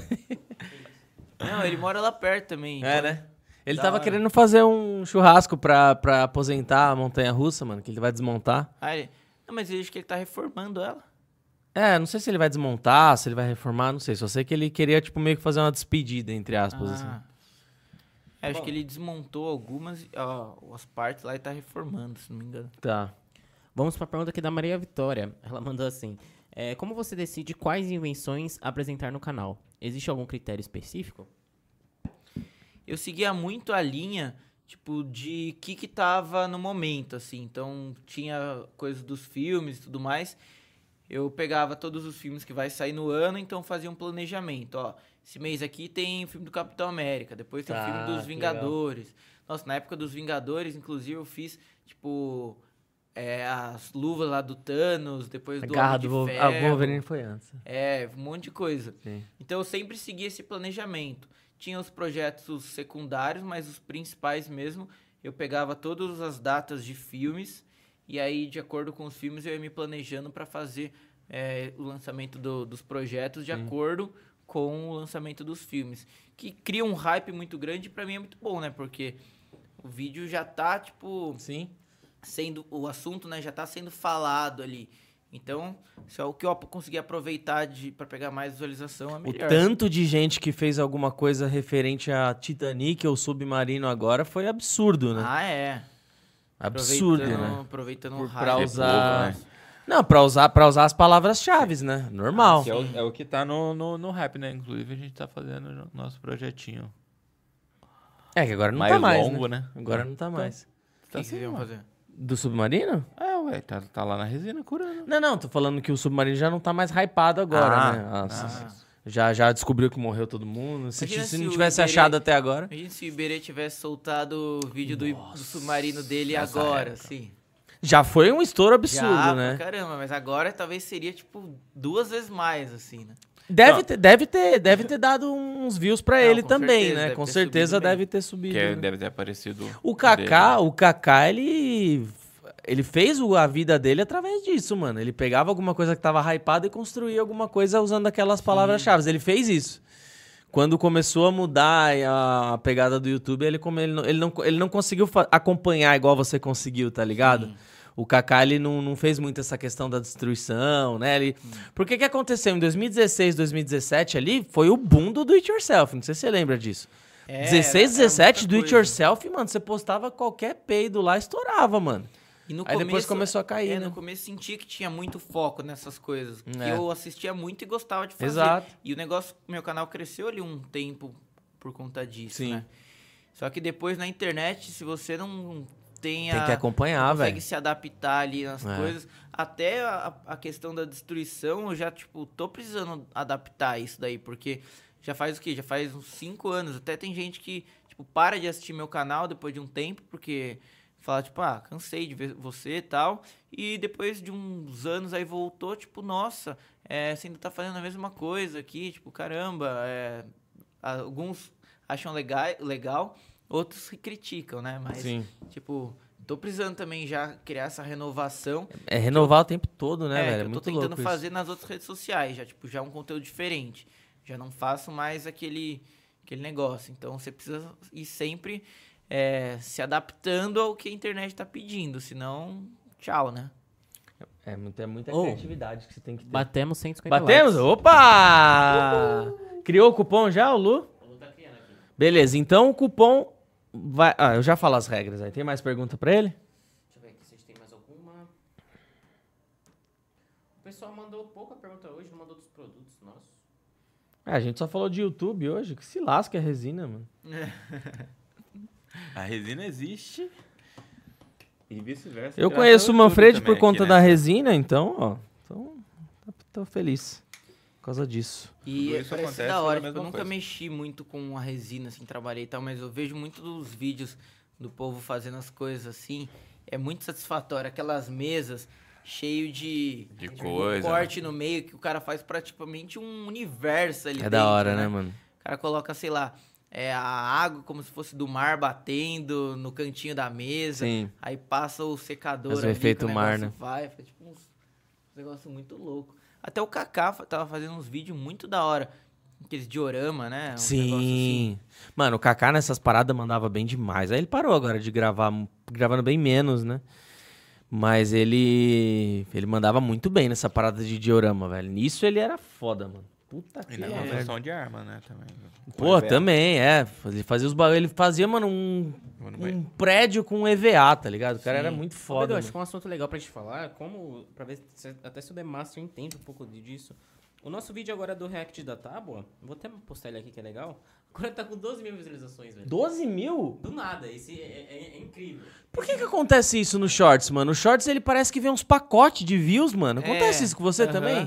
Speaker 2: Não, ele mora lá perto também.
Speaker 1: É,
Speaker 2: então-
Speaker 1: né? Ele
Speaker 2: Da
Speaker 1: tava
Speaker 2: hora.
Speaker 1: querendo fazer um churrasco pra, pra aposentar a montanha russa, mano, que ele vai desmontar.
Speaker 2: Ah, ele- Não, mas eu acho que ele tá reformando ela.
Speaker 1: É, não sei se ele vai desmontar, se ele vai reformar, não sei. Só sei que ele queria, tipo, meio que fazer uma despedida, entre aspas, assim.
Speaker 2: Ah. É, acho que ele desmontou algumas, ó, as partes lá e tá reformando, se não me engano.
Speaker 1: Tá.
Speaker 4: Vamos pra pergunta aqui da Maria Vitória. Ela mandou assim: é, Como você decide quais invenções apresentar no canal? Existe algum critério específico?
Speaker 2: Eu seguia muito a linha, tipo, de o que que tava no momento, assim. Então, tinha coisas dos filmes e tudo mais. Eu pegava todos os filmes que vai sair no ano, então fazia um planejamento, ó. Esse mês aqui tem o filme do Capitão América, depois tem o
Speaker 1: Ah,
Speaker 2: filme dos
Speaker 1: que
Speaker 2: Vingadores. Nossa, na época dos Vingadores, inclusive, eu fiz, tipo, é, as luvas lá do Thanos, depois
Speaker 1: A
Speaker 2: do
Speaker 1: garra
Speaker 2: Homem
Speaker 1: do
Speaker 2: de
Speaker 1: Wolverine. Ah, o
Speaker 2: Ferro.
Speaker 1: Wolverine foi antes.
Speaker 2: É, um monte de coisa.
Speaker 1: Sim.
Speaker 2: Então eu sempre segui esse planejamento. Tinha os projetos secundários, mas os principais mesmo, eu pegava todas as datas de filmes e aí, de acordo com os filmes, eu ia me planejando para fazer é, o lançamento do- dos projetos de acordo com o lançamento dos filmes. Que cria um hype muito grande e pra mim é muito bom, né? Porque o vídeo já tá, tipo,
Speaker 1: Sim.
Speaker 2: sendo o assunto, né, já tá sendo falado ali. Então, se é o que eu conseguir aproveitar de para pegar mais visualização é
Speaker 1: O
Speaker 2: melhor.
Speaker 1: tanto de gente que fez alguma coisa referente a Titanic ou Submarino agora foi absurdo, né?
Speaker 2: Ah, é.
Speaker 1: absurdo,
Speaker 2: Aproveitando-
Speaker 1: né? Tá
Speaker 2: Aproveitando o
Speaker 1: Por-
Speaker 2: hype.
Speaker 1: pra
Speaker 3: É
Speaker 1: usar.
Speaker 3: pouco,
Speaker 1: Não, pra usar, pra usar as palavras-chave, né?
Speaker 2: Ah,
Speaker 1: Normal.
Speaker 3: Que é, o, é o que tá no, no, no hype, né? Inclusive a gente tá fazendo o nosso projetinho.
Speaker 1: É que agora não
Speaker 3: mais
Speaker 1: tá mais.
Speaker 3: longo,
Speaker 1: né?
Speaker 3: né?
Speaker 1: Agora não tá mais.
Speaker 2: O que
Speaker 3: Tá
Speaker 2: que vocês
Speaker 3: assim,
Speaker 2: iam
Speaker 3: mano.
Speaker 2: fazer?
Speaker 1: Do Submarino?
Speaker 3: É, ué, tá, tá lá na resina curando.
Speaker 1: Não, não, tô falando que o submarino já não tá mais hypado agora,
Speaker 3: Ah,
Speaker 1: né? Nossa,
Speaker 2: Ah,
Speaker 1: Já, já descobriu que morreu todo mundo. Se,
Speaker 2: Imagina
Speaker 1: se
Speaker 2: se
Speaker 1: não
Speaker 2: o
Speaker 1: tivesse
Speaker 2: Iberê-
Speaker 1: achado até agora.
Speaker 2: imagina se o Iberê tivesse soltado o vídeo do, do submarino dele agora, assim.
Speaker 1: Já foi um estouro absurdo,
Speaker 2: Já,
Speaker 1: né?
Speaker 2: Caramba, mas agora talvez seria, tipo, duas vezes mais, assim, né?
Speaker 1: Deve ter, deve, ter, deve ter dado uns views pra
Speaker 2: Não,
Speaker 1: ele
Speaker 2: com
Speaker 1: também,
Speaker 2: certeza,
Speaker 1: né?
Speaker 2: deve
Speaker 1: Com
Speaker 2: ter
Speaker 1: certeza
Speaker 2: subido bem.
Speaker 1: deve ter subido.
Speaker 3: Que é-
Speaker 1: né?
Speaker 3: deve ter aparecido.
Speaker 1: O
Speaker 3: dele,
Speaker 1: Kaká,
Speaker 3: né?
Speaker 1: o Kaká, ele ele fez o- a vida dele através disso, mano. Ele pegava alguma coisa que tava hypada e construía alguma coisa usando aquelas palavras-chave. Ele fez isso. Quando começou a mudar a- a pegada do YouTube, ele, come- ele, não, ele, não, ele não conseguiu fa- acompanhar igual você conseguiu, tá ligado? O Kaká, ele não, não fez muito essa questão da destruição, né? Ele... Porque que aconteceu? Em 2016, 2017 ali, foi o boom do do-it-yourself. Não sei se você lembra disso.
Speaker 2: É,
Speaker 1: 16,
Speaker 2: era- era
Speaker 1: 17,
Speaker 2: muita
Speaker 1: do it
Speaker 2: coisa.
Speaker 1: yourself, mano, você postava qualquer peido lá, estourava, mano.
Speaker 2: E no
Speaker 1: Aí depois começou a cair,
Speaker 2: é,
Speaker 1: né?
Speaker 2: no começo sentia que tinha muito foco nessas coisas. Que
Speaker 1: É.
Speaker 2: eu assistia muito e gostava de fazer.
Speaker 1: Exato.
Speaker 2: E o negócio, meu canal cresceu ali um tempo por conta disso,
Speaker 1: Sim.
Speaker 2: né? Só que depois na internet, se você não tem a...
Speaker 1: Tem que acompanhar,
Speaker 2: consegue
Speaker 1: velho.
Speaker 2: se adaptar ali nas
Speaker 1: É.
Speaker 2: coisas. Até a, a questão da destruição, eu já, tipo, tô precisando adaptar isso daí, porque já faz o quê? Já faz uns 5 anos. Até tem gente que, tipo, para de assistir meu canal depois de um tempo, porque fala, tipo, ah, cansei de ver você e tal. E depois de uns anos aí voltou, tipo, nossa, é, você ainda tá fazendo a mesma coisa aqui, tipo, caramba, é, alguns acham legal, legal outros que criticam, né? Mas,
Speaker 1: Sim.
Speaker 2: tipo, tô precisando também já criar essa renovação.
Speaker 1: É renovar o tempo todo, né,
Speaker 2: é,
Speaker 1: velho?
Speaker 2: que
Speaker 1: É
Speaker 2: eu tô
Speaker 1: muito
Speaker 2: tentando
Speaker 1: louco isso.
Speaker 2: fazer nas outras redes sociais, já, tipo, já um conteúdo diferente. já não faço mais aquele, aquele negócio. Então você precisa ir sempre é, se adaptando ao que a internet está pedindo, senão, tchau, né?
Speaker 1: É muita, é muita
Speaker 4: Oh.
Speaker 1: criatividade que você tem que ter.
Speaker 4: Batemos 150
Speaker 1: Batemos?
Speaker 4: likes.
Speaker 1: Opa! Criou o cupom já, o Lu?
Speaker 4: Tá
Speaker 1: Beleza, então o cupom vai. Ah, eu já falo as regras aí. Tem mais pergunta pra ele?
Speaker 4: Deixa eu ver aqui se a gente tem mais alguma. O pessoal mandou pouca pergunta hoje, não mandou dos produtos nossos.
Speaker 1: É, a gente só falou de YouTube hoje. Que se lasca a resina, mano.
Speaker 3: A resina existe. E vice-versa.
Speaker 1: Eu
Speaker 3: graças
Speaker 1: conheço
Speaker 3: ao
Speaker 1: o
Speaker 3: YouTube
Speaker 1: Manfred
Speaker 3: um também
Speaker 1: por conta
Speaker 3: aqui,
Speaker 1: da
Speaker 3: né?
Speaker 1: resina, então, ó. Então, tá- tô feliz por causa disso.
Speaker 2: E
Speaker 3: Tudo isso
Speaker 2: parece
Speaker 3: acontece
Speaker 2: da
Speaker 3: pela
Speaker 2: hora.
Speaker 3: mesma
Speaker 2: tipo, eu nunca
Speaker 3: coisa.
Speaker 2: mexi muito com a resina, assim, trabalhei e tal, mas eu vejo muito dos vídeos do povo fazendo as coisas assim. É muito satisfatório. Aquelas mesas cheio de,
Speaker 3: De coisa, né?
Speaker 2: corte no meio que o cara faz praticamente um universo ali.
Speaker 1: É da
Speaker 2: dentro,
Speaker 1: hora, né, mano?
Speaker 2: O cara coloca, sei lá, é, a água como se fosse do mar batendo no cantinho da mesa.
Speaker 1: Sim.
Speaker 2: Aí passa o secador
Speaker 1: Faz o
Speaker 2: ali,
Speaker 1: efeito
Speaker 2: que o
Speaker 1: mar, né?
Speaker 2: negócio Vai, fica tipo uns, um negócio muito louco. Até o Kaká fa- tava fazendo uns vídeos muito da hora. Aqueles diorama, né? Um negócio assim.
Speaker 1: Sim. Mano, o Kaká nessas paradas mandava bem demais. Aí ele parou agora de gravar, mu- gravando bem menos, né? Mas ele ele mandava muito bem nessa parada de diorama, velho. Nisso ele era foda, mano. Puta que
Speaker 3: E na
Speaker 1: merda.
Speaker 3: conversão é de arma, né? Também.
Speaker 1: Pô, também, é. Ele fazia os bagulho, ele fazia, mano, um,
Speaker 3: Vou no
Speaker 1: um
Speaker 3: banheiro.
Speaker 1: prédio com EVA, tá ligado? O cara
Speaker 4: Sim.
Speaker 1: era muito
Speaker 4: Ô, Pedro,
Speaker 1: foda.
Speaker 4: acho
Speaker 1: mano.
Speaker 4: que é um assunto legal pra gente falar, como. Pra ver se, até se o Demaster entende um pouco de- disso. O nosso vídeo agora é do React da Tábua, vou até postar ele aqui que é legal. Agora tá com 12 mil visualizações, velho.
Speaker 1: 12 mil?
Speaker 4: Do nada, esse é, é- é incrível.
Speaker 1: Por que que acontece isso no Shorts, mano? O Shorts, ele parece que vem uns pacotes de views, mano. Acontece
Speaker 2: É,
Speaker 1: isso com você
Speaker 2: aham.
Speaker 1: também?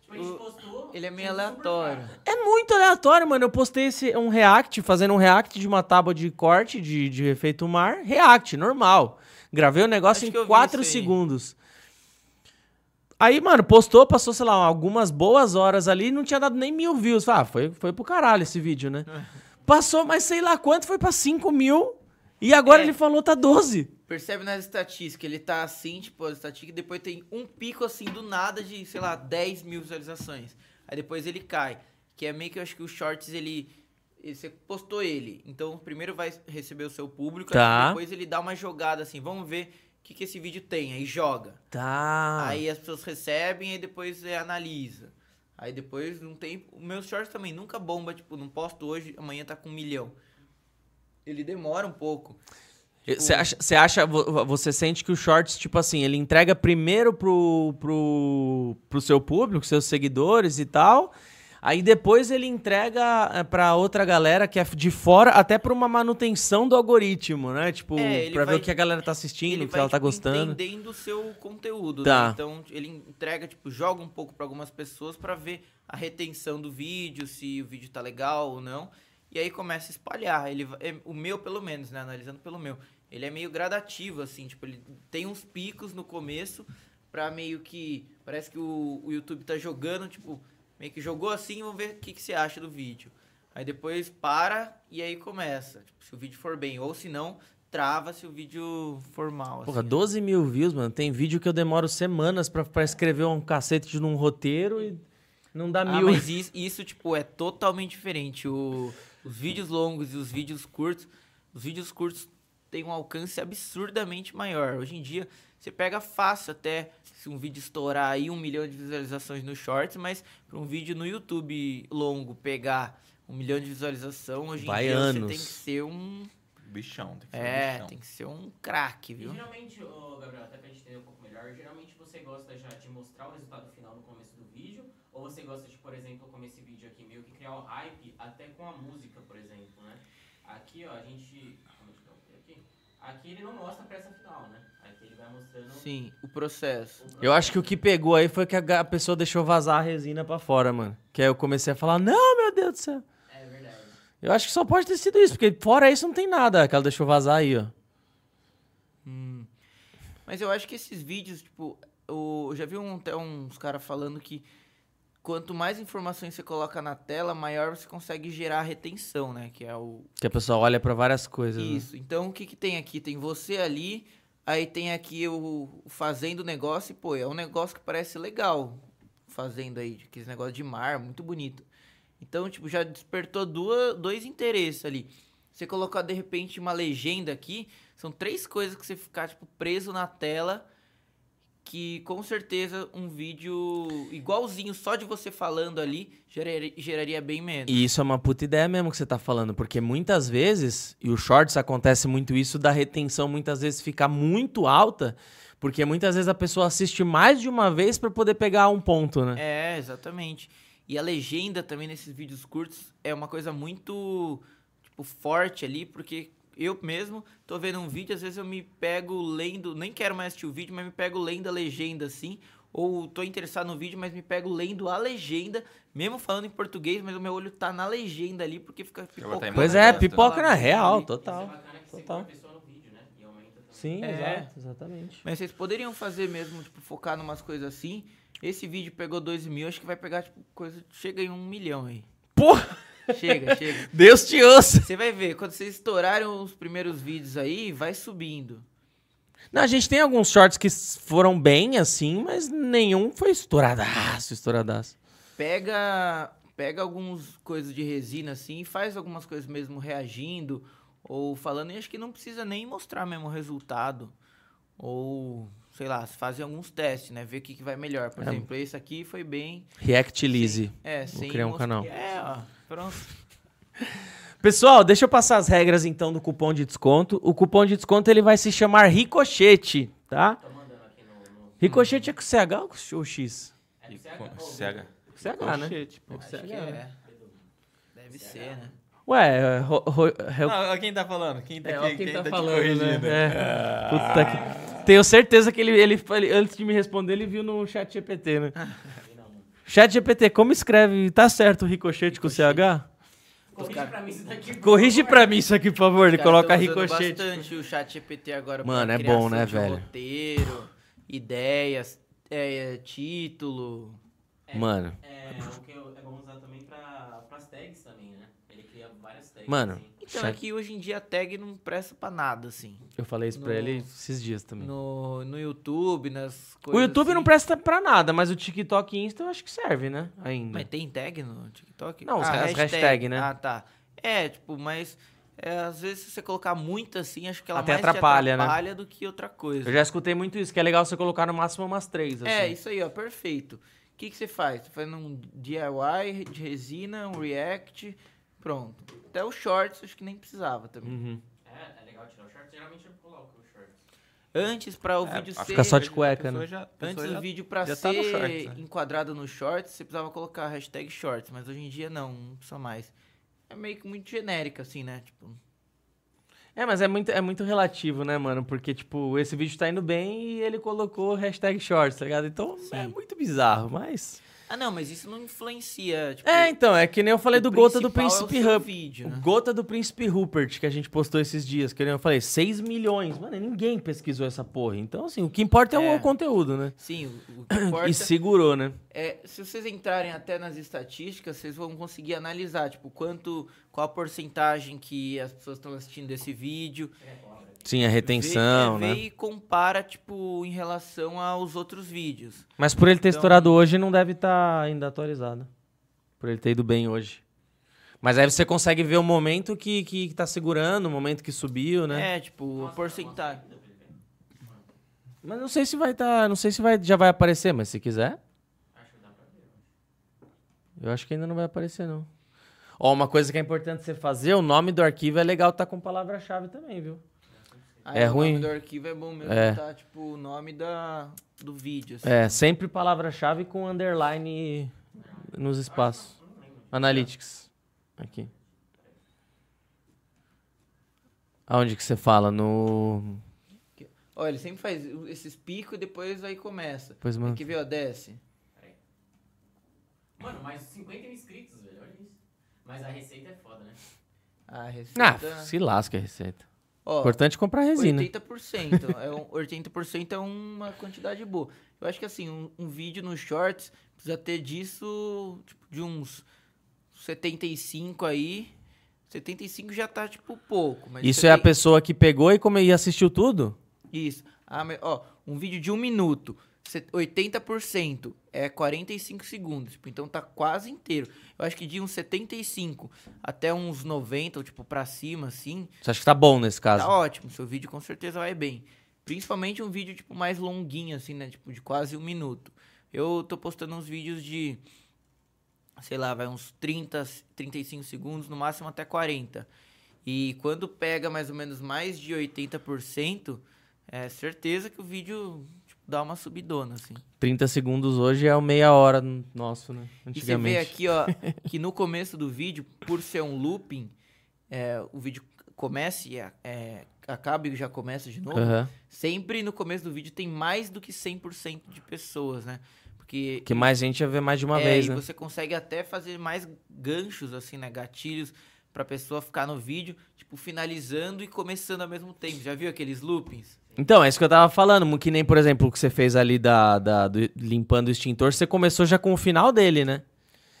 Speaker 4: Tipo, a gente
Speaker 2: O-
Speaker 4: postou.
Speaker 2: Ele é meio
Speaker 4: tinha super
Speaker 2: aleatório.
Speaker 4: fraco.
Speaker 1: É muito aleatório, mano. Eu postei esse, um react, fazendo um react de uma tábua de corte de, de efeito mar. React, normal. Gravei o negócio
Speaker 2: Acho que eu
Speaker 1: em
Speaker 2: vi
Speaker 1: 4
Speaker 2: isso aí.
Speaker 1: segundos. Aí, mano, postou, passou, sei lá, algumas boas horas ali, não tinha dado nem mil views. Falei, Ah, foi, foi pro caralho esse vídeo, né? Passou, mas sei lá quanto, foi pra 5 mil. E agora
Speaker 2: É.
Speaker 1: ele falou, tá 12.
Speaker 2: Percebe nas estatísticas, ele tá assim, tipo, as estatísticas, e depois tem um pico assim do nada de, sei lá, 10 mil visualizações. Aí depois ele cai. Que é meio que eu acho que o Shorts, ele. ele- Você postou ele. Então primeiro vai receber o seu público, aí
Speaker 1: Tá.
Speaker 2: depois ele dá uma jogada assim, vamos ver o que, que esse vídeo tem. Aí joga.
Speaker 1: Tá.
Speaker 2: Aí as pessoas recebem e depois é, analisa. Aí depois não tem. O meu shorts também nunca bomba, tipo, não posto hoje, amanhã tá com um milhão. Ele demora um pouco.
Speaker 1: Você acha, você acha- vo- você sente que o Shorts, tipo assim, ele entrega primeiro pro, pro, pro seu público, seus seguidores e tal, aí depois ele entrega eh, pra outra galera que é de fora, até pra uma manutenção do algoritmo, né? Tipo,
Speaker 2: É, ele
Speaker 1: pra ver
Speaker 2: vai-
Speaker 1: o que a galera tá assistindo, o que ela tá
Speaker 2: tipo,
Speaker 1: gostando.
Speaker 2: entendendo o seu conteúdo,
Speaker 1: Tá.
Speaker 2: né? Então ele entrega, tipo, joga um pouco pra algumas pessoas pra ver a retenção do vídeo, se o vídeo tá legal ou não. E aí começa a espalhar. Ele, va- é, o meu, pelo menos, né? Analisando pelo meu. Ele é meio gradativo, assim, tipo, ele tem uns picos no começo pra meio que. Parece que o, o YouTube tá jogando, tipo, meio que jogou assim, vamos ver o que, que você acha do vídeo. Aí depois para e aí começa. Tipo, se o vídeo for bem, ou se não, trava se o vídeo for mal.
Speaker 1: Porra,
Speaker 2: assim.
Speaker 1: 12 mil views, mano. Tem vídeo que eu demoro semanas pra, pra escrever um cacete de um roteiro e não dá
Speaker 2: Ah,
Speaker 1: mil.
Speaker 2: mas isso, isso, tipo, é totalmente diferente. O- os vídeos longos e os vídeos curtos. Os vídeos curtos têm um alcance absurdamente maior. Hoje em dia, você pega fácil até se um vídeo estourar aí um milhão de visualizações no Shorts, mas para um vídeo no YouTube longo pegar um milhão de visualização, hoje em
Speaker 1: Vai
Speaker 2: dia
Speaker 1: anos.
Speaker 2: você tem que ser um.
Speaker 3: Bichão, tem que ser um
Speaker 2: É,
Speaker 3: bichão.
Speaker 2: tem que ser um craque,
Speaker 4: E
Speaker 2: viu?
Speaker 4: geralmente, ô, Gabriel, até pra gente entender um pouco melhor, geralmente você gosta já de mostrar o resultado final no começo do vídeo, ou você gosta de, por exemplo, como esse vídeo aqui, meio que criar o hype até com a música, por exemplo, né? Aqui, ó, a gente... como é que eu coloquei Aqui, aqui ele não mostra a peça final, né? Aqui ele vai mostrando...
Speaker 2: Sim, o processo.
Speaker 1: Eu acho que o que pegou aí foi que a ga- a pessoa deixou vazar a resina pra fora, mano. Que aí eu comecei a falar, não, meu Deus do céu.
Speaker 4: É verdade.
Speaker 1: Eu acho que só pode ter sido isso, porque fora isso não tem nada que ela deixou vazar aí, ó.
Speaker 2: Mas eu acho que esses vídeos, tipo, o- eu já vi um- até uns caras falando que quanto mais informações você coloca na tela, maior você consegue gerar a retenção, né? Que é o.
Speaker 1: Que a pessoa olha pra várias coisas. né?
Speaker 2: Isso. Então o que, que tem aqui? Tem você ali, aí tem aqui o, o fazendo o negócio, e pô, é um negócio que parece legal fazendo aí, aqueles negócios de mar, muito bonito. Então, tipo, já despertou duas, dois interesses ali. Você colocar, de repente, uma legenda aqui, são três coisas que você ficar, tipo, preso na tela, que com certeza um vídeo igualzinho, só de você falando ali, geraria, geraria bem menos.
Speaker 1: E isso é uma puta ideia mesmo que você tá falando, porque muitas vezes, e o shorts acontece muito isso, da retenção muitas vezes ficar muito alta, porque muitas vezes a pessoa assiste mais de uma vez pra poder pegar um ponto, né?
Speaker 2: É, exatamente. E a legenda também nesses vídeos curtos é uma coisa muito, tipo, forte ali, porque eu mesmo tô vendo um vídeo, às vezes eu me pego lendo, nem quero mais assistir o vídeo, mas me pego lendo a legenda assim, ou tô interessado no vídeo, mas me pego lendo a legenda, mesmo falando em português, mas o meu olho tá na legenda ali, porque fica
Speaker 3: Eu vou tá
Speaker 2: pipocando.
Speaker 1: Pois é,
Speaker 2: né?
Speaker 1: pipoca
Speaker 2: Tá
Speaker 1: na
Speaker 2: lá,
Speaker 1: real,
Speaker 2: ali.
Speaker 1: total. Total.
Speaker 4: né?
Speaker 1: Sim,
Speaker 2: É.
Speaker 1: exato, exatamente.
Speaker 2: Mas vocês poderiam fazer mesmo, tipo, focar em umas coisas assim. Esse vídeo pegou 2 mil, acho que vai pegar, tipo, coisa. Chega em um milhão aí.
Speaker 1: Porra! [laughs]
Speaker 2: Chega, chega.
Speaker 1: Deus te ouça!
Speaker 2: Você vai ver, quando vocês estourarem os primeiros vídeos aí, vai subindo.
Speaker 1: Não, a gente tem alguns shorts que s- foram bem assim, mas nenhum foi estouradaço, estouradaço.
Speaker 2: Pega pega algumas coisas de resina assim, e faz algumas coisas mesmo reagindo ou falando, e acho que não precisa nem mostrar mesmo o resultado. Ou, sei lá, fazem alguns testes, né? Ver o que, que vai melhor. Por exemplo, esse aqui foi bem.
Speaker 1: Reactilize.
Speaker 2: É,
Speaker 1: É. Vou
Speaker 2: sem
Speaker 1: criar um
Speaker 2: mos-
Speaker 1: canal.
Speaker 2: É, ó, pronto.
Speaker 1: Pessoal, deixa eu passar as regras então do cupom de desconto. O cupom de desconto ele vai se chamar Ricochete, tá? Ricochete é com CH ou X?
Speaker 3: E
Speaker 4: É
Speaker 3: com- cega. Ah,
Speaker 1: CH, né?
Speaker 3: Shit, pô.
Speaker 2: Acho que é. Deve ser, né?
Speaker 1: Ué, é ro- ro- é o-
Speaker 3: Não, ó quem tá falando? Quem tá,
Speaker 4: É, ó
Speaker 3: quem,
Speaker 4: quem
Speaker 3: quem
Speaker 4: tá
Speaker 3: tá te
Speaker 4: falando,
Speaker 3: corrigindo?
Speaker 2: né?
Speaker 1: É.
Speaker 2: Ah.
Speaker 1: Puta que. Tenho certeza que ele, ele, ele- antes de me responder, ele viu no chat GPT,
Speaker 2: [laughs]
Speaker 1: né? Chat GPT, como escreve? Tá certo o ricochete, com CH?
Speaker 4: Corrige pra mim isso daqui.
Speaker 1: Corrige pra mim isso aqui, por favor. Ele
Speaker 2: Cara,
Speaker 1: coloca
Speaker 2: tão usando
Speaker 1: ricochete.
Speaker 2: bastante o chat GPT agora. pra
Speaker 1: Mano, é
Speaker 2: criação
Speaker 1: bom, né,
Speaker 2: de
Speaker 1: velho?
Speaker 2: Roteiro, ideias, é, título.
Speaker 1: Mano.
Speaker 4: É, o que eu- é bom usar também pra, pras tags também, né? Ele cria várias tags.
Speaker 1: Mano,
Speaker 4: assim.
Speaker 2: Então
Speaker 1: Chat-
Speaker 2: é que hoje em dia a tag não presta pra nada, assim.
Speaker 1: Eu falei isso pra
Speaker 2: No-
Speaker 1: ele esses dias também.
Speaker 2: No, no YouTube, nas
Speaker 1: Hum. O
Speaker 2: coisas
Speaker 1: YouTube
Speaker 2: assim.
Speaker 1: não presta pra nada, mas o TikTok e Insta eu acho que serve, né? Ainda.
Speaker 2: Mas tem tag no TikTok?
Speaker 1: Não, os- as
Speaker 2: hashtag.
Speaker 1: hashtag, né?
Speaker 2: Ah, tá. É, tipo, mas... é, às vezes se você colocar muito assim, acho que ela
Speaker 1: Até
Speaker 2: mais te
Speaker 1: atrapalha, né?
Speaker 2: atrapalha do que outra coisa.
Speaker 1: Eu já escutei muito isso, que é legal você colocar no máximo umas três, assim.
Speaker 2: É, isso aí, ó, perfeito. O que, que você faz? Você faz um DIY de resina, um React, pronto. Até o Shorts, acho que nem precisava também.
Speaker 1: Uhum.
Speaker 4: É, é legal tirar o short. Geralmente eu coloco o short.
Speaker 2: Antes, para o
Speaker 3: É,
Speaker 2: vídeo
Speaker 3: acho que
Speaker 2: ser...
Speaker 1: Fica só de cueca, né?
Speaker 3: Pessoa já- pessoa
Speaker 2: Antes
Speaker 3: já-
Speaker 2: o vídeo para
Speaker 3: já
Speaker 2: ser
Speaker 3: tá no shorts, né?
Speaker 2: enquadrado no Shorts, você precisava colocar a hashtag Shorts, mas hoje em dia não, não precisa mais. É meio que muito genérica, assim, né? Tipo,
Speaker 1: É, mas é muito, é muito relativo, né, mano? Porque, tipo, esse vídeo tá indo bem e ele colocou hashtag shorts, tá ligado? Então é muito bizarro, mas.
Speaker 2: ah, não, mas isso não influencia, tipo...
Speaker 1: É, então, é que nem eu falei
Speaker 2: o
Speaker 1: do Gota do
Speaker 2: principal é o
Speaker 1: Príncipe
Speaker 2: seu
Speaker 1: Rupert.
Speaker 2: vídeo,
Speaker 1: O
Speaker 2: né?
Speaker 1: Gota do Príncipe Rupert, que a gente postou esses dias, que nem eu falei, 6 milhões. Mano, ninguém pesquisou essa porra. Então, assim, o que importa é,
Speaker 2: É.
Speaker 1: o conteúdo, né?
Speaker 2: Sim,
Speaker 3: [coughs]
Speaker 2: o, o que importa...
Speaker 1: E segurou, né?
Speaker 2: É, se vocês entrarem até nas estatísticas, vocês vão conseguir analisar, tipo, quanto, qual a porcentagem que as pessoas estão assistindo desse vídeo.
Speaker 1: Sim, a retenção,
Speaker 2: vê,
Speaker 1: né?
Speaker 2: Vê e compara, tipo, em relação aos outros vídeos.
Speaker 1: Mas por ele ter
Speaker 2: Então-
Speaker 1: estourado hoje, não deve estar ainda atualizado. Por ele ter ido bem hoje. Mas aí você consegue ver o momento que, que tá segurando, o momento que subiu, né?
Speaker 2: É, tipo, a porcentagem.
Speaker 1: Mas não sei se vai tá, não sei se vai, já vai aparecer, mas se quiser. Eu acho que ainda não vai aparecer, não. Ó, uma coisa que é importante você fazer, o nome do arquivo é legal tá com palavra-chave também, viu?
Speaker 2: Aí
Speaker 1: É
Speaker 2: o
Speaker 1: ruim.
Speaker 2: nome do arquivo é bom mesmo,
Speaker 1: É.
Speaker 2: tá, tipo, o nome da, do vídeo, assim.
Speaker 1: É, sempre palavra-chave com underline nos espaços. Analytics. Aqui. Aonde que você fala? No.
Speaker 2: Olha, ele sempre faz esses picos e depois aí começa.
Speaker 1: Pois, mano.
Speaker 2: Tem que ver, ó, desce.
Speaker 4: Mano, mais 50 mil inscritos, velho. Olha isso. Mas a receita é foda, né?
Speaker 2: A
Speaker 1: Ah,
Speaker 2: receita...
Speaker 1: se lasca a receita.
Speaker 2: né? Ó,
Speaker 1: Importante comprar resina. [laughs]
Speaker 2: 80%. é um, 80% é uma quantidade boa. Eu acho que assim, um, um vídeo no shorts precisa ter disso, tipo, de uns 75 aí. 75 já tá, tipo, pouco. Mas
Speaker 1: Isso
Speaker 2: você
Speaker 1: é a
Speaker 2: tem-
Speaker 1: pessoa que pegou e, come... e assistiu tudo?
Speaker 2: Isso. Ah, mas, ó, um vídeo de um minuto. se- 80% é 45 segundos, tipo, então tá quase inteiro. Eu acho que de uns 75 até uns 90, ou tipo, pra cima, assim,
Speaker 1: Você acha que tá bom nesse caso?
Speaker 2: Tá ótimo, seu vídeo com certeza vai bem. Principalmente um vídeo, tipo, mais longuinho, assim, né? Tipo, de quase um minuto. Eu tô postando uns vídeos de, sei lá, vai uns 30, 35 segundos, no máximo até 40. E quando pega mais ou menos mais de 80%, é certeza que o vídeo tipo, dá uma subidona, assim.
Speaker 1: 30 segundos hoje é o meia hora nosso, né?
Speaker 2: E você
Speaker 1: Antigamente.
Speaker 2: vê aqui, ó, que no começo do vídeo, por ser um looping, é, o vídeo começa e a- é, acaba e já começa de novo.
Speaker 1: Aham.
Speaker 2: Sempre no começo do vídeo tem mais do que 100% de pessoas, né? Porque
Speaker 1: Que mais gente ia ver mais de uma
Speaker 2: é,
Speaker 1: vez,
Speaker 2: e
Speaker 1: né?
Speaker 2: você consegue até fazer mais ganchos, assim, né? Gatilhos pra pessoa ficar no vídeo, tipo, finalizando e começando ao mesmo tempo. Já viu aqueles loopings?
Speaker 1: Então, é isso que eu tava falando. Que nem, por exemplo, o que você fez ali da, da- do- limpando o extintor, você começou já com o final dele, né?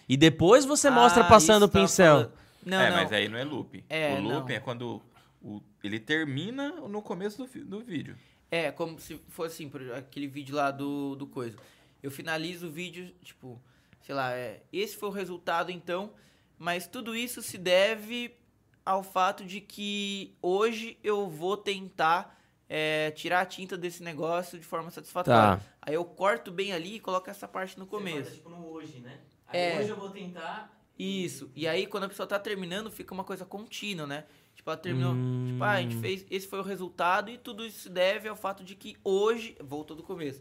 Speaker 1: E depois você mostra
Speaker 2: Ah,
Speaker 1: passando o
Speaker 2: isso que eu tava
Speaker 1: pincel.
Speaker 2: falando. Não,
Speaker 3: é,
Speaker 2: não.
Speaker 3: mas aí não é loop.
Speaker 2: É,
Speaker 3: o loop
Speaker 2: não.
Speaker 3: é quando o- ele termina no começo do, fi- do vídeo.
Speaker 2: É, como se fosse assim, por aquele vídeo lá do, do coisa. Eu finalizo o vídeo, tipo, sei lá, é, esse foi o resultado então, mas tudo isso se deve ao fato de que hoje eu vou tentar é, tirar a tinta desse negócio de forma satisfatória.
Speaker 1: Tá.
Speaker 2: Aí eu corto bem ali e coloco essa parte no começo.
Speaker 4: tipo no hoje, né?
Speaker 2: É.
Speaker 4: Hoje eu vou tentar.
Speaker 2: Isso. E aí, quando a pessoa tá terminando, fica uma coisa contínua, né? Tipo, ela terminou. Tipo, ah, a
Speaker 1: Hum.
Speaker 2: gente fez. Esse foi o resultado e tudo isso se deve ao fato de que hoje. Voltou do começo.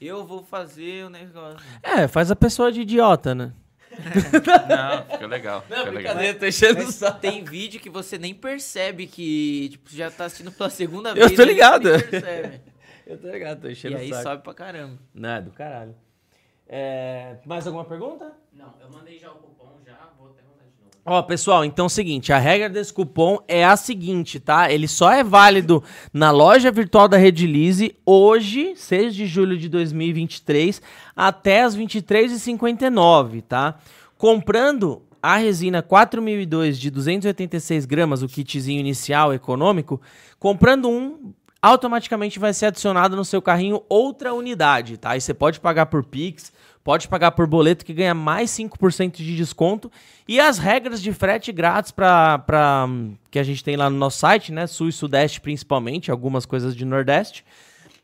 Speaker 2: Eu vou fazer
Speaker 1: [laughs]
Speaker 2: o negócio.
Speaker 1: É, faz a pessoa de idiota,
Speaker 2: [laughs]
Speaker 1: né?
Speaker 3: [laughs] Não, fica legal. fica legal.
Speaker 1: Cadê? Tô [laughs] enchendo o saco.
Speaker 2: Tem vídeo que você nem percebe que. Tipo, você já tá assistindo pela segunda
Speaker 1: Eu
Speaker 2: vez.
Speaker 1: tô
Speaker 2: e você
Speaker 1: ligado.
Speaker 2: nem
Speaker 1: [laughs]
Speaker 2: percebe.
Speaker 1: Eu tô ligado, tô
Speaker 2: e
Speaker 1: enchendo
Speaker 2: aí
Speaker 1: o saco.
Speaker 2: sobe pra caramba.
Speaker 1: Não, é do caralho. É, Mais alguma pergunta?
Speaker 4: Não, eu mandei já o cupom, já vou até mandar de novo.
Speaker 1: Ó, pessoal, então é o seguinte, a regra desse cupom é a seguinte, tá? Ele só é válido na loja virtual da Redilize hoje, 6 de julho de 2023, até as 23h59, tá? Comprando a resina 4002 de 286 gramas, o kitzinho inicial econômico, comprando um, automaticamente vai ser adicionado no seu carrinho outra unidade, tá? E você pode pagar por Pix, pode pagar por boleto que ganha mais 5% de desconto e as regras de frete grátis para que a gente tem lá no nosso site, né? Sul e Sudeste principalmente, algumas coisas de Nordeste.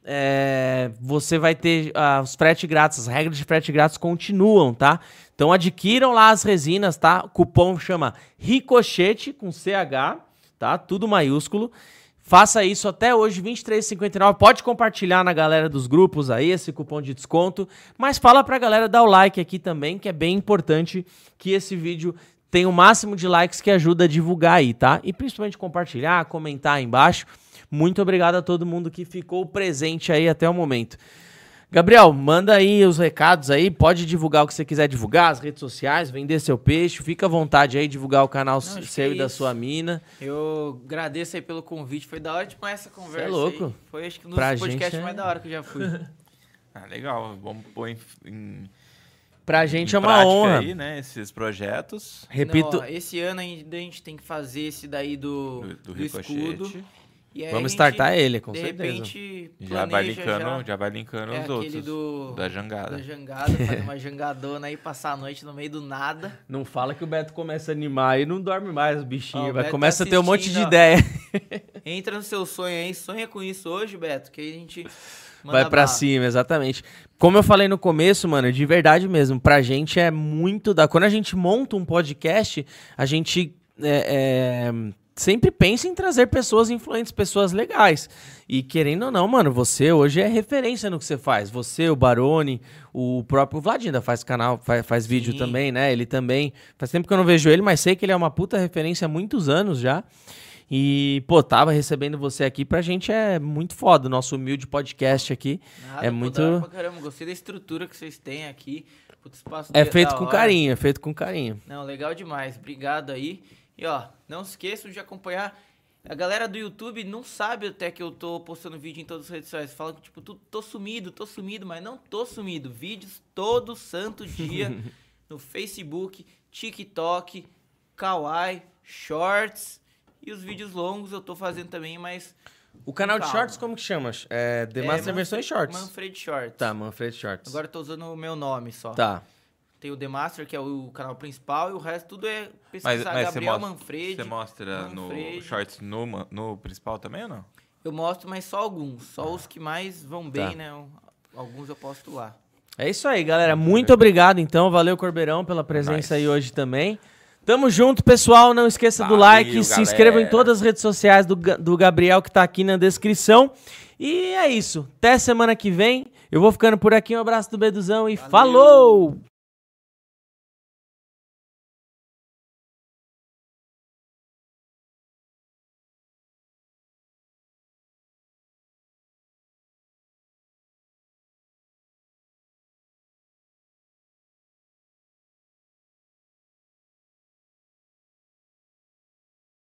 Speaker 1: É, você vai ter ah, os frete grátis, as regras de frete grátis continuam, tá? Então adquiram lá as resinas, tá? O cupom chama Ricochete com CH, tá? Tudo maiúsculo. Faça isso até hoje, 23,59. Pode compartilhar na galera dos grupos aí esse cupom de desconto. Mas fala pra galera dar o like aqui também, que é bem importante que esse vídeo tenha o máximo de likes que ajuda a divulgar aí, tá? E principalmente compartilhar, comentar aí embaixo. Muito obrigado a todo mundo que ficou presente aí até o momento. Gabriel, manda aí os recados aí, pode divulgar o que você quiser divulgar, as redes sociais, vender seu peixe, fica à vontade aí, divulgar o canal
Speaker 2: acho que
Speaker 1: seu
Speaker 2: é
Speaker 1: e da
Speaker 2: isso.
Speaker 1: sua mina.
Speaker 2: Eu agradeço aí pelo convite. Foi da hora demais essa conversa.
Speaker 1: é louco.
Speaker 2: aí. Foi acho que um dos
Speaker 1: Pra
Speaker 2: podcasts
Speaker 1: gente é-
Speaker 2: mais da hora que eu já fui.
Speaker 3: Ah, legal. Vamos pôr em, em,
Speaker 1: Pra gente
Speaker 3: em
Speaker 1: é uma
Speaker 3: prática
Speaker 1: honra.
Speaker 3: aí, né? Esses projetos
Speaker 1: [laughs] Repito,
Speaker 2: Não, ó, esse ano ainda a gente tem que fazer esse daí do,
Speaker 3: do,
Speaker 2: do,
Speaker 3: do
Speaker 2: escudo.
Speaker 3: ricochete.
Speaker 2: E aí a
Speaker 1: vamos
Speaker 2: gente,
Speaker 1: startar ele, com
Speaker 2: de
Speaker 1: certeza.
Speaker 2: repente,
Speaker 3: Já vai
Speaker 2: planeja
Speaker 3: linkando, já,
Speaker 2: já
Speaker 3: vai linkando
Speaker 2: É
Speaker 3: os
Speaker 2: aquele
Speaker 3: outros.
Speaker 2: do-
Speaker 3: Da
Speaker 2: da
Speaker 3: jangada.
Speaker 2: jangada,
Speaker 3: [laughs]
Speaker 2: fazer uma jangadona aí, passar a noite no meio do nada.
Speaker 1: Não fala que o Beto começa a animar e não dorme mais o bichinho.
Speaker 2: Ó, o
Speaker 1: vai,
Speaker 2: Beto tá
Speaker 1: começa a ter um monte de
Speaker 2: assistindo, ó.
Speaker 1: ideia.
Speaker 2: Entra no seu sonho aí, sonha com isso hoje, Beto, que aí a gente manda
Speaker 1: Vai pra
Speaker 2: bala.
Speaker 1: cima, exatamente. Como eu falei no começo, mano, de verdade mesmo, pra gente é muito da. Quando a gente monta um podcast, a gente é, é, sempre pensa em trazer pessoas influentes, pessoas legais. E querendo ou não, mano, você hoje é referência no que você faz. Você, o Barone, o próprio Vlad ainda faz canal, faz, faz vídeo
Speaker 2: Sim.
Speaker 1: também, né? Ele também. Faz tempo que eu não vejo ele, mas sei que ele é uma puta referência há muitos anos já. E, pô, tava recebendo você aqui, pra gente é muito foda, o nosso humilde podcast aqui.
Speaker 2: Nada,
Speaker 1: É
Speaker 2: pô,
Speaker 1: muito-
Speaker 2: da hora pra caramba, gostei da estrutura que vocês têm aqui. Puta, espaço
Speaker 1: É
Speaker 2: da-
Speaker 1: feito
Speaker 2: da
Speaker 1: com
Speaker 2: hora.
Speaker 1: carinho, é feito com carinho.
Speaker 2: Não, legal demais. Obrigado aí. E ó, não esqueçam de acompanhar. A galera do YouTube não sabe até que eu tô postando vídeo em todas as redes sociais. Fala que, tipo, tu- tô sumido, tô sumido, mas não tô sumido. Vídeos todo santo dia no Facebook, TikTok, Kawaii, Shorts. E os vídeos longos eu tô fazendo também, mas
Speaker 5: O canal de
Speaker 2: Calma.
Speaker 5: shorts como que chama? É The
Speaker 2: É,
Speaker 5: Master
Speaker 2: Manfred-
Speaker 5: Versões Shorts.
Speaker 2: Manfred Shorts.
Speaker 5: Tá, Manfred Shorts.
Speaker 2: Agora eu tô usando o meu nome só.
Speaker 5: Tá.
Speaker 2: Tem o The Master, que é o canal principal, e o resto tudo é
Speaker 3: Mas,
Speaker 2: pesquisar
Speaker 3: mas você
Speaker 2: Gabriel
Speaker 3: mostra,
Speaker 2: Manfred.
Speaker 3: você mostra no
Speaker 2: Manfredi.
Speaker 3: shorts no, ma- no principal também ou não?
Speaker 2: Eu mostro, mas só alguns. Só os que mais vão bem,
Speaker 5: Tá.
Speaker 2: né? Alguns eu posto lá.
Speaker 1: É isso aí, galera. Muito obrigado, então. Valeu, Corbeirão, pela presença
Speaker 3: Nice.
Speaker 1: aí hoje também. Tamo junto, pessoal. Não esqueça do
Speaker 3: Valeu,
Speaker 1: like. Se
Speaker 3: galera.
Speaker 1: inscreva em todas as redes sociais do, Ga- do Gabriel, que tá aqui na descrição. E é isso. Até semana que vem. Eu vou ficando por aqui. Um abraço do Beduzão e falou!